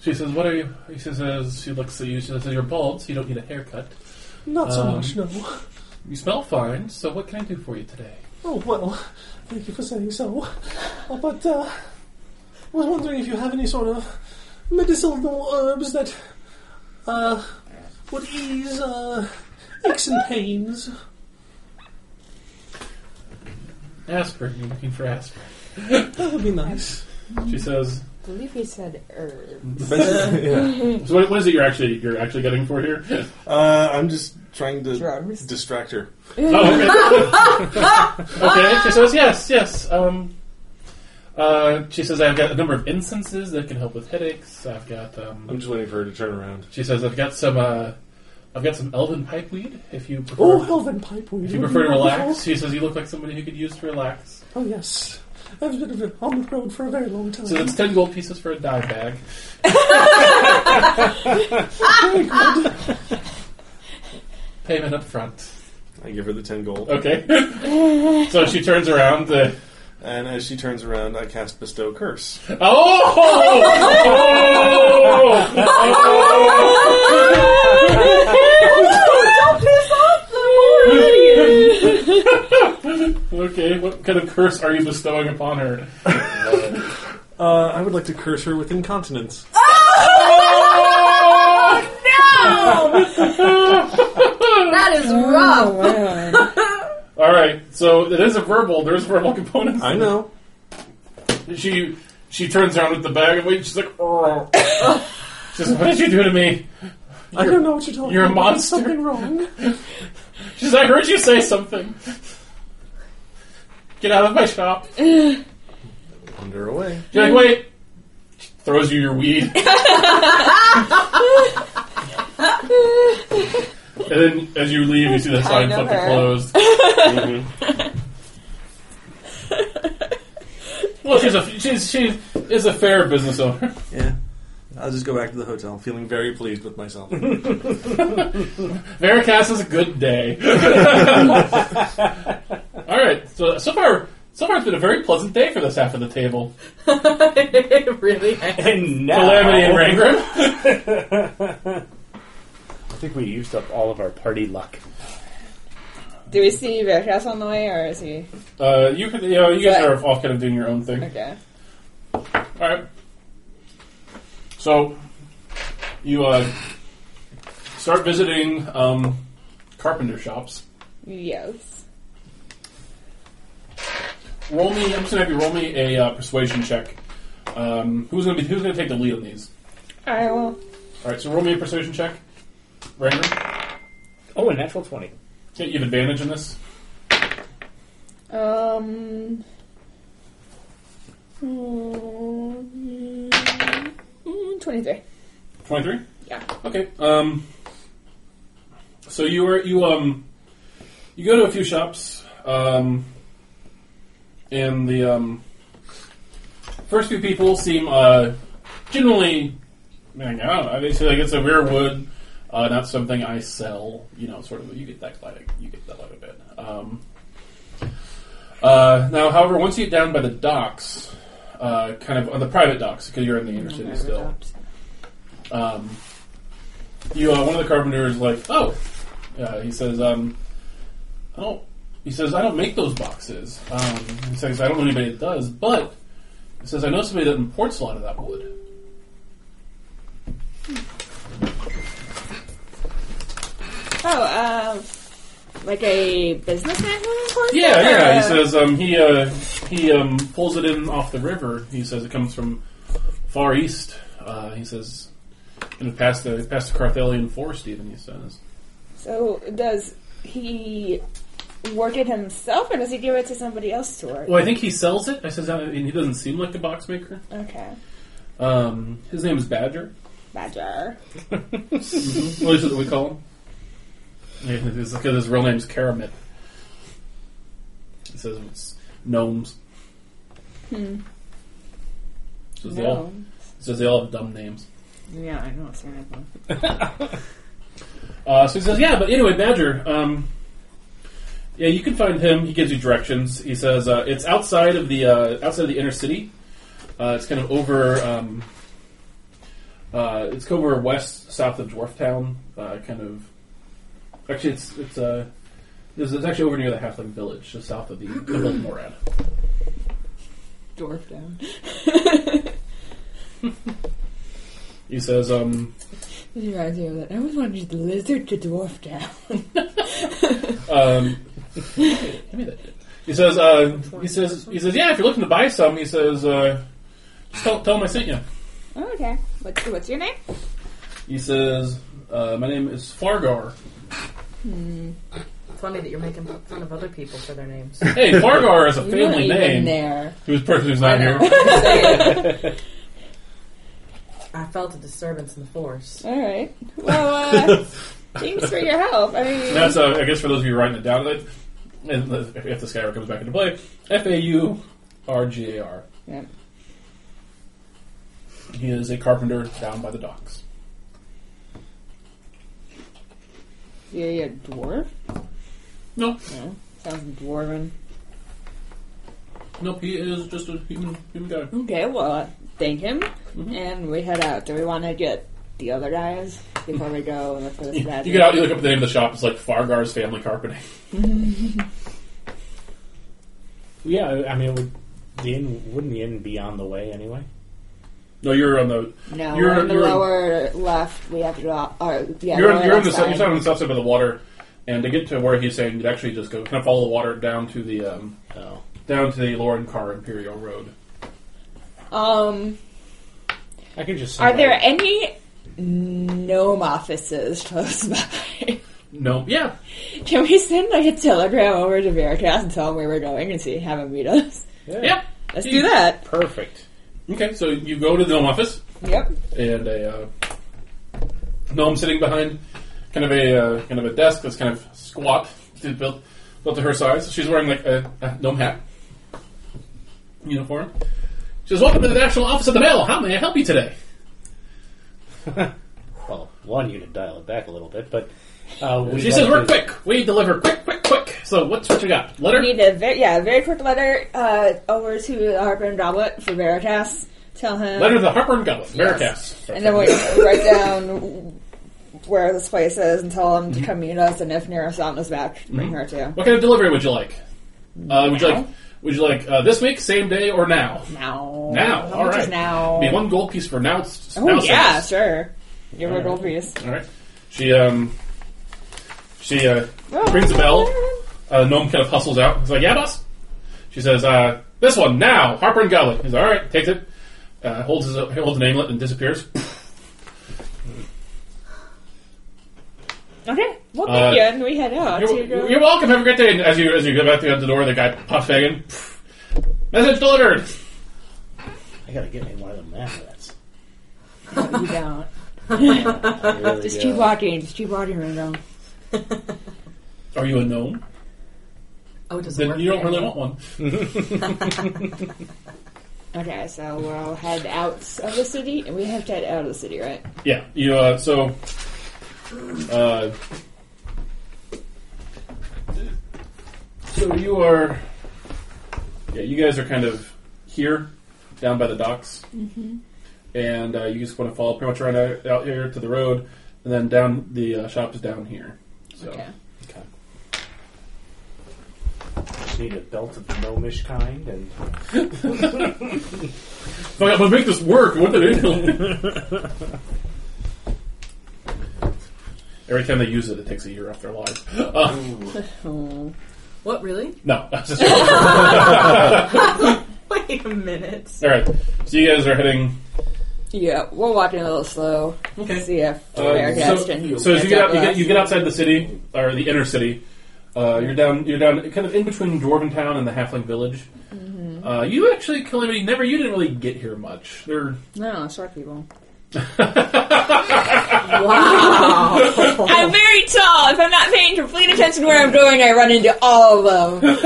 Speaker 2: She says, "What are you?" She says, uh, "She looks at you." She says, "You're bald, so you don't need a haircut.
Speaker 5: Not so
Speaker 2: Um,
Speaker 5: much, no.
Speaker 2: You smell fine. So what can I do for you today?"
Speaker 5: Oh, well, thank you for saying so. Uh, but uh, I was wondering if you have any sort of medicinal herbs that uh, would ease uh, aches and pains.
Speaker 2: Aspirin. You're looking for aspirin.
Speaker 5: That would be nice.
Speaker 2: She says,
Speaker 1: believe he said herb.
Speaker 5: Yeah.
Speaker 2: So what, what is it you're actually you're actually getting for here?
Speaker 5: Uh, I'm just trying to
Speaker 1: Drugs.
Speaker 5: distract her.
Speaker 2: Oh, okay. okay. She says yes, yes. Um, uh, she says I've got a number of incenses that can help with headaches. I've got. Um,
Speaker 5: I'm just waiting for her to turn around.
Speaker 2: she says I've got some. Uh, I've got some elven pipeweed. If you prefer,
Speaker 5: Oh, Elven Pipeweed.
Speaker 2: if you prefer to relax, she says you look like somebody who could use to relax.
Speaker 5: Oh, yes. I've been on the road for a very long time.
Speaker 2: So that's ten gold pieces for a dye bag. Payment up front.
Speaker 5: I give her the 10 gold.
Speaker 2: Okay. so she turns around. The
Speaker 5: And as she turns around, I cast Bestow Curse.
Speaker 2: oh, oh! okay, what kind of curse are you bestowing upon her?
Speaker 5: Uh, I would like to curse her with incontinence.
Speaker 8: That is rough.
Speaker 1: Wow.
Speaker 2: All right, so it is a verbal. There's verbal components.
Speaker 5: I know.
Speaker 2: She she turns around with the bag of weed. She's like, oh. she says, "What did you do to me?"
Speaker 5: I don't know what you're talking
Speaker 2: You're a
Speaker 5: about. There's
Speaker 2: monster.
Speaker 5: Something wrong.
Speaker 2: She says, "I heard you say something. Get out of my shop."
Speaker 5: Wander away.
Speaker 2: She's like, "Wait." She throws you your weed. and then, as you leave, you see the sign
Speaker 1: Kind of
Speaker 2: flipped to
Speaker 1: her.
Speaker 2: closed.
Speaker 5: Mm-hmm.
Speaker 2: Well, she's a she's she is a fair business owner.
Speaker 5: Yeah. I'll just go back to the hotel feeling very pleased with myself.
Speaker 2: Veracast is a good day. All right, so so far so far it's been a very pleasant day for this half of the table.
Speaker 3: really? I-
Speaker 4: And now,
Speaker 2: Calamity and Rangram.
Speaker 4: I think we used up all of our party luck.
Speaker 1: Do we see Veracruz on the way, or is he
Speaker 2: Uh, you could- you know you guys are all kind of doing your own thing.
Speaker 1: okay?
Speaker 2: All right. So you uh, start visiting um, carpenter shops.
Speaker 1: Yes.
Speaker 2: Roll me. I'm just gonna have you roll me a uh, persuasion check. Um, who's gonna be who's gonna take the lead on these?
Speaker 1: I will.
Speaker 2: All right, so roll me a persuasion check, Rangram.
Speaker 4: Oh, a natural 20.
Speaker 2: Yeah, you have advantage in this.
Speaker 1: Um. mm, Twenty-three.
Speaker 2: 23?
Speaker 1: Yeah.
Speaker 2: Okay. Um, so you were you um you go to a few shops um and the um first few people seem uh generally I, mean, I don't know. I mean, so, like it's a rare wood, uh, not something I sell, you know, sort of you get that light you get that light a bit. Um uh, now, however, once you get down by the docks, uh, kind of on the private docks, because you're in the inner city still, um, you uh, one of the carpenters like oh uh, he says um, I don't he says I don't make those boxes um, he says I don't know anybody that does but he says I know somebody that imports a lot of that wood
Speaker 1: Oh, um, like a businessman who employs
Speaker 2: yeah
Speaker 1: it,
Speaker 2: yeah he
Speaker 1: or-
Speaker 2: says um, he uh, he um, pulls it in off the river he says it comes from far east uh, he says and past the past the Carthalian forest even he says
Speaker 1: So does he work it himself, or does he give it to somebody else to work?
Speaker 2: well I think he sells it I says I mean, he doesn't seem like a box maker
Speaker 1: Okay,
Speaker 2: um, his name is Badger
Speaker 1: Badger.
Speaker 2: Well, this is what we call him. Yeah, it's because his real name's Karamit. It says it's gnomes. Hmm. Says, they all,
Speaker 1: No.
Speaker 2: says they all have dumb names.
Speaker 1: Yeah, I know. Seriously.
Speaker 2: Uh, so he says, yeah, but anyway, Badger, um, yeah, you can find him. He gives you directions. He says uh, it's outside of the uh, outside of the inner city. Uh, it's kind of over. Um, uh, it's over west, south of Dwarftown. Uh, kind of. Actually, it's it's uh, this is actually over near the Halfling Village, just south of the Cumberland Morad.
Speaker 1: Dwarf down.
Speaker 2: He says, um,
Speaker 1: This reminds me of that. I always wanted the lizard to dwarf down.
Speaker 2: um, give me that. He says, uh, he says, he says, yeah. If you're looking to buy some, he says, uh, Just tell, tell him I sent you.
Speaker 8: Oh, okay. What's, what's your name?
Speaker 2: He says, uh, "My name is Fargar."
Speaker 3: Funny that you're making fun of other people for their names.
Speaker 2: Hey, Fargar is a
Speaker 1: You're not
Speaker 2: family
Speaker 1: even
Speaker 2: name.
Speaker 1: there.
Speaker 2: To his person who's not here.
Speaker 3: I felt a disturbance in the force.
Speaker 1: All right. Well, uh, thanks for your help. I mean,
Speaker 2: That's uh, I guess for those of you writing it down, that and uh, if the Skyrim comes back into play, F A U R G A R.
Speaker 1: Yeah.
Speaker 2: He is a carpenter down by the docks.
Speaker 1: yeah, yeah, dwarf.
Speaker 2: No,
Speaker 1: Yeah, sounds dwarven.
Speaker 2: nope. He is just a human human guy.
Speaker 1: Okay, well, uh, thank him,
Speaker 2: Mm-hmm.
Speaker 1: and we head out. Do we want to get the other guys before we go and look for this
Speaker 2: You,
Speaker 1: bad?
Speaker 2: you get out. You look up the name of the shop. It's like Fargar's Family Carpeting.
Speaker 4: Yeah, I I mean, it would the inn wouldn't the inn be on the way anyway?
Speaker 2: No, you're on the
Speaker 1: No,
Speaker 2: You're-
Speaker 1: we're in the
Speaker 2: you're-
Speaker 1: lower left. We have to go. Or, yeah,
Speaker 2: you're
Speaker 1: lower
Speaker 2: on, you're on
Speaker 1: left
Speaker 2: the side.
Speaker 1: side.
Speaker 2: you're sitting on the south side of the water, and to get to where he's saying you'd actually just go kind of follow the water down to the um,
Speaker 4: Oh,
Speaker 2: down to the Lauren Carr Imperial Road.
Speaker 1: Um,
Speaker 4: I could just.
Speaker 1: are
Speaker 4: send
Speaker 1: there
Speaker 4: out-
Speaker 1: any gnome offices close by?
Speaker 2: No, yeah,
Speaker 1: Can we send like a telegram over to Veracast and tell him where we're going and see have him meet us?
Speaker 4: Yeah,
Speaker 2: yeah.
Speaker 1: Let's do that.
Speaker 4: Perfect.
Speaker 2: Okay, so you go to the home office.
Speaker 1: Yep.
Speaker 2: and a uh, gnome sitting behind kind of a uh, kind of a desk that's kind of squat, it's built built to her size. She's wearing like a, a gnome hat uniform. She says, "Welcome to the National Office of the Mail. How may I help you today?"
Speaker 4: Well, one, you could dial it back a little bit, but uh, we'd
Speaker 2: She
Speaker 4: like
Speaker 2: says,
Speaker 4: to-
Speaker 2: "We're quick. We deliver quick, quick, quick. So what's what you got?
Speaker 1: We
Speaker 2: Letter?
Speaker 1: need a very, yeah, a very quick letter uh, over to Harper and Droplet for Veracast. Tell him.
Speaker 2: Letter to the Harper and Gullet,
Speaker 1: Yes.
Speaker 2: Veracast.
Speaker 1: And then we write down where this place is and tell him to come meet us. And if Narasana's back, bring her too.
Speaker 2: What kind of delivery would you like? Uh, would you like would you like uh, this week, same day, or now?
Speaker 1: Now,
Speaker 2: Now,
Speaker 1: How
Speaker 2: all
Speaker 1: much
Speaker 2: right.
Speaker 1: is now.
Speaker 2: Be one gold piece for now. s-
Speaker 1: oh
Speaker 2: now
Speaker 1: yeah,
Speaker 2: service.
Speaker 1: sure. Give her a gold piece.
Speaker 2: All right. She um, she uh,
Speaker 1: Oh.
Speaker 2: rings a bell. Uh, gnome kind of hustles out. He's like, "Yeah, boss." She says, "Uh, this one now, Harper and Gullet." He's all right. Takes it, uh, holds his he holds an amulet and disappears.
Speaker 1: Okay, well
Speaker 2: Uh,
Speaker 1: thank you, and we head out.
Speaker 2: You're,
Speaker 1: to go-
Speaker 2: you're welcome. Have a great day. And as you as you go back out the door, the guy pops back in. Message delivered.
Speaker 4: I gotta get me one of them amulets.
Speaker 1: you don't.
Speaker 4: I really
Speaker 1: Just
Speaker 4: do.
Speaker 1: keep walking. Just keep walking, Random.
Speaker 2: Are you a gnome?
Speaker 3: Oh, it doesn't
Speaker 2: Then
Speaker 3: work.
Speaker 2: you don't
Speaker 3: there.
Speaker 2: really want one.
Speaker 1: Okay, so we'll head out of the city, and we have to head out of the city, right?
Speaker 2: Yeah. You uh, so. Uh, so you are. Yeah, you guys are kind of here, down by the docks, mm-hmm. and uh, you just want to follow pretty much right out, out here to the road, and then down the uh, shop is down here. So
Speaker 1: Okay.
Speaker 4: Okay. Just need a belt of the gnomish kind, and
Speaker 2: if I could make this work, what did it do? Every time they use it, it takes a year off their life. Uh,
Speaker 1: Oh.
Speaker 3: What, really?
Speaker 2: no, that's just.
Speaker 3: Wait a minute.
Speaker 2: All right, so you guys are heading
Speaker 1: Yeah, we're walking a little slow.
Speaker 2: Okay.
Speaker 1: See if
Speaker 2: Uh,
Speaker 1: Veracast
Speaker 2: so,
Speaker 1: can
Speaker 2: so as you
Speaker 1: catch
Speaker 2: get out,
Speaker 1: up with
Speaker 2: you get,
Speaker 1: us.
Speaker 2: you get outside the city or the inner city. Uh, you're down. You're down, kind of in between Dwarven Town and the Halfling Village. Uh, you actually, Calamity, never. You didn't really get here much. There,
Speaker 1: No, short people.
Speaker 6: I'm very tall. If I'm not paying complete attention where I'm going, I
Speaker 1: Run into all of them.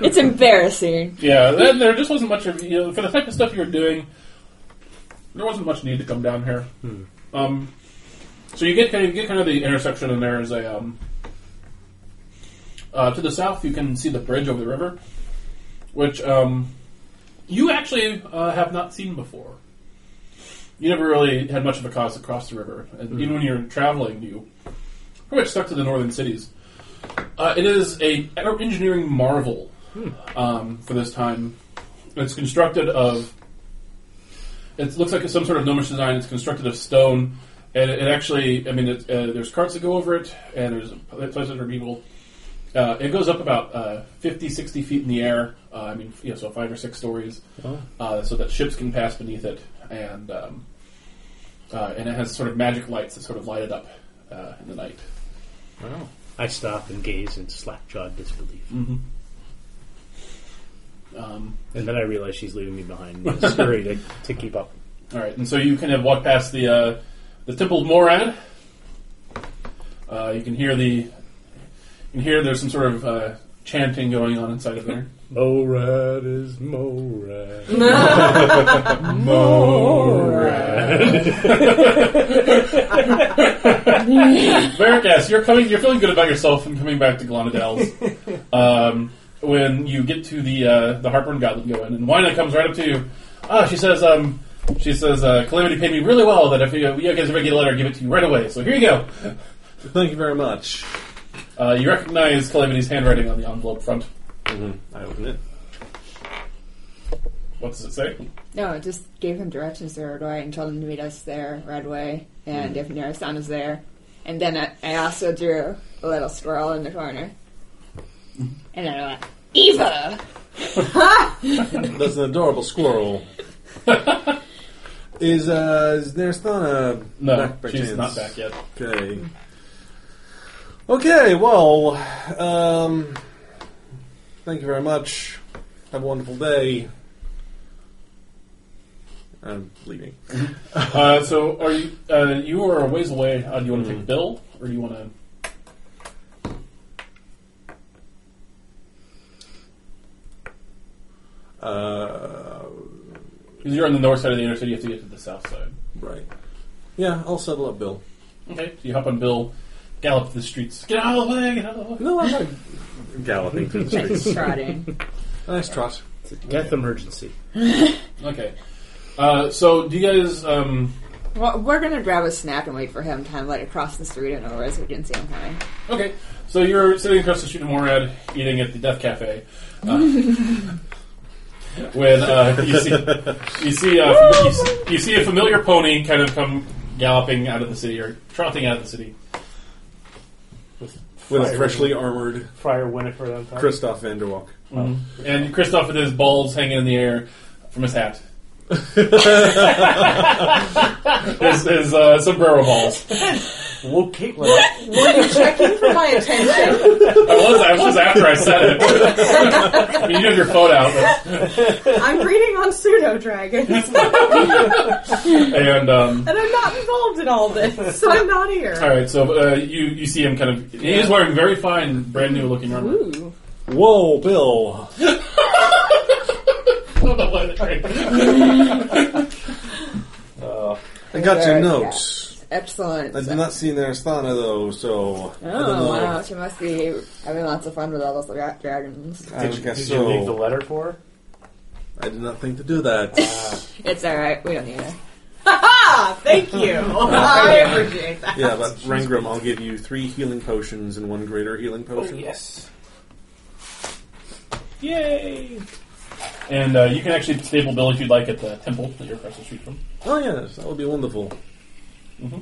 Speaker 1: it's embarrassing.
Speaker 2: yeah, there, there just wasn't much of you know, for the type of stuff you were doing. There wasn't much need to come down here. Um, so you get kind of, you get kind of the intersection, and there is a um, uh, to the south. You can see the bridge over the river, which um, you actually uh, have not seen before. You never really had much of a cause to cross the river, and even when you're traveling, you pretty much stuck to the northern cities. Uh, it is a an engineering marvel um, for this time. It's constructed of. It looks like some sort of gnomish design. It's constructed of stone, and it, it actually. I mean, it, uh, there's carts that go over it, and there's places for people. Uh, it goes up about uh, 50, 60 feet in the air. Uh, I mean, yeah, so five or six stories,
Speaker 4: Oh.
Speaker 2: uh, so that ships can pass beneath it, and um, uh, and it has sort of magic lights that sort of light it up uh, in the night.
Speaker 4: Wow. I stop and gaze in slack-jawed disbelief.
Speaker 2: Mm-hmm. Um,
Speaker 4: And then I realize she's leaving me behind in a scurry to, to keep up.
Speaker 2: all right, and so you kind of walk past the uh, the Temple of Morad. Uh, you can hear the you can hear there's some sort of uh, chanting going on inside of there.
Speaker 4: Morad is Morad.
Speaker 2: Veracast, you're coming. You're feeling good about yourself and coming back to Glonadell's. um, when you get to the uh, the Heartburn Goblet go in, and Wina comes right up to you. Ah, she says, um, she says, uh, Calamity paid me really well. That if you, you guys ever get a letter, I give it to you right away. So here you go.
Speaker 5: Thank you very much.
Speaker 2: Uh, you recognize Calamity's handwriting on the envelope front.
Speaker 5: Mm-hmm. I open it.
Speaker 2: What does it say?
Speaker 1: No, I just gave him directions to Redway and told him to meet us there right away, and if nearest town is there. And then I, I also drew a little squirrel in the corner. And then I went, Eva!
Speaker 5: That's an adorable squirrel. is uh, is Nerstana
Speaker 2: No,
Speaker 5: back by
Speaker 2: she's
Speaker 5: chance?
Speaker 2: not back yet.
Speaker 5: Okay. Okay, well, um, thank you very much. Have a wonderful day. I'm leaving.
Speaker 2: Uh, so are you? Uh, you are a ways away. Uh, do you want
Speaker 5: Hmm.
Speaker 2: to take Bill, or do you want to?
Speaker 5: Uh,
Speaker 2: Because you're on the north side of the inner city, you have to get to the south side.
Speaker 5: right. Yeah, I'll settle up, Bill.
Speaker 2: Okay, so you hop on Bill, gallop the streets. Get out of the way! Get out of the way!
Speaker 5: No, I'm not galloping through the streets.
Speaker 3: Trotting.
Speaker 5: nice trot.
Speaker 4: Death emergency.
Speaker 2: Okay. Uh, so, do you guys? Um,
Speaker 1: Well, we're gonna grab a snack and wait for him, kind of let it cross the street and over so we can see him coming.
Speaker 2: okay. So you're sitting across the street in Morad, eating at the Death Cafe. Uh, when uh, you see you see, a, fami- you see you see a familiar pony kind of come galloping out of the city or trotting out of the city.
Speaker 5: With a freshly armored
Speaker 11: Friar Winifred on top.
Speaker 5: Christoph Vanderwalk.
Speaker 2: And Kristoff with his balls hanging in the air from his hat. his his uh, sombrero balls.
Speaker 11: Locate where
Speaker 3: Checking for my attention.
Speaker 2: I was I was after I said it. you have your phone out.
Speaker 3: I'm reading on pseudo dragons, and
Speaker 2: And um,
Speaker 3: I'm not involved in all this, so I'm not
Speaker 2: all
Speaker 3: here.
Speaker 2: right, so uh, you you see him kind of. He is wearing very fine, brand new looking armor.
Speaker 3: Ooh.
Speaker 5: Whoa, Bill!
Speaker 2: I don't know why that-
Speaker 5: I got your
Speaker 1: Yeah.
Speaker 5: notes.
Speaker 1: Excellent.
Speaker 5: I did not see Narasthana though, so I don't
Speaker 1: Oh,
Speaker 5: know.
Speaker 1: wow, she must be having lots of fun with all those dra- dragons.
Speaker 5: I
Speaker 11: Did,
Speaker 5: guess
Speaker 11: did
Speaker 5: so.
Speaker 11: you leave the letter for her?
Speaker 5: I did not think to do that.
Speaker 1: It's alright, we don't need her.
Speaker 3: Ah, thank you. I appreciate that.
Speaker 5: yeah, but Rangram, I'll give you three healing potions and one greater healing
Speaker 1: Oh,
Speaker 5: potion.
Speaker 11: yes.
Speaker 4: Yay!
Speaker 2: and uh, you can actually stable Bill if you'd like at the temple that you're across the street from.
Speaker 5: Oh yes, that would be wonderful.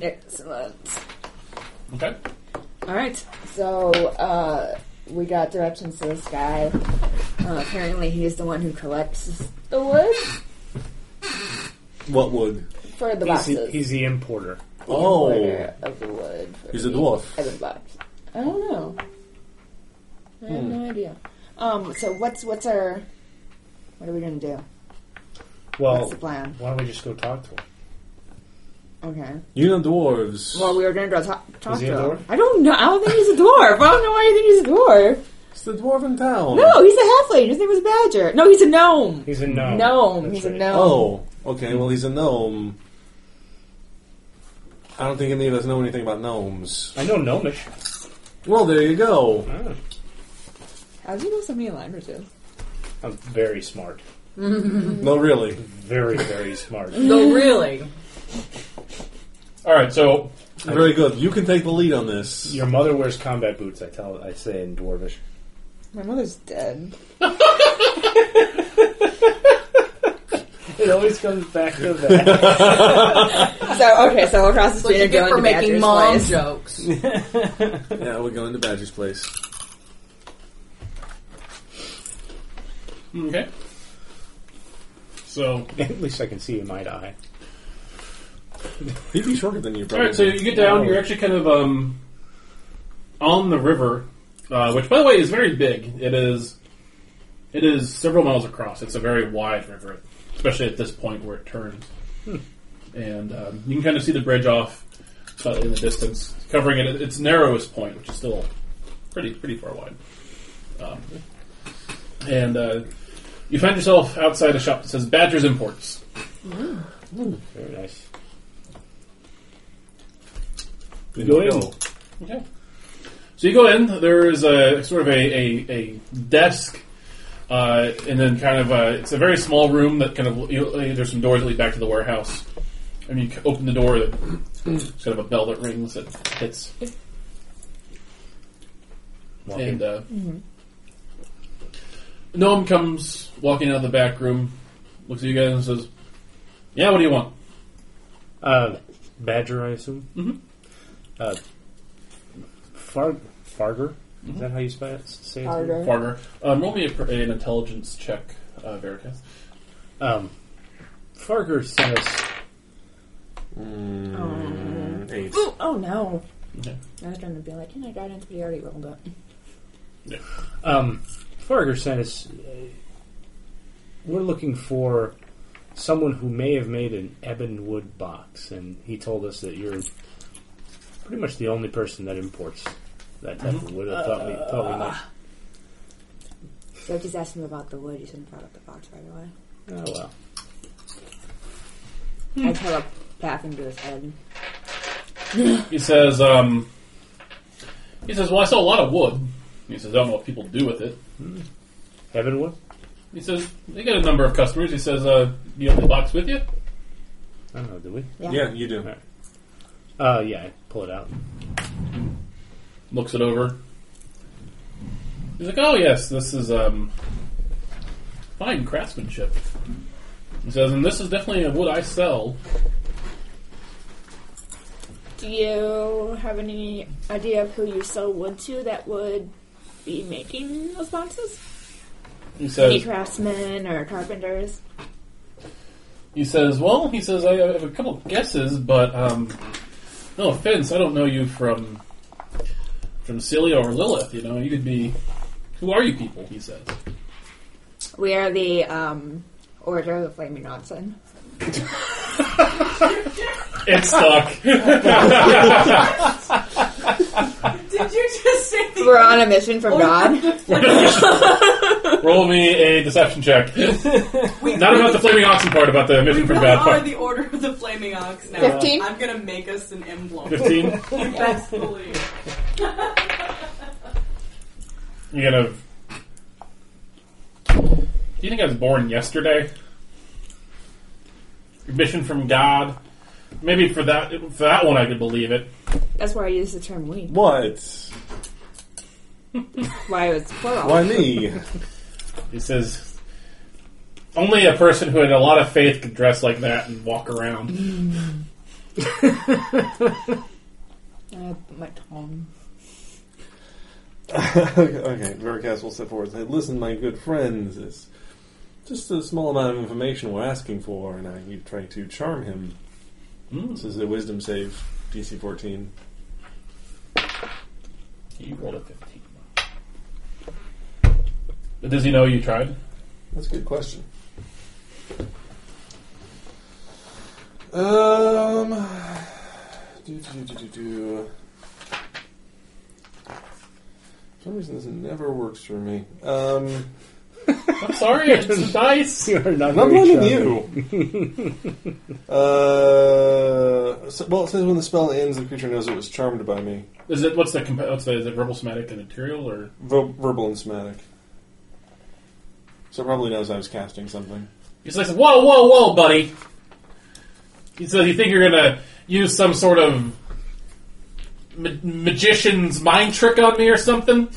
Speaker 1: Excellent.
Speaker 2: Okay.
Speaker 1: Alright, so, uh, we got directions to this guy. Uh, apparently he's the one who collects the wood
Speaker 5: What would?
Speaker 1: for the
Speaker 4: He's
Speaker 1: boxes.
Speaker 4: the, he's the importer.
Speaker 5: Oh,
Speaker 1: Order of the wood. for
Speaker 5: He's a
Speaker 1: the
Speaker 5: dwarf.
Speaker 1: Other box. I don't know. I have no idea. Um. So what's what's our? What are we gonna do?
Speaker 4: Well,
Speaker 1: What's
Speaker 4: Oh.
Speaker 1: the plan?
Speaker 4: why don't we just go talk to him?
Speaker 1: Okay.
Speaker 5: you know dwarves.
Speaker 1: Well, we were gonna go talk, talk
Speaker 4: Is he
Speaker 1: to
Speaker 4: a
Speaker 1: him.
Speaker 4: dwarf?
Speaker 1: I don't know. I don't think he's a dwarf. I don't know why you think he's a dwarf.
Speaker 5: it's the dwarven town.
Speaker 1: No, he's a halfling. His name is Badger. No, he's a gnome.
Speaker 4: He's a gnome.
Speaker 1: Gnome.
Speaker 4: That's
Speaker 1: He's a
Speaker 4: right.
Speaker 1: gnome.
Speaker 5: Oh, okay. Well, he's a gnome. I don't think any of us know anything about gnomes.
Speaker 4: I know gnomish.
Speaker 5: Well, there you go.
Speaker 4: Ah,
Speaker 3: Oh.
Speaker 1: How do you know so many languages?
Speaker 4: I'm very smart.
Speaker 5: No, really.
Speaker 4: Very, very smart.
Speaker 3: No, really.
Speaker 2: All right. So
Speaker 5: Very good. You can take the lead on this.
Speaker 4: Your mother wears combat boots. I tell. I say in dwarvish.
Speaker 1: My mother's dead.
Speaker 4: It always comes back to that.
Speaker 1: So okay, so we'll cross the
Speaker 3: That's what
Speaker 1: street
Speaker 3: you
Speaker 1: and
Speaker 3: get
Speaker 1: go
Speaker 3: for
Speaker 1: into
Speaker 3: making
Speaker 1: Badger's
Speaker 3: mom
Speaker 1: place.
Speaker 3: jokes.
Speaker 5: Yeah, we're going to Badger's place.
Speaker 2: Okay. So,
Speaker 4: At least I can see him eye to eye.
Speaker 5: He'd be shorter than you,
Speaker 2: all
Speaker 5: probably.
Speaker 2: right. So you get down. You're actually kind of um, on the river, uh, which, by the way, is very big. It is. It is several miles across. It's a very wide river, especially at this point where it turns. And um, you can kind of see the bridge off uh, in the distance, covering it at its narrowest point, which is still pretty pretty far wide. Um, and uh, you find yourself outside a shop that says Badger's Imports.
Speaker 4: Very nice.
Speaker 5: You
Speaker 4: Go
Speaker 5: know.
Speaker 4: in.
Speaker 2: Okay. So you go in. There is a sort of a, a, a desk, uh, and then kind of a, it's a very small room that kind of you know, eh, there's some doors that lead back to the warehouse. And you c- open the door. That, it's kind of a bell that rings that hits,
Speaker 4: Walk in.
Speaker 2: and uh, Noam comes walking out of the back room, looks at you guys and says, "Yeah, what do you want?"
Speaker 4: Uh, Badger, I assume.
Speaker 2: Mhm.
Speaker 4: Uh, Far- Farger. Is that how you spell it? Say his name?
Speaker 1: Harder.
Speaker 2: Farmer, um, roll me a, per- an intelligence check, uh, Veritas.
Speaker 4: Um, Farger sent us.
Speaker 5: Mm, eight.
Speaker 6: Ooh, oh no.
Speaker 2: Okay.
Speaker 6: I was going to be like, yeah, I got into the already rolled up.
Speaker 4: Um, Farger sent us. Uh, we're looking for someone who may have made an ebon wood box, and he told us that you're pretty much the only person that imports that type of wood. I thought we thought we might.
Speaker 6: So I just asked him about the wood. He shouldn't brought up the box right away.
Speaker 4: Oh well.
Speaker 6: I telepath into his head.
Speaker 2: He says, um, he says, well, I saw a lot of wood. He says, I don't know what people do with it.
Speaker 4: Ebon wood?
Speaker 2: He says, they got a number of customers. He says, uh, do you have the box with you?
Speaker 4: I don't know. Did we?
Speaker 5: Yeah, you do.
Speaker 4: Alright. Uh, yeah. I Pull it out.
Speaker 2: Looks it over. He's like, oh, yes, this is, um, fine craftsmanship. He says, and this is definitely a wood I sell.
Speaker 6: Do you have any idea of who you sell wood to that would be making those boxes?
Speaker 2: He
Speaker 6: Any
Speaker 2: says,
Speaker 6: craftsmen or carpenters?
Speaker 2: he says, well, he says, I have a couple guesses, but, um, no offense, I don't know you from, from Celia or Lilith, you know, you could be, who are you people, he says.
Speaker 8: We are the um, Order of the Flaming Hudson.
Speaker 2: It's stuck.
Speaker 3: Did you just say the
Speaker 8: We're on a mission from God.
Speaker 2: Roll me a deception check. Not about the flaming oxen part, about the
Speaker 3: We
Speaker 2: mission from
Speaker 3: really
Speaker 2: God
Speaker 3: are
Speaker 2: part.
Speaker 3: the Order of the Flaming Ox now.
Speaker 8: 15?
Speaker 3: I'm gonna make us an emblem. You
Speaker 2: Fifteen.
Speaker 3: best believe.
Speaker 2: You're gonna. Do you think I was born yesterday? Mission from God. Maybe for that for that one I could believe it.
Speaker 6: That's where I use the term we.
Speaker 5: What?
Speaker 8: Why it's plural.
Speaker 5: Why me?
Speaker 2: He says, only a person who had a lot of faith could dress like that and walk around.
Speaker 6: I put my tongue.
Speaker 5: okay, Veracast will step forward and say, Listen, my good friends, it's just a small amount of information we're asking for, and I keep trying to charm him. This is a wisdom save, DC 14.
Speaker 2: He rolled a fifteen. But does he know you tried?
Speaker 5: That's a good question. Um. Do, do, do, do, do. For some reason, this never works for me. Um,
Speaker 2: I'm sorry, it's just dice.
Speaker 4: You are not
Speaker 5: I'm not
Speaker 4: very
Speaker 5: blaming
Speaker 4: charming.
Speaker 5: you. uh, so- well, it says when the spell ends, the creature knows it was charmed by me.
Speaker 2: Is it what's the compa- what's the is it verbal somatic and material or
Speaker 5: Ver- verbal and somatic. So it probably knows I was casting something.
Speaker 2: he's like whoa whoa whoa buddy. He says you think you're gonna use some sort of ma- magician's mind trick on me or something?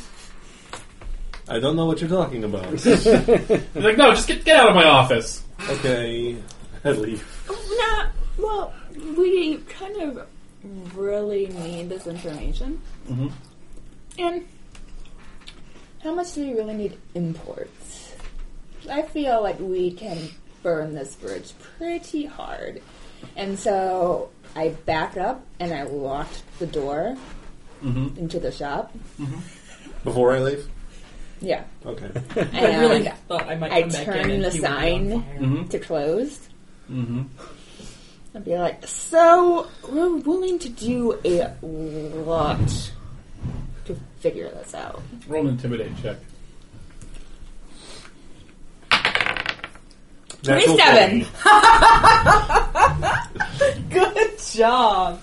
Speaker 5: I don't know what you're talking about.
Speaker 2: He's like no, just get get out of my office.
Speaker 5: okay, I leave.
Speaker 6: No, well, we kind of really need this information.
Speaker 3: Mm-hmm.
Speaker 2: Mhm.
Speaker 6: And how much do we really need imports? I feel like we can burn this bridge pretty hard. And so I back up and I locked the door
Speaker 2: Mhm.
Speaker 6: into the shop.
Speaker 5: Before I leave?
Speaker 6: Yeah.
Speaker 5: Okay.
Speaker 6: And
Speaker 3: I really thought I might
Speaker 6: I
Speaker 3: come back in
Speaker 6: turn
Speaker 3: and
Speaker 6: the
Speaker 3: he would be on
Speaker 6: sign
Speaker 3: fire.
Speaker 2: Mm-hmm.
Speaker 6: to closed.
Speaker 2: Mm-hmm.
Speaker 6: I'd be like, so we're willing to do a lot to figure this out.
Speaker 2: Roll an intimidate check.
Speaker 5: Natural
Speaker 6: 27.
Speaker 5: 20.
Speaker 3: Good job,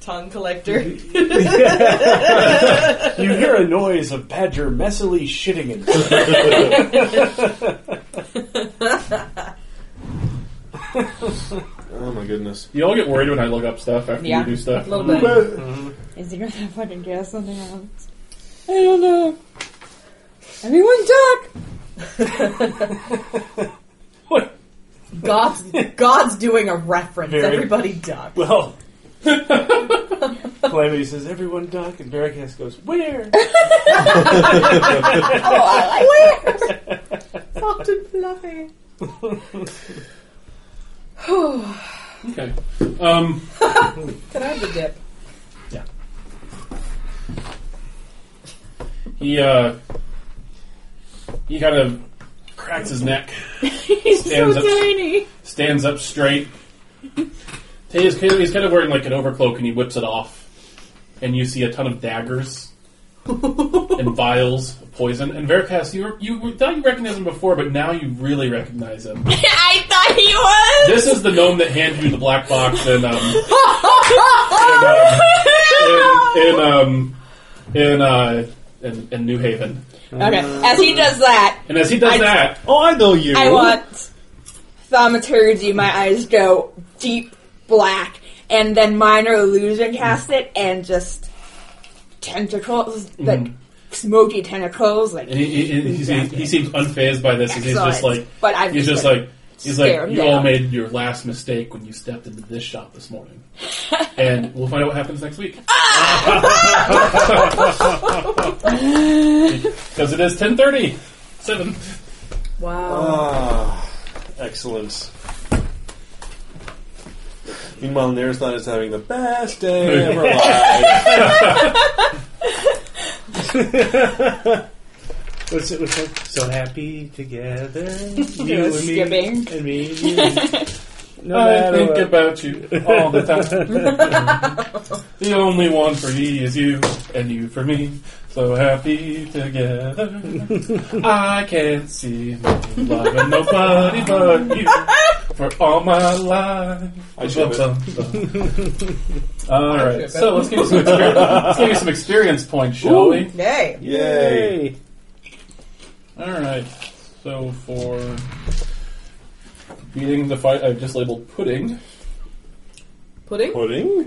Speaker 3: tongue collector.
Speaker 11: You hear a noise of Badger messily shitting in
Speaker 5: Oh my goodness.
Speaker 2: You all get worried when I look up stuff after
Speaker 3: Yeah.
Speaker 2: you do stuff.
Speaker 3: A little bit.
Speaker 1: Is he gonna fucking guess something else? I don't know. Everyone talk!
Speaker 3: God's God's doing a reference.
Speaker 11: Very-
Speaker 3: Everybody duck.
Speaker 11: Well, Calamity says, everyone duck, and Veracast goes, where?
Speaker 3: Soft and fluffy.
Speaker 2: Okay. Um,
Speaker 3: Can I have the dip?
Speaker 2: he uh, he kind of cracks his neck. He's stands so up, tiny. Stands up straight. He's kind, of, he's kind of wearing like an overcloak, and he whips it off, and you see a ton of daggers and vials of poison. And Veracast, you were- you thought you recognized him before, but now you really recognize him.
Speaker 6: I thought he was!
Speaker 2: This is the gnome that handed you the black box in um in um in, in, um, in uh in, in New Haven.
Speaker 6: Okay, as he does that,
Speaker 2: And as he does
Speaker 6: I-
Speaker 2: that,
Speaker 5: Oh, I know you.
Speaker 6: I want thaumaturgy, my eyes go deep black, and then minor illusion cast it, and just tentacles, like smoky tentacles, like.
Speaker 2: and he, he, he, he, he seems unfazed by this, and he's just
Speaker 6: excellent.
Speaker 2: like
Speaker 6: but I'm
Speaker 2: he's just
Speaker 6: gonna
Speaker 2: like he's
Speaker 6: stare
Speaker 2: like
Speaker 6: him
Speaker 2: you all
Speaker 6: down.
Speaker 2: made your last mistake when you stepped into this shop this morning, and we'll find out what happens next week because it is ten thirty seven.
Speaker 3: Wow.
Speaker 5: Ah, excellent. Meanwhile, Naristhon is having the best day of her life.
Speaker 4: What's it? What's it? So happy together, you
Speaker 6: You're
Speaker 4: and me,
Speaker 6: skipping.
Speaker 4: and me. And you. No
Speaker 2: I
Speaker 4: matter
Speaker 2: think
Speaker 4: what.
Speaker 2: about you all the time. the only one for me is you, and you for me. So happy together. I can't see me loving nobody but you for all my life.
Speaker 5: I shove it.
Speaker 2: All right, so let's give you some experience, let's give you some experience points, shall we?
Speaker 3: Yay.
Speaker 5: Yay!
Speaker 2: All right, so for beating the fight, I've just labeled pudding.
Speaker 3: Pudding?
Speaker 5: Pudding?